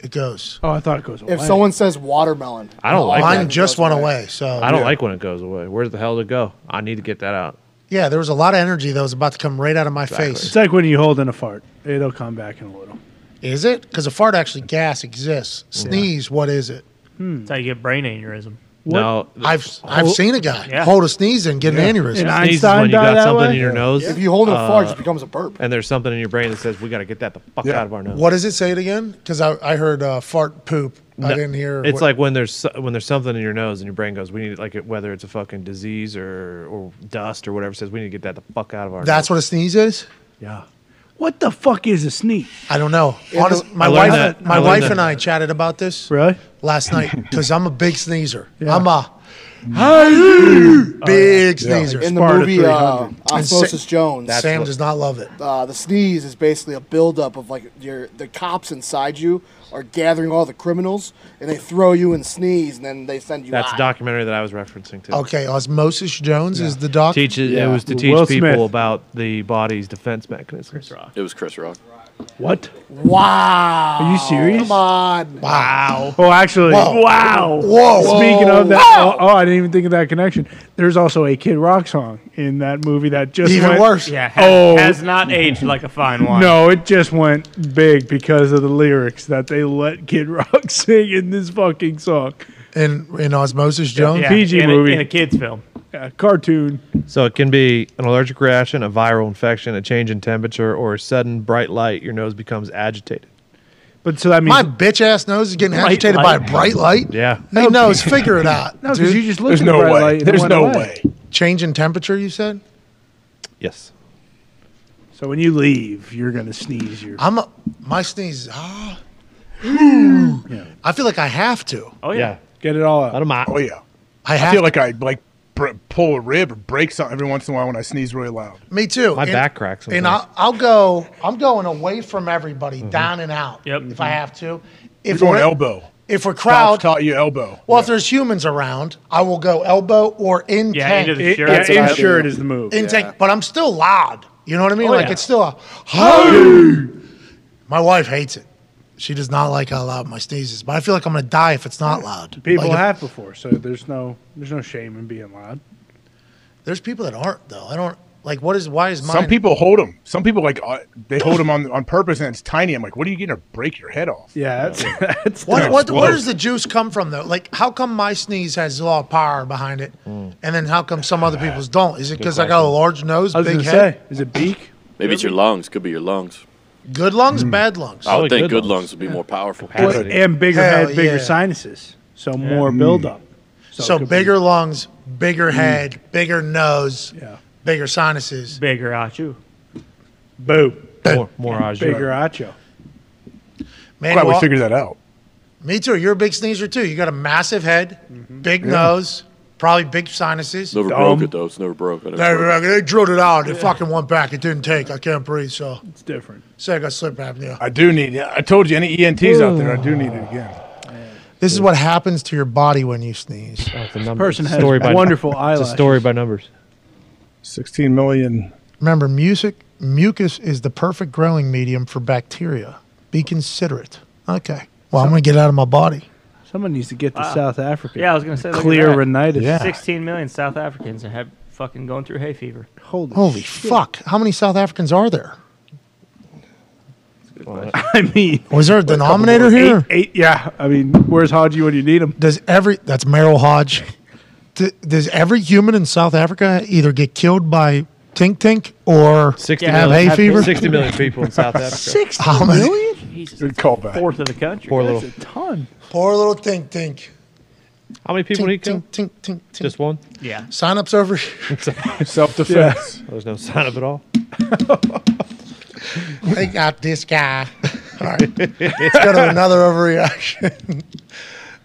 A: It goes.
B: Oh, I thought it goes
E: If someone says watermelon,
C: I don't like
A: Mine
C: that.
A: just went away. So
C: I don't like when it goes away. Where the hell did it go? I need to get that out.
A: Yeah, there was a lot of energy that was about to come right out of my
B: It's
A: face.
B: like when you hold in a fart; it'll come back in a little.
A: Is it? Because a fart actually gas exists. Sneeze. What is it?
B: Hmm.
D: That's how you get brain aneurysm.
C: No,
A: I've I've
D: Hold-
A: seen a guy
D: Yeah.
A: hold a sneeze and get an aneurysm.
C: Sneeze is when you got something in your nose. Uh,
E: If you hold it far, it just becomes a burp.
C: And there's something in your brain that says we got to get that the fuck out of our nose.
A: What does it say it again? Because I, I heard uh, fart poop. I
C: No,
A: didn't hear.
C: It's
A: what-
C: like when there's so- when there's something in your nose and your brain goes, we need like it- whether it's a fucking disease or or dust or whatever says we need to get that the fuck out of our.
A: that's what a sneeze is.
C: Yeah.
B: What the fuck is a sneeze?
A: I don't know.
B: Yeah,
A: Honest,
B: no-
A: my
B: I learned
A: wife,
B: that-
A: my
B: I learned
A: wife
B: that.
A: and I chatted about this
B: really
A: last night because I'm a big sneezer.
B: Yeah. Mm. Oh,
A: I'm a Hi, big
E: Oh, Yeah.
A: sneezer.
E: In the movie uh,
A: And Sa-
E: Osmosis Jones,
A: Sam does not love it.
E: Uh, the sneeze is basically a buildup of like your the cops inside you are gathering all the criminals and they throw you and sneeze and then they send you
C: That's
E: out.
C: a documentary that I was referencing to.
A: Okay, Osmosis Jones is the doc.
C: Teaches it was to teach people about the body's defense mechanisms.
J: It was Chris Rock.
B: What?
E: Wow.
B: Are you serious?
E: Come on.
A: Wow.
B: Oh, actually,
A: Whoa.
B: wow.
A: Whoa.
B: Speaking
A: Whoa.
B: of that, oh, oh, I didn't didn't even think of that connection. There's also a Kid Rock song in that movie that just
A: Even
B: went- Oh,
A: worse. Oh.
D: Yeah, has, has not aged like a fine wine.
B: No, it just went big because of the lyrics that they let Kid Rock sing in this fucking song.
A: In in Osmosis
B: Jones,
D: Yeah,
B: PG
D: in a-
B: movie,
D: in a kids film,
B: yeah, cartoon.
G: So it can be an allergic reaction, a viral infection, a change in temperature, or a sudden bright light. Your nose becomes agitated.
B: But so that means
A: My bitch ass nose is getting agitated
G: light.
A: by a bright light.
G: Yeah.
A: Hey, nose, figure it out.
B: No, because
A: dude.
B: you just looked
H: There's
B: at the
H: no
B: bright
H: way.
B: light. and it
H: There's
B: went
H: no
B: away.
H: way.
A: Change in temperature, you said?
G: Yes.
B: So when you leave, you're gonna sneeze. Your
A: I'm a, my sneeze. Ah, I feel like I have to.
D: Oh yeah.
B: get it all out.
G: Out of my.
H: Oh yeah.
A: I
H: I
A: have.
H: feel
A: to.
H: like I like br- pull a rib or break something every once in a while when I sneeze really loud.
A: me too.
G: My
A: And-
G: back cracks.
A: And
G: sometimes.
A: I'll, I'll go. I'm going away from everybody,
B: Mm-hmm.
A: down and out.
D: Yep.
A: If I have to.
H: Mm-hmm. You're
A: If
H: going elbow.
A: If we're crowd.
H: Cops taught you elbow.
A: Well, if there's humans around, I will go elbow or in
D: Yeah,
A: tank.
D: into the
B: It-
D: shirt.
B: yeah,
E: what I do.
B: insured is the move.
A: in tank, but I'm still loud. You know what I mean?
D: Oh,
A: like
D: yeah.
A: it's still a hey. My wife hates it. She does not like how loud my sneeze is, but I feel like I'm gonna die if it's not loud.
B: People
A: Like, if-
B: have before, so there's no there's no shame in being loud.
A: There's people that aren't though. I don't like. What is? Why is mine?
H: Some people hold them. Some people like uh, they hold them on on purpose and it's tiny. I'm like, what are you getting to break your head off?
B: Yeah, that's, that's
A: What,
H: Yeah,
A: what, where
H: explode.
A: does the juice come from though? Like, how come my sneeze has a lot of power behind it,
J: Mm.
A: and then how come some other people's don't? Is it because I got a large nose,
B: I was
A: big
B: gonna
A: head,
B: say, is it beak? Hmm.
J: Maybe it's your lungs. Could be your lungs.
A: good lungs,
B: Mm.
A: bad lungs?
J: I would
G: Probably
J: think
G: good
J: good
G: lungs.
J: lungs would be more powerful.
B: Well,
G: Capacity.
B: and bigger
A: Hell
B: head, bigger
A: yeah.
B: sinuses, so more buildup. it
A: so
B: could be-
A: bigger lungs, bigger head, bigger nose,
B: yeah,
A: bigger sinuses.
D: Bigger Achu.
B: boo,
G: more, more agitated.
B: bigger acho.
A: Man,
H: Glad we
A: well,
H: figured that out.
A: Me too. You're a big sneezer too. You got a massive head, big nose, probably big sinuses.
J: Never broke it though. It's never broke. I never
A: They,
J: broke it.
A: they drilled it out. It fucking went back. It didn't take. I can't breathe. So
B: It's different.
A: say I got sleep apnea.
H: I do need. I told you, any ENTs out there, I do need it again.
A: This is what happens to your body when you sneeze.
G: Oh, it's a number.
B: Person
G: It's a
B: has wonderful
G: It's
B: eyelashes.
G: a story by numbers.
H: Sixteen million.
A: Remember, music mucus is the perfect growing medium for bacteria. Be considerate. Okay. Well, I'm gonna get it out of my body.
B: Someone needs to get to South Africa.
D: Yeah, I was gonna say, look at
B: clear
D: that.
B: rhinitis.
A: Yeah.
D: 16 million South Africans have fucking going through hay fever.
B: Holy,
A: Holy
B: shit.
A: fuck! How many South Africans are there?
B: I mean,
A: Was there a denominator here?
B: eight, eight. Yeah, I mean, where's Haji when you need him?
A: Does every that's Merrill Hodge? D- Does every human in South Africa either get killed by Tink Tink or
G: 60
A: have
G: million-
A: hay fever?
G: 60 million people in South Africa.
B: Six
A: How many-
D: Jesus,
H: Good
D: that's a
H: callback.
D: fourth of the country.
G: Poor
B: That's
G: little.
B: a ton.
A: Poor little Tink Tink.
G: How many people
A: Tink
G: did he
A: Tink
G: kill?
A: Tink Tink Tink.
G: Just one?
D: Yeah.
A: Sign ups over. here.
H: Self defense.
G: There's no sign of it all.
A: they got this guy. All right, let's go to another overreaction.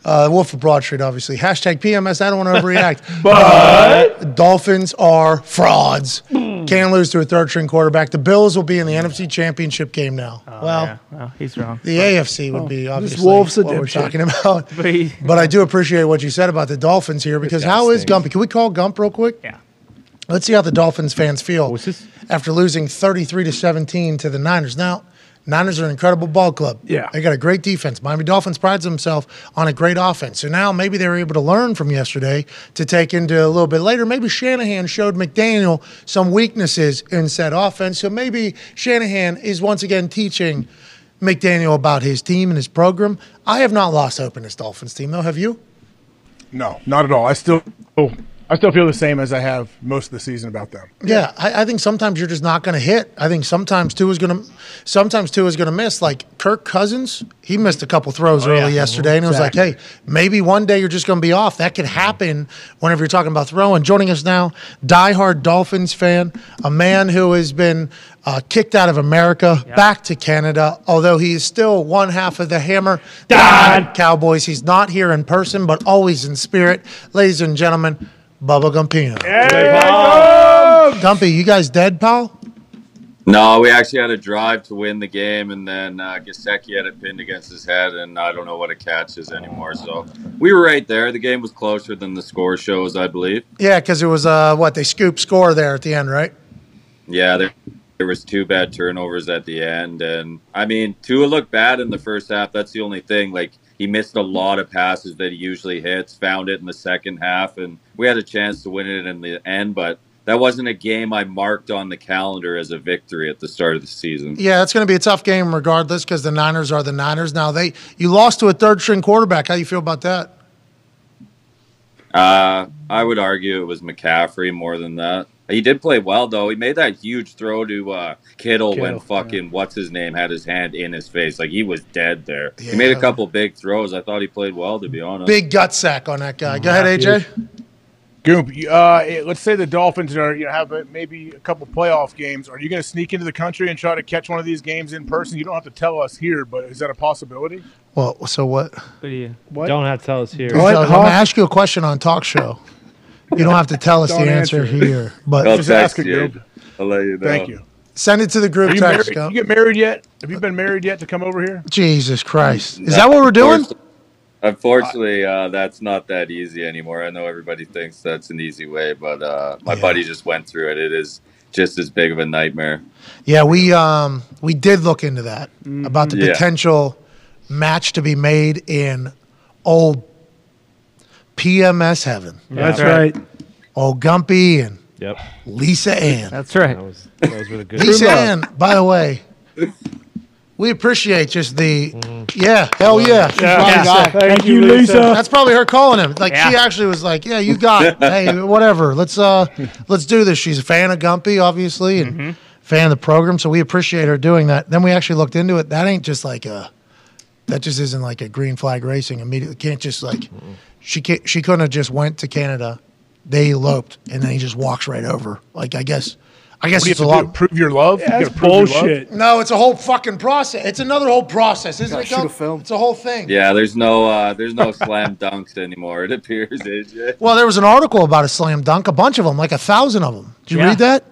A: Uh, Wolf of Broad Street, obviously. Hashtag PMS. I don't want to overreact. but Dolphins are frauds.
G: Hmm.
A: Can't lose to a third string quarterback. The Bills will be in the NFC Championship game now. well,
D: yeah. well, he's wrong.
A: The AFC would be
D: Oh.
A: obviously
B: Wolf's a
A: what we're
B: dipshit.
A: talking about.
D: But he-
A: But I do appreciate what you said about the Dolphins here because how is Gump? Can we call Gump real quick?
D: Yeah.
A: Let's see how the Dolphins fans feel
G: this?
A: after losing 33 to 17 to the Niners. Now, Niners are an incredible ball club.
B: Yeah.
A: They got a great defense. Miami Dolphins prides themselves on a great offense. So now maybe they were able to learn from yesterday to take into a little bit later. Maybe Shanahan showed McDaniel some weaknesses in said offense. So maybe Shanahan is once again teaching McDaniel about his team and his program. I have not lost hope in this Dolphins team, though. Have you?
H: No, not at all. I still, I still feel the same as I have most of the season about them.
A: Yeah, I, I think sometimes you're just not going to hit. I think sometimes two is going to, sometimes two is going to miss. Like Kirk Cousins, he missed a couple throws early yesterday, and it was like, hey, maybe one day you're just going to be off. That could happen whenever you're talking about throwing. Joining us now, diehard Dolphins fan, a man who has been uh, kicked out of America, back to Canada, although he is still one half of the Hammer Diehard Cowboys. He's not here in person, but always in spirit, ladies and gentlemen. Bubba Gumpino. Gumpy, you guys dead, pal?
L: No, we actually had a drive to win the game, and then uh, Gasecki had it pinned against his head, and I don't know what a catch is anymore. So we were right there. The game was closer than the score shows, I believe.
A: Yeah, because it was uh, what they scoop score there at the end, right?
L: Yeah, they there was two bad turnovers at the end, and I mean Tua looked bad in the first half. That's the only thing. Like he missed a lot of passes that he usually hits. Found it in the second half, and we had a chance to win it in the end, but. That wasn't a game I marked on the calendar as a victory at the start of the season.
A: Yeah, it's going to be a tough game regardless because the Niners are the Niners. Now they you lost to a third string quarterback. How you feel about that?
L: Uh, I would argue it was McCaffrey more than that. He did play well though. He made that huge throw to uh, Kittle,
M: Kittle,
L: when fucking what's his name had his hand in his face. Like he was dead there. He made a couple big throws. I thought he played well to be honest.
A: Big gut sack on that guy. Go ahead, AJ.
H: Goomp, you- uh, eh, let's say the Dolphins are you know, have a, maybe a couple playoff games. Are you going to sneak into the country and try to catch one of these games in person? You don't have to tell us here, but is that a possibility?
A: Well, so what?
K: Good you.
A: What?
C: Don't have to tell us here.
A: So I'm going to ask you a question on talk show. You don't have to tell us the
H: Don't
A: answer,
H: answer it.
A: here, but
H: I'll Just text ask a you. group.
L: I'll let you
H: know. Thank you.
A: Send it to the
H: Are
A: group
H: you,
A: text.
H: married-
A: Scott.
H: you get married yet? Have you been married yet to come over here?
A: Jesus Christ, is that what we're doing?
L: Unfortunately, uh, that's not that easy anymore. I know everybody thinks that's an easy way, but uh, my buddy just went through it. It is just as big of a nightmare.
A: Yeah, we um we did look into that about the
L: Yeah.
A: potential match to be made in old PMS heaven.
B: That's Yeah. right.
A: Old Gumpy and
C: Yep.
A: Lisa Ann.
K: That's right.
C: That was, that was really good.
A: Lisa Ann, by the way, we appreciate just the yeah, hell yeah. She's
C: Yeah.
A: right
C: Yeah.
A: to say.
C: Thank you, Lisa.
A: That's probably her calling him. Like she
C: Yeah.
A: actually was like, yeah, you got it. hey, whatever. Let's uh let's do this. She's a fan of Gumpy, obviously, and
C: Mm-hmm.
A: fan of the program, so we appreciate her doing that. Then we actually looked into it. That ain't just like a that just isn't like a green flag racing immediately. Can't just like she can't, she couldn't have just went to Canada. They eloped and then he just walks right over. Like I guess I guess
H: What do you
A: it's a
H: have to do?
A: lot.
H: Prove your love. You gotta prove your love?
A: No, it's a whole fucking process. It's another whole process, isn't it? Shoot a film. It's a whole thing.
L: Yeah, there's no uh, there's no slam dunks anymore. It appears, AJ.
A: Well, there was an article about a slam dunk, a bunch of them, like a thousand of them. Did you read that?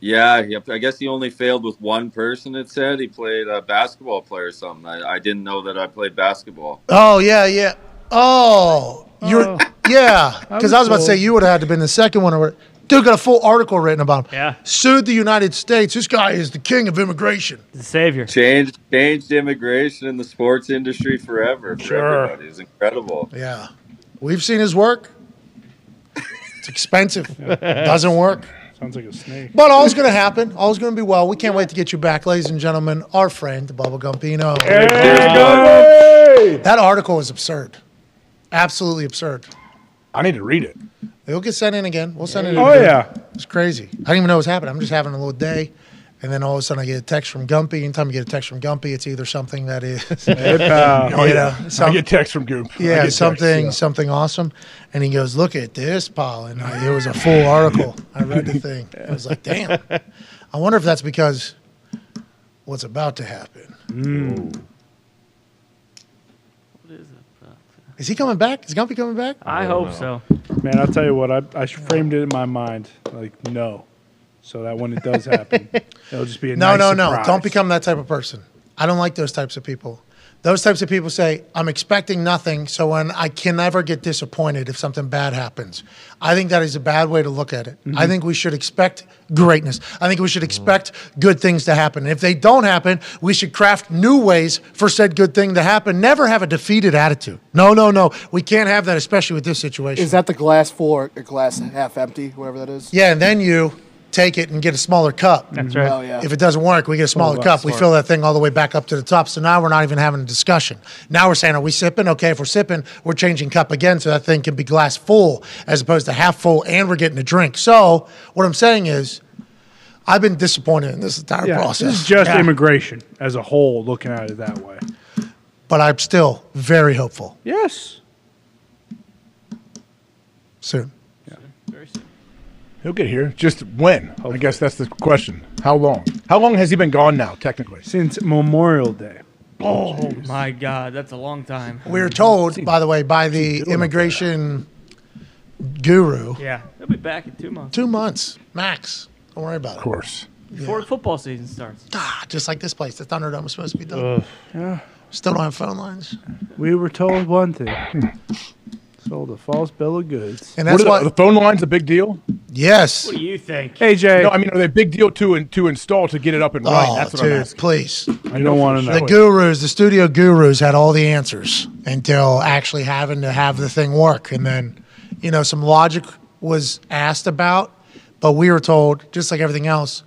L: Yeah, he- I guess he only failed with one person. It said he played a basketball player or something. I, I didn't know that I played basketball.
A: Oh yeah, yeah. Oh, you're yeah.
L: I
A: Because I
L: was
A: was about to say
L: told.
A: you would have had to been the second one. Or what- dude got a full article written about him.
L: Yeah.
A: Sued the United States. This guy is the king of immigration.
L: The savior changed changed immigration in the sports industry forever. For
A: Sure.
L: everybody, it's incredible.
A: Yeah. We've seen his work. It's expensive. Doesn't work.
B: Sounds like a snake.
A: But all's going to happen. All's going to be well. We can't wait to get you back, ladies and gentlemen. Our friend, Bubba Gumpino. That article is absurd. Absolutely absurd.
H: I need to read it.
A: It'll get sent in again. We'll send it in.
B: Oh,
A: again.
B: yeah.
A: It's crazy. I didn't even know it was happening. I'm just having a little day. And then all of a sudden I get a text from Gumpy. Anytime you get a text from Gumpy, it's either something that is,
H: Uh,
A: you know,
H: I
A: some-
H: get text from Goop. I get
A: yeah,
H: texts,
A: something,
H: yeah.
A: something awesome. And he goes, "Look at this, Paul." And I, it was a full article. I read the thing. I was like, "Damn." I wonder if that's because what's about to happen. Is he coming back? Is Gumpy coming back?
K: I hope so.
B: Man, I'll tell you what, I, I framed it in my mind like no. So that when it does happen, it'll just be a
A: No,
B: nice
A: no, no.
B: surprise.
A: Don't become that type of person. I don't like those types of people. Those types of people say, I'm expecting nothing, so when I can never get disappointed if something bad happens. I think that is a bad way to look at it. I
B: Mm-hmm.
I: Mhm.
A: think we should expect greatness. I think we should expect good things to happen. And if they don't happen, we should craft new ways for said good thing to happen. Never have a defeated attitude. No, no, no. We can't have that, especially with this situation.
N: Is that the glass full or a glass half empty, whatever that is?
A: Yeah, and then you take it and get a smaller cup. That's
N: right. Oh, yeah.
A: If it doesn't work, we get a smaller
N: Oh,
A: cup.
N: that's
A: We
N: smart.
A: fill that thing all the way back up to the top. So now we're not even having a discussion. Now we're saying, are we sipping? Okay, if we're sipping, we're changing cup again so that thing can be glass full as opposed to half full and we're getting a drink. So what I'm saying is, I've been disappointed in this entire
B: Yeah,
A: process.
B: This is just
A: Yeah.
B: immigration as a whole, looking at it that way.
A: But I'm still very hopeful
B: Yes.
A: soon.
H: He'll get here. Just when? I guess that's the question. How long? How long has he been gone now, technically?
B: Since Memorial Day.
D: Oh my God, that's a long time.
A: We were told, by the way, by the immigration guru,
D: Yeah, they'll be back in two months.
A: two months Oh. max. Don't worry about it. Of
H: course.
D: Before football season starts.
A: Ah, just like this place, the Thunderdome was supposed to be done.
B: Ugh. Yeah.
A: Still don't have phone lines.
B: We were told one thing. Sold a false bill of goods.
A: And that's
H: What are
A: why
H: the, the phone line's a big deal.
A: Yes.
D: What do you think?
B: AJ.
H: No, I mean, are they a big deal to in, to install to get it up and running?
A: Oh,
H: That's what I'm
A: dude,
H: asking.
A: please.
H: I don't wanna know.
A: The gurus, the studio gurus, had all the answers until actually having to have the thing work, and then, you know, some logic was asked about, but we were told, just like everything else,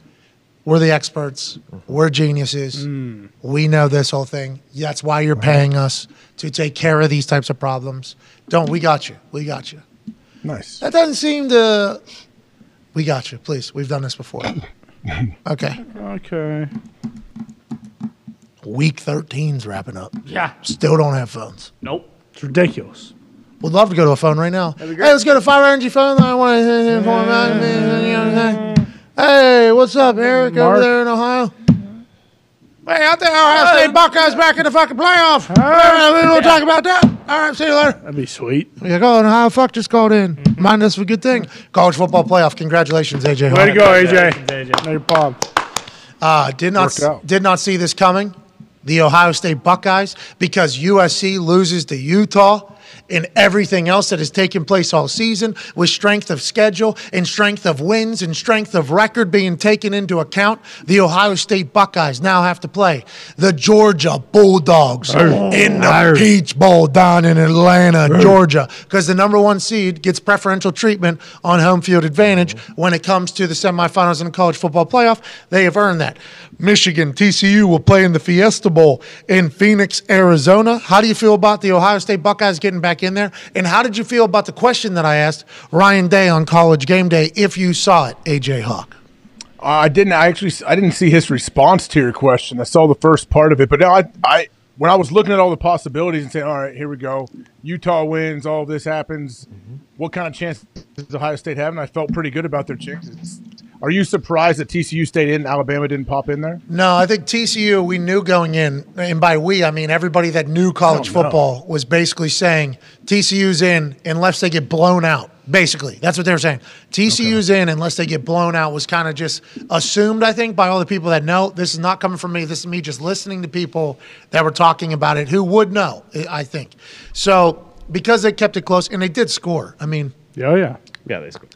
A: we're the experts, we're geniuses,
H: Mm.
A: we know this whole thing. That's why you're paying us to take care of these types of problems. Don't we got you? We got you.
H: Nice.
A: That doesn't seem to. We got you. Please, we've done this before. okay.
B: Okay.
A: Week 13's wrapping up.
B: Yeah.
A: Still don't have phones.
D: Nope.
B: It's ridiculous.
A: Would love to go to a phone right now. Hey, let's go to Fire Energy Phone. line. I want to. Hey, what's up, Eric,
I: Mark.
A: over there in Ohio? Hey, out there, Ohio State Buckeyes back in the fucking playoff. All right, we don't talk about that. All right, see you later.
B: That'd be sweet. Mm-hmm.
A: Yeah, go on. Ohio fuck just called in. Mind us for a good thing. College football playoff. Congratulations, AJ.
B: Way to go, AJ.
D: AJ.
B: No problem.
A: Uh, did not
B: Worked out.
A: did not see this coming. The Ohio State Buckeyes because USC loses to Utah and everything else that has taken place all season with strength of schedule and strength of wins and strength of record being taken into account. The Ohio State Buckeyes now have to play the Georgia Bulldogs
I: Arr.
A: in the
I: Arr.
A: Peach Bowl down in Atlanta, Georgia, because the number one seed gets preferential treatment on home field advantage when it comes to the semifinals in the college football playoff. They have earned that. Michigan, TCU will play in the Fiesta Bowl in Phoenix, Arizona. How do you feel about the Ohio State Buckeyes getting back in there? And how did you feel about the question that I asked Ryan Day on College Game Day if you saw it, AJ Hawk?
H: Uh, I didn't. I actually, I didn't see his response to your question. I saw the first part of it, but now I, I, when I was looking at all the possibilities and saying, "All right, here we go, Utah wins, all this happens." What kind of chance does Ohio State have? And I felt pretty good about their chances. Are you surprised that TCU stayed in, and Alabama didn't pop in there?
A: No, I think TCU, we knew going in, and by we, I mean everybody that knew college
H: Oh, no.
A: football was basically saying TCU's in unless they get blown out. Basically, that's what they were saying. TCU's in unless they get blown out was kind of just assumed, I think, by all the people that know. This is not coming from me. This is me just listening to people that were talking about it who would know, I- I think. So, because they kept it close and they did score, I mean,
B: Oh, yeah.
C: Yeah, they scored.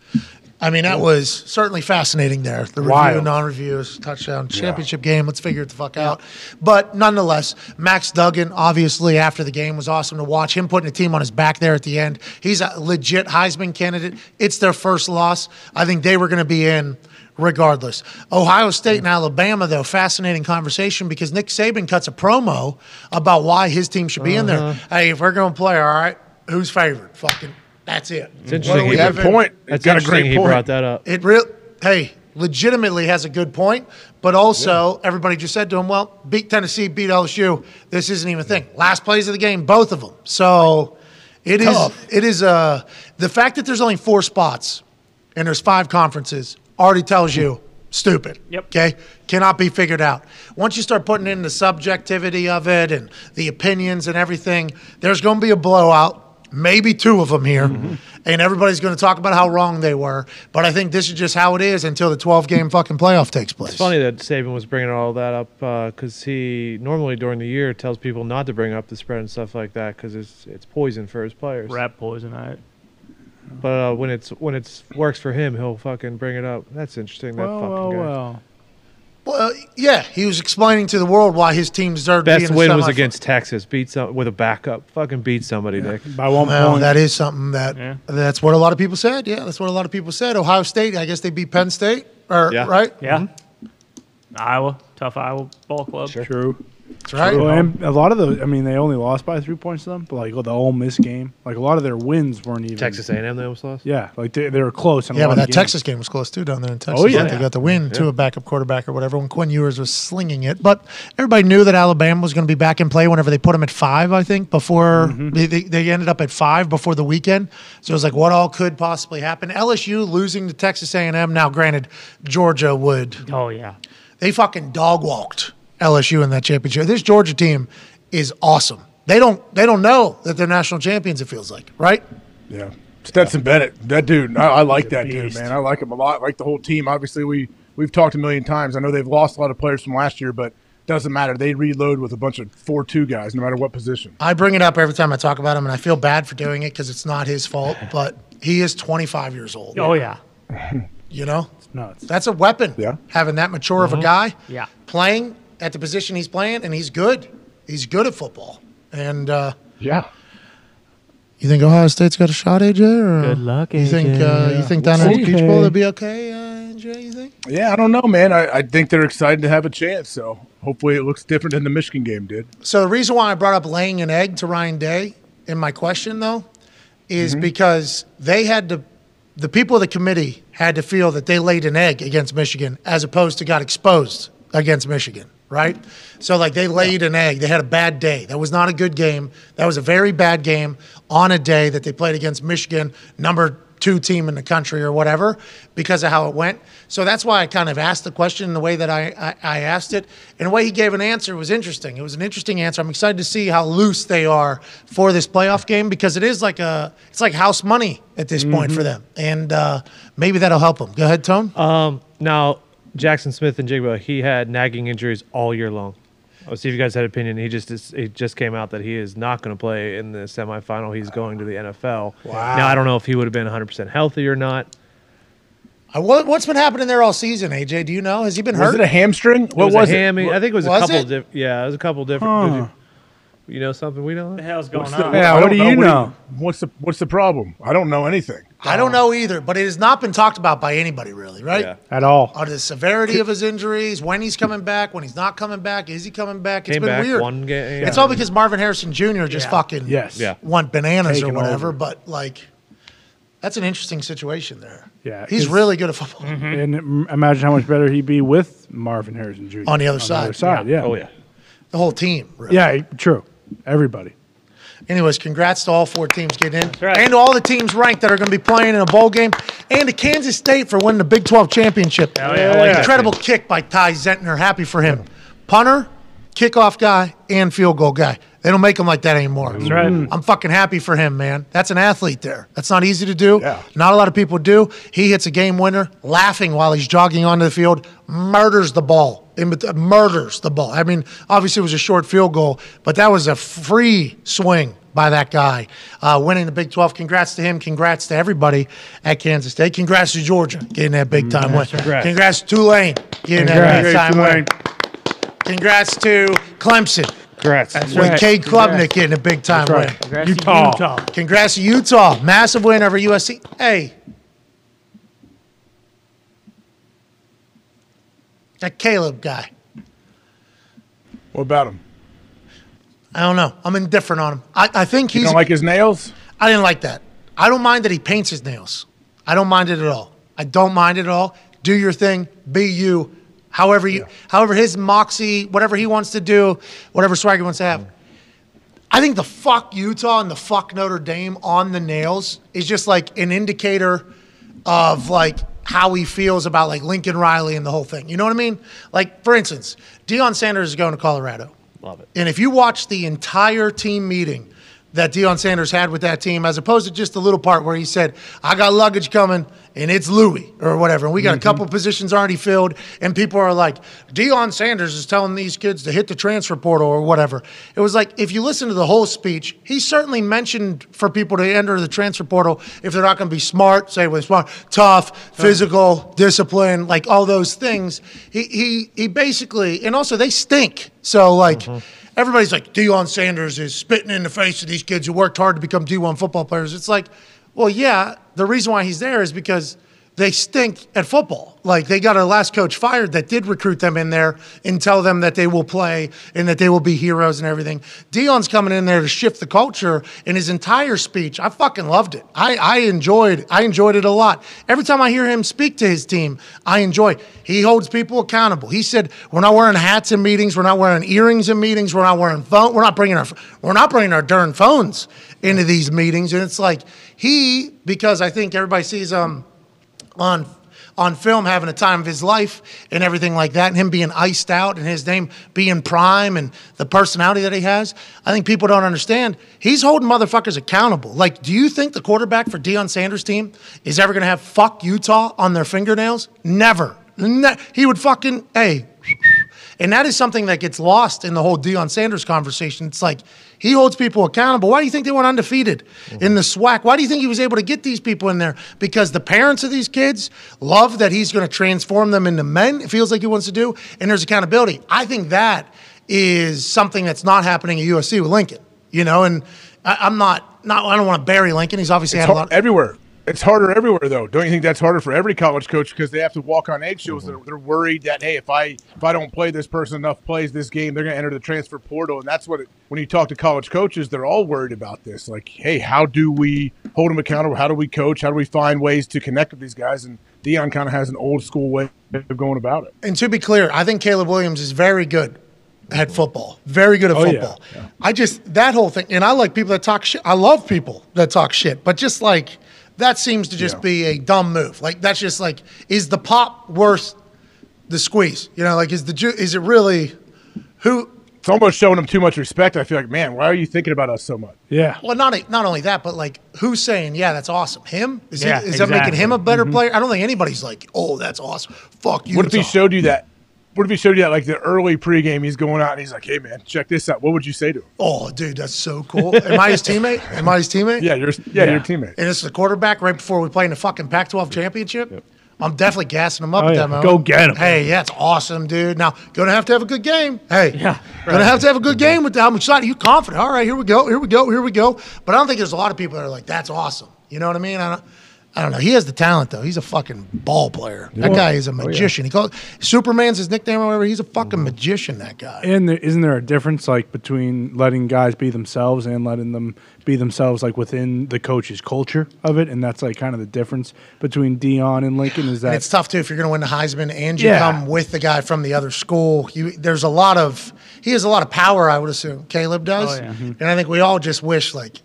A: I mean, that was certainly fascinating there. The review,
B: Wild.
A: non reviews, touchdown, championship game. Let's figure it the fuck out. But nonetheless, Max Duggan, obviously, after the game was awesome to watch. Him putting a team on his back there at the end. He's a legit Heisman candidate. It's their first loss. I think they were going to be in regardless. Ohio State and Alabama, though, fascinating conversation because Nick Saban cuts a promo about why his team should be in there. Hey, if we're going to play, all right, who's favored? Fucking, that's it.
C: It's interesting.
A: What
C: he-
A: do we have in-
C: That's interesting he brought that up.
A: it real hey, legitimately has a good point, but also everybody just said to him, "Well, beat Tennessee, beat LSU. This isn't even a thing." Last plays of the game, both of them. So it is.
I: Tough.
A: It is. Uh, the fact that there's only four spots and there's five conferences already tells you stupid. Yep. Okay. Cannot be figured out. Once you start putting in the subjectivity of it and the opinions and everything, there's going to be a blowout, maybe two of them here,
C: Mm-hmm.
A: and everybody's going to talk about how wrong they were. But I think this is just how it is until the 12 game fucking playoff takes place.
C: It's funny that Saban was bringing all that up because he normally during the year tells people not to bring up the spread and stuff like that because it's it's poison for his players.
D: Rat poison, I.
C: But uh, when it's when it's works for him, he'll fucking bring it up. That's interesting. That
A: Well,
C: fucking
A: well,
C: guy.
A: well. Well, yeah, he was explaining to the world why his team deserved to be
C: uh, Best
A: in the
C: win was
A: semifinals.
C: against Texas. Beat some with a backup. Fucking beat somebody, Nick.
B: By one
A: Well, that is something that that's what a lot of people said. Yeah, that's what a lot of people said. Ohio State, I guess they beat Penn State, or
C: Yeah.
A: right?
D: Yeah, Iowa, tough Iowa ball club.
B: True.
A: That's
D: right.
B: Well, and a lot of those, I mean, they only lost by three points to them, but like oh, the Ole Miss game, like a lot of their wins weren't even.
C: Texas A&M they almost lost?
B: Yeah, like they, they were close. in a
A: yeah,
B: lot
A: but that
B: of games.
A: Texas game was close too down there in Texas.
B: Oh, yeah.
A: Like, they got the win to
B: Yeah.
A: a backup quarterback or whatever. When Quinn Ewers was slinging it, but everybody knew that Alabama was going to be back in play whenever they put them at five. I think before
B: Mm-hmm.
A: they, they, they ended up at five before the weekend. So it was like what all could possibly happen. LSU losing to Texas A and M. Now, granted, Georgia would.
D: Oh yeah,
A: they fucking dog walked LSU in that championship. This Georgia team is awesome. They don't they don't know that they're national champions. It feels like right.
H: Yeah. Stetson Bennett, that dude. I, I like that dude,
A: beast.
H: man. I like him a lot. I like the whole team. Obviously, we we've talked a million times. I know they've lost a lot of players from last year, but doesn't matter. They reload with a bunch of four-two guys, no matter what position.
A: I bring it up every time I talk about him, and I feel bad for doing it because it's not his fault. But he is 25 years old.
D: Oh yeah,
A: You know,
B: It's nuts.
A: that's a weapon. Yeah. Having that mature of a
B: Mhm.
A: guy
B: Yeah.
A: playing at the position he's playing, and he's good. He's good at football. And uh,
I: yeah.
A: You think Ohio State's got a shot, AJ? Or
I: Good luck,
A: You think
I: AJ.
A: uh, you
I: Yeah.
A: think down
H: We'll
A: at the
H: see.
A: Peach Bowl they'll be okay? Uh, AJ, you think?
H: Yeah, I don't know, man. I, I think they're excited to have a chance. So hopefully it looks different than the Michigan game did.
A: So the reason why I brought up laying an egg to Ryan Day in my question though is because they had to the people of the committee had to feel that they laid an egg against Michigan as opposed to got exposed against Michigan, right? So like they laid an egg. They had a bad day. That was not a good game. That was a very bad game on a day that they played against Michigan, number 2 team in the country or whatever because of how it went. So that's why I kind of asked the question in the way that I I, I asked it. And the way he gave an answer was interesting. It was an interesting answer. I'm excited to see how loose they are for this playoff game because it is like a it's like house money at this point for
C: Mhm.
A: them, and uh, maybe that'll help them. Go ahead, Tone.
C: Um, now Jackson Smith and Jigba, he had nagging injuries all year long. I'll see if you guys had an opinion. He just it just came out that he is not going to play in the semifinal. He's going to the NFL.
A: Wow.
C: Now I don't know if he would have been 100 percent healthy or not.
A: Uh, what, what's been happening there all season, AJ? Do you know? Has he been hurt?
H: hamstring?
C: it was, a hammy. I think it was, a couple.
A: it?
C: Diff- yeah, it was a couple different.
A: Huh.
C: Did you, you know something we don't. What the
D: hell's
A: going
H: What's the- I don't what's the what's the problem? I don't know anything.
A: I don't know either, but it has not been talked about by anybody really, right?
B: At all.
A: Or the severity of his injuries, when he's coming back, when he's not coming back, is he coming back? It's
C: Came
A: been
C: back
A: weird.
C: one game.
A: It's all because Marvin Harrison Jr. just fucking
B: Yes. Yeah.
A: went bananas or
B: Taken
A: whatever.
B: over.
A: But like, that's an interesting situation there.
B: Yeah, Mm-hmm.
A: he's
B: 'cause-
A: really good at football.
B: And im- imagine how much better he'd be with Marvin Harrison Jr.
A: On the other side.
B: side,
A: Yeah.
B: yeah.
A: Oh, yeah. The whole team. Really.
B: Yeah, true. Everybody.
A: Anyways, congrats to all four teams getting in, and to all the teams ranked that are going to be playing in a bowl game, and to Kansas State for winning the Big 12 championship.
I: Hell yeah, I like that
A: Incredible kick by Ty Zentner. Happy for him. Punter, kickoff guy, and field goal guy. They don't make them like that anymore. That's
I: right.
A: I'm fucking happy for him, man. That's an athlete there. That's not easy to do. Not a lot of people do. He hits a game winner, laughing while he's jogging onto the field, murders the ball. In bet- Murders the ball. I mean, obviously it was a short field goal, but that was a free swing by that guy uh, winning the Big 12. Congrats to him. Congrats to everybody at Kansas State. Congrats to Georgia getting that big time win.
I: That's right.
A: Congrats to Tulane getting that big time win. Congrats to Clemson.
B: Congrats.
A: With Kade Klubnik getting a big time
I: That's right.
A: win.
I: Congrats to Utah. Utah.
A: Congrats to Utah. Massive win over USC. Hey. That Caleb guy.
H: What about him?
A: I don't know. I'm indifferent on him. I, I think
H: You
A: he's.
H: don't like his nails?
A: I didn't like that. I don't mind that he paints his nails. I don't mind it at all. I don't mind it at all. Do your thing. Be you. However you, however his moxie, whatever he wants to do, whatever swag he wants to have. I think the fuck Utah and the fuck Notre Dame on the nails is just like an indicator of like how he feels about like Lincoln Riley and the whole thing. You know what I mean? Like for instance, Deion Sanders is going to Colorado.
C: Love it.
A: And if you watch the entire team meeting that Deion Sanders had with that team, as opposed to just the little part where he said, I got luggage coming and it's Louis or whatever. And we got a couple positions already filled, and people are like, Deion Sanders is telling these kids to hit the transfer portal or whatever. It was like, if you listen to the whole speech, he certainly mentioned for people to enter the transfer portal if they're not going to be smart, say with smart, tough, physical, discipline, like all those things. He, he, he basically, and also they stink. So, like, everybody's like Deion Sanders is spitting in the face of these kids who worked hard to become D1 football players. It's like, well, yeah, the reason why he's there is because they stink at football. Like they got a last coach fired that did recruit them in there and tell them that they will play and that they will be heroes and everything. Dion's coming in there to shift the culture and his entire speech, I fucking loved it. I, I enjoyed I enjoyed it a lot. Every time I hear him speak to his team, I enjoy. it. He holds people accountable. He said, "We're not wearing hats in meetings. We're not wearing earrings in meetings. We're not wearing phone. We're not bringing our we're not bringing our darn phones into these meetings." And it's like he because I think everybody sees um on on film having a time of his life and everything like that and him being iced out and his name being prime and the personality that he has i think people don't understand he's holding motherfuckers accountable like do you think the quarterback for Deion sanders team is ever going to have fuck utah on their fingernails never Ne- he would fucking hey And that is something that gets lost in the whole Deion Sanders conversation. It's like he holds people accountable. Why do you think they went undefeated
H: Mm-hmm.
A: in the SWAC? Why do you think he was able to get these people in there? Because the parents of these kids love that he's going to transform them into men. It feels like he wants to do, and there's accountability. I think that is something that's not happening at USC with Lincoln. You know, and I, I'm not not I don't want to bury Lincoln. He's obviously
H: It's
A: had a
H: har-
A: lot.
H: everywhere. It's harder everywhere, though. Don't you think that's harder for every college coach because they have to walk on eggshells?
A: Mm-hmm.
H: They're, they're worried that hey, if I if I don't play this person enough plays this game, they're going to enter the transfer portal, and that's what it, when you talk to college coaches, they're all worried about this. Like, hey, how do we hold them accountable? How do we coach? How do we find ways to connect with these guys? And Dion kind of has an old school way of going about it.
A: And to be clear, I think Caleb Williams is very good at football. Very good at
H: Mm-hmm. Oh, yeah.
A: football. I just that whole thing, and I like people that talk shit. I love people that talk shit, but just like that seems to just be a dumb move. Like that's just like is the pop worth the squeeze? You know, like is the ju- is it really who?
H: It's almost showing them too much respect. I feel like, man, why are you thinking about us so much?
B: Yeah.
A: Well, not not only that, but like who's saying, yeah, that's awesome. Him is
H: Yeah,
A: he, is that making
H: exactly.
A: him a better
H: Mhm.
A: player? I don't think anybody's like, oh, that's awesome. Fuck you.
H: What if he
A: it's
H: showed you that? What if he showed you that like the early pregame? He's going out and he's like, "Hey man, check this out." What would you say to him?
A: Oh, dude, that's so cool. Am I his teammate? Am I his teammate?
H: Yeah, you're yeah, your teammate.
A: And it's the quarterback right before we play in the fucking Pac-12 championship. I'm definitely gassing him up
B: Oh,
A: at
B: yeah.
A: that moment.
B: Go get 'em.
A: Hey, yeah, it's awesome, dude. Now gonna have to have a good game. Hey, yeah, gonna
B: right.
A: have to have a good game with that. I'm excited. You confident? All right, here we go. Here we go. Here we go. But I don't think there's a lot of people that are like, that's awesome. You know what I mean? I don't. I don't know. He has the talent though. He's a fucking ball player. That
B: Yeah.
A: guy is a
B: Oh, yeah.
A: magician. He calls Superman's his nickname or whatever. He's a fucking magician. That guy.
B: And there, isn't there a difference like between letting guys be themselves and letting them be themselves like within the coach's culture of it? And that's like kind of the difference between Dion and Lincoln. Is
A: and
B: that
A: it's tough too if you're going to win the Heisman and you
B: Yeah.
A: come with the guy from the other school. You, there's a lot of he has a lot of power. I would assume Caleb does,
D: Oh, yeah.
A: and I think we all just wish like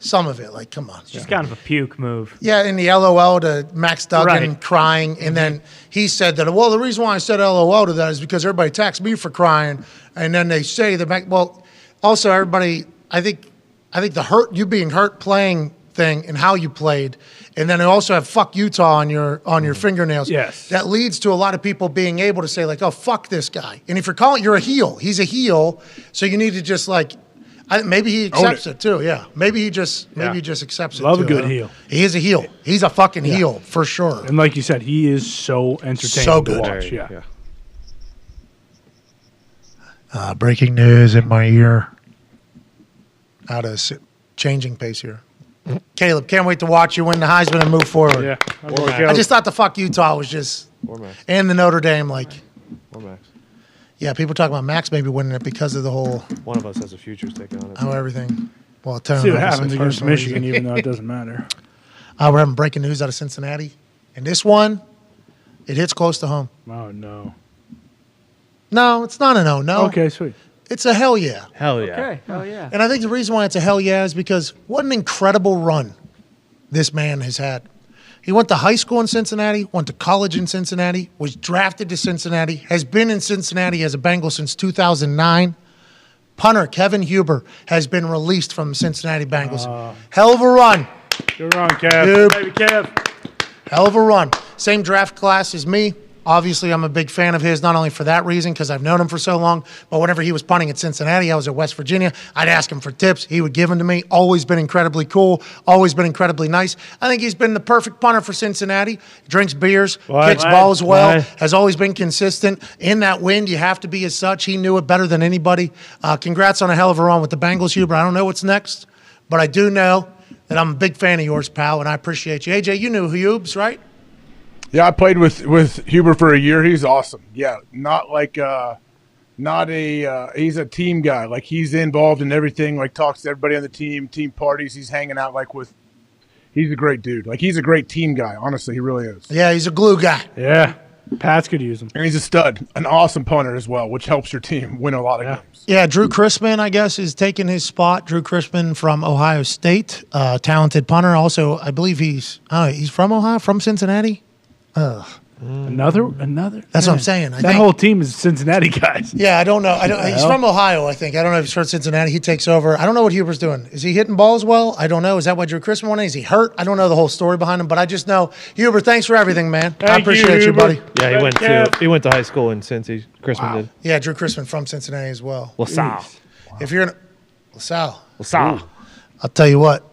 A: some of it. Like, come on,
D: Just kind of a puke move.
A: yeah, in the LOL to Max Duggan
D: Right.
A: crying, and
B: Mm-hmm.
A: then he said that. Well, the reason why I said LOL to that is because everybody attacks me for crying, and then they say that. Mac- Well, also everybody, I think, I think the hurt you being hurt playing thing and how you played, and then they also have fuck Utah on your on your fingernails.
B: Mm-hmm. Yes.
A: that leads to a lot of people being able to say like, oh fuck this guy, and if you're calling, you're a heel. He's a heel, so you need to just like. I, maybe he
B: Own
A: accepts it. too. Yeah, maybe he just maybe he just accepts it.
B: Love a
A: too. I
B: good
A: don't-
B: heel.
A: He is a heel. He's a fucking
B: Yeah.
A: heel for sure.
B: and like you said, he is so entertaining
A: So
B: to
A: good.
B: watch. Yeah.
A: Uh, breaking news in my ear. Out of s- changing pace here. Caleb, can't wait to watch you win the Heisman and move forward.
B: Yeah.
C: Or
A: I
C: Max.
A: just thought the fuck Utah was just
C: Or Max.
A: and the Notre Dame like
C: Or Max.
A: yeah people talk about Max maybe winning it because of the whole
C: One of us has a futures taking on it.
A: how everything. Well, Tone,
B: See what
A: obviously,
B: happens against
A: personal reason.
B: Michigan, even though it doesn't matter.
A: Uh, we're having breaking news out of Cincinnati, and this one, it hits close to home.
B: Oh no.
A: No, it's not an oh no.
B: Okay, sweet.
A: It's a hell yeah.
C: Hell yeah.
K: Okay. Hell yeah.
A: And I think the reason why it's a hell yeah is because what an incredible run this man has had. He went to high school in Cincinnati, went to college in Cincinnati, was drafted to Cincinnati, has been in Cincinnati as a Bengal since 2009. Punter Kevin Huber has been released from the Cincinnati Bengals. hell of a run.
B: Good run, Kev.
A: Dude.
B: Baby Kev.
A: Hell of a run. Same draft class as me. Obviously, I'm a big fan of his, not only for that reason, because I've known him for so long, but whenever he was punting at Cincinnati, I was at West Virginia. I'd ask him for tips. He would give them to me. Always been incredibly cool, always been incredibly nice. I think he's been the perfect punter for Cincinnati. Drinks beers,
B: What?
A: kicks balls well,
B: What?
A: has always been consistent. In that wind, you have to be as such. He knew it better than anybody. Uh, congrats on a hell of a run with the Bengals, Huber. I don't know what's next, but I do know that I'm a big fan of yours, pal, and I appreciate you. AJ, you knew Hubes, right?
H: Yeah, I played with with Huber for a year. He's awesome. Yeah, not like uh not a uh, he's a team guy. Like he's involved in everything. Like talks to everybody on the team, team parties. He's hanging out like with. He's a great dude. Like he's a great team guy. Honestly, he really is.
A: Yeah, he's a glue guy.
B: Yeah. Pats could use him.
H: And he's a stud, an awesome punter as well, which helps your team win a lot of games.
A: Yeah, Drew Crispin, I guess, is taking his spot. Drew Crispin from Ohio State, uh, talented punter. Also, I believe he's uh, he's from Ohio, from Cincinnati. Ugh.
B: Another, another.
A: That's what I'm
B: man.
A: saying. I
B: that
A: think-
B: whole team is Cincinnati guys.
A: Yeah, I don't know. I don't. He's
B: Well.
A: from Ohio, I think. I don't know if he's from Cincinnati. He takes over. I don't know what Huber's doing. Is he hitting balls well? I don't know. Is that why Drew Chris won it? Is he hurt? I don't know the whole story behind him, but I just know Huber. Thanks for everything, man. I
C: Thank you,
A: appreciate you,
C: Huber.
A: buddy.
C: Yeah, he went to
A: Metcalf.
C: he went to high school in Cincy. Chrisman did.
A: Yeah, Drew Chrisman from Cincinnati as well.
C: LaSalle.
A: If you're in LaSalle,
C: LaSalle.
A: I'll tell you what.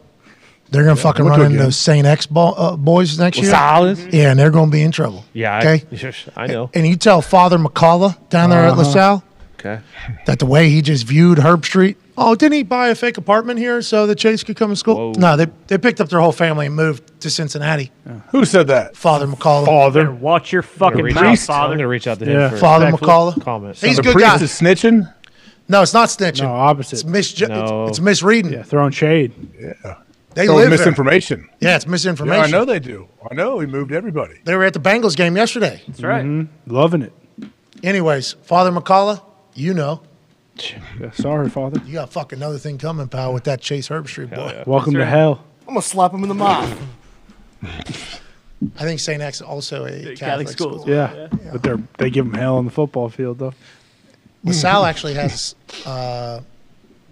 A: They're gonna fucking
C: we'll
A: run
C: do it
A: into
C: again.
A: those Saint X ball, uh, boys next year.
C: LaSalle is?
A: Yeah, and they're gonna be in trouble.
C: Yeah.
A: Okay.
C: I, I know.
A: And you tell Father McCullough down there at
C: Uh-huh.
A: LaSalle
C: Okay.
A: that the way he just viewed Herb Street. Oh, didn't he buy a fake apartment here so the Chase could come to school? No, they, they picked up their whole family and moved to Cincinnati.
H: Who said that?
A: Father McCullough.
D: Father, watch your fucking
A: reach
D: mouth,
A: out-
D: father.
A: I'm gonna
C: reach out
A: to him Yeah. for Father respectful McCullough. comment. He's a
H: the
A: good
H: priest
A: guy.
H: is snitching.
A: No, it's not snitching.
B: No, opposite. It's,
A: misju- it's, it's misreading. Yeah,
B: throwing shade.
H: Yeah.
A: They
H: Throwing
A: live there.
H: misinformation.
A: Yeah, it's misinformation.
H: I know they do. I know he moved everybody.
A: They were at the Bengals game yesterday.
D: That's right.
B: Mm-hmm. Loving it.
A: Anyways, Father McCullough, you know.
B: sorry, Father.
A: You got fucking another thing coming, pal, with that Chase Herb Street boy.
B: Welcome to hell.
N: I'm gonna slap him in the mouth.
A: I think St. X is also a Catholic, school.
B: Yeah. but they're they give them hell on the football field though.
A: LaSalle actually has uh,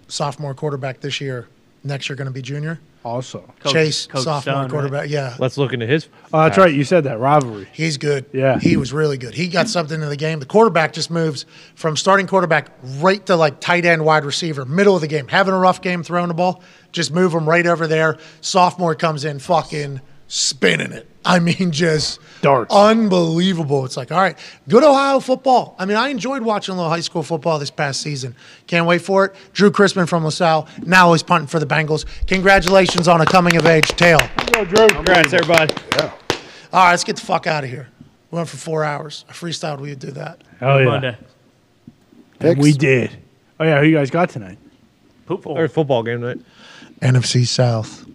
A: sophomore quarterback this year. Next year, going to be junior.
B: Also,
C: Coach-
A: Chase
C: Coach
A: sophomore
C: Dunn, right?
A: quarterback. Yeah,
C: Let's look into his.
B: Oh,
A: Uh,
B: that's right. You said that rivalry.
A: He's good.
B: Yeah.
A: he was really good. He got something in the game. The quarterback just moves from starting quarterback right to like tight end, wide receiver, middle of the game, having a rough game throwing the ball. Just move him right over there. Sophomore comes in, fucking spinning it. I mean, just darts, unbelievable. It's like, all right, good Ohio football. I mean, I enjoyed watching a little high school football this past season. Can't wait for it. Drew Chrisman from LaSalle now he's punting for the Bengals. Congratulations on a coming of age tale.
B: Yo, Drew.
C: Congrats, everybody.
A: All right, let's get the fuck out of here. We went for four hours. I freestyled. We would do that.
B: Oh yeah.
D: Monday.
B: And we did. Oh yeah. Who you guys got tonight?
D: Poopful.
C: Or uh, football game night.
A: NFC South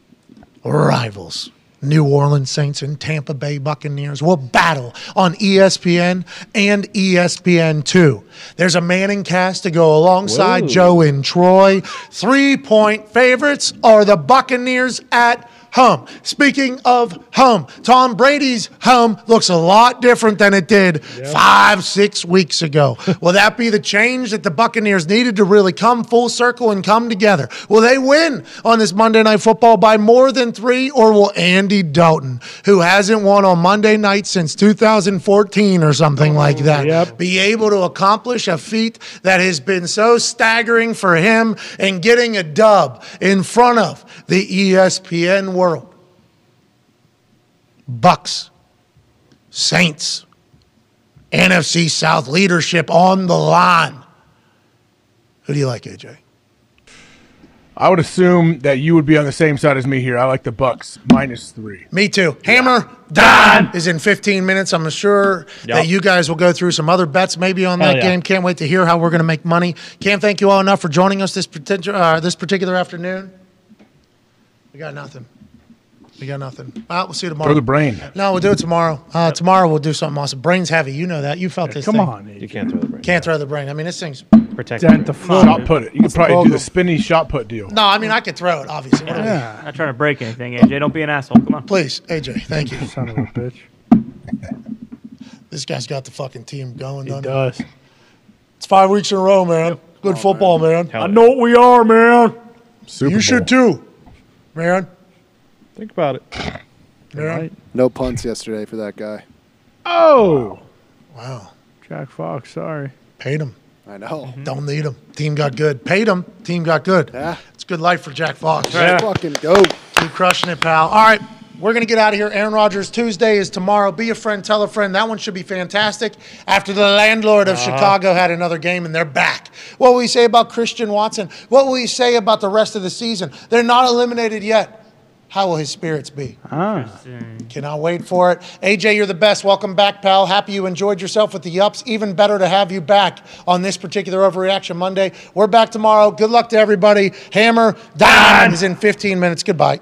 A: rivals. New Orleans Saints and Tampa Bay Buccaneers will battle on E ESPN and E ESPN2. There's a Manning cast to go alongside
I: Whoa.
A: Joe and Troy. Three point favorites are the Buccaneers at home. Speaking of home, Tom Brady's home looks a lot different than it did five, six weeks ago. Will that be the change that the Buccaneers needed to really come full circle and come together? Will they win on this Monday Night Football by more than three, or will Andy Dalton, who hasn't won on Monday night since 2014 or something like that, be able to accomplish a feat that has been so staggering for him and getting a dub in front of the E ESPN world? Bucks, Saints, NFC South leadership on the line. Who do you like, AJ?
H: I would assume that you would be on the same side as me here. I like the Bucks minus three.
A: Me too. Hammer Don is in 15 minutes. I'm sure that
H: Yep.
A: you guys will go through some other bets maybe on
C: Hell
A: that
C: yeah.
A: game. Can't wait to hear how we're going to make money. Can't thank you all enough for joining us this particular uh, this particular afternoon. We got nothing. We got nothing. Well, we'll see you tomorrow.
H: Throw the brain.
A: No, we'll do it tomorrow. Uh, Tomorrow we'll do something awesome. Brain's heavy. You know that. You felt this.
B: come
A: thing.
B: on,
C: You can't throw the brain.
A: Can't throw the brain. I mean, this thing's.
C: Protect
B: Dent the floor.
H: Shot put it. You could probably do the spinny shot put deal.
A: No, I mean I could throw it. Obviously. What are we-
D: Not trying to break anything, AJ. Don't be an asshole. Come on.
A: Please, AJ. Thank you.
B: Son of a bitch.
A: This guy's got the fucking team going. He
B: does.
A: It's five weeks in a row, man. Good football, man.
B: I know what we are, man.
A: you should too, man.
C: Think about it.
A: Man.
E: No punts yesterday for that guy.
B: Oh.
A: Wow.
B: Jack Fox. Sorry.
A: Paid him.
E: I know.
A: Don't need him. Team got good. Paid him. Team got good. Yeah. It's good life for Jack Fox.
E: Let's Fucking go.
A: Keep crushing it, pal. All right. We're going to get out of here. Aaron Rodgers Tuesday is tomorrow. Be a friend, tell a friend. That one should be fantastic. After the landlord of
I: Uh-huh.
A: Chicago had another game and they're back. What will you say about Christian Watson? What will you say about the rest of the season? They're not eliminated yet. How will his spirits be?
B: Ah.
A: Cannot wait for it. AJ, you're the best. Welcome back, pal. Happy you enjoyed yourself with the ups. Even better to have you back on this particular Overreaction Monday. We're back tomorrow. Good luck to everybody. Hammer, Don is in 15 minutes. Goodbye.